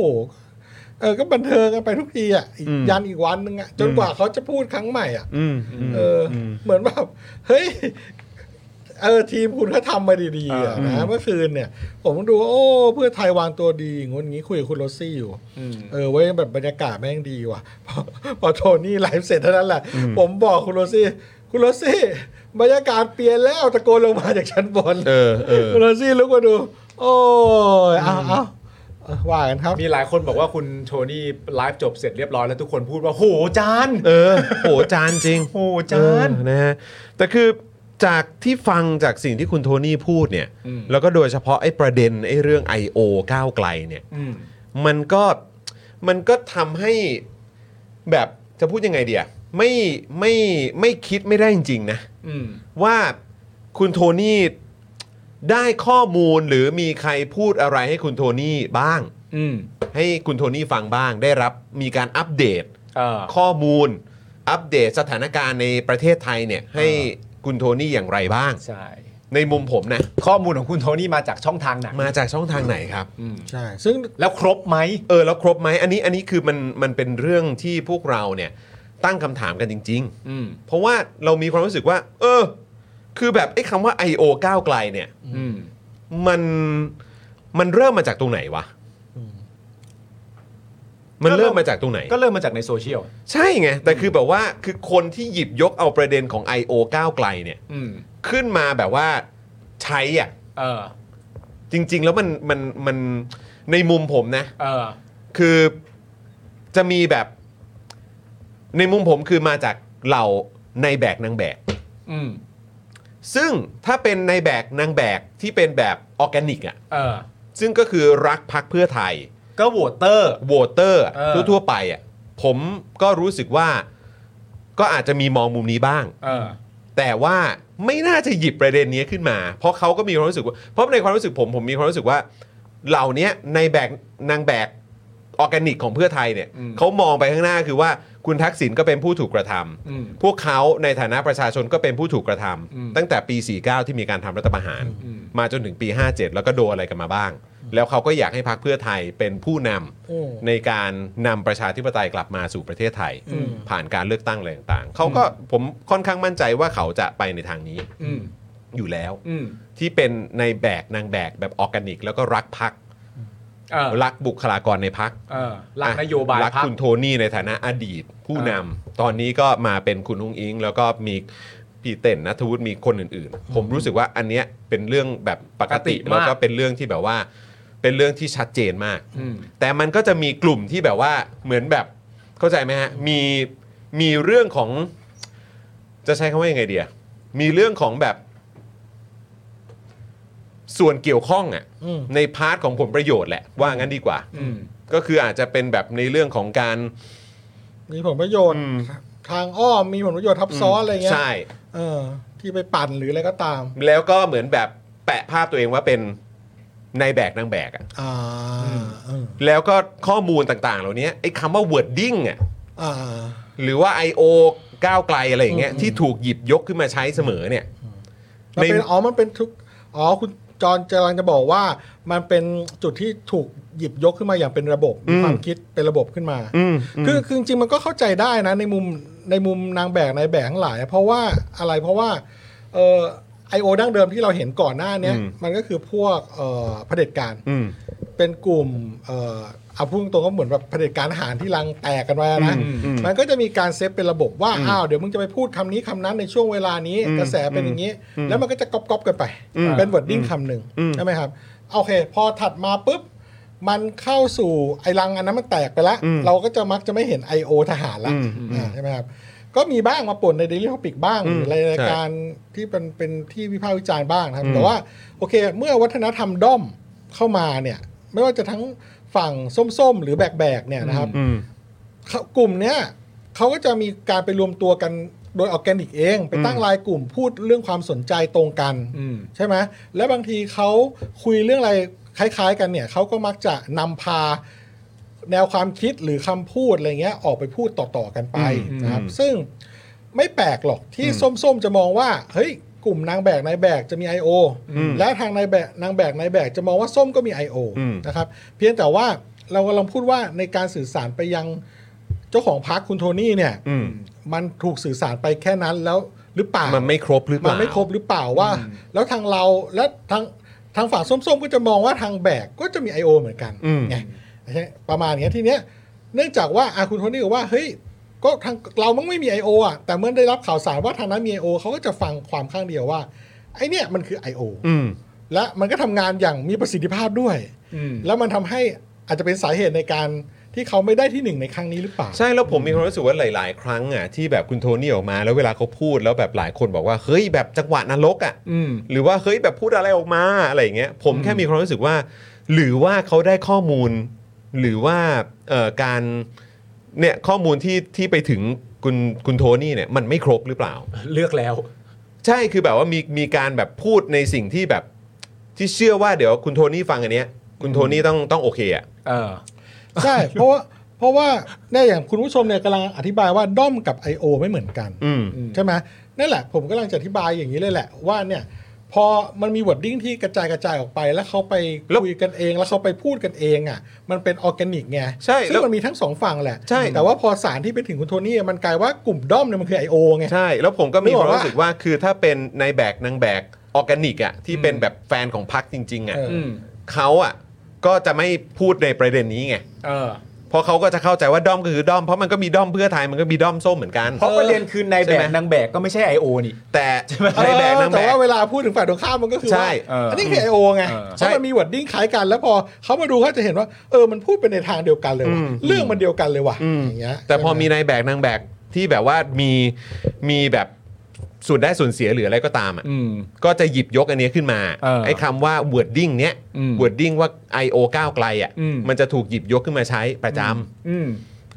Speaker 3: เออก็บันเทิงกันไปทุกทีอ่ะอีก
Speaker 1: อืม
Speaker 3: ยันอีกวันหนึงอ่ะจนกว่าเขาจะพูดครั้งใหม่อ่ะ
Speaker 1: อืม
Speaker 3: เอออเหมือนแบบเฮ้ยเออทีมคุณก็ทำมาดีๆอะนะเมื่อคืนเนี่ย ผมดูว่าโอ้เพื่อไทยวางตัวดีงนงี้คุยกับคุณโรซี่อยู่ เออเว้ยแบบบรรยากาศแม่งดีว่ะ พอพอโทนี่ไลฟ์เสร็จเท่านั้นแหละ ผมบอกคุณโรซี่ คุณโรซี่ บรรยากาศเปลี่ยนแล้วตะโกนลงมาจากชั้นบน
Speaker 1: เออเออ
Speaker 3: คุณโรซี่ลุกมาดู โอ้ยเอาเอาเออว่ากันครับ
Speaker 22: มีหลายคนบอกว่าคุณโทนี่ไลฟ์จบเสร็จเรียบร้อยแล้วทุกคนพูดว่าโหจาน
Speaker 1: เออโหจานจริง
Speaker 22: โหจาน
Speaker 1: เออนะฮะแต่คือจากที่ฟังจากสิ่งที่คุณโทนี่พูดเนี่ยแล้วก็โดยเฉพาะไอ้ประเด็นไอ้เรื่อง I.O. ก้าวไกลเนี่ย มันก็มันก็ทำให้แบบจะพูดยังไงเดียไม่ไม่ไม่คิดไม่ได้จริงๆนะ
Speaker 22: อืม
Speaker 1: ว่าคุณโทนี่ได้ข้อมูลหรือมีใครพูดอะไรให้คุณโทนี่บ้าง
Speaker 22: อืม
Speaker 1: ให้คุณโทนี่ฟังบ้างได้รับมีการอัปเดต
Speaker 22: เออ
Speaker 1: ข้อมูลอัปเดตสถานการณ์ในประเทศไทยเนี่ยให้คุณโทนี่อย่างไรบ้าง
Speaker 22: ใช่
Speaker 1: ในมุมผมนะ
Speaker 22: ข้อมูลของคุณโทนี่มาจากช่องทางไหน
Speaker 1: มาจากช่องทางไหนครับ
Speaker 22: อืม
Speaker 3: ใช่ ซึ่ง
Speaker 22: แล้วครบไหม
Speaker 1: เออแล้วครบไหมอันนี้อันนี้คือมันมันเป็นเรื่องที่พวกเราเนี่ยตั้งคำถามกันจริง
Speaker 22: อืม
Speaker 1: ๆ เพราะว่าเรามีความรู้สึกว่า เออ คือแบบไอ้คำว่า I.O. ก้าวไกลเนี่ย
Speaker 22: อืม
Speaker 1: มันมันเริ่มมาจากตรงไหนวะ มันเริ่มมาจากตรงไหน
Speaker 22: ก็เริ่มมาจากในโซเชียล
Speaker 1: ใช่ไง แต่คือแบบว่าคือคนที่หยิบยกเอาประเด็นของ I.O. ก้าวไกลเนี่ย
Speaker 22: อืม
Speaker 1: ขึ้นมาแบบว่าใช้อ่ะ
Speaker 22: เออ
Speaker 1: จริง ๆ แล้วมันมันมันในมุมผมนะ
Speaker 22: เออ
Speaker 1: คือจะมีแบบ ในมุมผมคือมาจากเหล่าในายแบกนางแบก
Speaker 22: อืม
Speaker 1: ซึ่งถ้าเป็นในายแบกนางแบกที่เป็นแบบออร์แกนิกอ่ะ
Speaker 22: เออ
Speaker 1: ซึ่งก็คือรักพักเพื่อไทย
Speaker 22: ก็โหวตเตอร์
Speaker 1: โหวตเตอร์อะ
Speaker 22: เออ
Speaker 1: ทั่วๆไปอ่ะผมก็รู้สึกว่าก็อาจจะมีมองมุมนี้บ้าง
Speaker 22: เออ
Speaker 1: แต่ว่าไม่น่าจะหยิบประเด็นนี้ขึ้นมา เพราะเขาก็มีความรู้สึกว่า เพราะในความรู้สึกผมผมมีความรู้สึกว่า เหล่าเนี้ยในแบกนางแบกออร์แกนิกของเพื่อไทยเนี่ย
Speaker 22: อืม
Speaker 1: เขามองไปข้างหน้าคือว่าคุณทักษิณก็เป็นผู้ถูกกระทำ
Speaker 22: อืม
Speaker 1: พวกเขาในฐานะประชาชนก็เป็นผู้ถูกกระทำ
Speaker 22: อืม
Speaker 1: ตั้งแต่ปี 49 ที่มีการทำรัฐประหาร
Speaker 22: อืม
Speaker 1: มาจนถึงปี 57 แล้วก็โดนอะไรกันมาบ้าง แล้วเขาก็อยากให้พรรคเพื่อไทยเป็นผู้นำ
Speaker 3: อืม
Speaker 1: ในการนำประชาธิปไตยกลับมาสู่ประเทศไทย
Speaker 3: อืม
Speaker 1: ผ่านการเลือกตั้งอะไรต่างๆ เขาก็ผมค่อนข้างมั่นใจว่าเขาจะไปในทางนี้
Speaker 22: อืม
Speaker 1: อยู่แล้ว
Speaker 22: อืม
Speaker 1: ที่เป็นในแบกนางแบกแบบออร์แกนิก แล้วก็รักพัก รักบุคลากรในพัก
Speaker 22: เออรักนโยบาย
Speaker 1: รัก
Speaker 22: พรรค
Speaker 1: คุณโทนี่ในฐานะอดีตผู้นำตอนนี้ก็มาเป็นคุณอุ้งอิง แล้วก็มีพี่เต้นนัทวุฒิมีคนอื่นๆ ผมรู้สึกว่าอันเนี้ยเป็นเรื่องแบบปกติ
Speaker 22: ปกติมาก
Speaker 1: แล้วก็เป็นเรื่องที่แบบว่า เป็นเรื่องที่ชัดเจนมาก
Speaker 22: อืม
Speaker 1: แต่มันก็จะมีกลุ่มที่แบบว่าเหมือนแบบเข้าใจไหมฮะมีมีเรื่องของ จะใช้คำว่ายังไงเดียมีเรื่องของแบบ ส่วนเกี่ยวข้องอะ่ะ
Speaker 22: อืม
Speaker 1: ในพาร์ทของผลประโยชน์แหละ ว่างั้นดีกว่า
Speaker 22: อืม
Speaker 1: ก็คืออาจจะเป็นแบบในเรื่องของการ
Speaker 3: มีผลประโยชน์ ทางอ้อมมีผลประโยชน์ทับซ้อน
Speaker 1: อืม
Speaker 3: อะไรเงี้ย
Speaker 1: ใช่
Speaker 3: เออ ที่ไปปั่นหรืออะไรก็ตาม
Speaker 1: แล้วก็เหมือนแบบแปะภาพตัวเองว่าเป็นนายแบกนางแบกอะ
Speaker 3: อ่าเออ
Speaker 1: แล้วก็ข้อมูลต่างๆ เหล่านี้ไอ้คำว่า wording อ่ะ
Speaker 3: อ่า
Speaker 1: หรือว่า I.O. ก้าวไกลอะไรอย่างเงี้ยที่ถูกหยิบยกขึ้นมาใช้เสมอเนี่ย
Speaker 3: มันเป็นอ๋อมันเป็นทุกอ๋อคุณจอนกำลังจะบอกว่า มันเป็นจุดที่ถูกหยิบยกขึ้นมาอย่างเป็นระบบมี
Speaker 1: อืม
Speaker 3: ความคิดเป็นระบบขึ้นมา
Speaker 1: อืม
Speaker 3: คื
Speaker 1: คือ อ
Speaker 3: คือจริงๆมันก็เข้าใจได้นะในมุมในมุมนางแบกนายแบกทั้งหลาย เพราะว่าอะไรเพราะว่าเออไอโอดั้งเดิมที่เราเห็นก่อนหน้าเนี้ย
Speaker 1: อืม
Speaker 3: มันก็คือพวกเอ่อเผด็จการ
Speaker 1: อืม
Speaker 3: เป็นกลุ่มเอ่อเอาพูดตรงๆก็เหมือนแบบเผด็จการทหารที่รังแตกกันไว้นะ
Speaker 1: อืมอืม
Speaker 3: มันก็จะมีการเซฟเป็นระบบว่า
Speaker 1: อืม
Speaker 3: อ้าวเดี๋ยวมึงจะไปพูดคำนี้คำนั้นในช่วงเวลานี้
Speaker 1: อืม
Speaker 3: กระแสเป็นอย่างนี้
Speaker 1: อืม
Speaker 3: แล้วมันก็จะก๊อปๆกันไป
Speaker 1: อืม
Speaker 3: เป็นวอร์ดิ้ง
Speaker 1: อืม
Speaker 3: คำหนึ่ง
Speaker 1: อืม
Speaker 3: ใช่ไหมครับ โอเค พอถัดมาปุ๊บ มันเข้าสู่ไอ้รังอันนั้นมันแตกไปละ
Speaker 1: อืม
Speaker 3: เราก็จะมักจะไม่เห็น I.O. ทหารละ
Speaker 1: อืมอืม
Speaker 3: อ่าใช่ไหมครับก็มีบ้างมาป่นใน Daily Topic บ้าง
Speaker 1: อืม
Speaker 3: หรือในราย
Speaker 1: ใช่
Speaker 3: การที่เป็นเป็นที่วิพากษ์วิจารณ์บ้างนะครับ
Speaker 1: อืม
Speaker 3: แต่ว่า โอเค เมื่อวัฒนธรรมด้อมเข้ามาเนี่ย ไม่ว่าจะทั้งฝั่งส้มๆ หรือแบกๆเนี่ยนะครับ
Speaker 1: อืม
Speaker 3: เขากลุ่มเนี้ยเขาก็จะมีการไปรวมตัวกันโดยออร์แกนิกเอง ไปตั้ง
Speaker 1: อืม
Speaker 3: รายกลุ่มพูดเรื่องความสนใจตรงกัน
Speaker 22: อืม
Speaker 3: ใช่ไหมและบางทีเขาคุยเรื่องอะไรคล้าย ๆ กันเนี่ยเขาก็มักจะนำพาแนวความคิดหรือคำพูดอะไรเงี้ยออกไปพูดต่อๆกันไป
Speaker 22: อืม
Speaker 3: นะครับ
Speaker 22: อืม
Speaker 3: ซึ่งไม่แปลกหรอกที่ส้มๆจะมองว่าเฮ้ยกลุ่มนางแบกนายแบกจะมี I.O.
Speaker 1: อืม
Speaker 3: และทางนายแบกนางแบกนายแบกจะมองว่าส้มก็มี I.O.
Speaker 1: อืม
Speaker 3: นะครับเพียงแต่ว่าเรากำลังพูดว่าในการสื่อสารไปยังเจ้าของพรรคคุณโทนี่เนี่ย
Speaker 1: อืม
Speaker 3: มันถูกสื่อสารไปแค่นั้นแล้วหรือเปล่า
Speaker 1: มันไม่ครบหรือเป
Speaker 3: มัน
Speaker 1: ล่า
Speaker 3: ไม่ครบหรือเปล่าว่า แล้วทางเราและทางทางฝั่งส้มๆ ก็จะมองว่าทางแบกก็จะมี I.O. เหมือนกัน
Speaker 1: อืม
Speaker 3: ไงใช่ประมาณเนี้ยทีเนี้ยเนื่องจากว่าอาคุณโทนี่บอกว่าเฮ้ยก็ทางเรามันไม่มี I.O. อ่ะแต่เมื่อได้รับข่าวสารว่าทางนั้นมี I.O. เขาก็จะฟังความข้างเดียวว่าไอเนี้ยมันคือ I.O.
Speaker 1: อืม
Speaker 3: และมันก็ทำงานอย่างมีประสิทธิภาพด้วย
Speaker 22: อืม
Speaker 3: แล้วมันทำให้อาจจะเป็นสาเหตุในการที่เขาไม่ได้ที่หนึ่งในครั้งนี้หรือเปล่า
Speaker 1: ใช่แล้วผมมีความรู้สึกว่าหลาย ๆ ครั้งอ่ะที่แบบคุณโทนี่ออกมา แล้วเวลาเขาพูดแล้วแบบหลายคนบอกว่าเฮ้ยแบบจังหวะนรกอ่ะ
Speaker 22: อืม
Speaker 1: หรือว่าเฮ้ยแบบพูดอะไรออกมาอะไรอย่างเงี้ยผมแค่มีความรู้สึกว่า หรือว่าเขาได้ข้อมูล หรือว่าเอ่อการเนี่ยข้อมูลที่ที่ไปถึงคุณคุณโทนี่เนี่ยมันไม่ครบหรือเปล่า
Speaker 22: เลือกแล้ว
Speaker 1: ใช่คือแบบว่ามีมีการแบบพูดในสิ่งที่แบบที่เชื่อว่าเดี๋ยวคุณโทนี่ฟังอันเนี้ยคุณโทนี่ต้องต้องโอเคอ่ะ
Speaker 22: เออ
Speaker 3: ใช่ เพราะว่าเพราะว่าเนี่ยอย่างคุณผู้ชมเนี่ยกำลังอธิบายว่าด้อมกับ I.O. ไม่เหมือนกัน
Speaker 1: อืม
Speaker 3: ใช่ไหมนั่นแหละผมกำลังจะอธิบายอย่างนี้เลยแหละ ว่าเนี่ยพอมันมีวอร์ดดิ้งที่กระจายกระจายออกไป แล้วเขาไปคุยกันเอง แล้วเขาไปพูดกันเองอ่ะมันเป็นออร์แกนิกไง
Speaker 1: ใช่
Speaker 3: ซึ่
Speaker 1: แล้
Speaker 3: ง
Speaker 1: ว
Speaker 3: มันมีทั้งสองฝั่งแหละ
Speaker 1: ใช่
Speaker 3: แต่ว่าพอสารที่ไปถึงคุณโทนี่มันกลายว่ากลุ่มด้อมเนี่ยมันคือ I.O. ไง
Speaker 1: ใช่ แล้วผมก็มี
Speaker 3: นึก
Speaker 1: ค
Speaker 3: อ
Speaker 1: วา
Speaker 3: อ
Speaker 1: ม
Speaker 3: กปะ
Speaker 1: รู้สึกว่าคือถ้าเป็นนายแบกนางแบกออร์แกนิกอ่ะที่เป็นแบบแฟนของพักจริง ๆ อ่ะ
Speaker 3: เอออืม
Speaker 1: เขาอ่ะก็จะไม่พูดในประเด็นนี้ไง
Speaker 22: เออ
Speaker 1: เพราะเขาก็จะเข้าใจว่าด้อมก็คือด้อมเพราะมันก็มีด้อมเพื่อไทยมันก็มีด้อมส้มเหมือนกัน
Speaker 22: เพราะประเด็นคือนายแบ
Speaker 1: ใช่
Speaker 22: ก
Speaker 1: ไหม
Speaker 22: นางแบกก็ไม่ใช่ I.O. นี่
Speaker 1: แต่
Speaker 3: เออน
Speaker 1: ายแบกนางแบ
Speaker 3: แต่
Speaker 1: ก
Speaker 3: ว่าเวลาพูดถึงฝ่ายตรงข้ามมันก็คือ
Speaker 1: ใช่
Speaker 3: ว่า
Speaker 1: เอออั
Speaker 3: อันนี้คือ I.O. ไง
Speaker 1: เออ
Speaker 3: เพราะมันมีวอร์ดดิ้งคล้ายกันแล้วพอเขามาดูเขาจะเห็นว่าเออมันพูดเป็นในทางเดียวกันเลยว่ะ
Speaker 1: อืม
Speaker 3: เรื่องมันเดียวกันเลยว่ะอย่างเงี้ย
Speaker 1: แต่พอมีนายแบกนางแบกที่แบบว่ามีมีแบบส่วนได้ส่วนเสียหรืออะไรก็ตามอ่ะ
Speaker 22: อืม
Speaker 1: ก็จะหยิบยกอันนี้ขึ้นมา
Speaker 22: เออ
Speaker 1: ไอ้คำว่า wording เนี้ย
Speaker 22: อืม
Speaker 1: wording ว่า I.O. ก้าวไกลอ่ะ
Speaker 22: อืม
Speaker 1: มันจะถูกหยิบยกขึ้นมาใช้ประจำ
Speaker 22: อืม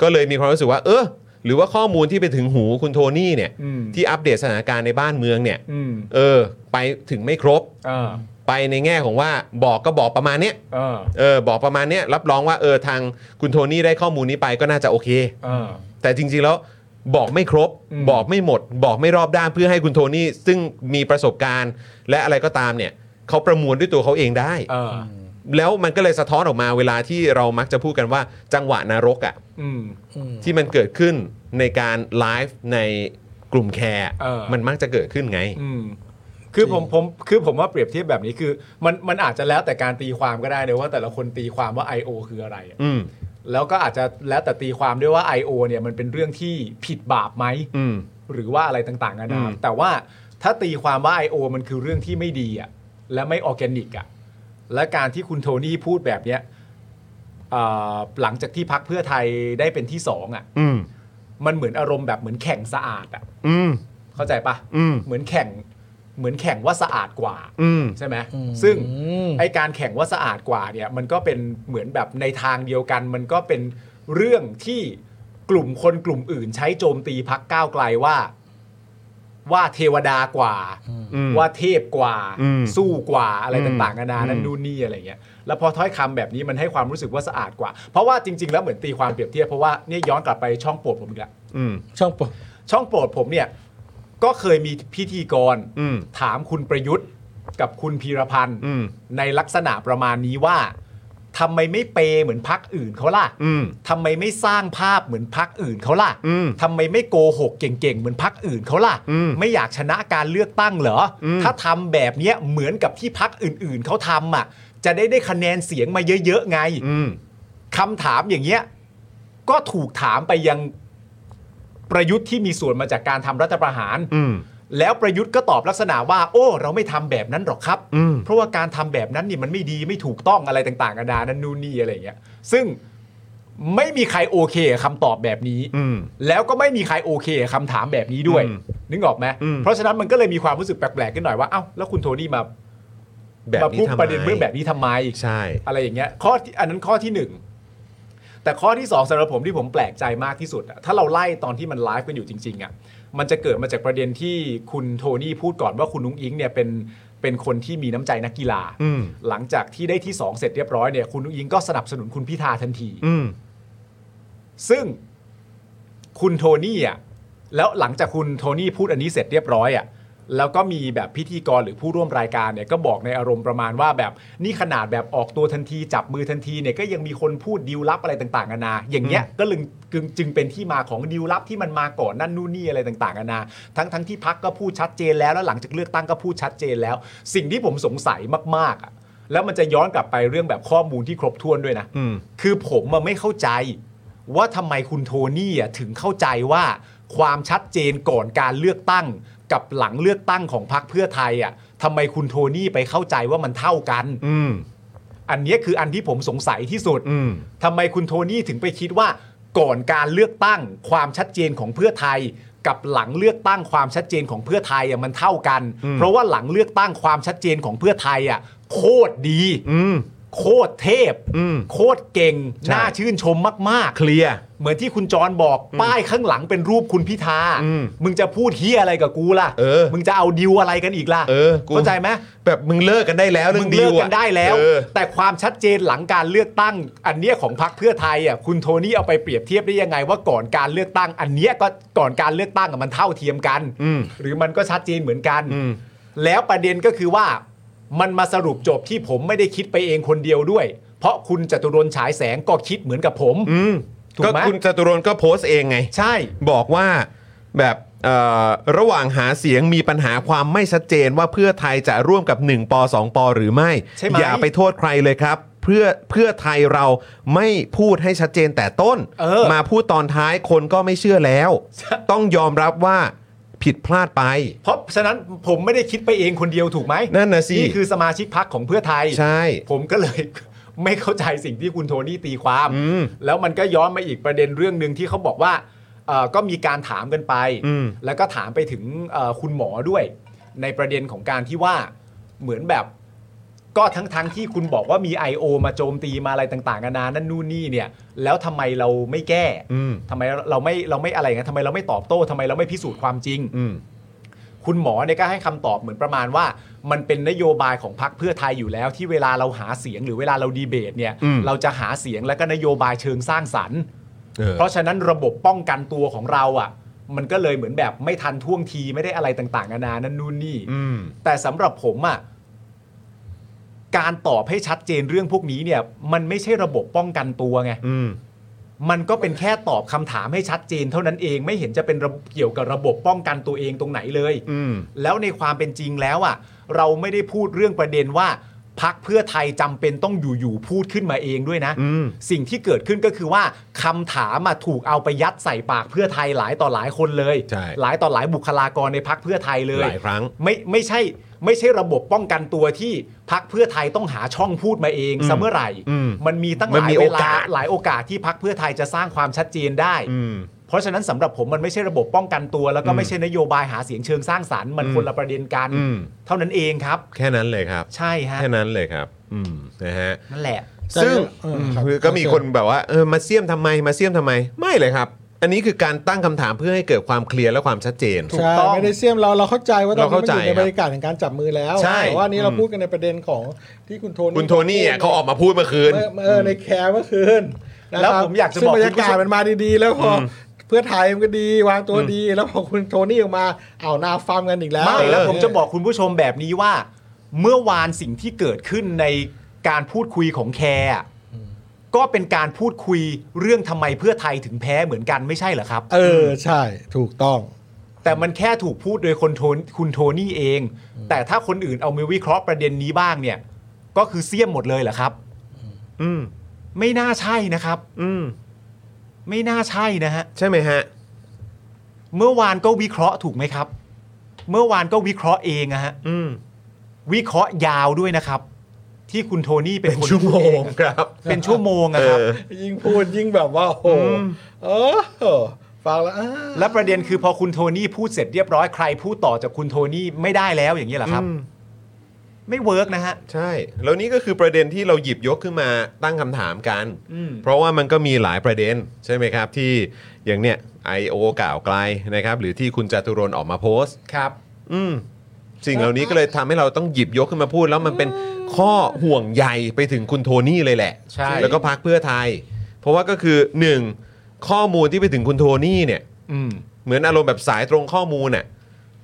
Speaker 1: ก็เลยมีความรู้สึกว่า เออ หรือว่าข้อมูลที่ไปถึงหูคุณโทนี่เนี่ย
Speaker 22: อืม
Speaker 1: ที่อัปเดตสถานการณ์ในบ้านเมืองเนี่ย
Speaker 22: อืม
Speaker 1: เออ ไปถึงไม่ครบ
Speaker 22: เออ
Speaker 1: ไปในแง่ของว่าบอกก็บอกประมาณเนี้ย
Speaker 22: เออ
Speaker 1: เออ บอกประมาณเนี้ยรับรองว่าเออทางคุณโทนี่ได้ข้อมูลนี้ไปก็น่าจะโอเค
Speaker 22: เออ
Speaker 1: แต่จริงๆแล้วบอกไม่ครบ
Speaker 22: อืม
Speaker 1: บอกไม่หมด บอกไม่รอบด้านเพื่อให้คุณโทนี่ซึ่งมีประสบการณ์ และอะไรก็ตามเนี่ยเขาประมวลด้วยตัวเขาเองได้
Speaker 22: เออ
Speaker 1: แล้วมันก็เลยสะท้อนออกมาเวลาที่เรามักจะพูดกันว่าจังหวะนรกอ่ะ
Speaker 22: อืม
Speaker 1: ที่มันเกิดขึ้นในการไลฟ์ในกลุ่มแคร์
Speaker 22: เออ
Speaker 1: มันมักจะเกิดขึ้นไง
Speaker 22: อืม
Speaker 2: คือผมผมคือผมว่าเปรียบเทียบแบบนี้คือมันมันอาจจะแล้วแต่การตีความก็ได้นะว่าแต่ละคนตีความว่า I.O. คืออะไรอะ
Speaker 1: อืม
Speaker 2: แล้วก็อาจจะแล้วแต่ตีความด้วยว่า I.O. เนี่ยมันเป็นเรื่องที่ผิดบาปไหม
Speaker 1: อืม
Speaker 2: หรือว่าอะไรต่างๆนา
Speaker 1: อื
Speaker 2: นาม แต่ว่าถ้าตีความว่า I.O. มันคือเรื่องที่ไม่ดีอ่ะและไม่ออร์แกนิกอ่ะและการที่คุณโทนี่พูดแบบเนี้ยเอ่อหลังจากที่พักเพื่อไทยได้เป็นที่สองอ่ะ
Speaker 1: อืม
Speaker 2: มันเหมือนอารมณ์แบบเหมือนแข่งสะอาดอ่ะ
Speaker 1: อืม
Speaker 2: เข้าใจปะ
Speaker 1: อืม
Speaker 2: เหมือนแข่งเหมือนแข่งว่าสะอาดกว่า
Speaker 1: อืม
Speaker 2: ใช่ไหมซึ่งไอการแข่งว่าสะอาดกว่าเนี่ยมันก็เป็นเหมือนแบบในทางเดียวกัน มันก็เป็นเรื่องที่กลุ่มคนกลุ่มอื่น ใช้โจมตีพักก้าวไกลว่า ว่าเทวดากว่า
Speaker 1: อืม
Speaker 2: ว่าเทพกว่า
Speaker 1: อืม
Speaker 2: สู้กว่าอะไร
Speaker 1: อืม
Speaker 2: ต่างๆนานานั่
Speaker 1: อื
Speaker 2: น
Speaker 1: ม
Speaker 2: นู่นนี่อะไรเงี้ยแล้วพอถ้อยคำแบบนี้มันให้ความรู้สึกว่าสะอาดกว่า เพราะว่าจริง ๆ แล้วเหมือนตีความเปรียบเทียบเพราะว่าเนี่ยย้อนกลับไปช่องโปรดผมอีกแล้ว
Speaker 1: อืม
Speaker 2: ช่องโปรดช่องโปรดผมเนี่ย ก็เคยมีพิธีกร
Speaker 1: อืม
Speaker 2: ถามคุณประยุทธ์กับคุณพีรพันธ์
Speaker 1: อืม
Speaker 2: ในลักษณะประมาณนี้ว่าทำไมไม่เปย์เหมือนพักอื่นเขาล่ะ
Speaker 1: อืม
Speaker 2: ทำไมไม่สร้างภาพเหมือนพักอื่นเขาล่ะ
Speaker 1: อืม
Speaker 2: ทำไมไม่โกหกเก่งๆเหมือนพักอื่นเขาล่ะ
Speaker 1: อืม
Speaker 2: ไม่อยากชนะการเลือกตั้งเหรออ
Speaker 1: ม
Speaker 2: ถ้าทำแบบเนี้ยเหมือนกับที่พักอื่นๆเขาทำอ่ะ จะได้ได้คะแนนเสียงมาเยอะๆไง
Speaker 1: อืม
Speaker 2: คำถามอย่างเงี้ยก็ถูกถามไปยังประยุทธ์ที่มีส่วนมาจากการทำรัฐประหาร
Speaker 1: อืม
Speaker 2: แล้วประยุทธ์ก็ตอบลักษณะว่า โอ้ เราไม่ทำแบบนั้นหรอกครับ
Speaker 1: อืม
Speaker 2: เพราะว่าการทำแบบนั้นเนี่ยมันไม่ดีไม่ถูกต้องอะไรต่างๆกันานานั่นนู่นนี่อะไรอย่างเงี้ยซึ่งไม่มีใครโอเคกับคำตอบแบบนี้
Speaker 1: อืม
Speaker 2: แล้วก็ไม่มีใครโอเคกับคำถามแบบนี้ด้วย
Speaker 1: อืม
Speaker 2: นึกออกไหม
Speaker 1: อืม
Speaker 2: เพราะฉะนั้นมันก็เลยมีความรู้สึกแปลกๆขึ้นหน่อยว่าเอ้าแล้วคุณโทนี่มา
Speaker 1: แบบ
Speaker 2: มา
Speaker 1: นี้
Speaker 2: พูด
Speaker 1: ทำไม
Speaker 2: ประเด็นเรื่องแบบนี้ทำไม
Speaker 1: ใช่
Speaker 2: อะไรอย่างเงี้ยข้อที่อันนั้นข้อที่หนึ่งแต่ข้อที่สองสำหรับผมที่ผมแปลกใจมากที่สุดอะถ้าเราไล่ตอนที่มันไลฟ์กันอยู่จริงๆอะมันจะเกิดมาจากประเด็นที่คุณโทนี่พูดก่อนว่าคุณนุ้งอิงเนี่ยเป็นเป็นคนที่มีน้ำใจนักกีฬา
Speaker 1: อืม
Speaker 2: หลังจากที่ได้ที่สองเสร็จเรียบร้อยเนี่ยคุณนุ้งอิงก็สนับสนุนคุณพิธาทันที
Speaker 1: อืม
Speaker 2: ซึ่งคุณโทนี่อ่ะแล้วหลังจากคุณโทนี่พูดอันนี้เสร็จเรียบร้อยอ่ะแล้วก็มีแบบพิธีกรหรือผู้ร่วมรายการเนี่ยก็บอกในอารมณ์ประมาณว่าแบบนี่ขนาดแบบออกตัวทันที จับมือทันทีเนี่ยก็ยังมีคนพูดดีลลับอะไรต่างๆนานาอย่างเงี้ยก็ลึงจึงจึงเป็นที่มาของดีลลับที่มันมาก่อนนั่นนู่นนี่อะไรต่างๆนานาทั้งทั้งที่พักก็พูดชัดเจนแล้วแล้วหลังจากเลือกตั้งก็พูดชัดเจนแล้ว สิ่งที่ผมสงสัยมากๆอ่ะแล้วมันจะย้อนกลับไปเรื่องแบบข้อมูลที่ครบถ้วนด้วยนะ
Speaker 1: อืม
Speaker 2: คือผมอะไม่เข้าใจว่าทำไมคุณโทนี่อะถึงเข้าใจว่าความชัดเจนก่อนการเลือกตั้ง กับหลังเลือกตั้งของพรรคเพื่อไทยอะทำไมคุณโทนี่ไปเข้าใจว่ามันเท่ากัน
Speaker 1: อืม
Speaker 2: อันเนี้ยคืออันที่ผมสงสัยที่สุด
Speaker 1: อืม
Speaker 2: ทำไมคุณโทนี่ถึงไปคิดว่าก่อนการเลือกตั้ง ความชัดเจนของเพื่อไทย กับหลังเลือกตั้งความชัดเจนของเพื่อไทยอะมันเท่ากัน
Speaker 1: อืม
Speaker 2: เพราะว่าหลังเลือกตั้งความชัดเจนของเพื่อไทยอะโคตรดี
Speaker 1: อืม
Speaker 2: โคตรเทพ
Speaker 1: อืม
Speaker 2: โคตรเก่ง
Speaker 1: ใช่
Speaker 2: น่าชื่นชมมาก
Speaker 1: เคลียร์
Speaker 2: ๆ เหมือนที่คุณจรบอกป้ายข้างหลังเป็นรูปคุณพิธา
Speaker 1: อืม
Speaker 2: มึงจะพูดเฮียอะไรกับกูล่ะ
Speaker 1: เออ
Speaker 2: มึงจะเอาดิวอะไรกันอีกล่ะ
Speaker 1: เออกู
Speaker 2: เข้าใจไหม
Speaker 1: แบบมึงเลิกกันได้แล้วเรื่
Speaker 2: มึ
Speaker 1: อง งดี
Speaker 2: เลิ
Speaker 1: ล
Speaker 2: ก
Speaker 1: อะ
Speaker 2: กันได้แล้ว
Speaker 1: เออ
Speaker 2: แต่ความชัดเจนหลังการเลือกตั้ง อันเนี้ยของพรรคเพื่อไทยอ่ะคุณโทนี่เอาไปเปรียบเทียบได้ยังไง ว่าก่อนการเลือกตั้ง อันเนี้ยก็ก่อนการเลือกตั้งอะมันเท่าเทียมกัน
Speaker 1: อืม
Speaker 2: หรือมันก็ชัดเจนเหมือนกัน
Speaker 1: อืม
Speaker 2: แล้วประเด็นก็คือว่ามันมาสรุปจบที่ผมไม่ได้คิดไปเองคนเดียวด้วย เพราะคุณจตุรนฉายแสงก็คิดเหมือนกับผม
Speaker 1: อืม
Speaker 2: ถูก
Speaker 1: ก็
Speaker 2: ไหม
Speaker 1: คุณจตุรนต์ก็โพสต์เองไง
Speaker 2: ใช่
Speaker 1: บอกว่าแบบเอ่อระหว่างหาเสียงมีปัญหาความไม่ชัดเจนว่าเพื่อไทยจะร่วมกับ 1ป2ปหรือไม่
Speaker 2: ใช่ไหม
Speaker 1: อย่าไปโทษใครเลยครับ เพื่อเพื่อไทยเราไม่พูดให้ชัดเจนแต่ต้น
Speaker 2: เออ
Speaker 1: มาพูดตอนท้ายคนก็ไม่เชื่อแล้ว ต้องยอมรับว่าผิดพลาดไป
Speaker 2: เพราะฉะนั้นผมไม่ได้คิดไปเองคนเดียวถูกไหม
Speaker 1: นั่นน่ะสิ
Speaker 2: นี่คือสมาชิกพักของเพื่อไทย
Speaker 1: ใช่
Speaker 2: ผมก็เลย ไม่เข้าใจสิ่งที่คุณโทนี่ตีความ
Speaker 1: อืม
Speaker 2: แล้วมันก็ย้อนมาอีกประเด็นเรื่องหนึ่งที่เขาบอกว่าเอ่อก็มีการถามกันไป
Speaker 1: อืม
Speaker 2: แล้วก็ถามไปถึงเอ่อคุณหมอด้วย ในประเด็นของการที่ว่าเหมือนแบบ ก็ทั้งๆทที่คุณบอกว่ามี I.O. มาโจมตีมาอะไรต่างๆนานานั่นนู่นนี่เนี่ย แล้วทำไมเราไม่แก้
Speaker 1: อืม
Speaker 2: ทำไมเราไม่เราไม่อะไรนะทำไมเราไม่ตอบโต้ทำไมเราไม่พิสูจน์ความจริง
Speaker 1: อืม
Speaker 2: คุณหมอเนี่ยก็ให้คำตอบเหมือนประมาณว่า มันเป็นนโยบายของพรรคเพื่อไทยอยู่แล้ว ที่เวลาเราหาเสียงหรือเวลาเราดีเบตเนี่ย
Speaker 1: อืม
Speaker 2: เราจะหาเสียงแล้วก็นโยบายเชิงสร้างสรรค์
Speaker 1: เออ
Speaker 2: เพราะฉะนั้นระบบป้องกันตัวของเราอ่ะ มันก็เลยเหมือนแบบไม่ทันท่วงทีไม่ได้อะไรต่างๆนานานั่นนู่นนี่
Speaker 1: อืม
Speaker 2: แต่สำหรับผมอ่ะการตอบให้ชัดเจนเรื่องพวกนี้เนี่ย มันไม่ใช่ระบบป้องกันตัวไง
Speaker 1: อืม
Speaker 2: มันก็เป็นแค่ตอบคำถามให้ชัดเจน เท่านั้นเองไม่เห็นจะเป็นระบบเกี่ยวกับระบบป้องกันตัวเองตรงไหนเลย
Speaker 1: อืม
Speaker 2: แล้วในความเป็นจริงแล้วอ่ะเราไม่ได้พูดเรื่องประเด็นว่าพักเพื่อไทยจำเป็นต้องอยู่ๆพูดขึ้นมาเองด้วยนะ สิ่งที่เกิดขึ้นก็คือว่าคำถามมาถูกเอาไปยัดใส่ปากเพื่อไทยหลายต่อหลายคนเลย หลายต่อหลายบุคลากรในพักเพื่อไทยเลย
Speaker 1: หลายครั้ง
Speaker 2: ไม่ไม่ใช่ไม่ใช่ระบบป้องกันตัวที่พักเพื่อไทยต้องหาช่องพูดมาเอง
Speaker 1: อืม
Speaker 2: ซะเมื่อไหร่
Speaker 1: อืม
Speaker 2: มันมีตั้งห
Speaker 1: มัน
Speaker 2: ลาย
Speaker 1: มี
Speaker 2: เว
Speaker 1: โอ
Speaker 2: ลาก
Speaker 1: าส
Speaker 2: หลายโอกาสที่พักเพื่อไทยจะสร้างความชัดเจนได้ เพราะฉะนั้นสำหรับผมมันไม่ใช่ระบบป้องกันตัว แล้วก็
Speaker 1: อืม
Speaker 2: ไม่ใช่นโยบายหาเสียงเชิงสร้างสรรค์มัน
Speaker 1: อืม
Speaker 2: คนละประเด็นกัน
Speaker 1: อืม
Speaker 2: เท่านั้นเองครับ
Speaker 1: แค่นั้นเลยครับ
Speaker 2: ใช่ฮะ
Speaker 1: แค่นั้นเลยครับ อืมนะฮะ
Speaker 2: นั่นแหละ
Speaker 1: ซึ่งคือก็มีคนแบบว่าเออมาเสี่ยมทำไมมาเสี่ยมทำไม ไม่เลยครับ อันนี้คือการตั้งคำถามเพื่อให้เกิดความเคลียร์และความชัดเจน
Speaker 3: ใช่ไม่ได้เสียมเราเราเข้าใจว่าตอน
Speaker 1: เรา
Speaker 3: นี้มั
Speaker 1: เข้านใจ
Speaker 3: อยู่
Speaker 1: ครับ
Speaker 3: ในบรรยากาศแห่งการจับมือแล้ว
Speaker 1: ใช่
Speaker 3: แต่ว่านี้เราพูดกันในประเด็นของที่คุณโทนี่
Speaker 1: คุณโทนี่อ่ะเขาออกมาพูดเมื่อคืน
Speaker 3: เมื่อเออในแคร์เมื่อคืนนะครับ
Speaker 2: แล้วผมอยากจะ
Speaker 3: ซึ่ง
Speaker 2: บอก
Speaker 3: บรรยากาศ
Speaker 2: คุณผู้ชม
Speaker 3: มันมาดีๆ แล้วพออเพื่อไทยมันก็ดีวางตัวดี แล้วพอคุณโทนี่ออกมาเอาหน้าฟาร์มกันอีกแล้ว
Speaker 2: ไม่แล้วผมจะบอกคุณผู้ชมแบบนี้ว่า เมื่อวานสิ่งที่เกิดขึ้นในการพูดคุยของแคร์อะก็เป็นการพูดคุยเรื่องทำไมเพื่อไทยถึงแพ้เหมือนกันไม่ใช่เหรอครับ
Speaker 3: เออใช่ถูกต้อง
Speaker 2: แต่มันแค่ถูกพูดโดยคนโทนคุณโทนี่เอง แต่ถ้าคนอื่นเอามาวิเคราะห์ประเด็นนี้บ้างเนี่ย ก็คือเสี้ยมหมดเลยเหรอครับ
Speaker 1: อืม
Speaker 2: ไม่น่าใช่นะครับ
Speaker 1: อืม
Speaker 2: ไม่น่าใช่นะฮะ
Speaker 1: ใช่ไหมฮะ
Speaker 2: เมื่อวานก็วิเคราะห์ถูกไหมครับ เมื่อวานก็วิเคราะห์เองอะฮะวิเคราะห์ยาวด้วยนะครับ ที่คุณโทนี่เป็นคนชั่วโมง
Speaker 1: ครับ
Speaker 2: เป็นชั่วโมงอะครับ
Speaker 3: ยิ่งพูดยิ่งแบบว่าโอ้โหเออฟังแล้วอ่า
Speaker 2: และประเด็นคือพอคุณโทนี่พูดเสร็จเรียบร้อยใครพูดต่อจากคุณโทนี่ไม่ได้แล้วอย่างนี้ยเหรอครับ
Speaker 1: อืม
Speaker 2: ไม่เวิร์กนะฮะ
Speaker 1: ใช่ แล้วนี่ก็คือประเด็นที่เราหยิบยกขึ้นมาตั้งคำถามกัน
Speaker 2: อืม
Speaker 1: เพราะว่ามันก็มีหลายประเด็นใช่ไหมครับ ที่อย่างเนี้ยไอโอกล่าวไกลนะครับ หรือที่คุณจตุรนต์ออกมาโพสต์
Speaker 2: ครับ
Speaker 1: อืมสิ่งเหล่านี้ก็เลยทำให้เราต้องหยิบยกขึ้นมาพูด แล้วมันเป็นข้อห่วงใยไปถึงคุณโทนี่เลยแหละ
Speaker 2: ใช่
Speaker 1: แล้วก็พักเพื่อไทย เพราะว่าก็คือหนึ่งข้อมูลที่ไปถึงคุณโทนี่เนี่ย
Speaker 2: อืม
Speaker 1: เหมือนอารมณ์แบบสายตรงข้อมูลน่ะ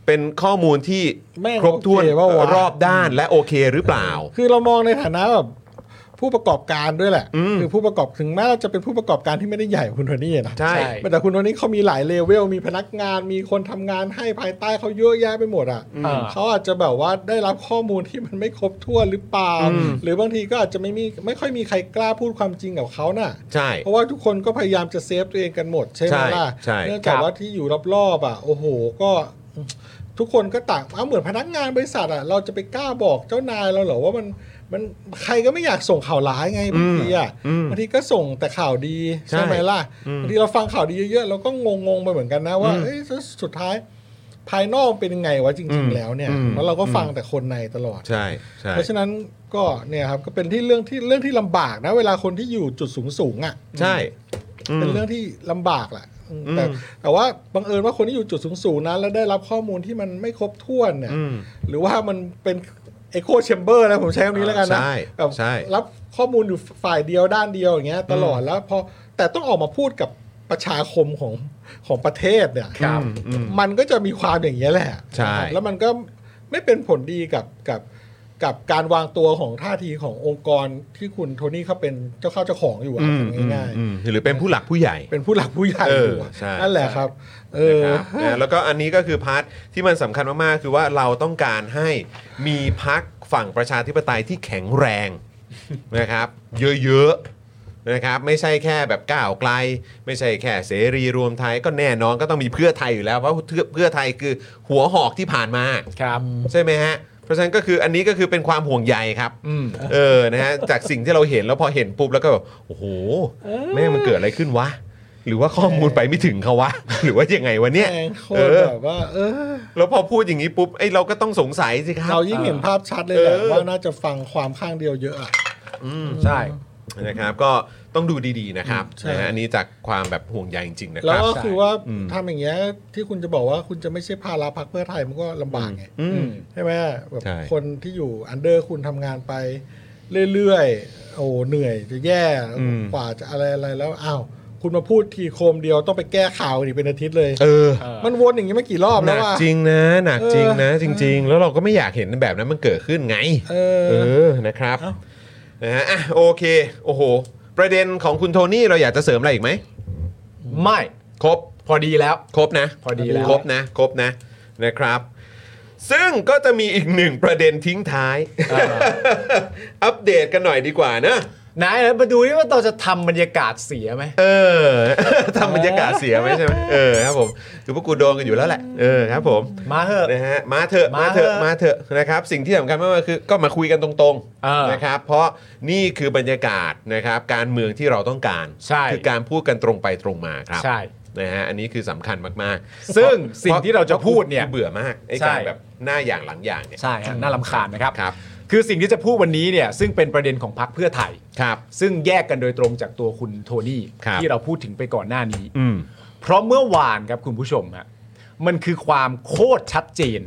Speaker 1: เป็นข้อมูลที่
Speaker 3: แม่ง
Speaker 1: ครบถ้วน
Speaker 3: โอเคปะวะ
Speaker 1: รอบด้านและโอเคหรือเปล่า
Speaker 3: คือเรามองในฐานะแบบผู้ประกอบการด้วยแหละ คือผู้ประกอบถึงแม้เราจะเป็นผู้ประกอบการที่ไม่ได้ใหญ่กว่าคุณโทนี่นะ
Speaker 1: ใช่
Speaker 3: แต่คุณโทนี่เขามีหลายเลเวลมีพนักงานมีคนทำงานให้ภายใต้เขาเยอะแยะไปหมดอ่ะ
Speaker 2: อืม
Speaker 3: เขาอาจจะแบบว่าได้รับข้อมูลที่มันไม่ครบถ้วนหรือเปล่า
Speaker 1: อืม
Speaker 3: หรือบางทีก็อาจจะไม่มีไม่ค่อยมีใครกล้าพูดความจริงกับเขาน่ะ
Speaker 1: ใช่
Speaker 3: เพราะว่าทุกคนก็พยายามจะเซฟตัวเองกันหมดใช่ไหมล่ะ
Speaker 1: ใช่ใช่
Speaker 3: เนื่องจากว่าที่อยู่รอบๆอ่ะโอ้โหก็ทุกคนก็ต่างเอาเหมือนพนักงานบริษัทอ่ะเราจะไปกล้าบอกเจ้านายเราเหรอว่ามันมันใครก็ไม่อยากส่งข่าวร้ายไงบางทีอ่ะ
Speaker 1: อืม
Speaker 3: บางทีก็ส่งแต่ข่าวดี
Speaker 1: ใช่
Speaker 3: ใช่ไหมล่ะ
Speaker 1: อืม
Speaker 3: บางทีเราฟังข่าวดีเยอะๆเราก็งงๆไปเหมือนกันนะว่า
Speaker 1: อืม
Speaker 3: เอ้ยสุดท้ายภายนอกเป็นยังไงวะจ
Speaker 1: อื
Speaker 3: ริง
Speaker 1: ม
Speaker 3: ๆ แล้วเนี่ย
Speaker 1: อืม
Speaker 3: แล้วเราก็ฟังแต่คนในตลอด
Speaker 1: ใช่ใช่
Speaker 3: เพราะฉะนั้นก็เนี่ยครับก็เป็นที่เรื่องที่เรื่องที่ลำบากนะ เวลาคนที่อยู่จุดสูงสูงๆอ่ะ
Speaker 1: ใช่ม
Speaker 3: เป็นเรื่องที่ลำบากแหละอืม
Speaker 1: อืม
Speaker 3: แต่แต่ว่าบังเอิญว่าคนที่อยู่จุดสูงๆนั้น แล้วได้รับข้อมูลที่มันไม่ครบถ้วนเนี่ย
Speaker 1: อืม
Speaker 3: หรือว่ามันเป็นเอโคแชมเบอร์นะผมใช้คำนี้แล้วกันนะ
Speaker 1: ใช่
Speaker 3: แบบ
Speaker 1: ใช่
Speaker 3: รับข้อมูลอยู่ฝ่ายเดียวด้านเดียวอย่างเงี้ยตลอดแล้วพอแต่ต้องออกมาพูดกับประชาคมของของประเทศเนี่ย
Speaker 1: ครับอืม
Speaker 3: มันก็จะมีความอย่างเงี้ยแหละ
Speaker 1: ใช่
Speaker 3: นะครับแล้วมันก็ไม่เป็นผลดีกับกับกับการวางตัวของท่าทีขององค์กรที่คุณโทนี่เขาเป็นเจ้าเข้าเจ้าของอยู่อะ
Speaker 1: อืมอืม
Speaker 3: ง่ายๆ
Speaker 1: อืมหรือเป็นผู้หลักผู้ใหญ่
Speaker 3: เป็นผู้หลักผู้ใหญ่
Speaker 1: เออ
Speaker 3: อยู่อะ
Speaker 1: ใช่
Speaker 3: นั่นแหละครับ เออ
Speaker 1: ครับนะแล้วก็อันนี้ก็คือพาร์ทที่มันสำคัญมาก ๆ คือว่าเราต้องการให้มีพักฝั่งประชาธิปไตยที่แข็งแรง นะครับ เยอะ ๆ นะครับ ไม่ใช่แค่แบบก้าวไกล ไม่ใช่แค่เสรีรวมไทยก็แน่นอนก็ต้องมีเพื่อไทยอยู่แล้ว เพราะเพื่อเพื่อไทยคือหัวหอกที่ผ่านมา
Speaker 2: ครับ
Speaker 1: ใช่ไหมฮะ เพราะฉะนั้นก็คืออันนี้ก็คือเป็นความห่วงใยครับ
Speaker 2: อืม
Speaker 1: เออ นะ ฮะ จากสิ่งที่เราเห็นแล้วพอเห็นปุ๊บแล้วก็แบบโอ้โห แม่งมันเกิดอะไรขึ้นวะ หรือว่าข้อมูลไปไม่ถึงเขาวะ หรือว่ายังไงวะเนี่ย
Speaker 3: โค
Speaker 1: เอ
Speaker 3: ต
Speaker 1: อ
Speaker 3: รแบบว่า เออ
Speaker 1: แล้วพอพูดอย่างนี้ปุ๊บ ไอ้เราก็ต้องสงสัยสิครับ
Speaker 3: เรายิ่งเห็นภาพชัดเลยแหละ
Speaker 1: เออ
Speaker 3: ว่าน่าจะฟังความข้างเดียวเยอะอะ
Speaker 1: อืม
Speaker 2: ใช่
Speaker 1: นะครับ ก็ต้องดูดีๆนะครับ
Speaker 3: ใช่
Speaker 1: นะฮะอันนี้จากความแบบห่วงใยจริงๆนะค
Speaker 3: แล้
Speaker 1: รั
Speaker 3: ว
Speaker 1: บ
Speaker 3: ก็คือว่า
Speaker 1: อืม
Speaker 3: ทำอย่างเงี้ยที่คุณจะบอกว่าคุณจะไม่ใช่ภาระพักเพื่อไทยมันก็ลำบากไง
Speaker 1: อืม
Speaker 3: ใช่ไหมแบบ
Speaker 1: ใช่
Speaker 3: คนที่อยู่อันเดอร์คุณทำงานไปเรื่อยๆ โอ้เหนื่อยจะแย่
Speaker 1: อืม
Speaker 3: กว่าจะอะไรอะไรแล้วอ้าวคุณมาพูดทีโคมเดียวต้องไปแก้ข่าวอีกเป็นอาทิตย์เลย
Speaker 1: เออ
Speaker 3: มันวนอย่างนี้มากี่รอบ
Speaker 1: ห
Speaker 3: แล้
Speaker 1: นั
Speaker 3: ว
Speaker 1: ก
Speaker 3: ว่า
Speaker 1: จริงนะ หนัก
Speaker 3: เออ
Speaker 1: จริงนะ จริง ๆ แล้วเราก็ไม่อยากเห็นแบบนั้นมันเกิดขึ้นไง
Speaker 3: เอ
Speaker 1: เอ
Speaker 3: อ
Speaker 1: อ นะครับนะฮะอ่ะโอเค โอ้โห ประเด็นของคุณโทนี่เราอยากจะเสริมอะไรอีกไหม
Speaker 2: ไม่
Speaker 1: ครบ
Speaker 2: พอดีแล้ว
Speaker 1: ครบนะ
Speaker 2: พอดีแล้ว
Speaker 1: ครบนะ ครบนะ นะครับ ซึ่งก็จะมีอีกหนึ่งประเด็นทิ้งท้าย อัปเดตกันหน่อยดีกว่านะ
Speaker 2: ไหนแล้วมาดูนี่ว่าเราจะทำบรรยากาศเสียไหม
Speaker 1: เออ ทำบรรยากาศเสียไหมใช่ไหมเออครับผมคือพวกกูโดนกันอยู่แล้วแหละ เออครับผม
Speaker 2: มาเถอะ
Speaker 1: นะฮะมาเถอะมา
Speaker 2: มา
Speaker 1: เถ
Speaker 2: เถ
Speaker 1: อะ
Speaker 2: อะ
Speaker 1: มาเถอะนะครับสิ่งที่สำคัญมากๆคือก็มาคุยกันตรง
Speaker 2: เออ
Speaker 1: นะครับเพราะนี่คือบรรยากาศนะครับการเมืองที่เราต้องการ
Speaker 2: ใช่
Speaker 1: คือการพูดกันตรงไปตรงมาครับ
Speaker 2: ใช่
Speaker 1: นะฮะอันนี้คือสำคัญมากๆ
Speaker 2: ซึ่ง
Speaker 1: เพรา
Speaker 2: สิ่งที่เราจะพูดเนี่ย
Speaker 1: กูเบื่อมากไอ้
Speaker 2: ใช่
Speaker 1: การแบบหน้าอย่างหลังอย่างเนี่ย
Speaker 2: ใช่ฮะน่าลำคาญนะครับ
Speaker 1: ครับ
Speaker 2: คือสิ่งที่จะพูดวันนี้เนี่ยซึ่งเป็นประเด็นของพรรคเพื่อไทย
Speaker 1: ครับ
Speaker 2: ซึ่งแยกกันโดยตรงจากตัวคุณโทนี่
Speaker 1: ครับ
Speaker 2: ที่เราพูดถึงไปก่อนหน้านี้
Speaker 1: อืม
Speaker 2: เพราะเมื่อวานครับคุณผู้ชมฮะมันคือความโคตรชัดเจน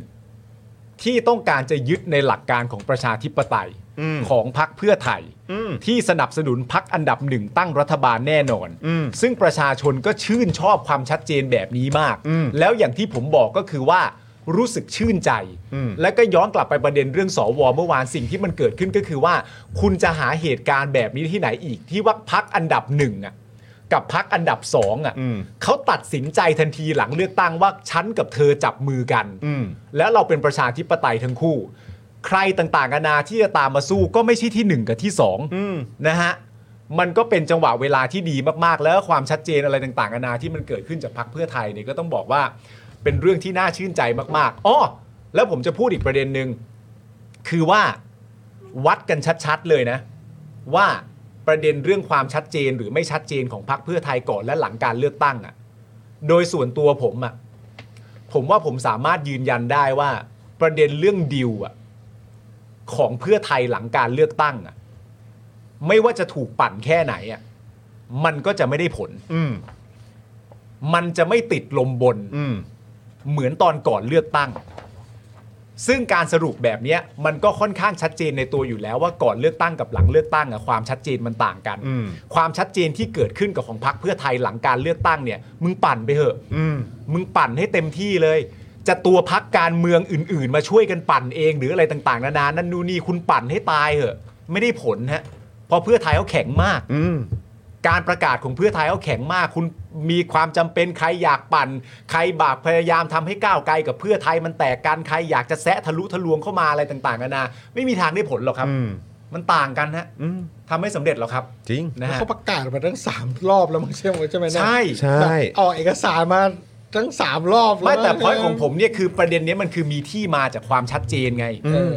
Speaker 2: ที่ต้องการจะยึดในหลักการของประชาธิปไตย
Speaker 1: อืม
Speaker 2: ของพรรคเพื่อไทย
Speaker 1: อืม
Speaker 2: ที่สนับสนุนพักอันดับหนึ่งตั้งรัฐบาลแน่นอน
Speaker 1: อืม
Speaker 2: ซึ่งประชาชนก็ชื่นชอบความชัดเจนแบบนี้มาก
Speaker 1: อืม
Speaker 2: แล้วอย่างที่ผมบอกก็คือว่ารู้สึกชื่นใจ
Speaker 1: อืม
Speaker 2: และก็ย้อนกลับไปประเด็นเรื่องสอวเมื่อวานสิ่งที่มันเกิดขึ้นก็คือว่า คุณจะหาเหตุการณ์แบบนี้ที่ไหนอีก ที่ว่าพักอันดับหนึ่งอ่ะกับพักอันดับสองอ่ะ
Speaker 1: อืม
Speaker 2: เขาตัดสินใจทันทีหลังเลือกตั้งว่าฉันกับเธอจับมือกัน
Speaker 1: อืม
Speaker 2: แล้วเราเป็นประชาธิปไตยทั้งคู่ ใครต่างๆนานาที่จะตามมาสู้ก็ไม่ใช่ที่หนึ่งกับที่สอง
Speaker 1: อืม
Speaker 2: นะฮะ มันก็เป็นจังหวะเวลาที่ดีมากๆ แล้วความชัดเจนอะไรต่างๆนานาที่มันเกิดขึ้นจากพรรคเพื่อไทยเนี่ยก็ต้องบอกว่าเป็นเรื่องที่น่าชื่นใจมากๆอ๋อแล้วผมจะพูดอีกประเด็นหนึ่งคือว่าวัดกันชัดๆเลยนะ ว่าประเด็นเรื่องความชัดเจนหรือไม่ชัดเจนของพรรคเพื่อไทยก่อนและหลังการเลือกตั้งอะ่ะ โดยส่วนตัวผมอะ่ะผมว่าผมสามารถยืนยันได้ว่า ประเด็นเรื่องดิวอ่ะของเพื่อไทยหลังการเลือกตั้งอ่ะ ไม่ว่าจะถูกปั่นแค่ไหนอ่ะมันก็จะไม่ได้ผล
Speaker 1: อืม
Speaker 2: มันจะไม่ติดลมบน
Speaker 1: อืม
Speaker 2: เหมือนตอนก่อนเลือกตั้ง ซึ่งการสรุปแบบเนี้ยมันก็ค่อนข้างชัดเจนในตัวอยู่แล้วว่าก่อนเลือกตั้งกับหลังเลือกตั้งอะความชัดเจนมันต่างกัน
Speaker 1: อืม
Speaker 2: ความชัดเจนที่เกิดขึ้นกับของพรรคเพื่อไทยหลังการเลือกตั้งเนี่ยมึงปั่นไปเถอะ
Speaker 1: อืม
Speaker 2: มึงปั่นให้เต็มที่เลย จะตัวพักการเมืองอื่น ๆ มาช่วยกันปั่นเองหรืออะไรต่างๆนานานั่นนู่นนี่คุณปั่นให้ตายเหอะ ไม่ได้ผลฮะเพราะเพื่อไทยเขาแข็งมาก
Speaker 1: อืม
Speaker 2: การประกาศของเพื่อไทยเขาแข็งมาก คุณมีความจำเป็นใครอยากปั่น ใครบากพยายามทำให้ก้าวไกลกับเพื่อไทยมันแตกกันใครอยากจะแซะทะลุทะลวงเข้ามาอะไรต่างๆนานาไม่มีทางได้ผลหรอกครับ
Speaker 1: อืม
Speaker 2: มันต่างกันฮะ
Speaker 1: อืม
Speaker 2: ทำไม่สำเร็จหรอกครับ
Speaker 1: จริง
Speaker 2: นะฮะ
Speaker 3: เขาประกาศมาตั้งสามรอบแล้วมั้งใช่ไหมใช่ไหมเนี่ย
Speaker 2: ใช่
Speaker 1: ใช่
Speaker 3: แบบออกเอกสารมาทั้งสามรอบ
Speaker 2: ไม่
Speaker 3: ล้ว
Speaker 2: แต่พอยของผมเนี่ยคือประเด็นเนี้ยมันคือมีที่มาจากความชัดเจนไง
Speaker 3: เออ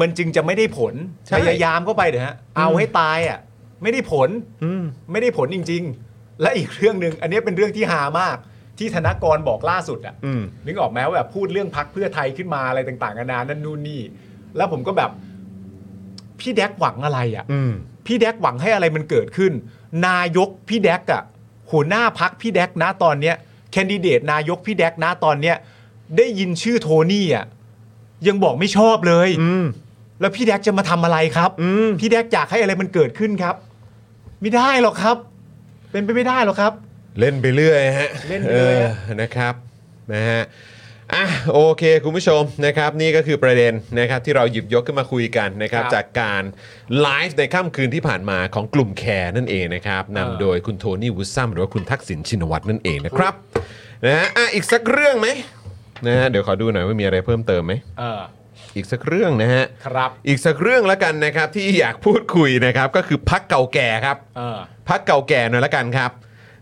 Speaker 2: มันจึงจะไม่ได้ผล
Speaker 1: ใช่
Speaker 2: พยายามก็ไปเถอะฮะเอาให้ตายอ่ะไม่ได้ผล
Speaker 1: อืม
Speaker 2: ไม่ได้ผลจริง ๆ และอีกเรื่องหนึ่งอันเนี้ยเป็นเรื่องที่หามากที่ธนกรบอกล่าสุดอ่ะ
Speaker 1: อืม
Speaker 2: นึกออกไหมว่าแบบพูดเรื่องพักเพื่อไทยขึ้นมาอะไรต่างๆนานานั่นนู่นนี่ แล้วผมก็แบบ พี่แดกหวังอะไรอ่ะ
Speaker 1: อืม
Speaker 2: พี่แดกหวังให้อะไรมันเกิดขึ้น นายกพี่แดกอะหัวหน้าพักพี่แดกนะตอนเนี้ยแคนดิเดตนายกพี่แดกนะตอนเนี้ยได้ยินชื่อโทนี่อะยังบอกไม่ชอบเลย
Speaker 1: อืม
Speaker 2: แล้วพี่แดกจะมาทำอะไรครับ
Speaker 1: อืม
Speaker 2: พี่แดกอยากให้อะไรมันเกิดขึ้นครับ ไม่ได้หรอกครับ เป็นไปไม่ได้หรอกครับ
Speaker 1: เล่นไปเรื่อยฮะ
Speaker 2: เล่นไปเรื่อยฮะ
Speaker 1: ออนะครับนะฮะอ่ะโอเค คุณผู้ชมนะครับ นี่ก็คือประเด็นนะครับที่เราหยิบยกขึ้นมาคุยกันนะครับ
Speaker 2: ครับ
Speaker 1: จากการไลฟ์ในค่ำคืนที่ผ่านมาของกลุ่มแคร์นั่นเองนะครับ
Speaker 2: เออ
Speaker 1: นำโดยคุณโทนี่วูดซัมหรือว่าคุณทักษิณชินวัตรนั่นเองนะครับนะฮะอ่ะอีกสักเรื่องไหมนะฮะเดี๋ยวขอดูหน่อยว่ามีอะไรเพิ่มเติมไหม
Speaker 2: เออ
Speaker 1: อีกสักเรื่องนะฮะ
Speaker 2: ครับ
Speaker 1: อีกสักเรื่องละกันนะครับที่อยากพูดคุยนะครับก็คือพักเก่าแก่ครับ
Speaker 2: เออ
Speaker 1: พักเก่าแก่หน่อยละกันครับ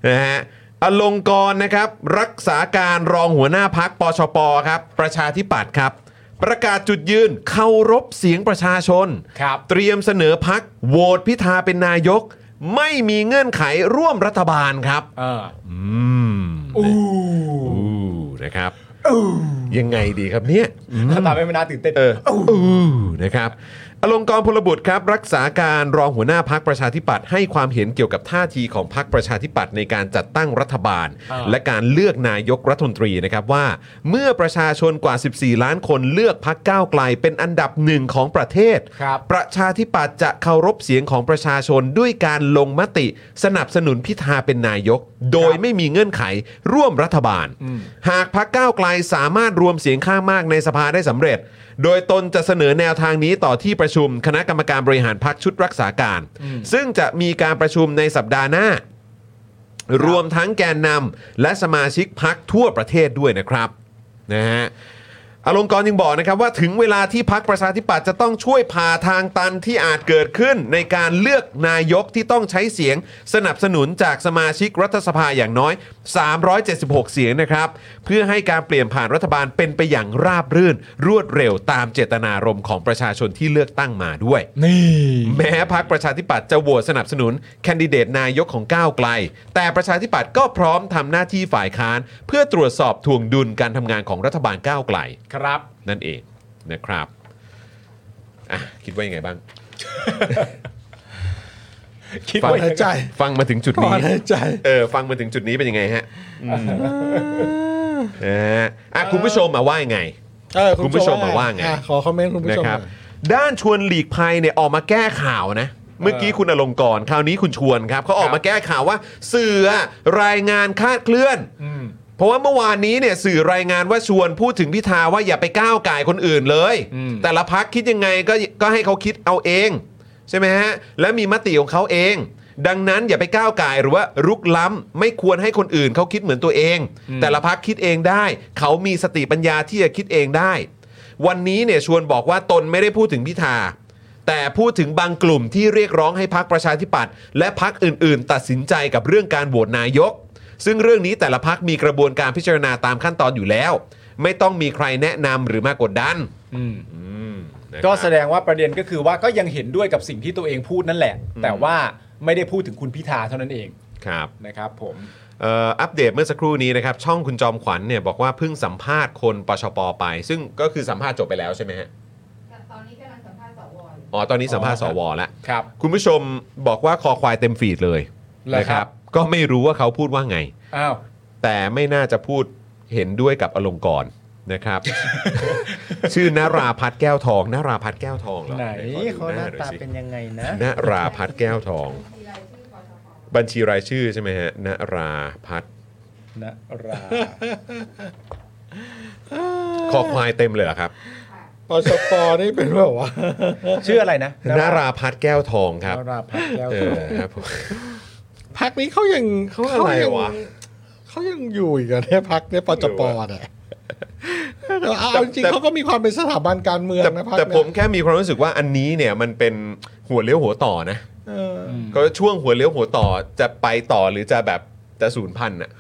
Speaker 1: นะฮะอลงกรณ์นะครับ รักษาการรองหัวหน้าพักปชปครับ ประชาธิปัตย์ครับ ประกาศจุดยืนเคารพเสียงประชาชน
Speaker 2: ครับ
Speaker 1: เตรียมเสนอพักโหวตพิธาเป็นนายก ไม่มีเงื่อนไขร่วมรัฐบาลครับ
Speaker 2: เออ
Speaker 1: อืมอู้นะครับยังไงดีครับเนี่ย
Speaker 2: ถ้าตามไม่น่าตื่นเต้น
Speaker 1: เอออู้นะครับอลงกรณ์พลบุตรครับ รักษาการรองหัวหน้าพักประชาธิปัตย์ให้ความเห็นเกี่ยวกับท่าทีของพักประชาธิปัตย์ในการจัดตั้งรัฐบาล และการเลือกนายกรัฐมนตรีนะครับว่า เมื่อประชาชนกว่า 14 ล้านคนเลือกพักก้าวไกลเป็นอันดับหนึ่งของประเทศ
Speaker 2: ครับ
Speaker 1: ประชาธิปัตย์จะเคารพเสียงของประชาชนด้วยการลงมติ สนับสนุนพิธาเป็นนายก โดยไม่มีเงื่อนไขร่วมรัฐบาล หากพรรคก้าวไกลสามารถ รวมเสียงข้างมากในสภาได้สำเร็จ โดยตนจะเสนอแนวทางนี้ต่อที่ประชุมคณะกรรมการบริหารพักชุดรักษาการ ซึ่งจะมีการประชุมในสัปดาห์หน้า รวมทั้งแกนนำและสมาชิกพักทั่วประเทศด้วยนะครับนะฮะอลงกรณ์ยังบอกนะครับว่าถึงเวลาที่พักประชาธิปัตย์จะต้องช่วยพาทางตันที่อาจเกิดขึ้น ในการเลือกนายกที่ต้องใช้เสียงสนับสนุนจากสมาชิกรัฐสภาอย่างน้อย 376 เสียงนะครับ เพื่อให้การเปลี่ยนผ่านรัฐบาลเป็นไปอย่างราบรื่น รวดเร็วตามเจตนารมณ์ของประชาชนที่เลือกตั้งมาด้วย
Speaker 22: นี่
Speaker 1: แม้พักประชาธิปัตย์จะโหวตสนับสนุน แคนดิเดตนายกของก้าวไกล แต่ประชาธิปัตย์ก็พร้อมทำหน้าที่ฝ่ายค้าน เพื่อตรวจสอบทวงดุลการทำงานของรัฐบาลก้าวไกล
Speaker 22: ครับ
Speaker 1: นั่นเองนะครับอ่ะคิดว่ายังไงบ้าง
Speaker 22: คิดว่า
Speaker 1: ฟัง
Speaker 22: ใจ
Speaker 1: ฟังมาถึงจุดนี้
Speaker 22: ถอนหายใจ
Speaker 1: เออฟังมาถึงจุดนี้เป็นยังไงฮะอืมนะฮะอ่ะคุณผู้ชมมาว่ายังไง
Speaker 3: เออ
Speaker 1: คุณผู้ชมมาว่าไง
Speaker 3: อ่ะขอคอมเมนต์คุณผู้
Speaker 1: นะ
Speaker 3: ชม
Speaker 1: ครับ
Speaker 3: หน่อย
Speaker 1: ด้านชวนหลีกภัยเนี่ยออกมาแก้ข่าวนะ เมื่อกี้คุณอลงกรณ์คราวนี้คุณชวนครับเขาออกมาแก้ข่าวว่า สื่ออะรายงานคลาดเคลื่อน เพราะว่าเมื่อวานนี้เนี่ยสื่อรายงานว่าชวนพูดถึงพิธาว่าอย่าไปก้าวไก่ายคนอื่นเลย แต่ละพักคิดยังไงก็ก็ให้เขาคิดเอาเอง ใช่ไหมฮะ และมีมติของเขาเอง ดังนั้นอย่าไปก้าวไก่ายหรือว่ารุกล้ำไม่ควรให้คนอื่นเขาคิดเหมือนตัวเอง แต่ละพักคิดเองได้ เขามีสติปัญญาที่จะคิดเองได้ วันนี้เนี่ยชวนบอกว่าตนไม่ได้พูดถึงพิธา แต่พูดถึงบางกลุ่มที่เรียกร้องให้พักประชาธิปัตย์และพักอื่น ๆ ตัดสินใจกับเรื่องการโหวตนายก ซึ่งเรื่องนี้แต่ละพักมีกระบวนการพิจารณาตามขั้นตอนอยู่แล้ว ไม่ต้องมีใครแนะนำหรือมากดดันอืมนะครับ
Speaker 22: ก็แสดงว่าประเด็นก็คือว่าก็ยังเห็นด้วยกับสิ่งที่ตัวเองพูดนั่นแหละ
Speaker 1: อืม
Speaker 22: แต่ว่าไม่ได้พูดถึงคุณพิธาเท่านั้นเอง
Speaker 1: ครับ
Speaker 22: นะครับผม
Speaker 1: เอ่ออัปเดตเมื่อสักครู่นี้นะครับ ช่องคุณจอมขวัญเนี่ยบอกว่าเพิ่งสัมภาษณ์คนปชปไป ซึ่งก็คือสัมภาษณ์จบไปแล้วใช่ไหมฮะตอนนี้กำลังสัมภาษณ์สวอ๋อตอนนี้สัมภาษณ์สวแล้ว
Speaker 22: ครับ
Speaker 1: คุณผู้ชมบอกว่าคอควายเต็มฟีดเลย
Speaker 22: เหรอ
Speaker 1: นะครับ ก็ไม่รู้ว่าเขาพูดว่าไง
Speaker 22: อ้าว
Speaker 1: แต่ไม่น่าจะพูดเห็นด้วยกับอลงกรณ์ นะครับ ชื่อนาราพัฒน์แก้วทองนาราพัฒน์แก้วทองเหรอ
Speaker 22: ไหน
Speaker 1: ขอดู
Speaker 22: เขาหน้า
Speaker 1: หน่อย
Speaker 22: ตา
Speaker 1: สิ
Speaker 22: เป็นยังไงนะ
Speaker 1: ณราพัฒน์แก้วทอง บัญชีรายชื่อใช่ไหมฮะณราพัฒน์
Speaker 22: ณรา
Speaker 1: คอควายเต็มเลยเหรอครับ
Speaker 3: ปชปนี่เป็นแบบว่า
Speaker 22: ชื่ออะไรนะ
Speaker 1: ณราพัฒน์แก้วทองครับ
Speaker 22: ราพัฒน์แก้ว
Speaker 1: เอ
Speaker 22: ทอ
Speaker 1: อง ครับผม
Speaker 3: พักนี้เขายังเขา
Speaker 1: เขาอะไร
Speaker 3: ยัง
Speaker 1: วะ
Speaker 3: เขายังอยู่อีกเหรอเนี่ยพักเนี่ยปจปเนี่ยแต่ว่าเอาจริงๆเขาก็มีความเป็นสถาบันการเมือง
Speaker 1: แต่
Speaker 3: นะพัก
Speaker 1: แต่
Speaker 3: เนี่
Speaker 1: ผม
Speaker 3: ย
Speaker 1: แค่มีความรู้สึกว่าอันนี้เนี่ยมันเป็นหัวเลี้ยวหัวต่อนะ
Speaker 3: เอ อ
Speaker 1: ก็ช่วงหัวเลี้ยวหัวต่อจะไปต่อหรือจะแบบจะศูนย์พันธุ์น่ะ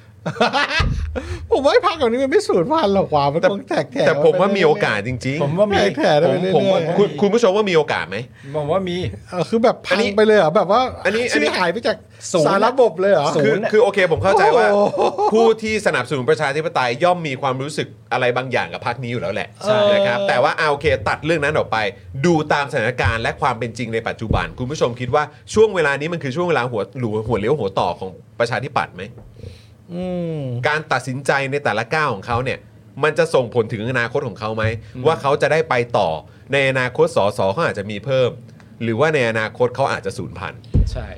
Speaker 3: ผมว่าพักเหล่านี้มันไม่สูญพันธุ์หรอกว่ามันคงแตกแถว
Speaker 1: แต่ผมว่า
Speaker 3: ไปเรื่อยๆ
Speaker 1: มีโอกาสจริงๆ
Speaker 22: ผมว่ามี
Speaker 3: แผลได้
Speaker 1: ผ
Speaker 3: ไป
Speaker 1: ม
Speaker 3: เรื่อยๆ
Speaker 1: ผมว่าคุณคุณผู้ชมว่ามีโอกาสไหม
Speaker 22: ผมว่ามี
Speaker 3: เออคือแบบพั
Speaker 1: อัน
Speaker 3: ง
Speaker 1: นี้
Speaker 3: ไปเลยเหรอแบบว่า
Speaker 1: อันนี้อัน
Speaker 3: ชื่
Speaker 1: นี้
Speaker 3: อหายไปจาก
Speaker 22: ศูนย์
Speaker 3: สารระบบเลยเหรอ
Speaker 1: คือ
Speaker 22: น่ะ
Speaker 1: คือโอเคผมเข้าใจว่า
Speaker 3: โอ้โห
Speaker 1: ผู้ที่สนับสนุนประชาธิปไตยย่อมมีความรู้สึกอะไรบางอย่างกับพรรคนี้อยู่แล้วแหละ
Speaker 22: ใช่
Speaker 1: นะครับแต่ว่าเอาโอเคตัดเรื่องนั้นออกไป ดูตามสถานการณ์และความเป็นจริงในปัจจุบัน คุณผู้ชมคิดว่าช่วงเวลานี้มันคือช่วงเวลาหัวหรือหัวเลี้ยวหัวต่อของประชาธิปัตย์ไหม
Speaker 3: อืม
Speaker 1: การตัดสินใจในแต่ละก้าวของเขาเนี่ยมันจะส่งผลถึงอนาคตของเขาไหมว่าเขาจะได้ไปต่อ ในอนาคตสสเขาอาจจะมีเพิ่ม หรือว่าในอนาคตเขาอาจจะสูญพันธุ์
Speaker 22: ใช่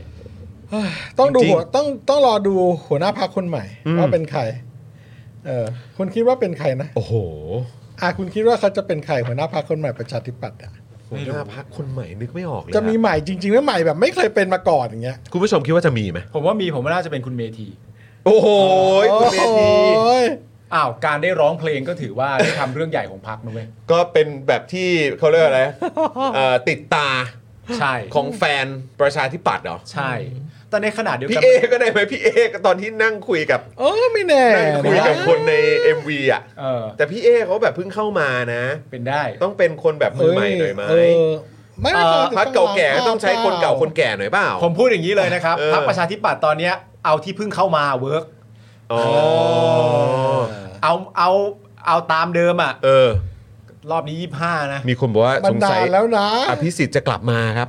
Speaker 3: ต้องดู
Speaker 1: จริงๆ
Speaker 3: หัวต้องต้องรอดูหัวหน้าพักคนใหม่
Speaker 1: อืม
Speaker 3: ว่าเป็นใคร เออคุณคิดว่าเป็นใครนะ
Speaker 1: โอ้โห
Speaker 3: อ่ะคุณคิดว่าเขาจะเป็นใครหัวหน้าพักคนใหม่ประชาธิปัตย์อ่ะ
Speaker 1: หัวหน้าพรรคคนใหม่นึกไม่ออกเลย
Speaker 3: จะมี
Speaker 1: ฮะ
Speaker 3: ใหม่จริงๆไหมใหม่แบบไม่เคยเป็นมาก่อนอย่างเงี้ย
Speaker 1: คุณผู้ชมคิดว่าจะมีไหม
Speaker 22: ผมว่ามีผมว่าน่าจะเป็นคุณเมธี
Speaker 1: โอ้โหคุณเมธี
Speaker 3: โอ้ย
Speaker 22: อ้าวการได้ร้องเพลงก็ถือว่า ได้ทำเรื่องใหญ่ของพักนะเว้ย
Speaker 1: ก็เป็นแบบที่เขาเรียกว่า อะไรเอ่อติดตา
Speaker 22: ใช่
Speaker 1: ของแฟนประชาธิปัตย์เหรอ
Speaker 22: ใช่ แต่ในขณะเดียวกั
Speaker 1: พี่
Speaker 22: น
Speaker 1: เอก็ได้ไหมพี่เอก็ตอนที่นั่งคุยกับ
Speaker 3: เออไม่แน่
Speaker 1: นั่งคุยกับคนใน MV อ่ะ
Speaker 22: เออ
Speaker 1: แต่พี่เอเขาแบบเพิ่งเข้ามานะ
Speaker 22: เป็นได้
Speaker 1: ต้องเป็นคนแบบมือใหม่หน่อยไหม
Speaker 3: เออไม่
Speaker 22: เอ่อ
Speaker 1: พักเก่าแก่ก็ต้องใช้คนเก่าคนแก่หน่อยเปล่า
Speaker 22: ผมพูดอย่างนี้เลยนะครับ
Speaker 1: เออ
Speaker 22: พรรคประชาธิปัตย์ตอนเนี้ยเอาที่เพิ่งเข้ามาเวิร์ก
Speaker 1: อ๋อ
Speaker 22: เอาเอาเอาตามเดิมอ่ะ
Speaker 1: เออ
Speaker 22: รอบนี้ยี่ห้านะ
Speaker 1: มีคนบอกว่า
Speaker 3: บั
Speaker 1: ส
Speaker 3: น
Speaker 1: ง
Speaker 3: ดา
Speaker 1: สัย
Speaker 3: ลแล้วนะ
Speaker 1: อภิสิทธิ์จะกลับมาครับ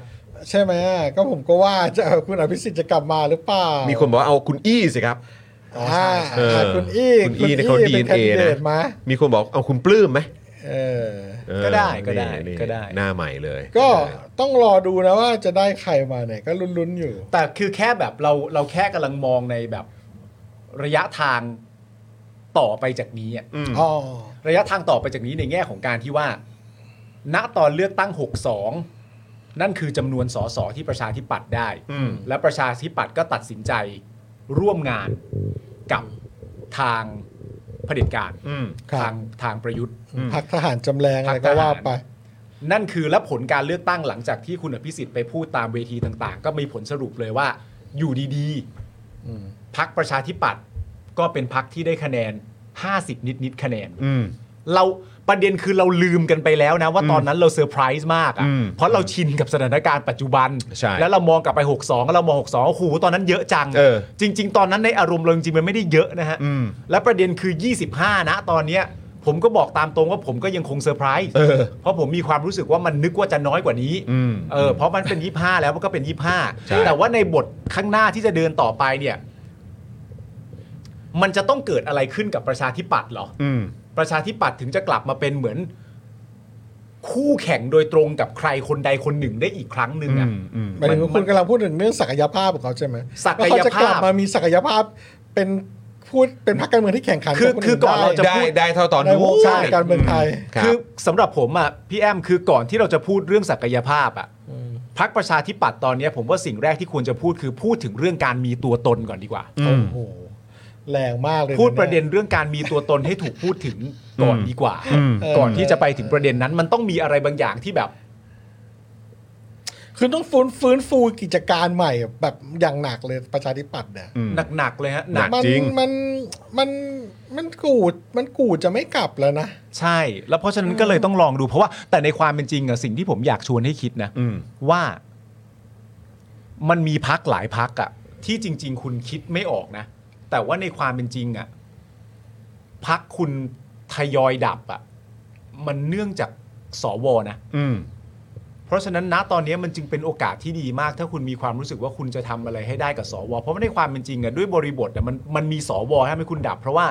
Speaker 3: ใช่ไหมก็ผมก็ว่าจะคุณอภิสิทธิ์จะกลับมาหรือเปล่า
Speaker 1: มี
Speaker 3: มี
Speaker 1: คนบอกว่าเอาคุณอี้สิครับ
Speaker 3: อ่า
Speaker 1: เออ
Speaker 3: คุณอี้
Speaker 1: คุณอี้เนี่ยเขา
Speaker 3: ป็
Speaker 1: DNA นะ
Speaker 3: candidate มา
Speaker 1: มีคนบอกเอาคุณปลื้มไหม
Speaker 3: เออ
Speaker 1: เออ
Speaker 22: ก็ได้ก็ได้
Speaker 1: นี่นี่
Speaker 22: ก็ได้
Speaker 1: หน้าใหม่เลย
Speaker 3: ก็ต้องรอดูนะว่าจะได้ใครมาเนี่ยก็ลุ้นๆอยู่
Speaker 22: แต่คือแค่แบบเราเราแค่กำลังมองในแบบระยะทาง
Speaker 2: ต่อไปจากนี้อะ
Speaker 1: อืม
Speaker 3: อ๋อ
Speaker 2: ระยะทางต่อไปจากนี้ในแง่ของการที่ว่า ณตอนเลือกตั้ง 62 นั่นคือจำนวนสสที่ประชาธิปัตย์ได้
Speaker 1: อืม
Speaker 2: และประชาธิปัตย์ก็ตัดสินใจร่วมงานกับทางเผด็จการ
Speaker 1: อืม
Speaker 3: ครับ
Speaker 2: ทางทางประยุทธ์
Speaker 3: พักทหารจำแรงอะไรก็ว่าไป
Speaker 2: นั่นคือและผลการเลือกตั้งหลังจากที่คุณอภิสิทธิ์ไปพูดตามเวทีต่างๆ ก็มีผลสรุปเลยว่า อยู่ดีๆพักประชาธิปัตย์ก็เป็นพักที่ได้คะแนน 50 นิดๆคะแนน
Speaker 1: อืม
Speaker 2: เราประเด็นคือเราลืมกันไปแล้วนะ ว่าตอนนั้นเราเซอร์ไพรส์มาก
Speaker 1: อืม
Speaker 2: อะ่ะเพราะเราชินกับสถานการณ์ปัจจุบัน
Speaker 1: ใช่
Speaker 2: แล้วเรามองกลับไป 62แล้วเรามอง62โอ้โหตอนนั้นเยอะจัง
Speaker 1: เออ
Speaker 2: จริง ๆ ตอนนั้นในอารมณ์เราจริงๆมันไม่ได้เยอะนะฮะ
Speaker 1: อืม
Speaker 2: และประเด็นคือ 25 นะตอนเนี้ย ผมก็บอกตามตรงว่าผมก็ยังคงเซอร์ไพรส์
Speaker 1: เออ
Speaker 2: เพราะผมมีความรู้สึกว่ามันนึกว่าจะน้อยกว่านี้
Speaker 1: อืม
Speaker 2: เออ เพราะมันเป็น 25 แล้วมันก็เป็น
Speaker 1: ใช่
Speaker 2: 25 แต่ว่าในบทข้างหน้าที่จะเดินต่อไปเนี่ย มันจะต้องเกิดอะไรขึ้นกับประชาธิปัตย์เหรอ
Speaker 1: อืม
Speaker 2: ประชาธิปัตย์ถึงจะกลับมาเป็นเหมือน คู่แข่งโดยตรงกับใครคนใดคนหนึ่งได้อีกครั้งหนึ่งอ่ะ
Speaker 3: หมายถึงว่าคุณกำลังพูดถึงเรื่องศักยภาพของเขาใช่ไหม
Speaker 2: ศัก
Speaker 3: ว่
Speaker 2: ยภาพ
Speaker 3: เขาจะกลับมามีศักยภาพเป็นพูดเป็นพรรคการเมืองที่แข่งขัน
Speaker 2: คือ
Speaker 3: กับ
Speaker 2: คือก่อนเราจะ
Speaker 1: ได้
Speaker 2: พูด
Speaker 1: ได้เท่าตอน
Speaker 3: ใน
Speaker 1: นู้
Speaker 3: วง
Speaker 1: น
Speaker 3: การการเมืองไทย
Speaker 1: ครับ
Speaker 2: คือสำหรับผมอ่ะพี่แอมคือก่อนที่เราจะพูดเรื่องศักยภาพอ่ะพักประชาธิปัตย์ตอนเนี้ยผมว่าสิ่งแรกที่ควรจะพูดคือพูดถึงเรื่องการมีตัวตนก่อนดีกว่า
Speaker 1: อืม
Speaker 3: โอ้โหแรงมากเลย
Speaker 2: พูดประเด็นเรื่องการมีตัวตนให้ถูกพูดถึงก่อนดีกว่า
Speaker 1: อืม
Speaker 3: เ
Speaker 2: ก่อนที่จะไปถึงประเด็นนั้น มันต้องมีอะไรบางอย่างที่แบบ
Speaker 3: คือต้องฟื้นฟื้นฟูกิจการใหม่แบบอย่างหนักเลยประชาธิปัตย์เนี่ย
Speaker 1: อืม
Speaker 2: หนักๆเลยฮะ
Speaker 1: หนัก
Speaker 3: มัน
Speaker 1: จริง
Speaker 3: มันมันมันกูดมันกูดจะไม่กลับแล้วนะ
Speaker 2: ใช่ แล้วเพราะฉะนั้นก็เลยต้องลองดูเพราะว่า แต่ในความเป็นจริงอะสิ่งที่ผมอยากชวนให้คิดนะ
Speaker 1: อืม
Speaker 2: ว่ามันมีพักหลายพักอะที่จริง ๆ คุณคิดไม่ออกนะ แต่ว่าในความเป็นจริงอะพักคุณทยอยดับอะมันเนื่องจากสวนะ
Speaker 1: อืม
Speaker 2: เพราะฉะนั้นณตอนนี้มันจึงเป็นโอกาสที่ดีมาก ถ้าคุณมีความรู้สึกว่าคุณจะทำอะไรให้ได้กับสว เพราะว่าในความเป็นจริงอะด้วยบริบทอะมันมันมีสวให้คุณดับ เพราะว่า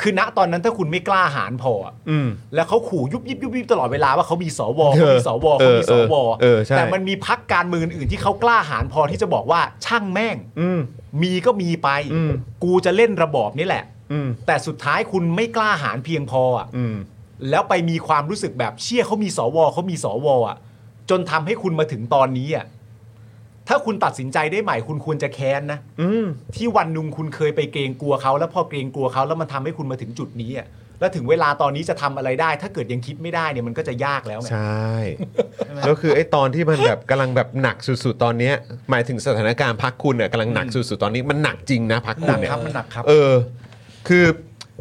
Speaker 2: คือณตอนนั้นถ้าคุณไม่กล้าหาญพออะ
Speaker 1: อืม
Speaker 2: แล้วเขาขู่ยุบยิบยุบยิบตลอดเวลาว่าเขามีสวเขามีสว
Speaker 1: เอ
Speaker 2: เขา
Speaker 1: อ
Speaker 2: มีสว
Speaker 1: เออเออใช่
Speaker 2: แต่มันมีพักการเมืองอื่นที่เขากล้าหาญพอที่จะบอกว่าช่างแม่ง
Speaker 1: อืม
Speaker 2: มีก็มีไป
Speaker 1: อืม
Speaker 2: กูจะเล่นระบอบนี่แหละ
Speaker 1: อืม
Speaker 2: แต่สุดท้ายคุณไม่กล้าหาญเพียงพออ่ะ
Speaker 1: อืม
Speaker 2: แล้วไปมีความรู้สึกแบบเชี่ยเขามีสวเขามีสวอ่ะ จนทำให้คุณมาถึงตอนนี้อ่ะถ้าคุณตัดสินใจได้ใหม่คุณควรจะแค้นนะ
Speaker 1: อืม
Speaker 2: ที่วันหนึ่งคุณเคยไปเกรงกลัวเขา แล้วพอเกรงกลัวเขาแล้วมันทำให้คุณมาถึงจุดนี้อ่ะแล้วถึงเวลาตอนนี้จะทำอะไรได้ ถ้าเกิดยังคิดไม่ได้เนี่ยมันก็จะยากแล้วไง
Speaker 1: ใช่ แล้วคือไอ้ตอนที่มันแบบกำลังแบบหนักสุดๆตอนเนี้ยหมายถึงสถานการณ์พักคุณเนี่ยกำลังหนักสุดๆตอนนี้มันหนักจริงนะพัก
Speaker 2: ห
Speaker 1: คุณ
Speaker 2: นัก
Speaker 1: เนี่ย
Speaker 2: ครับมันหนักครับ
Speaker 1: เออ คือ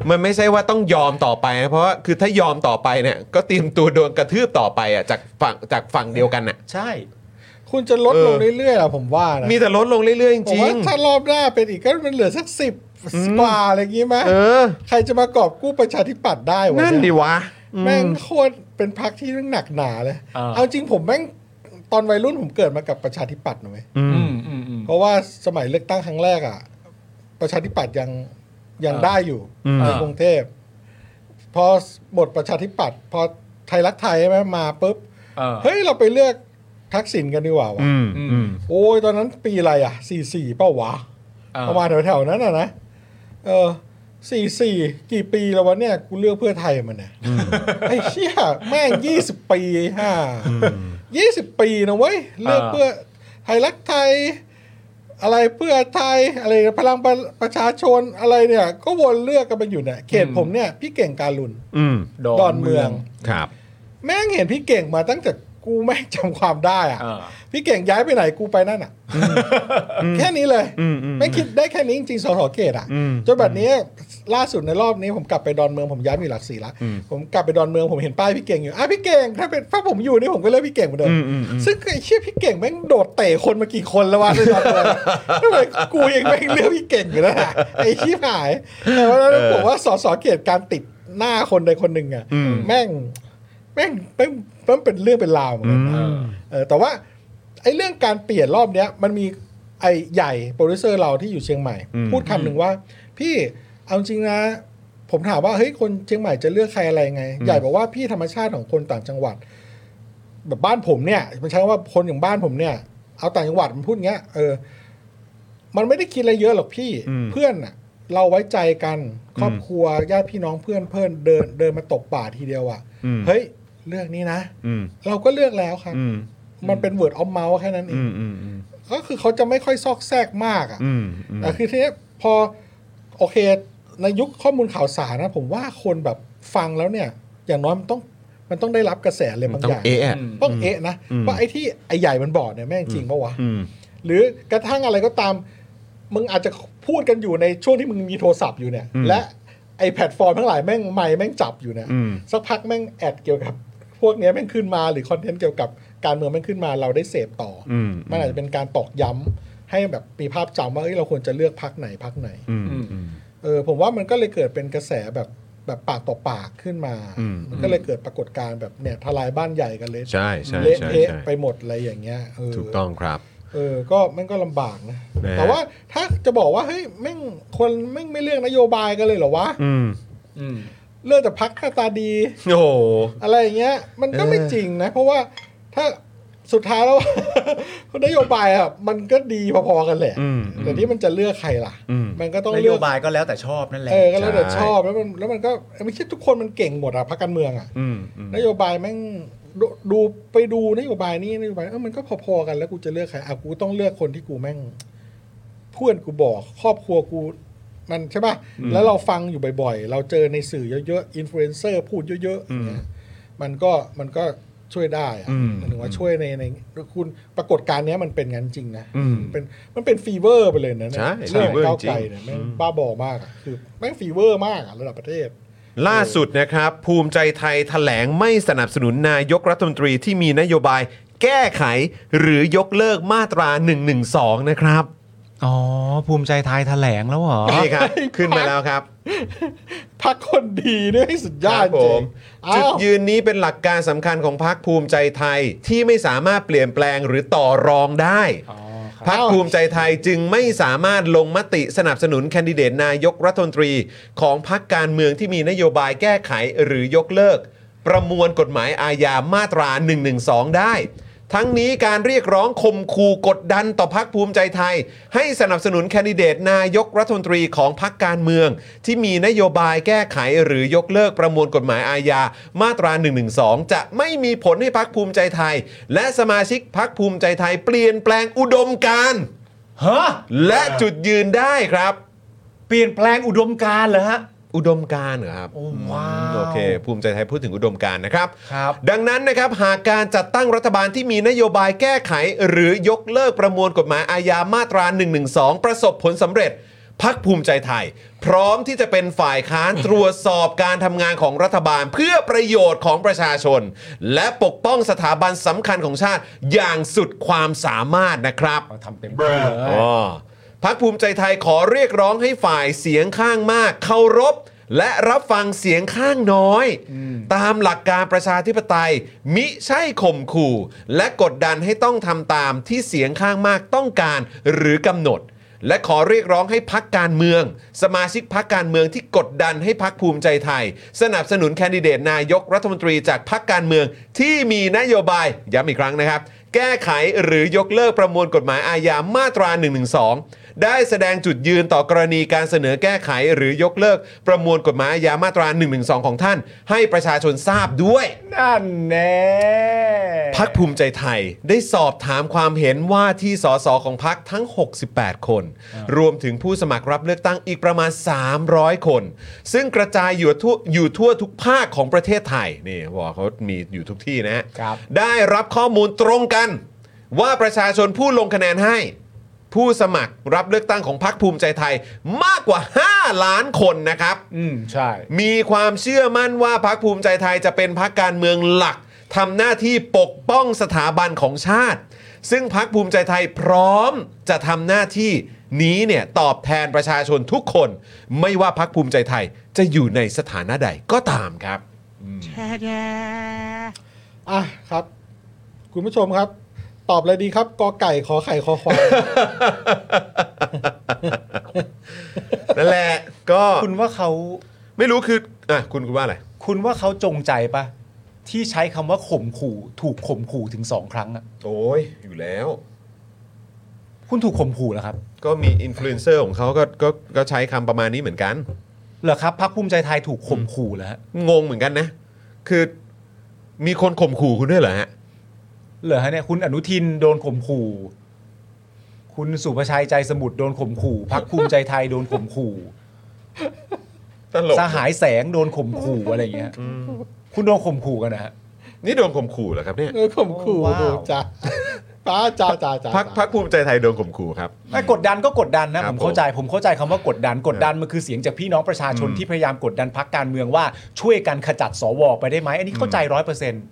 Speaker 1: มันไม่ใช่ว่าต้องยอมต่อไปนะเพราะว่าคือถ้ายอมต่อไปเนี่ยก็เตรียมตัวโดนกระทืบต่อไปอ่ะจากฝั่งจากฝั่งเดียวกันอ่ะ
Speaker 2: ใช่
Speaker 3: คุณจะลดลง
Speaker 1: เออ
Speaker 3: เรื่อยๆเหรอผมว่านะ
Speaker 1: มีแต่ลดลงเรื่อยๆจ
Speaker 3: ผม
Speaker 1: ริ
Speaker 3: ว่าง ถ้ารอบหน้าเป็นอีกก็มันเหลือสักสิบ
Speaker 1: อืม
Speaker 3: กว่าอะไรอย่างงี้ไหม
Speaker 1: ๆเออ
Speaker 3: ใครจะมากอบกู้ประชาธิปัตย์ได้วะ
Speaker 1: นั่น
Speaker 3: เย
Speaker 1: ดิวะ
Speaker 3: แม่งโคตรเป็นพักที่เรื่องหนักหนาเลย
Speaker 2: เออ
Speaker 3: จริงผมแม่งตอนวัยรุ่นผมเกิดมากับประชาธิปัตย์นะเว้ย
Speaker 1: อืม
Speaker 2: อืมอืมอืม
Speaker 3: เพราะว่าสมัยเลือกตั้งครั้งแรกอ่ะ ประชาธิปัตย์ยังยัง
Speaker 2: เออ
Speaker 3: ได้อยู่
Speaker 1: อืม
Speaker 3: ในกรุงเทพพอบทประชาธิปัตย์พอไทยรักไทยใช่ไหมมาปุ๊บ
Speaker 2: เออ
Speaker 3: เฮ้ยเราไปเลือกทักษิณกันดีกว่าวะ
Speaker 1: อืมอืม
Speaker 3: โอ้ยตอนนั้นปีอะไรอ่ะสี่สี่เป้าวะ
Speaker 2: เออ
Speaker 3: ประมาณแถวๆนั้นอ่ะนะเออสี่สี่กี่ปีแล้ววะเนี่ยกูเลือกเพื่อไทยมันเนี่ย ไอ้เชี่ยแม่งยี่สิบปีฮ่ายี่สิบปีนะเว้ย เลือกเพื่อไทยรักไทย อะไรเพื่อไทย อะไรพลังประประชาชนอะไรเนี่ย ก็วนเลือกกันไปอยู่เนี่ยเขตผมเนี่ย พี่เก่งการุน
Speaker 1: อืม
Speaker 3: ดอนเมือง
Speaker 1: ครับ
Speaker 3: แม่งเห็นพี่เก่งมาตั้งแต่กูแม่งจำความได้อ่ะ
Speaker 2: เออ
Speaker 3: พี่เก่งย้ายไปไหนกูไปนั่นอ่ะ แค่นี้เลย
Speaker 1: อืมอืม
Speaker 3: ไม่คิดได้แค่นี้จริงๆสสเขตอ่ะ
Speaker 1: อืม
Speaker 3: จนแบบนี้ล่าสุดในรอบนี้ผมกลับไปดอนเมืองผมย้ายมาอยู่หลักสี่ละ
Speaker 1: อืม
Speaker 3: ผมกลับไปดอนเมืองผมเห็นป้ายพี่เก่งอยู่อ่ะพี่เก่งถ้าเป็นถ้าผมอยู่นี่ผมก็เลือกพี่เก่งเหมือนเดิ
Speaker 1: อืมอืมอืม
Speaker 3: ซึ่งไอ้เชี่ยพี่เก่งแม่งโดดเตะคนมากี่คนแล้ววะในตอนนั้นทำไมกูเองแม่งเลือกพี่เก่งอยู่นะไอ้ชี้หายแต่ว่าแล้วผมว่าสสเขตการติดหน้าคนใดคนหนึ่งอ่ะ
Speaker 1: อืม
Speaker 3: แม่ง แม่งแม่งแม่งเป็นเรื่องเป็นราวเหมือนกันนะ
Speaker 1: อืม
Speaker 3: เออแต่ว่าไอ้เรื่องการเปลี่ยนรอบเนี้ยมันมีไอ้ใหญ่โปรดิวเซอร์เราที่อยู่เชียงใหม่
Speaker 1: อืม
Speaker 3: พูดคำหนึ่งว่า พี่เอาจริงนะ ผมถามว่าเฮ้ยคนเชียงใหม่จะเลือกใครอะไรไง ใหญ่บอกว่าพี่ธรรมชาติของคนต่างจังหวัด แบบบ้านผมเนี่ยมันใช้คำว่าคนอย่างบ้านผมเนี่ย เอาต่างจังหวัดมันพูดอย่างเงี้ยเออ มันไม่ได้คิดอะไรเยอะหรอกพี่
Speaker 1: อืม
Speaker 3: เพื่อนอะ เราไว้ใจกันครอบครัวญาติพี่น้องเพื่อนเพื่อนเดินเดินมาตกป่าทีเดียวอ่ะ
Speaker 1: อืม
Speaker 3: เฮ้ยเลือกนี้นะ
Speaker 1: อืม
Speaker 3: เราก็เลือกแล้วครับ
Speaker 1: อืม
Speaker 3: มันเป็น word of mouth แค่นั้นเอ
Speaker 1: อื
Speaker 3: ง
Speaker 1: มอืมอืม
Speaker 3: ก็คือเขาจะไม่ค่อยซอกแซกมากอ่ะ
Speaker 1: อืมอืม
Speaker 3: แต่คือทีเนี้ยพอโอเค ในยุคข้อมูลข่าวสารนะ ผมว่าคนแบบฟังแล้วเนี่ย อย่างน้อยมันต้องมันต้องได้รับกระแสเลยบาง
Speaker 1: มันต้
Speaker 3: อ
Speaker 1: อง
Speaker 3: ย่าง
Speaker 1: เอ๊ะอะ
Speaker 3: ต้องเอะนะ
Speaker 1: อืม
Speaker 3: ว่าไอ้ที่ไอ้ใหญ่มันบอกเนี่ยแม่งจริงปะวะ
Speaker 1: อืม
Speaker 3: หรือกระทั่งอะไรก็ตาม มึงอาจจะพูดกันอยู่ในช่วงที่มึงมีโทรศัพท์อยู่เนี่ย
Speaker 1: อืม
Speaker 3: และไอแพลตฟอร์มทั้งหลายแม่งไม่แม่งจับอยู่เนี่ย
Speaker 1: อืม
Speaker 3: สักพักแม่งแอดเกี่ยวกับ พวกเนี้ยแม่งขึ้นมาหรือคอนเทนต์เกี่ยวกับการเมืองแม่งขึ้นมาเราได้เสพต่ออ
Speaker 1: ม
Speaker 3: มันอาจจะเป็นการตอกย้ำให้แบบมีภาพจำว่าเอ้ยเราควรจะเลือกพักไหนพักไหน
Speaker 1: อืมอืม
Speaker 3: เออผมว่ามันก็เลยเกิดเป็นกระแสแบบแบบปากต่อปากขึ้นมา
Speaker 1: อืม
Speaker 3: มันก็เลยเกิดปรากฏการณ์แบบเนี่ยทลายบ้านใหญ่กันเลย
Speaker 1: ใช่ใช่
Speaker 3: เละ
Speaker 1: ใช่
Speaker 3: เทะ
Speaker 1: ใช่
Speaker 3: ไปหมดอะไรอย่างเงี้ยเออ
Speaker 1: ถูกต้องครับ
Speaker 3: เออ ก็มันก็ลำบากนะ
Speaker 1: นะฮะ
Speaker 3: แต่ว่าถ้าจะบอกว่าเฮ้ยแม่งคนแม่งไม่เลือกนโยบายกันเลยเหรอวะ
Speaker 1: อืม
Speaker 3: เลือกแต่พักหน้าตาดี
Speaker 1: โอ้โห
Speaker 3: อะไรอย่างเงี้ย มันก็
Speaker 1: เออ
Speaker 3: ไม่จริงนะ เพราะว่าถ้าสุดท้ายแล้ว นโยบายอ่ะมันก็ดีพอๆกันแหละ
Speaker 1: อืม
Speaker 3: แต่ที่มันจะเลือกใครล่ะ
Speaker 1: อืม
Speaker 3: มันก็ต้อง
Speaker 22: น
Speaker 3: เลื
Speaker 22: โย
Speaker 3: อก
Speaker 22: บายก็แล้วแต่ชอบนั่นแหละ
Speaker 3: เออก็แล้วแต่ชอบแล้วมันแล้วมันก็ไม่ใช่ทุกคนมันเก่งหมดอะพรรคการเมืองอะ
Speaker 1: อืมอืม
Speaker 3: นโยบายแม่งดูดูไปดูนโยบายนี่นโยบายเออมันก็พอๆกันแล้วกูจะเลือกใครอ่ะกูต้องเลือกคนที่กูแม่งเพื่อนกูบอกครอบครัวกูมันใช่ป่ะ
Speaker 1: อืม
Speaker 3: แล้วเราฟังอยู่บ่อยๆ เราเจอในสื่อเยอะๆอินฟลูเอนเซอร์พูดเยอะๆอย่างเงี้ยมันก็มันก็ช่วยได้อะ
Speaker 1: อืม
Speaker 3: หมายถึงว่าช่วยในในคุณปรากฏการณ์เนี้ยมันเป็นงั้นจริงนะ
Speaker 1: อืม
Speaker 3: เป็นมันเป็นฟีเวอร์ไปเลยนะเนี่ย
Speaker 1: ใช่
Speaker 3: เรื่องข
Speaker 1: ฟีเว
Speaker 3: อง
Speaker 1: อร์
Speaker 3: ก้าวไกล
Speaker 1: จริง
Speaker 3: เนี่ยแม่ง
Speaker 1: อืม
Speaker 3: บ้าบอมากอะคือแม่งฟีเวอร์มากอะระดับประเทศ
Speaker 1: ล่าสุดนะครับ ภูมิใจไทยแถลงไม่สนับสนุนนายกรัฐมนตรีที่มีนโยบายแก้ไขหรือยกเลิกมาตรา 112 นะครับ
Speaker 22: อ๋อ ภูมิใจไทยแถลงแล้วเหรอ
Speaker 1: นี่ครับ ขึ้นมาแล้วครับ
Speaker 3: พักคนดีด้วยสุดยอ
Speaker 1: ค
Speaker 3: ด
Speaker 1: รับผ
Speaker 3: จริ
Speaker 1: ม
Speaker 3: ง
Speaker 1: จุด
Speaker 3: อ้าว
Speaker 1: ยืนนี้เป็นหลักการสำคัญของพรรคภูมิใจไทยที่ไม่สามารถเปลี่ยนแปลงหรือต่อรองได้พรรคภูมิใจไทยจึงไม่สามารถลงมติสนับสนุนแคนดิเดตนายกรัฐมนตรี ของพรรคการเมืองที่มีนโยบายแก้ไขหรือยกเลิก ประมวลกฎหมายอาญามาตรา 112 ได้ ทั้งนี้การเรียกร้องคมคูกดดันต่อพักภูมิใจไทย ให้สนับสนุนแคนดิเดตนายกรัฐมนตรีของพักการเมือง ที่มีนโยบายแก้ไขหรือยกเลิกประมวลกฎหมายอาญามาตรา 112 จะไม่มีผลให้พักภูมิใจไทย และสมาชิกพักภูมิใจไทยเปลี่ยนแปลงอุดมการณ์
Speaker 22: ฮะ
Speaker 1: และจุดยืนได้ครับ
Speaker 22: เปลี่ยนแปลงอุดมการณ์เหรอฮะ
Speaker 1: อุดมการณ์เหรอครับ
Speaker 22: โอ้ว้าว
Speaker 1: โอเค ภูมิใจไทยพูดถึงอุดมการณ์นะครับ
Speaker 22: ครับ
Speaker 1: ดังนั้นนะครับ หากการจัดตั้งรัฐบาลที่มีนโยบายแก้ไข หรือยกเลิกประมวลกฎหมายอาญามาตรา 112 ประสบผลสำเร็จ พักภูมิใจไทย พร้อมที่จะเป็นฝ่ายค้านตรวจสอบการทำงานของรัฐบาลเพื่อประโยชน์ของประชาชน และปกป้องสถาบันสำคัญของชาติอย่างสุดความสามารถนะครับ
Speaker 22: ทำเต็มที่เลย
Speaker 1: อ๋อพักภูมิใจไทยขอเรียกร้องให้ฝ่ายเสียงข้างมากเคารพ และรับฟังเสียงข้างน้อย ตามหลักการประชาธิปไตย มิใช่ข่มขู่ และกดดันให้ต้องทำตามที่เสียงข้างมากต้องการหรือกำหนด และขอเรียกร้องให้พักการเมือง สมาชิกพักการเมืองที่กดดันให้พักภูมิใจไทย สนับสนุนแคนดิเดตนายกรัฐมนตรีจากพักการเมืองที่มีนโยบายย้ำอีกครั้งนะครับ แก้ไขหรือยกเลิกประมวลกฎหมายอาญามาตรา 112 ได้แสดงจุดยืนต่อกรณีการเสนอแก้ไขหรือยกเลิกประมวลกฎหมายอาญามาตรา 112 ของท่าน ให้ประชาชนทราบด้วย
Speaker 22: นั่นแน่
Speaker 1: พักภูมิใจไทยได้สอบถามความเห็นว่าที่สสของพักทั้ง 68 คน รวมถึงผู้สมัครรับเลือกตั้งอีกประมาณ 300 คน ซึ่งกระจายอยู่ทั่วอยู่ทั่วทุกภาคของประเทศไทยนี่บอกเขามีอยู่ทุกที่นะฮะ
Speaker 22: ครับ
Speaker 1: ได้รับข้อมูลตรงกัน ว่าประชาชนผู้ลงคะแนนให้ ผู้สมัครรับเลือกตั้งของพรรคภูมิใจไทยมากกว่า 5 ล้านคนนะครับ
Speaker 22: อืม ใช่
Speaker 1: มีความเชื่อมั่นว่าพรรคภูมิใจไทยจะเป็นพรรคการเมืองหลักทำหน้าที่ปกป้องสถาบันของชาติ ซึ่งพรรคภูมิใจไทยพร้อมจะทำหน้าที่นี้เนี่ยตอบแทนประชาชนทุกคน ไม่ว่าพรรคภูมิใจไทยจะอยู่ในสถานะใดก็ตามครับ
Speaker 3: อ่ะครับ คุณผู้ชมครับ ตอบเลยดีครับกอไก่ขอไข่คอควาย
Speaker 1: นั่นแหละ ก็
Speaker 22: คุณว่าเขา
Speaker 1: ไม่รู้คืออ่ะคุณคุณว่าอะไร
Speaker 22: คุณว่าเขาจงใจปะที่ใช้คำว่าข่มขู่ ถูกข่มขู่ถึงสองครั้งอะ
Speaker 1: โอ้ยอยู่แล้ว
Speaker 2: คุณถูกข่มขู่เหรอครับ
Speaker 1: ก็มีอินฟลูเอนเซอร์ของเขาก็ก็ก็ใช้คำประมาณนี้เหมือนกัน
Speaker 2: เหรอครับพรรคภูมิใจไทยถูกข่มขู่แล้ว
Speaker 1: งงเหมือนกันนะ คือมีคนข่มขู่คุณด้วยเหรอฮะ
Speaker 2: เหรอฮะเนี่ยคุณอนุทินโดนข่มขู่ คุณสุภชัยใจสมุทรโดนข่มขู่พรรคภูมิใจไทยโดนข่มขู่
Speaker 1: ตลก
Speaker 2: สหายแสงโดนข่มขู่อะไรอย่างเงี้ยคุณโดนข่มขู่กันนะฮะ
Speaker 1: นี่โดนข่มขู่เหรอครับเนี่ย
Speaker 3: เออข่มขู่
Speaker 2: ว้า
Speaker 3: โอ้
Speaker 2: ว
Speaker 3: จ้า ป้าจ้าจ้าจ้า
Speaker 1: พักพักภูมิใจไทยโดนข่มขู่ครับ
Speaker 2: ไอ้กดดันก็กดดันนะ
Speaker 1: ครั
Speaker 2: ผ
Speaker 1: บ
Speaker 2: มเข้าใจผมเข้าใจคำว่ากดดันกดดันมันคือเสียงจากพี่น้องประชาชน
Speaker 1: อืม
Speaker 2: ที่พยายามกดดันพักการเมืองว่าช่วยกันขจัดสวไปได้ไหมอันนี้เข้าใจร้อยเปอร์เซ็นต์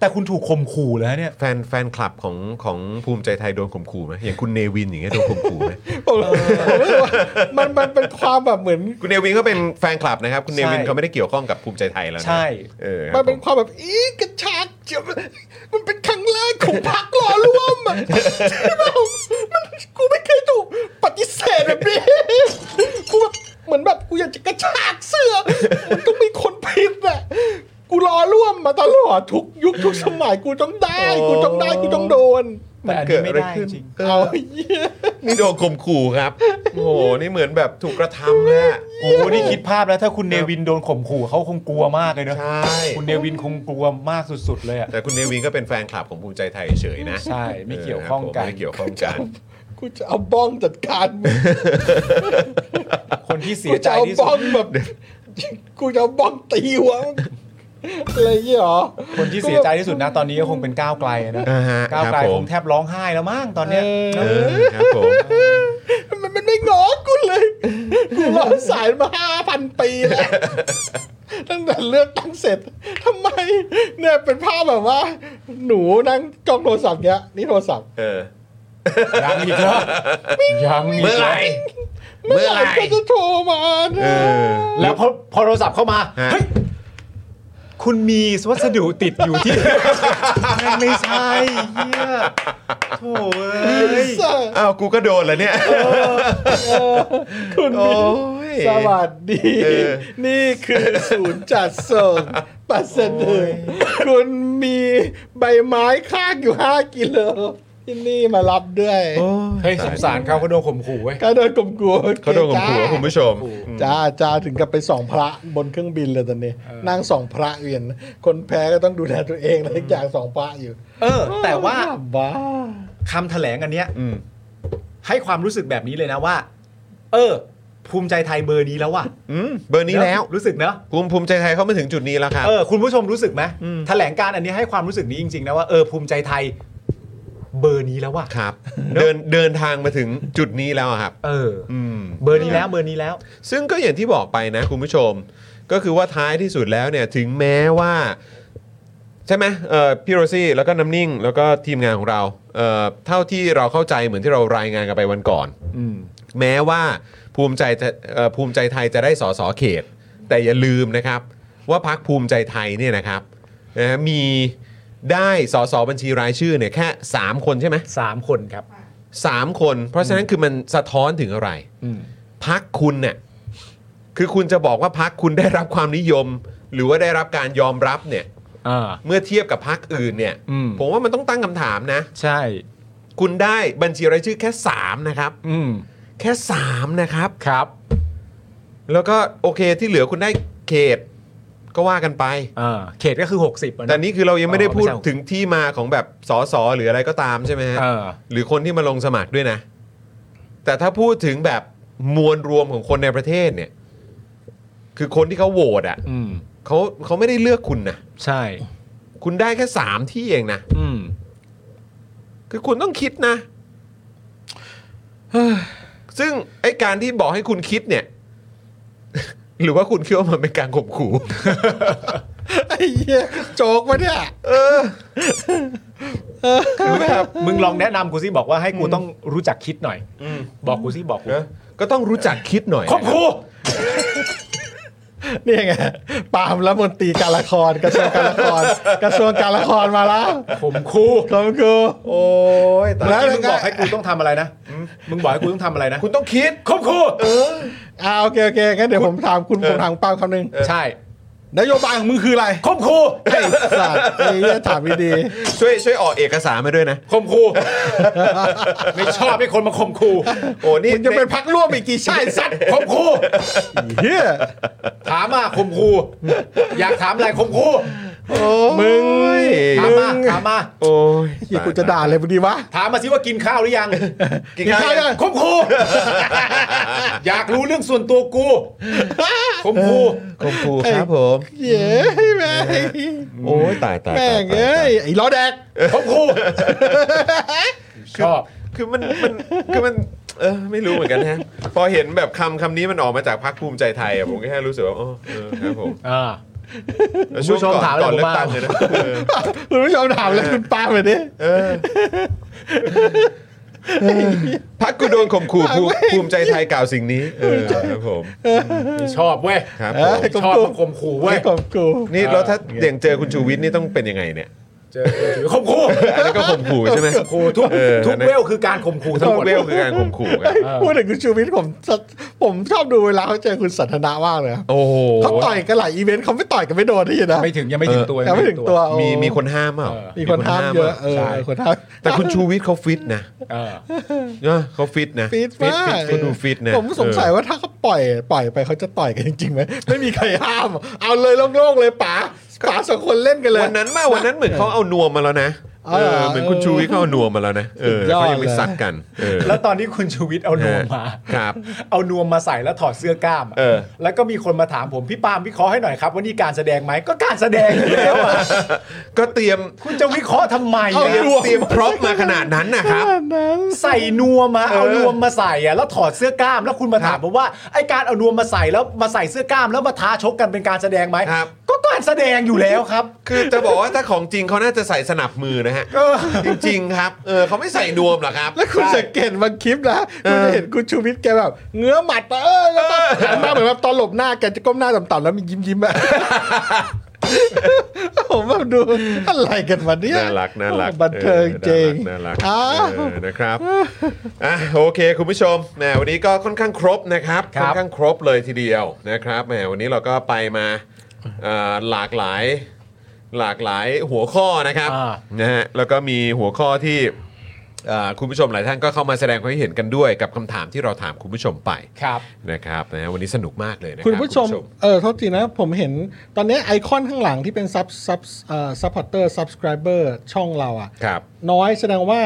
Speaker 2: แต่คุณถูกข่มขู่แล้วเนี่ย
Speaker 1: แฟนแฟนคลับของของภูมิใจไทยโดนข่มขู่ไหมอย่างคุณเนวินอย่างเงี้ยโดนข่มขู่ไหม
Speaker 3: ผมผมรู้สึกว่า มันมันเป็นความแบบเหมือน
Speaker 1: คุณเนวินเขาเป็นแฟนคลับนะครับ คุณเนวิน
Speaker 3: ใช่
Speaker 1: เขาไม่ได้เกี่ยวข้องกับภูมิใจไทยแล้วนะ
Speaker 2: ใช่
Speaker 1: เออค
Speaker 3: มั
Speaker 1: รั
Speaker 3: น
Speaker 1: บ
Speaker 3: เป็นความแบบอีกระชากเจ็บมันเป็นครั้งแรกของพักหล่อร่วมอ่ะใช่ไหมมันกูไม่เคยถูกปฏิเสธแบบนี้กูแบบเหมือนแบบกูอยากจะกระชากเสื้อมันก็มีคนพิมพ์อ่ะกูรอร่วมมาตลอดทุกยุคทุกสมัยกูต้องได้ กูต้องได้กูต้องโดน
Speaker 2: แต่อันนี้ไม่ได้จริง
Speaker 3: เอาเหี้ย
Speaker 1: นี่โดนข่มขู่ครับ โอ้โห นี่เหมือนแบบถูกกระทำเลยอะ
Speaker 2: โอ้โหนี่คิดภาพแล้วถ้าคุณเนวินโดนข่มขู่เขาคงกลัวมากเลยเนอะ
Speaker 1: ใช่
Speaker 2: คุณเนวินคงกลัวมากสุดๆเลยอ่ะ
Speaker 1: แต่คุณเนวินก็เป็นแฟนคลับของภูมิใจไทยเฉยๆนะ
Speaker 2: ใช่ไม่เกี่ยวข้องกัน
Speaker 1: เครับผมไม่เกี่ยวข้องกัน
Speaker 3: กูจะเอาบ้องจัดการมึง
Speaker 2: คนที่เสี
Speaker 3: กู
Speaker 2: ยใจ
Speaker 3: จะเอา
Speaker 2: ที่สุ
Speaker 3: บ้อง
Speaker 2: ด
Speaker 3: แบบกูจะเอาบ้องตีหัวมึงอะไรอย่างเงี้ยเหรอ
Speaker 2: คนที่เสียใจที่สุดนะตอนนี้ก็คงเป็นก้าวไกลนะ
Speaker 1: อ่าฮะ
Speaker 2: ก้าวไก
Speaker 1: ค
Speaker 2: ล
Speaker 1: รับผม
Speaker 2: คงแทบร้องไห้แล้วมั้งตอนเนี้ย
Speaker 1: เออครับผม
Speaker 3: มันมันไม่ง้อกูเลย กูรอสายมาห้าพันปีแล้ว ตั้งแต่เลือกตั้งเสร็จทำไม เนี่ยเป็นภาพแบบว่า หนูนั่งจ้องโทรศัพท์เนี้ย นี่โทรศัพท์
Speaker 1: เออ
Speaker 2: ยังอีกเหรอยังอีก
Speaker 1: เมื่อ
Speaker 2: เหร
Speaker 1: ไห
Speaker 2: อ
Speaker 1: ร่
Speaker 3: เมื่
Speaker 1: เมื่
Speaker 3: อ
Speaker 1: อ
Speaker 3: ไห
Speaker 1: ไห
Speaker 3: ร่
Speaker 1: ร่
Speaker 3: ก็จะโทรมา
Speaker 1: เอ
Speaker 3: เนี่ย
Speaker 1: อ
Speaker 2: แล้วพอพอโทรศัพท์เข้ามา
Speaker 1: ฮะ
Speaker 2: เฮ้ยคุณมีวัสดุติดอยู่ที่ แม่งไม่ใช่เหี้ยโถ่เอ้ย
Speaker 1: อ้าวกูก็โดนแล้วเนี่ย
Speaker 3: คุณ
Speaker 1: โอ้
Speaker 3: บิน
Speaker 1: ย
Speaker 3: สวัสดี
Speaker 1: เออ
Speaker 3: นี่คือศูนย์จัดส่งปัสดุคุณมีใบไม้ข้างอยู่ห้ากิโลที่นี่มารับด้วย
Speaker 2: เฮ้ยสงสารเขาเขาโดนข่มขู่เว้ย
Speaker 3: ก็โดนกลมกลัว
Speaker 1: เขาโดนข่มขู่
Speaker 3: จ้า
Speaker 1: คุณผู้ชม
Speaker 3: จ้าจ้าถึงกับไปส่องพระบนเครื่องบินเลยตอนนี้ นั่งส่องพระเวียน คนแพ้ก็ต้องดูแลตัวเองอะไรทุกอย่างส่องพระอยู่
Speaker 2: เออ แต่ว่า
Speaker 3: บ้า
Speaker 2: คำแถลงอันเนี้ย
Speaker 1: อืม
Speaker 2: ให้ความรู้สึกแบบนี้เลยนะว่า เออ ภูมิใจไทยเบอร์นี้แล้วว่ะ
Speaker 1: อืมเบอร์นี้แล้ว
Speaker 2: รู้สึกเนอะ
Speaker 1: ภูมิภูมิใจไทยเขามาถึงจุดนี้แล้วครับ
Speaker 2: เออคุณผู้ชมรู้สึกไหมแถลงการอันนี้ให้ความรู้สึกนี้จริงๆนะว่าเออภูมิใจไทยเบอร์นี้แล้วว่ะ
Speaker 1: ครับ เดินเดินทางมาถึงจุดนี้แล้วอะครับ
Speaker 2: เออ
Speaker 1: อืม
Speaker 2: เบอร์นี้แล้วเบอร์นี้แล้ว
Speaker 1: ซึ่งก็อย่างที่บอกไปนะคุณผู้ชม ก็คือว่าท้ายที่สุดแล้วเนี่ยถึงแม้ว่า ใช่ไหมเอ่อพี่โรซี่แล้วก็น้ำนิ่ง แล้วก็ทีมงานของเราเอ่อเท่าที่เราเข้าใจเหมือนที่เรารายงานกันไปวันก่อน
Speaker 2: อืม
Speaker 1: แม้ว่าภูมิใจจะเอ่อภูมิใจไทยจะได้สอสอเขต แต่อย่าลืมนะครับ ว่าพักภูมิใจไทยเนี่ยนะครับนะฮะมีได้สอสอบัญชีรายชื่อเนี่ยแค่ 3 คนใช่ไหม
Speaker 2: สามคนครับ
Speaker 1: สามคน เพราะฉะนั้นคือมันสะท้อนถึงอะไร
Speaker 2: อืม
Speaker 1: พักคุณเนี่ยคือคุณจะบอกว่าพักคุณได้รับความนิยม หรือว่าได้รับการยอมรับเนี่ย
Speaker 2: อ่า
Speaker 1: เมื่อเทียบกับพักอื่นเนี่ย
Speaker 2: อืม
Speaker 1: ผมว่ามันต้องตั้งคำถามนะ
Speaker 2: ใช่
Speaker 1: คุณได้บัญชีรายชื่อแค่ 3 นะครับ
Speaker 2: อืม
Speaker 1: แค่ 3 นะครับ
Speaker 2: ครับ
Speaker 1: แล้วก็โอเคที่เหลือคุณได้เขตก็ว่ากันไป
Speaker 2: อ่าเขตก็คือ 60อ่ะะ
Speaker 1: แต่นี่คือเรายังไม่ได้
Speaker 2: อ๋อไม่
Speaker 1: พูด
Speaker 2: ใช่
Speaker 1: ถึงที่มาของแบบสอสอหรืออะไรก็ตามใช่ไหมฮะ
Speaker 2: เออ
Speaker 1: หรือคนที่มาลงสมัครด้วยนะ แต่ถ้าพูดถึงแบบมวลรวมของคนในประเทศเนี่ย คือคนที่เขาโหวตอ่ะ
Speaker 2: อืม
Speaker 1: เขาเขาไม่ได้เลือกคุณนะ
Speaker 2: ใช่
Speaker 1: คุณได้แค่สามที่เองนะ
Speaker 2: อืม
Speaker 1: คือคุณต้องคิดนะ ซึ่งไอการที่บอกให้คุณคิดเนี่ย หรือว่าคุณคิดว่ามันเป็นการข่มขู่
Speaker 3: ไอ้เหี้ยโจกมาเนี่ย
Speaker 2: มึงมึงลองแนะนำกูสิบอกว่าให้กูต้องรู้จักคิดหน่อยบอกกูสิบอกกู
Speaker 1: นะก็ต้องรู้จักคิดหน่อย
Speaker 2: ครอบครู
Speaker 3: นี่ไงปาล์มรัฐมนตรีการละครกระทรวงการละครกระทรวงการละครมาแล้ว
Speaker 2: ผมคู่
Speaker 3: ขอบคุณครู
Speaker 2: โอ้ยตาย
Speaker 3: แล้ว
Speaker 2: มึงบอกให้กูต้องทำอะไรนะ มึงบอกให้กูต้องทำอะไรนะ
Speaker 1: คุณต้องคิด
Speaker 2: ครอบครู
Speaker 3: อ่าโอเคโอเคงั้นเดี๋ยวผมถามคุณผมถามคุณปาล์มคำหนึ่ง
Speaker 2: ใช่
Speaker 3: นโยบายของมึงคืออะไร
Speaker 22: คมคู
Speaker 3: ไอ้สัตว์ไอ้เหี้ยถามดี
Speaker 1: ช่วยช่วยออกเอกสารมาด้วยนะ
Speaker 22: คมคู ไม่ชอบให้คนมาคมคู
Speaker 1: โอ้นี่
Speaker 3: ๆมึงจะเป็นพักร่วมอีกกี่ชาติสัตว์
Speaker 22: คมคู
Speaker 3: เฮีย
Speaker 22: ถามมาคมคูอยากถามอะไรคมคู
Speaker 1: โอ้
Speaker 3: มึง
Speaker 22: ถามมาถามมา
Speaker 1: โอ้ย
Speaker 3: เฮียกูจะด่าอะไรพอดีวะ
Speaker 22: ถามมาสิว่ากินข้าวหรือยัง
Speaker 1: กินข้าวยัง
Speaker 22: คมคู อยากรู้เรื่องส่วนตัวกูคมคู
Speaker 1: คมคูครับผม
Speaker 3: เย้แม่ง
Speaker 1: โอ้ยตายตายตาย
Speaker 3: แม่ง
Speaker 1: ตา
Speaker 3: เอ้
Speaker 1: ตาย
Speaker 3: ไอ้ล้อแดก
Speaker 22: ผม ครู ชอบ
Speaker 1: คือมันมันคือมันเออไม่รู้เหมือนกันฮะพอเห็นแบบคำคำนี้มันออกมาจากพรรคภูมิใจไทยอะผมก็แค่รู้สึกว่าอ๋อเออครับผม
Speaker 22: อ่า
Speaker 1: แล้วช่วง
Speaker 22: ผู้ชม
Speaker 1: ก่อน
Speaker 22: ถามอะไร
Speaker 1: ก่อน
Speaker 22: ผม
Speaker 1: เลือก
Speaker 22: บ้าง
Speaker 1: ตั้งเลยนะ เออ
Speaker 3: คุณผู้ชมถามแล้วคุณปาแบบนี้
Speaker 1: เออพรรคกูโดนข่มขู่ภูมิภูมิใจไทยกล่าวสิ่งนี้เออครับผม
Speaker 22: นี่ชอบเว้ย
Speaker 1: ครับ
Speaker 3: เอ
Speaker 22: ช
Speaker 1: ผม
Speaker 3: อกลม
Speaker 22: อบ
Speaker 3: กู
Speaker 22: มาคมคูเว้ย
Speaker 3: กลมกู
Speaker 1: นี่แล้วถ้าอย่างเจอคุณชูวิทย์นี่ต้องเป็นยังไงเนี่ย
Speaker 22: เจอคนถือคมคู
Speaker 1: อันนี้ก็ข่มขู่ใช่ไหม
Speaker 22: คมคูทุก
Speaker 1: ออ
Speaker 22: ทุก
Speaker 1: อันนั้น
Speaker 22: เวลคือการข่มขู่ทั้
Speaker 1: ทุ
Speaker 22: ง
Speaker 1: ก
Speaker 22: หมด
Speaker 1: เวลคือการข่มขู่ไง
Speaker 3: เอ้ยพูดถึงคุณชูวิทย์ผมผมชอบดูเวลาเขาเจอคุณสันทนามากเลยนะ
Speaker 1: โอ้โห
Speaker 3: เขาต่อยกันหลายอีเวนต์เขาไม่ต่อยกันไม่โดนที่นะ
Speaker 22: ไม่ถึงยังไม่ถึงตัว
Speaker 3: ยังไม่ถึงตัว
Speaker 1: มีมีคนห้ามเปล่า
Speaker 22: เออ
Speaker 3: มีคนห้ามเยอะเออ
Speaker 22: ใช่
Speaker 3: คนห้าม
Speaker 1: แต่คุณชูวิทย์เขาฟิตนะ
Speaker 22: เออ
Speaker 1: เนอะเขาฟิตนะ
Speaker 3: ฟีดมา
Speaker 1: ฟิ
Speaker 3: ก
Speaker 1: ตเขาดูฟิตนะ
Speaker 3: ผมสงสัย
Speaker 1: เออ
Speaker 3: ว่าถ้าเขาปล่อยปล่อยไปเขาจะต่อยกันจริงๆไหมไม่มีใครห้าม เอาเลยโล่งๆเลยป๋าป๋าสองคนเล่นกันเลย
Speaker 1: วันนั้นมาวันนั้นเหมือนเขาเอานวมมาแล้วนะ
Speaker 3: อ๋
Speaker 1: เอ
Speaker 3: อเหรอ
Speaker 1: อเหมือนคุณชูวิทย์เขาเอานวมมาแล้วนะเออ
Speaker 3: สุดยอด
Speaker 1: เขายังไม่
Speaker 3: เลย
Speaker 1: ซัดกันเออ
Speaker 22: แล้วตอนที่คุณชูวิทย์เอานวมมา
Speaker 1: ครับ
Speaker 22: เอานวมมาใส่แล้วถอดเสื้อกล้ามะ
Speaker 1: เออ
Speaker 22: แล้วก็มีคนมาถามผมพี่ปาล์มวิเคราะห์ให้หน่อยครับว่านี่การแสดงไหมก็การแสดงอยู่แล้วอะ
Speaker 1: ก็เตรียม
Speaker 22: คุณจะวิเคราะห์ทำไม
Speaker 1: เตรียม
Speaker 22: อะ
Speaker 1: เตรียมพร็อพมาขนาดนั้นนะครับ
Speaker 22: ใส่นวมมา
Speaker 1: เออ
Speaker 22: เอานวมมาใส่อะแล้วถอดเสื้อกล้าม แล้วคุณมาถามผมว่าไอการเอานวมมาใส่แล้วมาใส่เสื้อกล้ามแล้วมาท้าชกกันเป็นการแสดงไหม
Speaker 1: ครับ
Speaker 22: ก็การแสดงอยู่แล้วครับ
Speaker 1: คือจะบอกว่าถ้าของจริงเขาน่าจะใส่สนับมือนะฮะ
Speaker 22: เออ
Speaker 1: จริงๆครับเออเขาไม่ใส่นวมหรอครับ
Speaker 3: แล้วคุณสังเกตบางคลิปนะคุณจะเห็นคุณชูวิทย์แกแบบเงื้อหมัดมาเออแล้วก็หันมาเหมือนแบบตอนหลบหน้าแกจะก้มหน้าต่ำๆแล้วมียิ้มยิ้มๆอะ ผมแบบดูอะไรกันวันนี้
Speaker 1: น่ารักน่ารัก
Speaker 3: บันเทิงจริง
Speaker 1: น่ารัก
Speaker 3: อ้าว
Speaker 1: เออนะครับอ่ะโอเค คุณผู้ชมแหมวันนี้ก็ค่อนข้างครบนะครับ
Speaker 22: ครับ
Speaker 1: ค่อนข้างครบเลยทีเดียวนะครับแหมวันนี้เราก็ไปมาเอ่อหลากหลายหลากหลายหัวข้อนะครับนะฮะแล้วก็มีหัวข้อที่เอ่อคุณผู้ชมหลายท่านก็เข้ามาแสดงความคิดเห็นกันด้วยกับคำถามที่เราถามคุณผู้ชมไป
Speaker 22: ครับ
Speaker 1: นะครับนะฮะวันนี้สนุกมากเลยนะครับ
Speaker 3: คุณผู้ชม เออโทษทีนะ ผมเห็นตอนนี้ไอคอนข้างหลังที่เป็นซับซับเอ่อซัพพอร์เตอร์ซับสคริเบอร์ช่องเราอะ
Speaker 1: ครับ
Speaker 3: น้อยแสดงว่า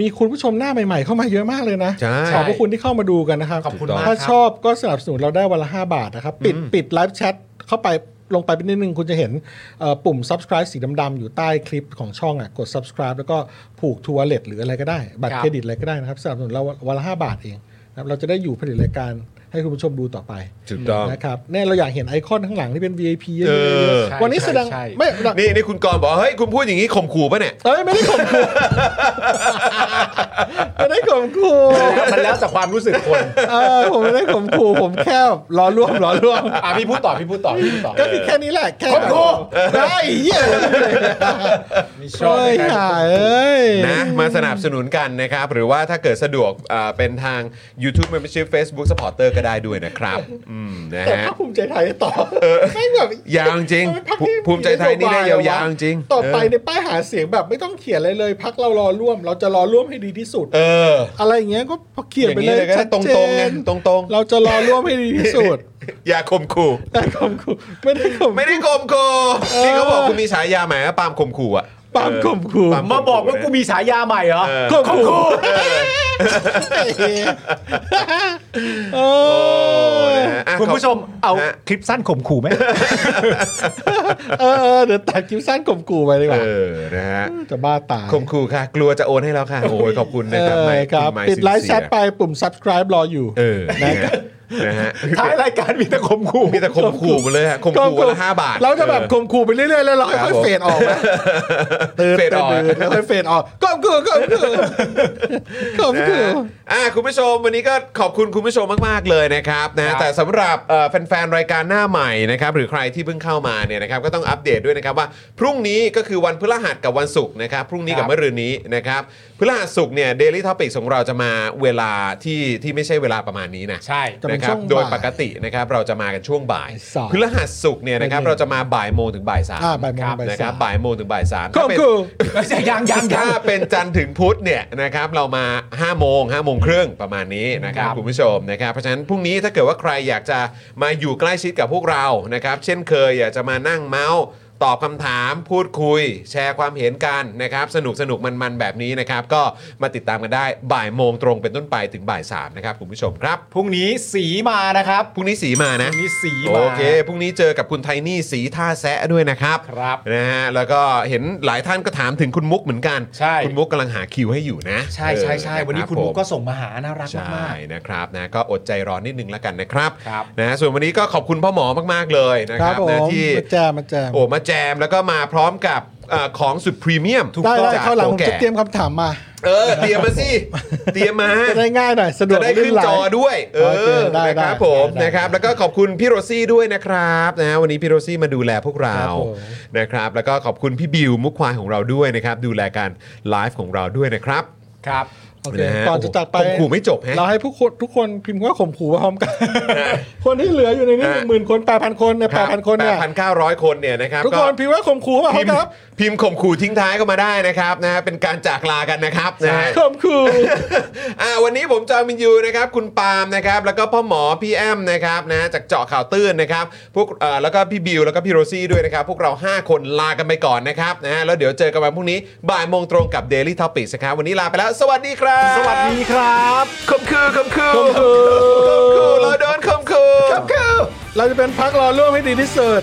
Speaker 3: มีคุณผู้ชมหน้าใหม่ๆ เข้ามาเยอะมากเลยนะ
Speaker 1: ใช่
Speaker 3: ขอบพระคุณที่เข้ามาดูกันนะครับ
Speaker 22: ขอบคุณมาก
Speaker 3: ถ้า
Speaker 22: ครับ
Speaker 3: ชอบก็สนับสนุนเราได้วันละ 5 บาทนะครับ ปิดปิดไลฟ์แชทเข้าไปลงไปเป็นนิดนึง คุณจะเห็นเอ่อปุ่ม subscribe สีดำๆอยู่ใต้คลิปของช่องอะกด subscribe แล้วก็ผูกทัวร์เลทหรืออะไรก็ได้ บัตรเครดิตอะไรก็ได้นะครับสนับสนุนเราวันละ5บาทเองนะครับเราจะได้อยู่ผลิตรายการให้คุณผู้ชมดูต่อไป
Speaker 1: ถูกต้อง
Speaker 3: นะครับเนี่ยเราอยากเห็นไอคอนข้างหลังที่เป็น VIP เย
Speaker 1: เอ
Speaker 3: อะ
Speaker 1: อ
Speaker 3: ๆวันนี้แสดง
Speaker 22: ใช่ใช่
Speaker 3: ไม่
Speaker 1: นี่นี่คุณกรณ์บอกว่าเฮ้ยคุณพูดอย่างนี้ข่มขู่ปะเนี่ย
Speaker 3: เอ้ยไม่ได้ข่ม ขู่ ไม่ได้ข่มขู่
Speaker 22: มันแล้วแต่ความรู้สึกคน
Speaker 3: เออผมไม่ได้ข่มขู่ผมแค่ล้อร่วมล้อร่วม
Speaker 22: อ่ะพี่พูดต่อพี่พูดต่อพี่พูดต่อ
Speaker 3: ก็คือแค่นี้แหละแค่
Speaker 22: ข่มขู่
Speaker 3: ได้เหี้ย
Speaker 22: ไม่ชอบ
Speaker 3: เฮ้ย
Speaker 22: ในการ
Speaker 3: หาเอ้ย
Speaker 1: นะมาสนับสนุนกันนะครับ หรือว่าถ้าเกิดสะดวกอ่าเป็นทาง YouTube Membership Facebook Supporter ก็ได้ด้วยนะครับ อืมนะ
Speaker 3: แต่
Speaker 1: ฮะ
Speaker 3: ภาคภูมิใจไทยต่อแม่งแบบ
Speaker 1: ยาวจริง
Speaker 3: มันเป็นพรรคที่
Speaker 1: ภูมิใจไทยนี่ได้ยาวๆจริง
Speaker 3: ต่อไปในป้ายหาเสียงแบบไม่ต้องเขียนอะไรเลยพักเรารอร่วม เราจะรอร่วมให้ดีที่สุด
Speaker 1: เออ
Speaker 3: อะไรอย่างเงี้ยก็เขียน
Speaker 1: อย่าง
Speaker 3: ไป
Speaker 1: นี้
Speaker 3: เลย
Speaker 1: เลยก็
Speaker 3: ชัด
Speaker 1: ตรง
Speaker 3: เจ
Speaker 1: ๆไง
Speaker 3: น
Speaker 1: ตรงๆ
Speaker 3: เราจะรอร่วมให้ดีที่สุด
Speaker 1: อย่าข่มขู่
Speaker 3: แต่ข่มขู่ไม่ได้ข่ม
Speaker 1: ไม่ได้ข่มขู่
Speaker 3: เออ
Speaker 1: นี่เขาบอกคุณมีฉายาใหม่ว่าปาล์มข่มขู่อะ
Speaker 3: ปาล์มข่มขู่
Speaker 1: ปล์
Speaker 22: มาบอกว่ากู
Speaker 1: นะ
Speaker 22: มีฉายาใหม่เหรอ
Speaker 1: เออ
Speaker 22: ข่มขู่
Speaker 3: เออ
Speaker 1: โอ้นะฮะอ่ะ
Speaker 22: คุณผู้ชมเอา
Speaker 1: ฮะ
Speaker 22: คลิปสั้นข่มขู่ไหม
Speaker 3: เออเออเดี๋ยวตัดคลิปสั้นข่มขู่ไปดีกว่า
Speaker 1: เออนะฮะ
Speaker 3: จะบ้าตาย
Speaker 1: ข่มขู่ค่ะ กลัวจะโอนให้แล้วค่ะ โอ้ยขอบคุณนะครับ
Speaker 3: เอ
Speaker 1: ไม
Speaker 3: อ
Speaker 1: ค์
Speaker 3: ครั
Speaker 1: คุ
Speaker 3: บ
Speaker 1: ณไมค์
Speaker 3: ปิดไลฟ์
Speaker 1: ซิน
Speaker 3: แช
Speaker 1: เซีย
Speaker 3: ทไปปุ่ม subscribe รออยู่
Speaker 1: เออนะฮะนะฮะ
Speaker 22: ท้ายรายการมีแต่ข่มขู่
Speaker 1: มีแต่ข่มขู่หมดเลยฮะข่มขู่วันละห้าบาท
Speaker 3: เราจะแบบข่มขู่ไปเรื่อยๆแล้วเราค่อยๆเฟดออกนะตื่น
Speaker 1: เฟดออก
Speaker 3: ตื่นแล้วค่อยๆเฟดออกข่มขู่ข่มขู่ข่ม
Speaker 1: นะ
Speaker 3: ขู่
Speaker 1: ฮะอ่ะคุณผู้ชมวันนี้ก็ขอบคุณคุณผู้ชมมาก ๆ เลยนะครับนะฮะแต่สำหรับเอ่อแฟน ๆ รายการหน้าใหม่นะครับหรือใครที่เพิ่งเข้ามาเนี่ยนะครับก็ต้องอัปเดตด้วยนะครับว่า พรุ่งนี้ก็คือวันพฤหัสกับวันศุกร์นะครับพรุ่งนี้กั
Speaker 22: ครั
Speaker 1: บ
Speaker 22: บ
Speaker 1: เมื่อรืนนี้นะครับพฤหัสศุกร์เนี่ยเดลิทอพิกของเราจะมาเวลาที่ที่ไม่ใช่เวลาประมาณนี้นะ
Speaker 22: ใช่
Speaker 3: จะเป็น
Speaker 1: นะครับ
Speaker 3: ช่วงบ่าย
Speaker 1: โดยปกตินะครับเราจะมากันช่วงบ่าย
Speaker 3: สอง
Speaker 1: พฤหัสศุกร์เนี่ยนะครับ
Speaker 3: เป็นไง
Speaker 1: เราจะมาบ่ายโมงถึงบ่ายสาม
Speaker 3: อ่าบ่าย
Speaker 1: ค
Speaker 3: โมง
Speaker 1: รับ
Speaker 3: บ่าย
Speaker 1: นะ
Speaker 3: สาม
Speaker 1: ครับบ่ายโมงถึงบ่ายสาม
Speaker 3: ก็
Speaker 1: ถ้าเป็น
Speaker 3: คือ
Speaker 2: ไม่ใช่ยังยังยั
Speaker 1: ถ้าง เป็นจันทร์ถึงพุธเนี่ยนะครับเรามา 5 โมง5โมงครึ่งประมาณนี้นะครับ
Speaker 2: ครับ
Speaker 1: คุณผู้ชมนะครับเพราะฉะนั้นพรุ่งนี้ถ้าเกิดว่าใครอยากจะมาอยู่ใกล้ชิดกับพวกเรานะครับเช่นเคยอยากจะมานั่งเมาส์ตอบคำถามพูดคุย แชร์ความเห็นกันนะครับสนุกสนุกมัน ๆ แบบนี้นะครับ ก็มาติดตามกันได้บ่ายโมงตรงเป็นต้นไปถึงบ่ายสามนะครับคุณผู้ชมครับ
Speaker 2: พรุ่งนี้สีมานะครับ
Speaker 1: พรุ่งนี้สีมานะ
Speaker 2: พรุ่งนี้สีมา
Speaker 1: โอเค พรุ่งนี้เจอกับคุณไทนี่สีท่าแซะด้วยนะครับ
Speaker 2: ครับ
Speaker 1: นะฮะ แล้วก็เห็นหลายท่านก็ถามถึงคุณมุกเหมือนกัน
Speaker 2: ใช่
Speaker 1: คุณมุกกำลังหาคิวให้อยู่นะ
Speaker 2: ใช่ใช่ใช่
Speaker 1: เออะรับ
Speaker 2: วันนี้คุณมุกก็
Speaker 1: ผ
Speaker 2: ส่งมาหาน่ารัก
Speaker 1: ใช่
Speaker 2: มาก
Speaker 1: นะครับนะ ก็อดใจรอนิดนึงแล้วกันนะครับ
Speaker 2: ครับ
Speaker 1: นะ ส่วนวันนี้ก็ขอบคุณพ่อหมอมาก ๆ เลยนะ
Speaker 3: ค
Speaker 1: ค
Speaker 3: รั
Speaker 1: รั
Speaker 3: บบ ผม
Speaker 1: นะที่
Speaker 3: มาแจมมาแจม
Speaker 1: โอ้มาแจมแล้วก็มาพร้อมกับเอ่อของสุดพรีเมียม
Speaker 3: ได้ได้
Speaker 1: จก
Speaker 3: เข้าหลังผ
Speaker 1: โต
Speaker 3: ม
Speaker 1: แก่
Speaker 3: จะเตรียมคำถามมา
Speaker 1: เออเตรียมมาสิเตรียมมา
Speaker 3: จะได้ง่ายหน่อยสะดวก
Speaker 1: จะได้
Speaker 3: ลื่
Speaker 1: ขึ้น
Speaker 3: หล
Speaker 1: จอด้วย เอ
Speaker 3: โอเค
Speaker 1: อ
Speaker 3: ได้
Speaker 1: นะ
Speaker 3: ได้
Speaker 1: ครับผม
Speaker 3: ได้ได้
Speaker 1: นะครับ แล้วก็ขอบคุณพี่โรซี่ด้วยนะครับนะฮะวันนี้พี่โรซี่มาดูแลพวกเรา
Speaker 3: ครับผม
Speaker 1: นะครับ แล้วก็ขอบคุณพี่บิวมุกควายของเราด้วยนะครับ ดูแลการไลฟ์ของเราด้วยนะครับ
Speaker 2: ๆครับ
Speaker 3: โอเค
Speaker 1: นะฮะ
Speaker 3: ก่อนจะจากไป
Speaker 1: ผมขู่ไม่จบฮะ
Speaker 3: เราให้ผู้คนทุกคนพิมพ์ว่าข่มขู่ไปพร้อมกัน คนที่เหลืออยู่ในนี้ห
Speaker 1: ฮะ
Speaker 3: นึ่งหมื่นคนแปดพันคนเนี่ยแปดพันคนเนี่ย
Speaker 1: 8,900 คนเนี่ยนะครับ
Speaker 3: ทุกคนพิมพ์ว่าข่มขู่ไปพร้
Speaker 1: พิ
Speaker 3: อ
Speaker 1: ม
Speaker 3: ม
Speaker 1: พ์
Speaker 3: กันครับ
Speaker 1: พิมพ์ข่มขู่ทิ้งท้ายก็มาได้นะครับนะฮะเป็นการจากลากันนะครับนะฮะ
Speaker 3: ข่มขู่
Speaker 1: อ่าวันนี้ผมจอมินยูนะครับคุณปาล์มนะครับแล้วก็พ่อหมอพี่แอมนะครับนะจากเจาะข่าวตื้นนะครับพวกเอ่อแล้วก็พี่บิวแล้วก็พี่โรซี่ด้วยนะครับพวกเรา 5 คนลากันไปก่อนนะครับนะฮะแล้วเดี๋ยวเจอกันวันพรุ่งนี้บ่ายโมงตรงกับ Daily Topics นะครับวันนี้ลาไปแล้ว สวัสดีครับ
Speaker 2: สวัสดีครับ
Speaker 1: คมคือคมคือคมคือคมคือเราโดนคมคือคมคือ
Speaker 3: เราจะเป็นพักรอร่วมให้ดีที่สุด